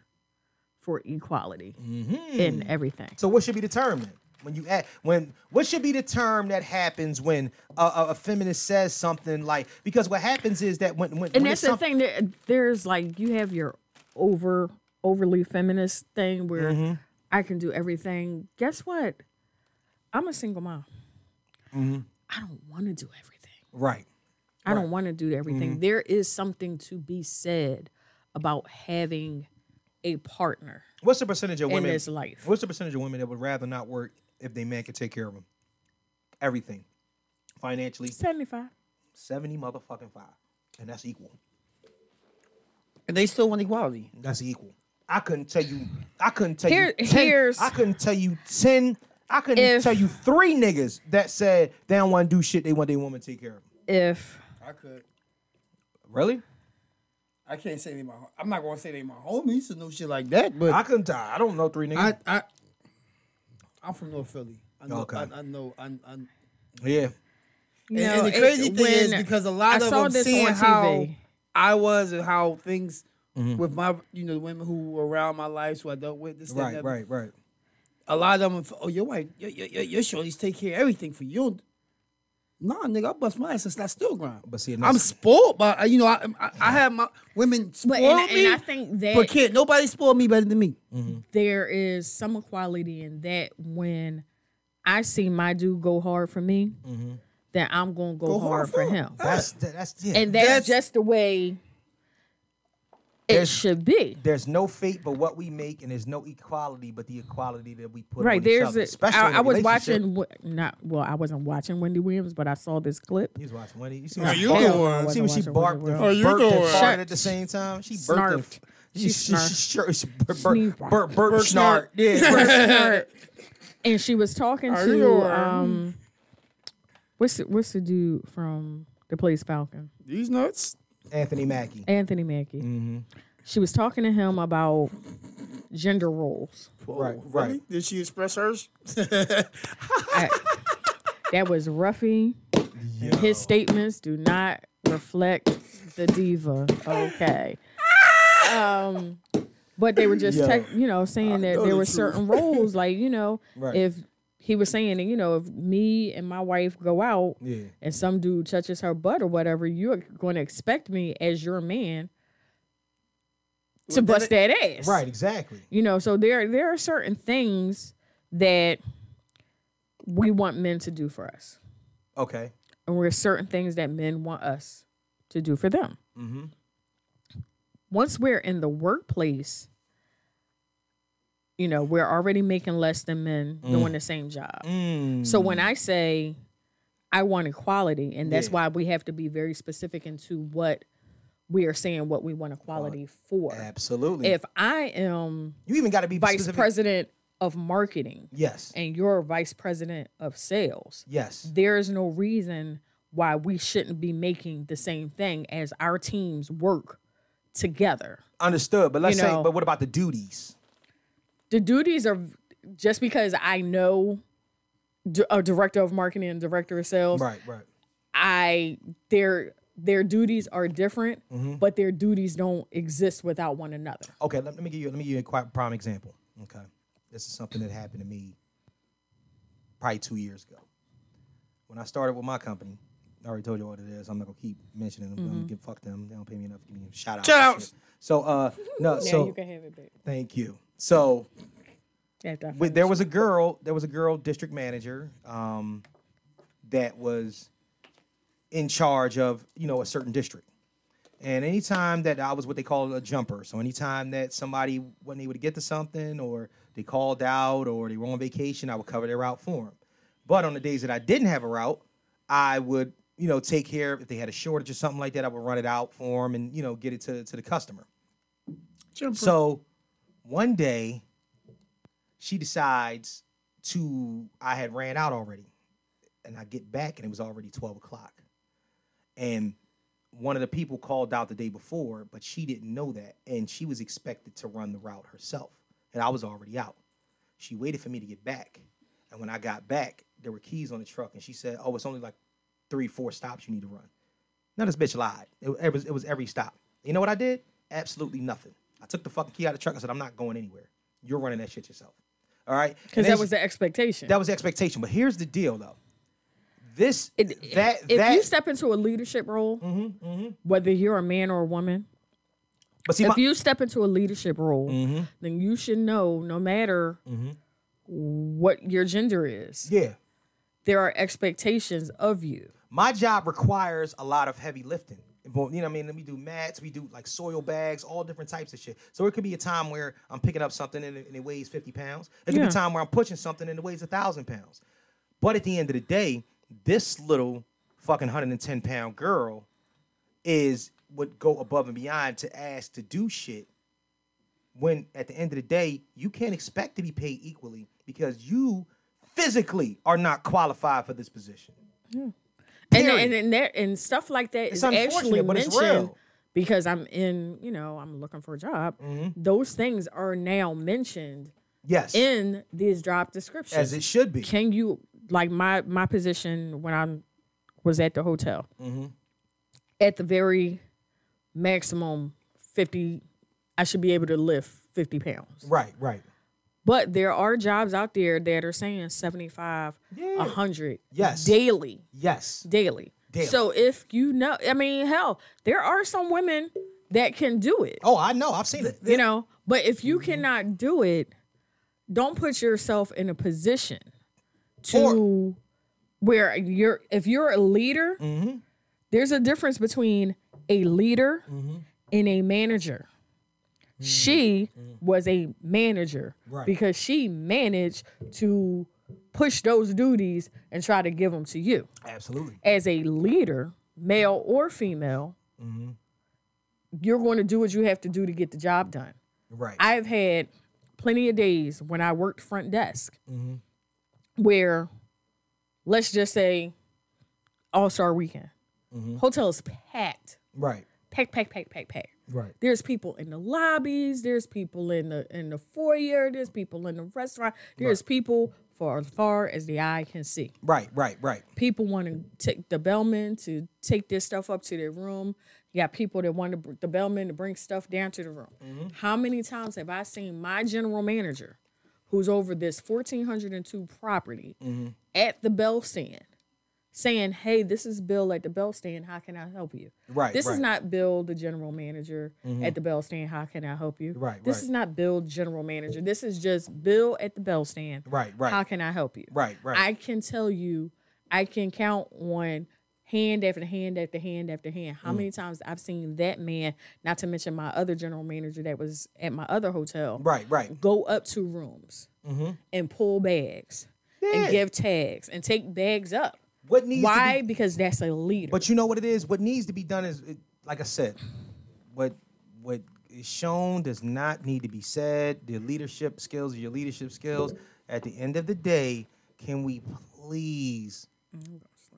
Speaker 2: for equality
Speaker 3: Mm-hmm.
Speaker 2: in everything.
Speaker 3: So what should be the term then? When you act, when what should be the term that happens when a, a, a feminist says something like because what happens is that when when,
Speaker 2: and
Speaker 3: when
Speaker 2: that's
Speaker 3: it's
Speaker 2: the
Speaker 3: some-
Speaker 2: thing that uh, there's like you have your over overly feminist thing where
Speaker 8: Mm-hmm.
Speaker 2: i can do everything guess what i'm a single mom
Speaker 8: Mm-hmm.
Speaker 2: i don't want to do everything
Speaker 3: right
Speaker 2: i don't want to do everything
Speaker 8: Mm-hmm.
Speaker 2: There is something to be said about having a partner
Speaker 3: what's the percentage of
Speaker 2: in
Speaker 3: women
Speaker 2: this life
Speaker 3: what's the percentage of women that would rather not work if they man could take care of them everything financially
Speaker 2: 75
Speaker 3: seventy motherfucking five and that's equal
Speaker 4: And they still want equality.
Speaker 3: that's equal I couldn't tell you I couldn't tell
Speaker 2: Here-
Speaker 3: you ten,
Speaker 2: here's-
Speaker 3: I couldn't tell you ten I couldn't
Speaker 2: If-
Speaker 3: tell you three niggas that said they don't want to do shit they want their woman to take care of them
Speaker 2: if
Speaker 8: I could.
Speaker 3: really.
Speaker 8: I can't say they my. I'm not gonna say they my homies or no shit like that. But
Speaker 3: I couldn't die. I don't know three niggas.
Speaker 8: I, I, I'm from North Philly. I know.
Speaker 3: Okay.
Speaker 8: I, I know. I, I,
Speaker 3: yeah.
Speaker 2: you
Speaker 8: and,
Speaker 2: know,
Speaker 8: and the
Speaker 2: it-
Speaker 8: crazy thing is
Speaker 2: when
Speaker 8: because a lot
Speaker 2: I
Speaker 8: of
Speaker 2: saw
Speaker 8: them
Speaker 2: this
Speaker 8: seeing
Speaker 2: on
Speaker 8: how
Speaker 2: TV.
Speaker 8: I was and how things
Speaker 3: Mm-hmm.
Speaker 8: with my you know the women who were around my life who I dealt with this that, and
Speaker 3: Right, right,
Speaker 8: that.
Speaker 3: right.
Speaker 8: A lot of them oh your wife your your, your, your shorties take care of everything for you. Nah, nigga, I bust my ass and I still grind.
Speaker 3: But see, and
Speaker 8: I'm
Speaker 3: that's-
Speaker 8: spoiled, but you know I I, I have my women spoil
Speaker 2: but and,
Speaker 8: me.
Speaker 2: and i think that
Speaker 8: but can't nobody spoil me better than me.
Speaker 3: Mm.
Speaker 2: there is some equality in that when I see my dude go hard for me, that I'm gonna Mm-hmm. go, hard, for him.
Speaker 3: That's that's yeah.
Speaker 2: And that's,
Speaker 8: That's-
Speaker 2: just the way it
Speaker 3: There's-
Speaker 2: should be.
Speaker 3: there's no fate but what we make, and there's no equality but the equality that we put
Speaker 2: Right
Speaker 3: on each
Speaker 2: there's
Speaker 3: other.
Speaker 2: a,
Speaker 3: especially in
Speaker 2: I,
Speaker 3: a
Speaker 2: I was
Speaker 3: relationship.
Speaker 2: watching what not well I wasn't watching Wendy Williams but I saw this clip.
Speaker 3: He was watching Wendy. You see
Speaker 2: Are
Speaker 3: what
Speaker 2: you
Speaker 3: she barked?
Speaker 2: the one?
Speaker 3: See what she
Speaker 2: Oh, Wasn't watching
Speaker 3: barked
Speaker 2: Wendy
Speaker 3: and
Speaker 2: Williams.
Speaker 3: burped and
Speaker 2: the one?
Speaker 3: farted at the same time. She burped. And,
Speaker 2: Snarfed.
Speaker 3: she
Speaker 2: She
Speaker 3: she, she, she, she burped,
Speaker 2: Snarfed.
Speaker 3: burped, burped, snarfed. Yeah,
Speaker 2: Oh, and she was talking to um what's the, what's the dude from the place Falcon?
Speaker 8: These nuts.
Speaker 3: Anthony Mackie.
Speaker 2: Anthony Mackie. She was talking to him about gender roles.
Speaker 3: Right, right.
Speaker 8: Did she express hers?
Speaker 2: I- that was Ruffy. His statements do not reflect the diva. Okay. Um, but they were just, tech- you know, saying that there were certain roles, like
Speaker 3: [LAUGHS]
Speaker 2: you know, if he was saying, that, you know, if me and my wife go out,
Speaker 3: Yeah.
Speaker 2: and some dude touches her butt or whatever, you're going to expect me as your man to bust that ass,
Speaker 3: Right, exactly.
Speaker 2: you know, so there there are certain things that we want men to do for us,
Speaker 3: Okay.
Speaker 2: and there are certain things that men want us to do for them. Once we're in the workplace, you know, we're already making less than men doing the same job. So when I say I want equality, and that's why we have to be very specific into what we are saying what we want equality for.
Speaker 3: Absolutely.
Speaker 2: If I am
Speaker 3: you even got to be
Speaker 2: vice
Speaker 3: specific.
Speaker 2: president of marketing
Speaker 3: Yes.
Speaker 2: and you're vice president of sales,
Speaker 3: Yes.
Speaker 2: there is no reason why we shouldn't be making the same thing as our teams work together.
Speaker 3: Understood. But let's
Speaker 2: You
Speaker 3: say.
Speaker 2: know-
Speaker 3: But what about the duties?
Speaker 2: The duties are just because I know d- a director of marketing and director of sales,
Speaker 3: Right. Right.
Speaker 2: I their their duties are different,
Speaker 3: Mm-hmm.
Speaker 2: but their duties don't exist without one another.
Speaker 3: Okay, let, let me give you let me give you a quite prime example. Okay, this is something that happened to me probably two years ago when I started with my company. I already told you what it is. I'm not gonna keep mentioning them. I'm gonna give fuck them. They don't pay me enough. to Give me shout out.
Speaker 8: Shout outs.
Speaker 3: So uh [LAUGHS] no.
Speaker 2: Now
Speaker 3: so
Speaker 2: you can have it back.
Speaker 3: thank you. So
Speaker 2: After I
Speaker 3: Wait,
Speaker 2: finish.
Speaker 3: there was a girl. There was a girl district manager um, that was in charge of you know a certain district. And anytime that I was what they call a jumper, so anytime that somebody when they would get to something or they called out or they were on vacation, I would cover their route for them. But on the days that I didn't have a route, I would you know take care of if they had a shortage or something like that. I would run it out for them and you know get it to to the customer. So one day she decides to I had ran out already. And I get back and it was already 12 o'clock. And one of the people called out the day before, but she didn't know that. And she was expected to run the route herself. And I was already out. She waited for me to get back. And when I got back, there were keys on the truck. And she said, Oh, it's only like three, four stops you need to run. Now this bitch lied. It, it was, it was every stop. You know what I did? Absolutely nothing. I took the fucking key out of the truck. I said, I'm not going anywhere. You're running that shit yourself. All right.
Speaker 2: because
Speaker 3: And
Speaker 2: that
Speaker 3: then
Speaker 2: was
Speaker 3: she-
Speaker 2: the expectation.
Speaker 3: that was the expectation. But here's the deal, though. This
Speaker 2: It-
Speaker 3: that
Speaker 2: if
Speaker 3: that. Mm-hmm,
Speaker 2: you step into a leadership role, whether you're a man or a woman,
Speaker 3: but see, my,
Speaker 2: if you step into a leadership role,
Speaker 3: Mm-hmm.
Speaker 2: then you should know, no matter what your gender is,
Speaker 3: yeah,
Speaker 2: there are expectations of you.
Speaker 3: my job requires a lot of heavy lifting. Well, You know what I mean? We do mats, we do like soil bags, all different types of shit. So it could be a time where I'm picking up something and it, and it weighs 50 pounds. It could be
Speaker 2: Yeah.
Speaker 3: a time where I'm pushing something and it weighs a thousand pounds. But at the end of the day, this little fucking 110 pound girl is would go above and beyond to ask to do shit when at the end of the day you can't expect to be paid equally because you physically are not qualified for this position
Speaker 2: And,
Speaker 3: Period.
Speaker 2: and and that and stuff like that
Speaker 3: It's
Speaker 2: is
Speaker 3: unfortunate,
Speaker 2: actually
Speaker 3: but it's
Speaker 2: mentioned
Speaker 3: real.
Speaker 2: because I'm in, you know, I'm looking for a job.
Speaker 3: Mm-hmm.
Speaker 2: Those things are now mentioned
Speaker 3: yes
Speaker 2: in these job descriptions.
Speaker 3: as it should be
Speaker 2: can you like my my position when I was at the hotel
Speaker 3: Mm-hmm.
Speaker 2: at the very maximum fifty, I should be able to lift fifty pounds.
Speaker 3: right right
Speaker 2: But there are jobs out there that are saying 75, a 100
Speaker 3: Yes.
Speaker 2: daily,
Speaker 3: yes
Speaker 2: daily.
Speaker 3: Daily.
Speaker 2: So if you know, I mean, hell, there are some women that can do it,
Speaker 3: oh i know i've seen it
Speaker 2: you know, but if you cannot do it, don't put yourself in a position to where you're, if you're a leader, there's a difference between a leader and a manager. She was a manager
Speaker 3: Right.
Speaker 2: because she managed to push those duties and try to give them to you.
Speaker 3: absolutely
Speaker 2: As a leader, male or female, you're going to do what you have to do to get the job done.
Speaker 3: right
Speaker 2: I've had plenty of days when I worked front desk where, let's just say, All Star Weekend, hotel is packed,
Speaker 3: right
Speaker 2: packed, packed, packed, packed, packed.
Speaker 3: right
Speaker 2: There's people in the lobbies. There's people in the in the foyer. There's people in the restaurant. There's people for as far as the eye can see.
Speaker 3: right right right
Speaker 2: People want to take the bellman to take their stuff up to their room. You got people that want to, br- the bellman to bring stuff down to the room.
Speaker 3: Mm-hmm.
Speaker 2: How many times have I seen my general manager, who's over this 1402 property,
Speaker 3: Mm-hmm.
Speaker 2: at the bell stand, saying, "Hey, this is Bill at the bell stand. How can I help you?"
Speaker 3: Right,
Speaker 2: This
Speaker 3: right. Mm-hmm.
Speaker 2: is not Bill, the general manager at the bell stand. How can I help you?
Speaker 3: Right,
Speaker 2: This
Speaker 3: right.
Speaker 2: is not Bill, general manager. This is just Bill at the bell stand.
Speaker 3: Right, right.
Speaker 2: How can I help you?
Speaker 3: Right, right.
Speaker 2: I can tell you, I can count on hand after hand after hand after hand
Speaker 3: Mm.
Speaker 2: how many times I've seen that man, not to mention my other general manager that was at my other hotel,
Speaker 3: right right
Speaker 2: go up to rooms and pull bags
Speaker 3: Yeah.
Speaker 2: and give tags and take bags up.
Speaker 3: what needs to
Speaker 2: Why?
Speaker 3: be
Speaker 2: because that's a leader.
Speaker 3: But you know what it is. What needs to be done is, it, like I said, what what is shown does not need to be said. The leadership skills, your leadership skills. At the end of the day, can we please,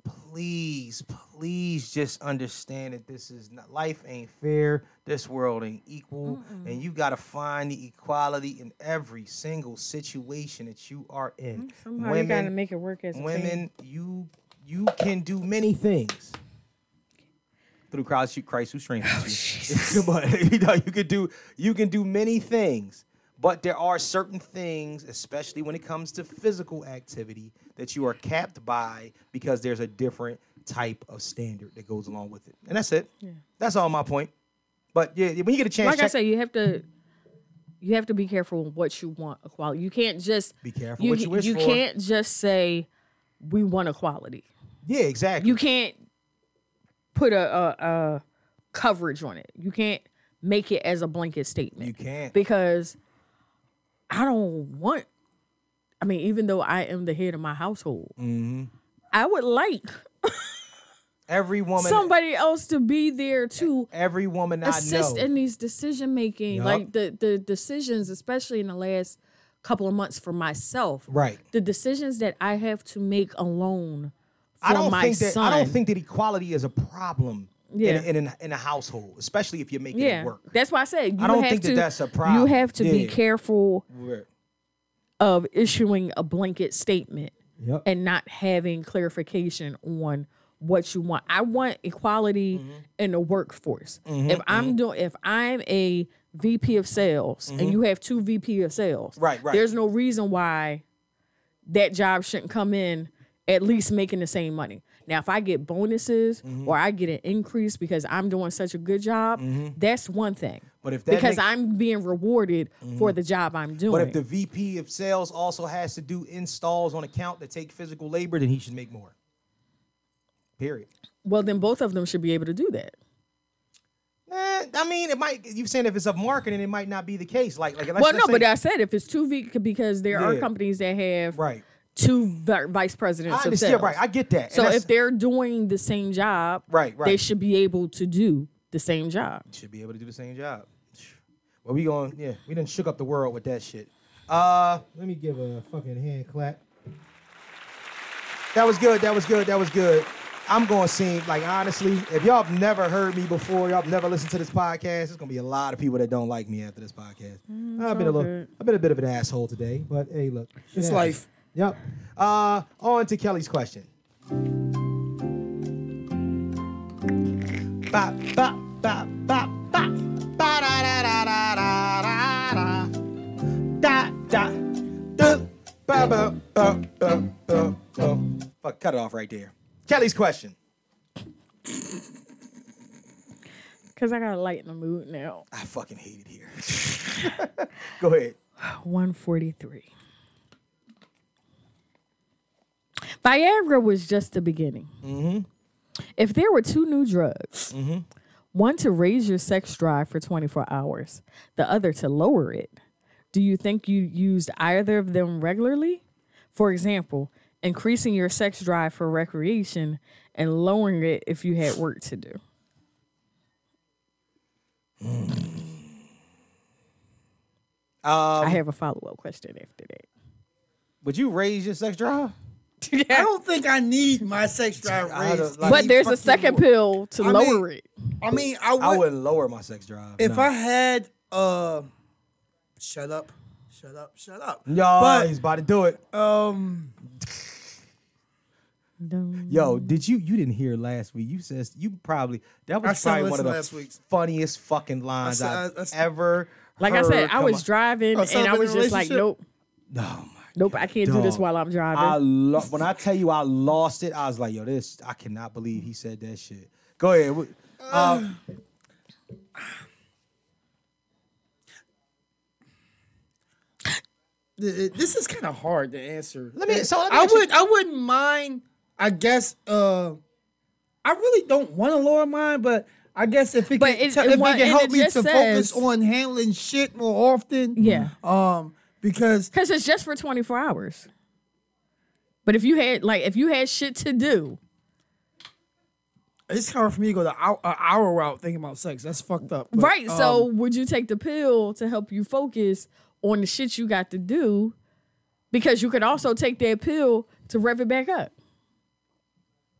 Speaker 3: please, please just understand that this is not life ain't fair. This world ain't equal, and you gotta find the equality in every single situation that you are in.
Speaker 2: Somehow you gotta make it work as a team.
Speaker 3: women, you you can do many things through Christ, who- Christ who strengthens you. [LAUGHS] but you know, you can do you can do many things, but there are certain things, especially when it comes to physical activity, that you are capped by because there's a different type of standard that goes along with it. And that's it. That's all my point. But yeah, when you get a chance,
Speaker 2: Like I
Speaker 3: check-
Speaker 2: said, you have to you have to be careful with what you want equality. You can't just
Speaker 3: Be careful what you wish
Speaker 2: you
Speaker 3: for.
Speaker 2: can't just say we want equality.
Speaker 3: yeah, exactly.
Speaker 2: You can't put a, a, a coverage on it. You can't make it as a blanket statement.
Speaker 3: You can't.
Speaker 2: because I don't want. I mean, even though I am the head of my household,
Speaker 3: Mm-hmm.
Speaker 2: I would like
Speaker 3: Every woman,
Speaker 2: somebody else to be there to
Speaker 3: every woman eh, I know.
Speaker 2: assist in these decision making,
Speaker 3: Yup.
Speaker 2: like the the decisions, especially in the last couple of months for myself.
Speaker 3: Right.
Speaker 2: The decisions that I have to make alone for
Speaker 3: I don't
Speaker 2: my
Speaker 3: think that
Speaker 2: son.
Speaker 3: I don't think that equality is a problem.
Speaker 2: Yeah.
Speaker 3: In, in, in, a household, especially if you're making
Speaker 2: yeah,
Speaker 3: it work.
Speaker 2: that's why I said you
Speaker 3: I don't
Speaker 2: have
Speaker 3: think that
Speaker 2: to.
Speaker 3: that's a problem.
Speaker 2: You have to be
Speaker 3: Yeah.
Speaker 2: careful
Speaker 3: Right.
Speaker 2: of issuing a blanket statement
Speaker 3: Yep.
Speaker 2: and not having clarification on what you want. I want equality
Speaker 3: Mm-hmm.
Speaker 2: in the workforce. if I'm doing if I'm a VP of sales and you have two VP of sales,
Speaker 3: Mm-hmm. Right, right.
Speaker 2: There's no reason why that job shouldn't come in at least making the same money. Now, if I get bonuses
Speaker 3: Mm-hmm.
Speaker 2: or I get an increase because I'm doing such a good job, that's one thing.
Speaker 3: Mm-hmm. But if that
Speaker 2: because
Speaker 3: makes- Mm-hmm.
Speaker 2: I'm being rewarded for the job I'm doing,
Speaker 3: But if the VP of sales also has to do installs on account that take physical labor, then he should make more. Period.
Speaker 2: well, then both of them should be able to do that.
Speaker 3: Eh, I mean, it might. You saying if it's up marketing, it might not be the case. Like, like let's
Speaker 2: well, no,
Speaker 3: just
Speaker 2: but
Speaker 3: say-
Speaker 2: I said if it's two V because there are
Speaker 3: Yeah.
Speaker 2: companies that have
Speaker 3: right.
Speaker 2: two vi- vice presidents.
Speaker 3: I
Speaker 2: of
Speaker 3: understand.
Speaker 2: sales.
Speaker 3: Right, I get that. And
Speaker 2: So
Speaker 3: that's-
Speaker 2: if they're doing the same job,
Speaker 3: Right,
Speaker 2: they
Speaker 3: right.
Speaker 2: should be able to do the same job.
Speaker 3: should be able to do the same job. [SIGHS] Well, we going, yeah, we done shook up the world with that shit. Uh, let me give a fucking hand clap. That was good. That was good. That was good. I'm going to sing, like, honestly, if y'all have never heard me before, y'all have never listened to this podcast, there's going to be a lot of people that don't like me after this podcast.
Speaker 8: Mm,
Speaker 3: I've been a little, I've been a bit of an asshole today, but hey, look. shit
Speaker 8: It's
Speaker 3: happens.
Speaker 8: life.
Speaker 3: Yep. Uh, on to Kelly's question. Ba, ba, ba, ba, ba. Ba, da, da, da, da, da, da, da. Da, da, da. Ba, ba, ba, ba, ba, ba. Fuck, cut it off right there. Kelly's question.
Speaker 2: Because I got to lighten the mood now.
Speaker 3: I fucking hate it here. [LAUGHS] Go ahead.
Speaker 2: 143. Viagra was just the beginning.
Speaker 8: Mm-hmm.
Speaker 2: If there were two new drugs, one to raise your sex drive for 24 hours, the other to lower it, do you think you used either of them regularly? For example, increasing your sex drive for recreation and lowering it if you had work to do.
Speaker 8: Um,
Speaker 2: I have a follow up question after that.
Speaker 3: Would you raise your sex drive?
Speaker 8: I don't think I need my sex drive
Speaker 3: I don't
Speaker 8: raised.
Speaker 3: like-
Speaker 8: any
Speaker 2: But there's a
Speaker 8: fucking
Speaker 2: second
Speaker 8: more.
Speaker 2: pill to
Speaker 8: I
Speaker 2: lower
Speaker 8: mean,
Speaker 2: it.
Speaker 8: I mean, I would,
Speaker 3: I wouldn't lower my sex drive.
Speaker 8: if
Speaker 3: no.
Speaker 8: I had. Uh, shut up, shut up, shut up.
Speaker 3: Yo,
Speaker 8: But-
Speaker 3: he's about to do it.
Speaker 8: Um,
Speaker 3: Yo, did you you didn't hear last week? You said you probably that
Speaker 8: I
Speaker 3: was
Speaker 8: still
Speaker 3: probably one of the
Speaker 8: listened last week.
Speaker 3: funniest fucking lines
Speaker 8: I-
Speaker 3: I've
Speaker 8: I still-
Speaker 3: ever.
Speaker 2: Like I
Speaker 3: heard
Speaker 2: said, I
Speaker 3: come
Speaker 2: was
Speaker 3: out.
Speaker 2: driving
Speaker 8: Oh,
Speaker 2: and I was
Speaker 8: celibate
Speaker 2: just like,
Speaker 8: relationship?
Speaker 2: nope,
Speaker 3: No, oh my
Speaker 2: nope, I can't do this
Speaker 3: dog.
Speaker 2: while I'm driving.
Speaker 3: I lo- when I tell you I lost it, I was like, yo, this I cannot believe he said that shit. Go ahead. What- Uh,
Speaker 8: th- th- this is kind of hard to answer.
Speaker 3: Let me- so let me
Speaker 8: I
Speaker 3: ask you-
Speaker 8: would. I wouldn't mind. I guess. Uh, I really don't want to lower mine, but I guess if it
Speaker 2: But
Speaker 8: can,
Speaker 2: it-
Speaker 8: te-
Speaker 2: it
Speaker 8: if it
Speaker 2: wa-
Speaker 8: can
Speaker 2: and
Speaker 8: help
Speaker 2: it
Speaker 8: me to
Speaker 2: just
Speaker 8: focus
Speaker 2: says-
Speaker 8: on handling shit more often.
Speaker 2: Yeah.
Speaker 8: Um, because
Speaker 2: Because it's just for 24 hours. But if you had like if you had shit to do,
Speaker 8: it's hard for me to go the hour, uh, hour route thinking about sex. That's fucked up. But,
Speaker 2: right? so
Speaker 3: um,
Speaker 2: would you take the pill to help you focus on the shit you got to do? Because you could also take that pill to rev it back up.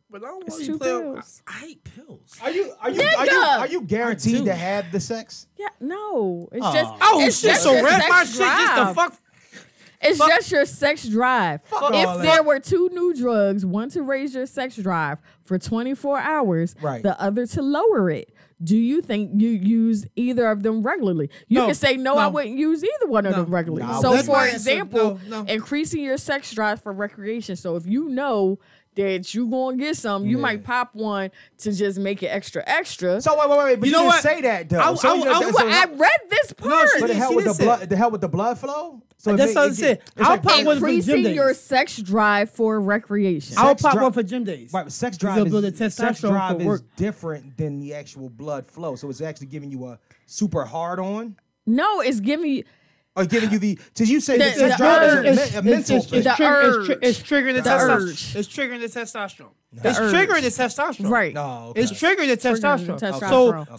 Speaker 8: But I don't
Speaker 2: It's
Speaker 8: want to
Speaker 2: two
Speaker 8: play. I,
Speaker 2: pills.
Speaker 8: I hate pills.
Speaker 3: are you are you, are you
Speaker 2: Nigga!
Speaker 3: are you guaranteed to have the sex?
Speaker 2: Yeah, no. It's just
Speaker 8: Oh
Speaker 2: it's
Speaker 8: shit!
Speaker 2: just
Speaker 8: So
Speaker 2: your
Speaker 8: wrap
Speaker 2: sex
Speaker 8: my shit just
Speaker 2: drive.
Speaker 8: to fuck.
Speaker 2: It's just your sex drive.
Speaker 3: all
Speaker 2: if there
Speaker 3: that.
Speaker 2: were two new drugs, one to raise your sex drive for 24 hours,
Speaker 3: Right.
Speaker 2: the other to lower it, do you think you use either of them regularly? You
Speaker 8: No,
Speaker 2: can say, no, I
Speaker 8: no.
Speaker 2: wouldn't use either one of them regularly.
Speaker 3: no,
Speaker 2: so,
Speaker 3: that's
Speaker 2: for
Speaker 8: my answer.
Speaker 2: example,
Speaker 8: No, no.
Speaker 2: increasing your sex drive for recreation. So, if you know that you gonna get some. You might pop one to just make it extra extra.
Speaker 3: So wait, wait, wait. But you,
Speaker 8: know
Speaker 3: didn't
Speaker 8: what?
Speaker 3: say that though.
Speaker 8: I-
Speaker 3: so
Speaker 8: I-
Speaker 3: you
Speaker 8: I-
Speaker 3: know,
Speaker 2: I,
Speaker 3: that's
Speaker 8: wa-
Speaker 3: a-
Speaker 2: I read this part.
Speaker 8: she
Speaker 3: but the
Speaker 8: didn't-
Speaker 3: hell with the
Speaker 8: didn't say
Speaker 3: blood,
Speaker 8: it.
Speaker 3: the hell with the blood flow. So it
Speaker 4: That's
Speaker 3: make-
Speaker 4: what I
Speaker 3: it
Speaker 4: said.
Speaker 3: get- it's
Speaker 4: I'll
Speaker 3: like-
Speaker 4: pop one for gym
Speaker 2: Increasing your
Speaker 4: days.
Speaker 2: sex drive for recreation.
Speaker 4: I'll
Speaker 3: sex
Speaker 4: pop
Speaker 3: dri-
Speaker 4: one for gym days.
Speaker 3: Right, but sex drive
Speaker 4: They'll build a
Speaker 3: is, sex
Speaker 4: testosterone for
Speaker 3: drive is
Speaker 4: work.
Speaker 3: different than the actual blood flow. So it's actually giving you a super hard on
Speaker 2: no, it's giving you
Speaker 3: or giving you the. Because you say
Speaker 2: The-
Speaker 3: that sex
Speaker 2: the
Speaker 3: drive is a
Speaker 2: urge.
Speaker 3: men- a mental
Speaker 4: it's,
Speaker 3: thing.
Speaker 4: trigger-
Speaker 2: The
Speaker 4: it's tri-
Speaker 2: urge.
Speaker 4: it's triggering the,
Speaker 2: The urge.
Speaker 4: testosterone. It's triggering the testosterone. It's
Speaker 2: urge.
Speaker 4: triggering the testosterone.
Speaker 2: right.
Speaker 3: Oh, okay.
Speaker 4: It's triggering the
Speaker 2: Triggering the
Speaker 4: testosterone.
Speaker 2: testosterone.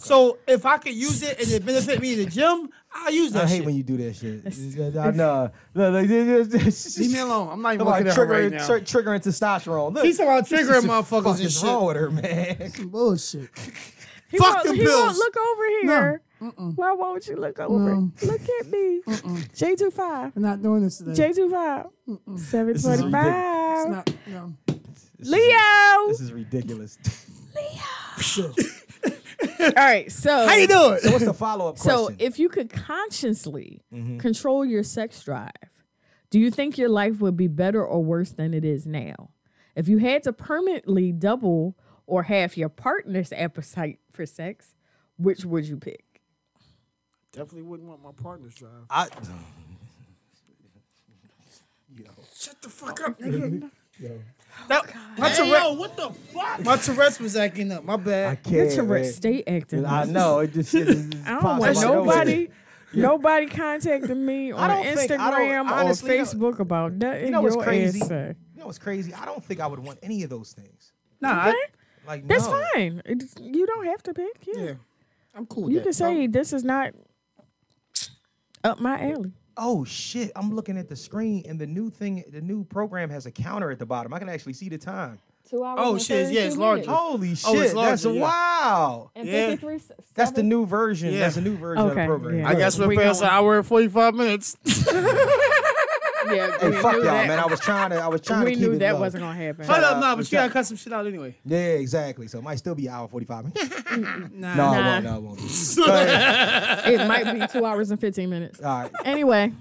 Speaker 4: So, so if I could use it and it benefit me in the gym, I use that
Speaker 3: I hate
Speaker 4: shit.
Speaker 3: when you do that shit. I know. Leave
Speaker 4: Leave me alone. I'm not even looking at her right now.
Speaker 3: triggering testosterone. Look,
Speaker 4: She's talking about
Speaker 3: this is
Speaker 4: triggering
Speaker 3: some
Speaker 4: motherfuckers
Speaker 3: fuck
Speaker 4: and
Speaker 3: is
Speaker 4: shit.
Speaker 3: wrong with her,
Speaker 4: [LAUGHS]
Speaker 3: man?
Speaker 4: Bullshit.
Speaker 2: He
Speaker 4: Fuck
Speaker 2: won't-
Speaker 4: them
Speaker 2: he won't
Speaker 4: pills.
Speaker 2: look over here. Why won't you look over?
Speaker 4: Mm.
Speaker 2: Look at me. J25.
Speaker 4: I'm not doing this today.
Speaker 2: J25.
Speaker 3: This is ridiculous.
Speaker 4: It's
Speaker 2: 725.
Speaker 4: not, no.
Speaker 2: Leo.
Speaker 3: This is ridiculous.
Speaker 2: All right. So,
Speaker 4: How you doing?
Speaker 3: so what's the follow up question? Mm-hmm.
Speaker 2: so if you could consciously control your sex drive, do you think your life would be better or worse than it is now? If you had to permanently double or half your partner's appetite for sex, which would you pick?
Speaker 4: Definitely wouldn't want my partner's drive.
Speaker 3: I,
Speaker 4: Shut the fuck up, nigga. That, my, Tourette, what the fuck? my Tourette's was acting up. My
Speaker 3: I
Speaker 4: bad.
Speaker 2: Your
Speaker 3: can't.
Speaker 2: Tourette's
Speaker 3: man.
Speaker 2: stay active.
Speaker 3: I know. It just, it just
Speaker 2: I don't
Speaker 3: pops
Speaker 2: want
Speaker 3: right over.
Speaker 2: nobody. [LAUGHS] Nobody contacting me on
Speaker 3: don't think- I don't-
Speaker 2: Instagram
Speaker 3: honestly,
Speaker 2: or
Speaker 3: you know-
Speaker 2: Facebook about nothing.
Speaker 3: You know what's
Speaker 2: your
Speaker 3: crazy?
Speaker 2: ass say.
Speaker 3: You know what's crazy? I don't think I would want any of those things.
Speaker 4: Nah, I,
Speaker 3: Like
Speaker 2: That's
Speaker 3: no.
Speaker 2: fine. It's- you don't have to pick. Yeah.
Speaker 4: yeah. I'm cool with
Speaker 2: You
Speaker 4: that.
Speaker 2: can say this is not up my alley.
Speaker 3: Oh shit! I'm looking at the screen, and the new thing, the new program has a counter at the bottom. I can actually see the time.
Speaker 2: Two hours.
Speaker 4: Oh, and shit, yeah, it's 32 larger. minutes.
Speaker 3: Holy shit!
Speaker 4: Oh, it's larger,
Speaker 3: that's
Speaker 4: yeah.
Speaker 3: wow.
Speaker 4: Yeah.
Speaker 3: That's the new version.
Speaker 4: Yeah.
Speaker 3: That's the new version of the
Speaker 2: Okay,
Speaker 3: program.
Speaker 2: yeah.
Speaker 4: I guess we're
Speaker 2: We
Speaker 4: past an
Speaker 2: going.
Speaker 4: hour and 45 minutes.
Speaker 2: Yeah,
Speaker 3: Hey,
Speaker 2: we
Speaker 3: fuck
Speaker 2: knew
Speaker 3: y'all,
Speaker 2: that.
Speaker 3: man. I was trying to. I was trying
Speaker 2: We
Speaker 3: to keep
Speaker 2: knew
Speaker 3: it
Speaker 2: that
Speaker 3: low.
Speaker 2: wasn't gonna happen.
Speaker 4: Hold [LAUGHS] up, nah, but you gotta cut some shit out anyway.
Speaker 3: Yeah, exactly. So it might still be hour forty [LAUGHS] five minutes.
Speaker 4: Nah.
Speaker 3: no,
Speaker 2: Nah.
Speaker 3: it won't. No, it won't. be.
Speaker 2: It might be two hours and
Speaker 3: [LAUGHS]
Speaker 2: fifteen minutes.
Speaker 3: All right.
Speaker 2: Anyway,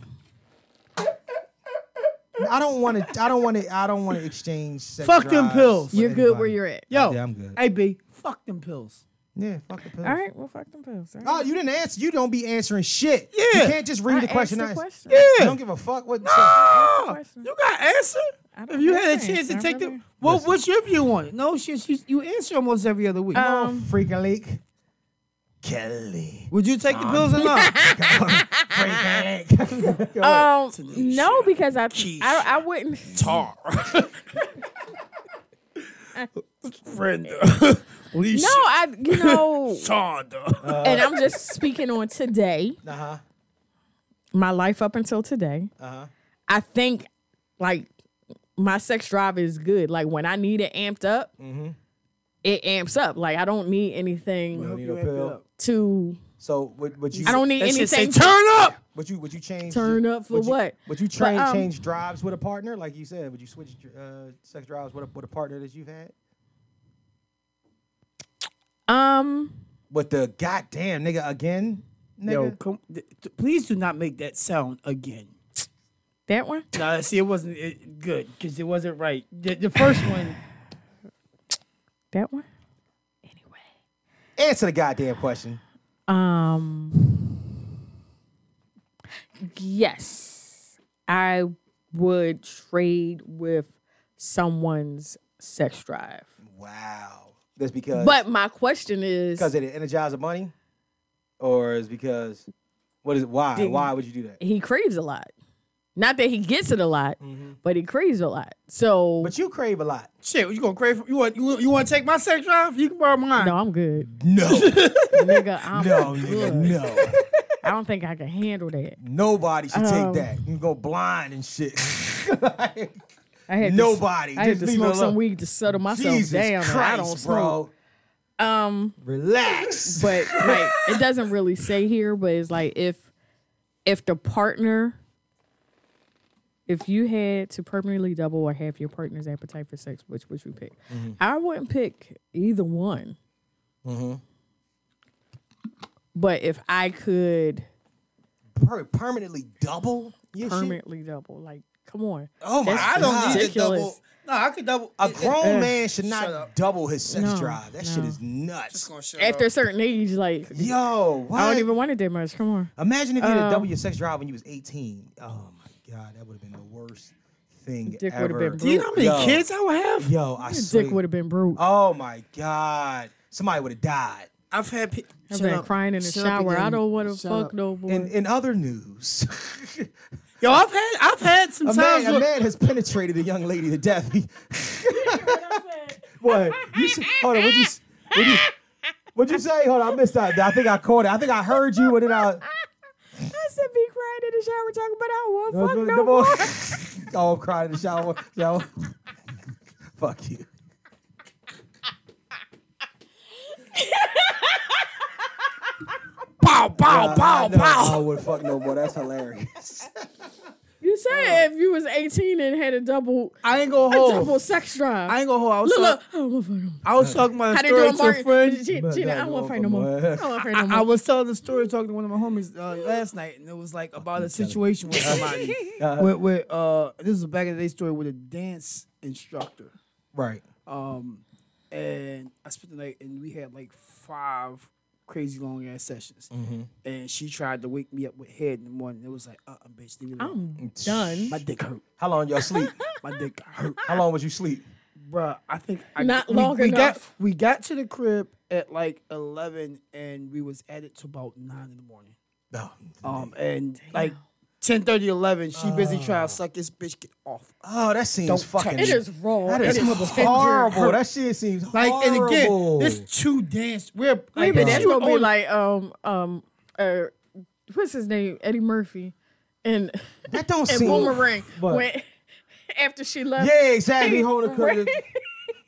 Speaker 3: I don't want to. I don't want to. I don't want to exchange. Sex
Speaker 4: Fuck them
Speaker 3: drives
Speaker 4: pills.
Speaker 3: with
Speaker 2: you're good where
Speaker 3: anybody.
Speaker 2: you're at.
Speaker 4: Yo,
Speaker 3: Yeah, I'm good.
Speaker 4: Hey, B, fuck them pills.
Speaker 3: Yeah, fuck the pills.
Speaker 2: All right. Well, fuck them pills. All right.
Speaker 3: Oh, you didn't answer. You don't be answering shit.
Speaker 4: Yeah.
Speaker 3: You can't just read
Speaker 2: I
Speaker 3: the question.
Speaker 2: asked
Speaker 3: I asked.
Speaker 2: the question. Yeah.
Speaker 3: You don't give a fuck what.
Speaker 2: Ask the
Speaker 4: Oh,
Speaker 2: question.
Speaker 4: you got an answer?
Speaker 2: I don't
Speaker 4: If you
Speaker 2: know
Speaker 4: had a
Speaker 2: the
Speaker 4: chance to
Speaker 2: answer,
Speaker 4: take
Speaker 2: really.
Speaker 4: the, what, what's your view on it? No, she, she, you answer almost every other week.
Speaker 2: Um,
Speaker 3: Freaking leak.
Speaker 4: [LAUGHS]
Speaker 3: Kelly.
Speaker 4: Would you take the pills or [LAUGHS] not?
Speaker 3: Freaking leak.
Speaker 2: um, no, because I, I, I wouldn't. [LAUGHS]
Speaker 4: Tar. [LAUGHS] Brenda.
Speaker 2: No, I, you
Speaker 3: [LAUGHS]
Speaker 2: know,
Speaker 4: Tonda.
Speaker 2: and I'm just speaking on today,
Speaker 3: Uh
Speaker 4: Uh-huh.
Speaker 3: huh.
Speaker 2: my life up until today.
Speaker 3: Uh-huh.
Speaker 2: I think like my sex drive is good. Like when I need it amped up,
Speaker 4: Mm-hmm.
Speaker 2: it amps up. Like I don't need anything
Speaker 3: Don't need a pill.
Speaker 2: to.
Speaker 3: So would, would you?
Speaker 2: I don't need
Speaker 4: That shit say
Speaker 2: anything.
Speaker 4: turn up.
Speaker 3: Would you? Would you change?
Speaker 2: Turn up for
Speaker 3: would you-
Speaker 2: what?
Speaker 3: Would you train,
Speaker 2: um,
Speaker 3: change drives with a partner, like you said? Would you switch uh, sex drives with a, with a partner that you've had?
Speaker 2: to- um,
Speaker 3: With the goddamn nigga again, nigga.
Speaker 4: Yo, come, th- th- please do not make that sound again.
Speaker 2: that one.
Speaker 4: No, see, it wasn't it, good because it wasn't right. The, the first one.
Speaker 2: That one. Anyway.
Speaker 3: Answer the goddamn question.
Speaker 2: Um. Yes, I would trade with someone's sex drive.
Speaker 3: Wow. That's because.
Speaker 2: But my question is,
Speaker 3: Because it energizes money, or is because what is it? Why? Why would you do that?
Speaker 2: he craves a lot. Not that he gets it a lot, but he craves a lot. So
Speaker 3: Mm-hmm. But you crave a lot.
Speaker 4: [LAUGHS] Shit, you gonna crave? For, you want you, want- you want to take my sex drive? You can borrow mine.
Speaker 2: no,
Speaker 3: [LAUGHS]
Speaker 2: I'm good,
Speaker 3: No,
Speaker 2: nigga. I'm
Speaker 3: no, nigga,
Speaker 2: good.
Speaker 3: no.
Speaker 2: I don't think I can handle that.
Speaker 3: Nobody should
Speaker 2: Um,
Speaker 3: take that. You go blind and shit. [LAUGHS]
Speaker 2: I had
Speaker 3: Nobody.
Speaker 2: To, I
Speaker 3: Just
Speaker 2: had to
Speaker 3: leave it
Speaker 2: smoke some
Speaker 3: alone.
Speaker 2: weed to settle myself
Speaker 3: Jesus
Speaker 2: down.
Speaker 3: Christ,
Speaker 2: and I don't smoke,
Speaker 3: bro.
Speaker 2: Um,
Speaker 3: Relax.
Speaker 8: [LAUGHS]
Speaker 2: but like it doesn't really say here, but it's like if if the partner. If you had to permanently double or half your partner's appetite for sex, which would you pick?
Speaker 8: Mm-hmm.
Speaker 2: I wouldn't pick either one.
Speaker 8: Mm-hmm.
Speaker 2: But if I could
Speaker 3: Per- permanently double your shit?
Speaker 2: permanently double, like Come on.
Speaker 8: Uh,
Speaker 3: Oh my!
Speaker 2: That's
Speaker 3: I don't need to
Speaker 2: ridiculous.
Speaker 3: double.
Speaker 8: No, I could double.
Speaker 3: A
Speaker 8: it- it-
Speaker 3: grown
Speaker 2: Yeah.
Speaker 3: man should
Speaker 8: Shut
Speaker 3: not
Speaker 8: up.
Speaker 3: double his sex
Speaker 2: No,
Speaker 3: drive. That
Speaker 2: no.
Speaker 3: shit is
Speaker 8: It's
Speaker 3: nuts.
Speaker 8: gonna shut
Speaker 2: After a
Speaker 8: up.
Speaker 2: certain age, like
Speaker 3: Yo,
Speaker 2: I
Speaker 3: what?
Speaker 2: don't even want it that much. Come on.
Speaker 3: Imagine if you had
Speaker 2: Um,
Speaker 3: double your sex drive when you was 18. Oh my god, that would have been the worst thing
Speaker 2: Dick would've
Speaker 3: ever.
Speaker 2: been
Speaker 3: Do
Speaker 4: Do you know how many
Speaker 3: Yo.
Speaker 4: kids I would have?
Speaker 3: Yo, I
Speaker 2: Your
Speaker 3: swear.
Speaker 2: dick would have been brute.
Speaker 3: Oh my god, somebody would have died.
Speaker 8: I've had. Pe-
Speaker 2: I've
Speaker 8: shut
Speaker 2: been
Speaker 8: up.
Speaker 2: crying in the
Speaker 8: Shut up
Speaker 2: shower. I
Speaker 8: again.
Speaker 2: don't want to
Speaker 8: Shut
Speaker 2: fuck
Speaker 8: up.
Speaker 2: no boy.
Speaker 3: In in other news, [LAUGHS]
Speaker 4: Yo, I've had I've had some
Speaker 3: a
Speaker 4: times.
Speaker 3: man, a
Speaker 4: where-
Speaker 3: man has penetrated a young lady to death. [LAUGHS] He- what? You s hold on. What you? s- What you? What'd you say? Hold on, I missed that. I think I caught it. I think I heard you, and then I.
Speaker 2: I said be crying in the shower talking about I
Speaker 3: No,
Speaker 2: won't fuck
Speaker 3: no,
Speaker 2: no
Speaker 3: no
Speaker 2: more.
Speaker 3: more. [LAUGHS] oh, I'm crying in the shower. shower. [LAUGHS] Fuck you.
Speaker 4: Pow, pow,
Speaker 3: Uh,
Speaker 4: pow,
Speaker 3: I know I
Speaker 4: pow.
Speaker 3: would fuck no more. That's
Speaker 4: [LAUGHS]
Speaker 3: hilarious.
Speaker 2: You said if you was 18 and had a double
Speaker 4: I ain't gonna
Speaker 2: a double
Speaker 4: hold.
Speaker 2: sex drive.
Speaker 4: Oh. I ain't gonna hold. I was,
Speaker 2: look, look.
Speaker 4: talk-
Speaker 2: I don't want to fuck no more.
Speaker 4: I was talking about a
Speaker 2: How they
Speaker 4: story
Speaker 2: doing,
Speaker 4: to a
Speaker 2: Martin?
Speaker 4: friend.
Speaker 2: Gina, Gina, I don't want to fight no more. I don't want to fight no
Speaker 4: I
Speaker 2: more.
Speaker 4: was telling the story talking to one of my homies uh, last night, and it was like about a situation
Speaker 2: [LAUGHS]
Speaker 4: with somebody.
Speaker 2: Uh-huh.
Speaker 4: with, with, uh, this is a back in the day story with a dance instructor,
Speaker 3: Right.
Speaker 4: and I spent the night, and we had like five crazy long ass sessions.
Speaker 2: Mm-hmm.
Speaker 4: And she tried to wake me up with head in the morning. It was like, uh, uh bitch, leave me alone.
Speaker 2: I'm done.
Speaker 4: My dick hurt.
Speaker 3: How long y'all sleep?
Speaker 4: My dick hurt,
Speaker 3: How long would you sleep?
Speaker 4: bruh. I think I
Speaker 2: Not
Speaker 4: we,
Speaker 2: long
Speaker 4: we Got,
Speaker 2: enough.
Speaker 4: we got to the crib at like eleven, and we was at it till about nine in the morning.
Speaker 3: No.
Speaker 4: Um, and like 10 11, she busy trying to suck this bitch get off.
Speaker 3: Oh, that seems
Speaker 4: Don't
Speaker 3: fucking.
Speaker 2: It is raw.
Speaker 3: That is,
Speaker 2: it is tender.
Speaker 3: horrible. That shit seems
Speaker 4: Like,
Speaker 3: horrible.
Speaker 4: and again, this two dance. We're like, oh
Speaker 2: Maybe
Speaker 4: she
Speaker 2: that's
Speaker 4: was
Speaker 2: gonna be
Speaker 4: only-
Speaker 2: like um um uh what's his name Eddie Murphy and
Speaker 3: that don't
Speaker 2: and
Speaker 3: seem.
Speaker 2: Boomerang
Speaker 3: but-
Speaker 2: when [LAUGHS] after she left.
Speaker 3: Yeah, exactly.
Speaker 4: [LAUGHS]
Speaker 2: He-
Speaker 3: Hold the curtain.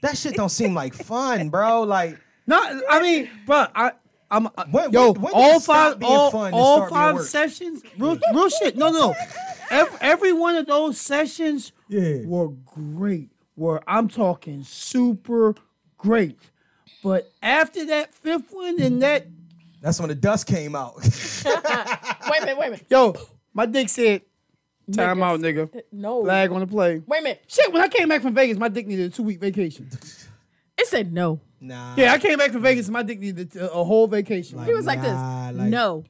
Speaker 3: That shit don't seem like fun, bro. Like
Speaker 4: No, I mean, bro, I. I'm, I-
Speaker 3: When-
Speaker 4: yo,
Speaker 3: when- when did
Speaker 4: all
Speaker 3: it stop
Speaker 4: five,
Speaker 3: being
Speaker 4: all,
Speaker 3: fun to
Speaker 4: all
Speaker 3: start being
Speaker 4: five
Speaker 3: work?
Speaker 4: sessions, real, real shit. No, no, every, every one of those sessions
Speaker 3: Yeah.
Speaker 4: were great. Were I'm talking super great, but after that fifth one and that
Speaker 3: that's when the dust came out. [LAUGHS]
Speaker 2: Wait a minute, wait a minute.
Speaker 4: Yo, my dick said, time out, nigga.
Speaker 2: No.
Speaker 4: Flag on the play.
Speaker 2: Wait a minute.
Speaker 4: Shit, when I came back from Vegas, my dick needed a two week vacation.
Speaker 2: It said no.
Speaker 3: nah.
Speaker 4: Yeah, I came back from Vegas, my dick needed a, a whole vacation.
Speaker 2: He was like
Speaker 3: Nah,
Speaker 2: this.
Speaker 3: like-
Speaker 4: [LAUGHS]
Speaker 2: no.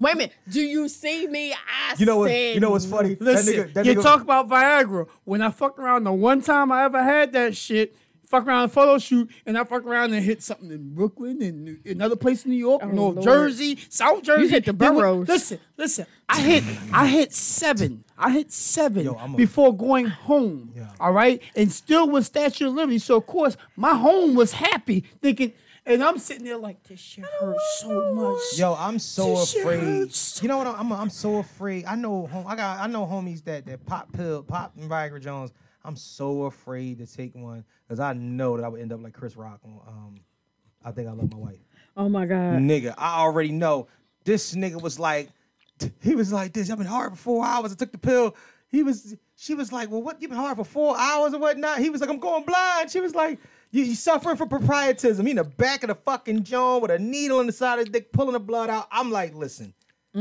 Speaker 2: wait a minute. Do you see me? I
Speaker 3: You know what?
Speaker 2: said
Speaker 3: You know what's funny?
Speaker 4: Listen,
Speaker 3: that nigga, that
Speaker 4: you
Speaker 3: nigga,
Speaker 4: talk about Viagra. When I fucked around the one time I ever had that shit, fuck around and photo shoot, and I fuck around and hit something in Brooklyn and New- another place in New York, North
Speaker 2: Oh, Lord.
Speaker 4: Jersey, South Jersey.
Speaker 2: hit the
Speaker 4: Then we-
Speaker 2: boroughs.
Speaker 4: Listen, listen. I hit, I hit seven. I hit seven
Speaker 3: I'm a-
Speaker 4: before going home. All right, and still was Statue of Liberty. So of course, my home was happy, thinking, and I'm sitting there like this shit hurts so much.
Speaker 3: Yo, I'm so
Speaker 4: This shit
Speaker 3: afraid.
Speaker 4: hurts.
Speaker 3: You know what? I'm I'm so afraid. I know hom- I got I know homies that that pop pill pop and Viagra Jones. I'm so afraid to take one because I know that I would end up like Chris Rock. on, Um, I think I love my wife.
Speaker 2: Oh my
Speaker 4: Mm.
Speaker 2: god.
Speaker 3: nigga, I already know. This nigga was like, [LAUGHS] he was like this. I've been hard for four hours. I took the pill. He was, she was like, well, what? You've been hard for four hours or whatnot. He was like, I'm going blind. She was like, you, you suffering from proprietism. He in the back of the fucking jaw with a needle in the side of the dick, pulling the blood out. I'm like, listen. I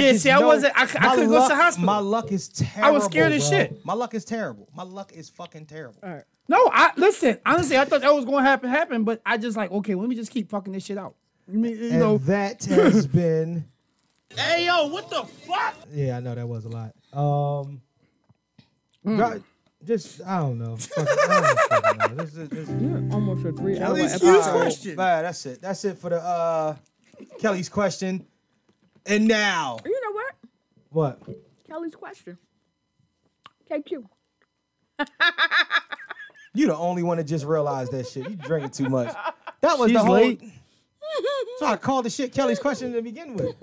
Speaker 4: Yeah,
Speaker 3: just
Speaker 4: see, I
Speaker 3: know
Speaker 4: wasn't- I c- I
Speaker 3: my
Speaker 4: couldn't go to
Speaker 3: luck-
Speaker 4: the hospital.
Speaker 3: My luck is terrible.
Speaker 4: I was scared as
Speaker 3: bro.
Speaker 4: shit.
Speaker 3: My luck is terrible. My luck is fucking terrible.
Speaker 4: No, I listen. Honestly, I thought that was going to happen, happen, but I just like, okay, let me just keep fucking this shit out. I mean, you
Speaker 3: And
Speaker 4: know,
Speaker 3: that
Speaker 4: [LAUGHS]
Speaker 3: has been.
Speaker 4: hey yo, what the fuck?
Speaker 3: Yeah, I know that was a lot. Um, God, just I don't know. Fuck it, I don't fucking know. This is- this is-
Speaker 2: Almost a three hour
Speaker 4: least
Speaker 2: episode.
Speaker 4: you-
Speaker 3: All right,
Speaker 4: question.
Speaker 3: bye, that's it. That's it for the uh, Kelly's question. And now
Speaker 2: You know what?
Speaker 3: what?
Speaker 2: Kelly's question. KQ.
Speaker 3: You the only one that just realized that shit. You drinking too much. That was
Speaker 4: She's
Speaker 3: the whole.
Speaker 4: late.
Speaker 3: So I called the shit Kelly's question to begin with.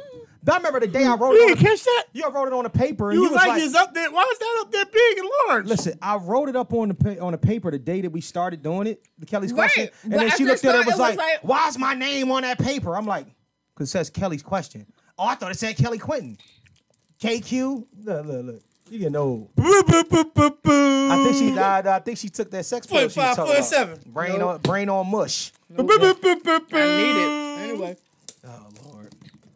Speaker 3: I remember the day I wrote
Speaker 4: You
Speaker 3: it.
Speaker 4: didn't
Speaker 3: On a,
Speaker 4: catch that?
Speaker 3: you wrote it on a paper. And
Speaker 4: You
Speaker 3: you
Speaker 4: was like, it's up there. Why is that up there big and large?
Speaker 3: Listen, I wrote it up on the pa- on the paper the day that we started doing it, the Kelly's question,
Speaker 2: Right.
Speaker 3: and
Speaker 2: But
Speaker 3: then
Speaker 2: I
Speaker 3: she looked
Speaker 2: just
Speaker 3: at it
Speaker 2: thought
Speaker 3: and was, like,
Speaker 2: it was like-
Speaker 3: "Why's my name on that paper?" I'm like, "Cause it says Kelly's question." Oh, I thought it said Kelly Quinton. KQ. Look, look, look. You getting old. I think she died. I think she took that sex pill.
Speaker 4: Foot
Speaker 3: she was
Speaker 4: five,
Speaker 3: talking
Speaker 4: foot
Speaker 3: about.
Speaker 4: seven.
Speaker 3: Brain on brain on mush.
Speaker 2: I
Speaker 4: Mm.
Speaker 2: need it. Anyway.
Speaker 3: Oh Lord.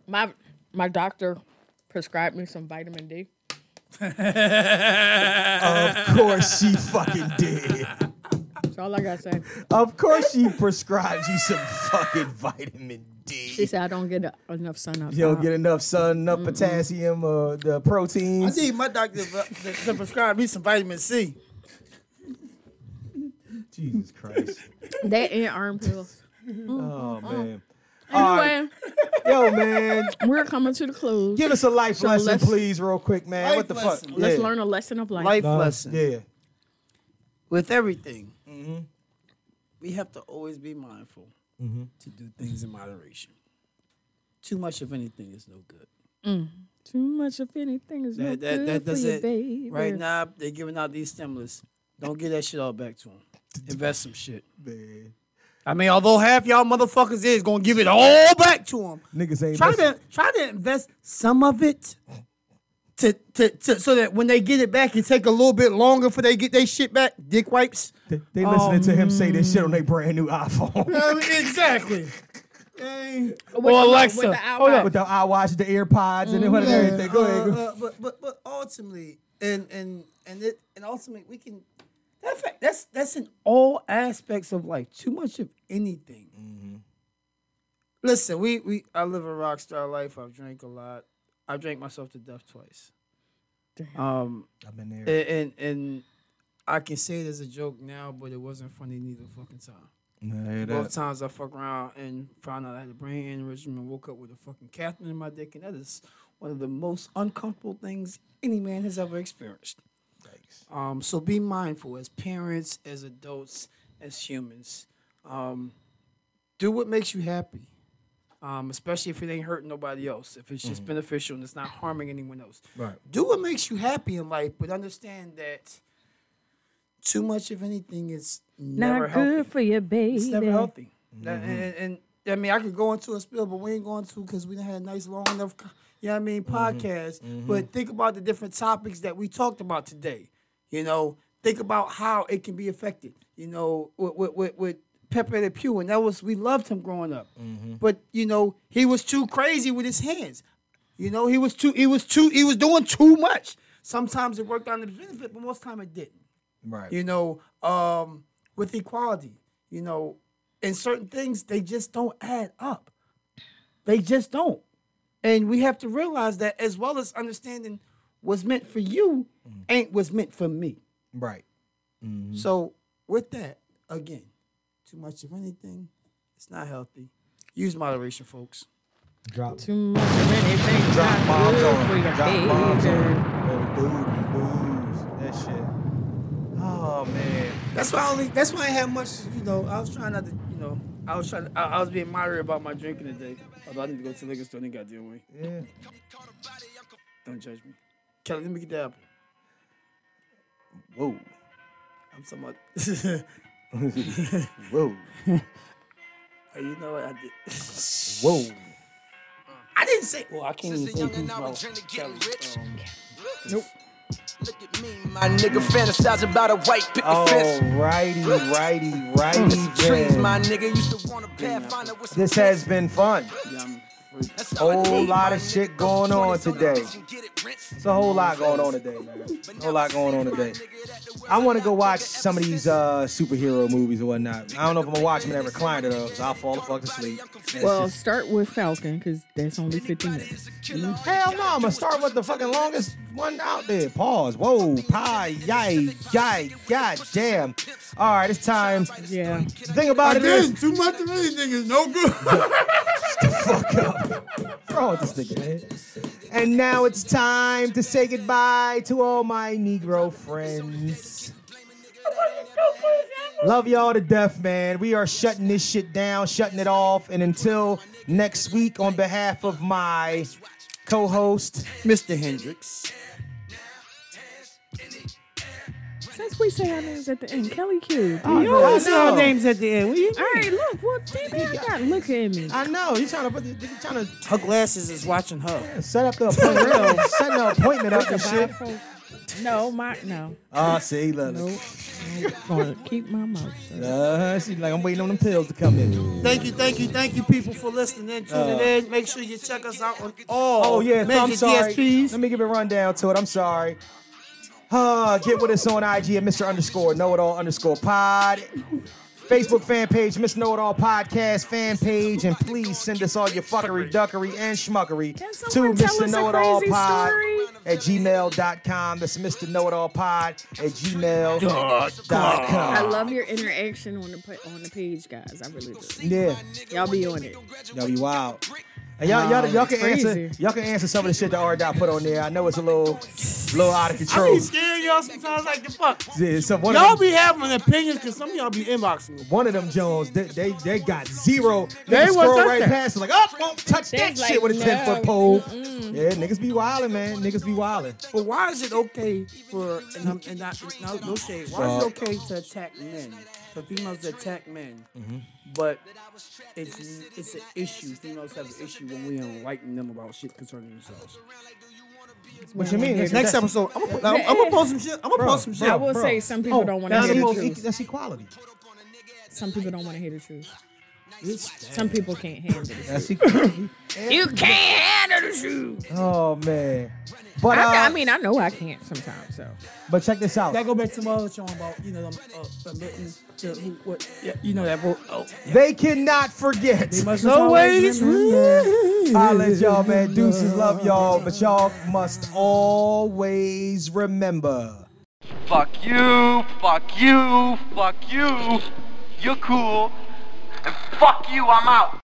Speaker 2: my my doctor prescribed me some vitamin D,
Speaker 3: of course she fucking did.
Speaker 2: That's all I gotta say.
Speaker 3: Of course she prescribes you some fucking vitamin
Speaker 2: She
Speaker 3: D.
Speaker 2: said I don't get enough sun outside.
Speaker 3: You don't get enough sun, enough potassium, uh, the
Speaker 4: I
Speaker 3: proteins.
Speaker 4: need my doctor to, to, to prescribe me some vitamin C.
Speaker 3: Jesus Christ.
Speaker 2: That and arm pills.
Speaker 3: Oh man. All right.
Speaker 2: Anyway,
Speaker 3: Yo man,
Speaker 2: we're coming to the close.
Speaker 3: give us a life
Speaker 2: So
Speaker 3: lesson,
Speaker 2: let's-
Speaker 3: please, real quick, man.
Speaker 4: Life
Speaker 3: what the
Speaker 4: lesson.
Speaker 3: fuck?
Speaker 2: Let's
Speaker 3: Yeah.
Speaker 2: learn a lesson of life.
Speaker 4: Life
Speaker 3: Uh,
Speaker 4: lesson
Speaker 3: Yeah.
Speaker 4: with everything. Mm-hmm. We have to always be mindful to do things in moderation. Too much of anything is no good.
Speaker 2: Too much of anything is
Speaker 4: That
Speaker 2: not
Speaker 4: that,
Speaker 2: good
Speaker 4: that does
Speaker 2: for you,
Speaker 4: it.
Speaker 2: baby.
Speaker 4: Right now, they're giving out these stimulus. Don't give that shit all back to them. Invest some shit.
Speaker 3: Man.
Speaker 4: I mean, although half y'all motherfuckers is gonna give it all back to them.
Speaker 3: Niggas ain't
Speaker 12: Try
Speaker 3: messing-
Speaker 12: to try to invest some of it to, to, to so that when they get it back, it take a little bit longer for they get their shit back. Dick wipes.
Speaker 3: They, they listening to him say this shit on their brand new
Speaker 4: [LAUGHS]
Speaker 3: iPhone. [LAUGHS]
Speaker 4: I mean, exactly.
Speaker 2: With,
Speaker 4: Or
Speaker 2: the-
Speaker 4: Alexa.
Speaker 2: With the
Speaker 4: Hold
Speaker 2: iPod.
Speaker 4: up.
Speaker 3: With the iWatch, the AirPods, and then whatever everything. Go ahead.
Speaker 4: Uh,
Speaker 3: go-
Speaker 4: uh, but but but ultimately, and and and it and ultimately, we can. That's that's that's in all aspects of life. Too much of anything.
Speaker 3: Mm-hmm.
Speaker 4: Listen, we we I live a rock star life. I've drank a lot. I've drank myself to death twice. Um,
Speaker 3: I've been there.
Speaker 4: and, and and I can say it as a joke now, but it wasn't funny neither fucking time.
Speaker 3: Nah, hear that.
Speaker 4: Both times I fuck around and found out I had a brain aneurysm and woke up with a fucking catheter in my dick, and that is one of the most uncomfortable things any man has ever experienced. Um, so be mindful as parents, as adults, as humans. Um, do what makes you happy, um, especially if it ain't hurting nobody else. If it's just beneficial and it's not harming anyone else.
Speaker 3: Mm-hmm. Right.
Speaker 4: Do what makes you happy in life, but understand that too much of anything is
Speaker 2: Not
Speaker 4: never
Speaker 2: good
Speaker 4: healthy.
Speaker 2: for you, baby.
Speaker 4: It's never healthy. That- and, and- I mean, I could go into a spill, but we ain't going to because we done had a nice long enough, co- you know what I mean, podcast. But think about the different topics that we talked about today. You know, think about how it can be affected. You know, with with with, with Pepe Le Pew, and that was we loved him growing up, but you know he was too crazy with his hands. You know, he was too he was too he was doing too much. Sometimes it worked out in the benefit, but most time it didn't
Speaker 3: Right.
Speaker 4: you know, um, with equality, you know, and certain things they just don't add up. They just don't. And we have to realize that as well as understanding what's meant for you ain't what's meant for me.
Speaker 3: Right.
Speaker 4: So with that, again, too much of anything, it's not healthy. Use moderation, folks.
Speaker 3: Drop.
Speaker 2: Too much of anything is
Speaker 3: Drop
Speaker 2: not
Speaker 3: bombs
Speaker 2: good
Speaker 3: on
Speaker 2: for you,
Speaker 3: him. Drop bombs on
Speaker 2: baby.
Speaker 3: him. Baby, booze, booze. That shit. Oh man.
Speaker 4: That's why I only. That's why I had much. You know, I was trying not to. You know, I was trying. I, I was being moderate about my drinking today. Although I need to go to the liquor store and got deal with.
Speaker 3: Yeah.
Speaker 4: Don't judge me. Kelly, let me get the apple.
Speaker 3: Whoa.
Speaker 4: I'm somewhat. hey,
Speaker 3: [LAUGHS] Whoa.
Speaker 4: you know what I did? [LAUGHS]
Speaker 3: Whoa.
Speaker 4: I didn't say. Well, I can't even
Speaker 9: Since a
Speaker 4: say
Speaker 9: young
Speaker 4: who's
Speaker 9: and I
Speaker 4: wrong.
Speaker 9: was trained to get
Speaker 4: Kelly,
Speaker 9: rich.
Speaker 4: um,
Speaker 9: Look at me, my nigga fantasize about a white picket fence.
Speaker 3: Alrighty, righty, righty,
Speaker 9: Mr. Trees, my
Speaker 3: then.
Speaker 9: nigga used to want a path, find out what's
Speaker 3: This has been fun.
Speaker 4: yum.
Speaker 9: That's all I
Speaker 3: whole
Speaker 9: need,
Speaker 3: lot
Speaker 9: my
Speaker 3: of shit
Speaker 9: nigga.
Speaker 3: going
Speaker 9: Those
Speaker 3: on
Speaker 9: 20s the
Speaker 3: today.
Speaker 9: bitch and get it rinsed.
Speaker 3: It's a whole lot going on today, man. A whole lot going on today. I want to go watch some of these uh, superhero movies or whatnot. I don't know if I'm gonna watch them in that recliner though, because I'll fall the fuck asleep. That's
Speaker 2: Well,
Speaker 3: just-
Speaker 2: start with Falcon because that's only 50 minutes.
Speaker 3: hell no, I'm gonna start with the fucking longest one out there. Pause. Whoa, pie, yay, yay, god damn. All right, it's time.
Speaker 2: Yeah.
Speaker 3: The thing about it is,
Speaker 4: too much of anything is no good.
Speaker 3: fuck up. What's wrong with this nigga, man? And now it's time to say goodbye to all my Negro friends. Love y'all to death, man. We are shutting this shit down, shutting it off. And until next week, on behalf of my co host,
Speaker 4: Mr. Hendrix.
Speaker 2: Since we say our names at the end, Kelly Q. do you-
Speaker 3: I
Speaker 12: What's
Speaker 3: know.
Speaker 12: our names at the end? What do you
Speaker 2: All right, look, well, DB got looking at me.
Speaker 3: I know. You're trying to, put the, you're trying
Speaker 4: Her glasses is watching her.
Speaker 3: to set up the appointment, setting the appointment up and shit.
Speaker 2: No, my no.
Speaker 3: Ah, see, look.
Speaker 2: Nope. nope. Gonna keep my mouth shut.
Speaker 3: Uh, she's like, I'm waiting on them pills to come in.
Speaker 4: Thank you, thank you, thank you, people, for listening in, tuning in. Make sure you check us out on all
Speaker 3: Uh, Oh yeah,
Speaker 4: major
Speaker 3: I'm sorry.
Speaker 4: DSPs.
Speaker 3: Let me give a rundown to it. I'm sorry. Uh, get with us on IG at Mr. Underscore Know It All Underscore Pod. Facebook fan page, Mr. Know It All Podcast fan page, and please send us all your fuckery, duckery, and schmuckery
Speaker 2: Can
Speaker 3: to
Speaker 2: someone tell
Speaker 3: Mr.
Speaker 2: us a
Speaker 3: Know It All
Speaker 2: crazy
Speaker 3: Pod
Speaker 2: story?
Speaker 3: at gmail.com. That's Mr. Know It All Pod at gmail.com.
Speaker 2: I love your interaction on the pa- on the page, guys. I really do.
Speaker 3: Yeah,
Speaker 2: Y'all be on it.
Speaker 3: y'all be wild. And y'all, y'all, y'all can answer,
Speaker 2: Crazy.
Speaker 3: y'all can answer some of the shit that R. Dot put on there. I know it's a little, little out of
Speaker 4: I
Speaker 3: control.
Speaker 4: be scared y'all sometimes like the fuck.
Speaker 3: Yeah, so one of
Speaker 4: Y'all
Speaker 3: them-
Speaker 4: be having opinions because some of y'all be inboxing me.
Speaker 3: One of them Jones, they they, they got zero.
Speaker 4: They
Speaker 3: They
Speaker 4: wasn't
Speaker 3: scroll right
Speaker 4: there.
Speaker 3: past. us, Like, oh, won't touch that
Speaker 2: That's
Speaker 3: shit
Speaker 2: like,
Speaker 3: with a ten foot
Speaker 2: no,
Speaker 3: pole. Yeah, niggas be wildin', man. Niggas be wildin'.
Speaker 4: But why is it okay for and, I'm, and not no, no shade? Why is it okay to attack men? For females to attack men, but it's it's an issue. Females have an issue when we enlighten them about shit concerning themselves.
Speaker 3: What you mean? That's-
Speaker 4: Next episode, I'm gonna I'm gonna post some shit. I'm gonna
Speaker 3: Bro,
Speaker 4: post some shit.
Speaker 2: I will
Speaker 3: bro.
Speaker 2: say some people don't want to
Speaker 3: That's,
Speaker 2: hear the
Speaker 3: equal-
Speaker 2: truth.
Speaker 3: that's equality.
Speaker 2: Some people don't want to hear the truth. Some people can't handle it.
Speaker 3: That's equality.
Speaker 2: You can't handle the truth.
Speaker 3: [LAUGHS] oh man. But uh,
Speaker 2: I, I mean, I know I can't sometimes. So
Speaker 3: but check this out.
Speaker 4: That go back to my other show about you know them uh, admitting to who what yeah, you know that vote. Oh,
Speaker 3: They cannot forget.
Speaker 4: must always
Speaker 3: [LAUGHS] I let y'all, man. Deuces love y'all, but y'all must always remember.
Speaker 10: Fuck you, fuck you, fuck you. You're cool. And fuck you, I'm out.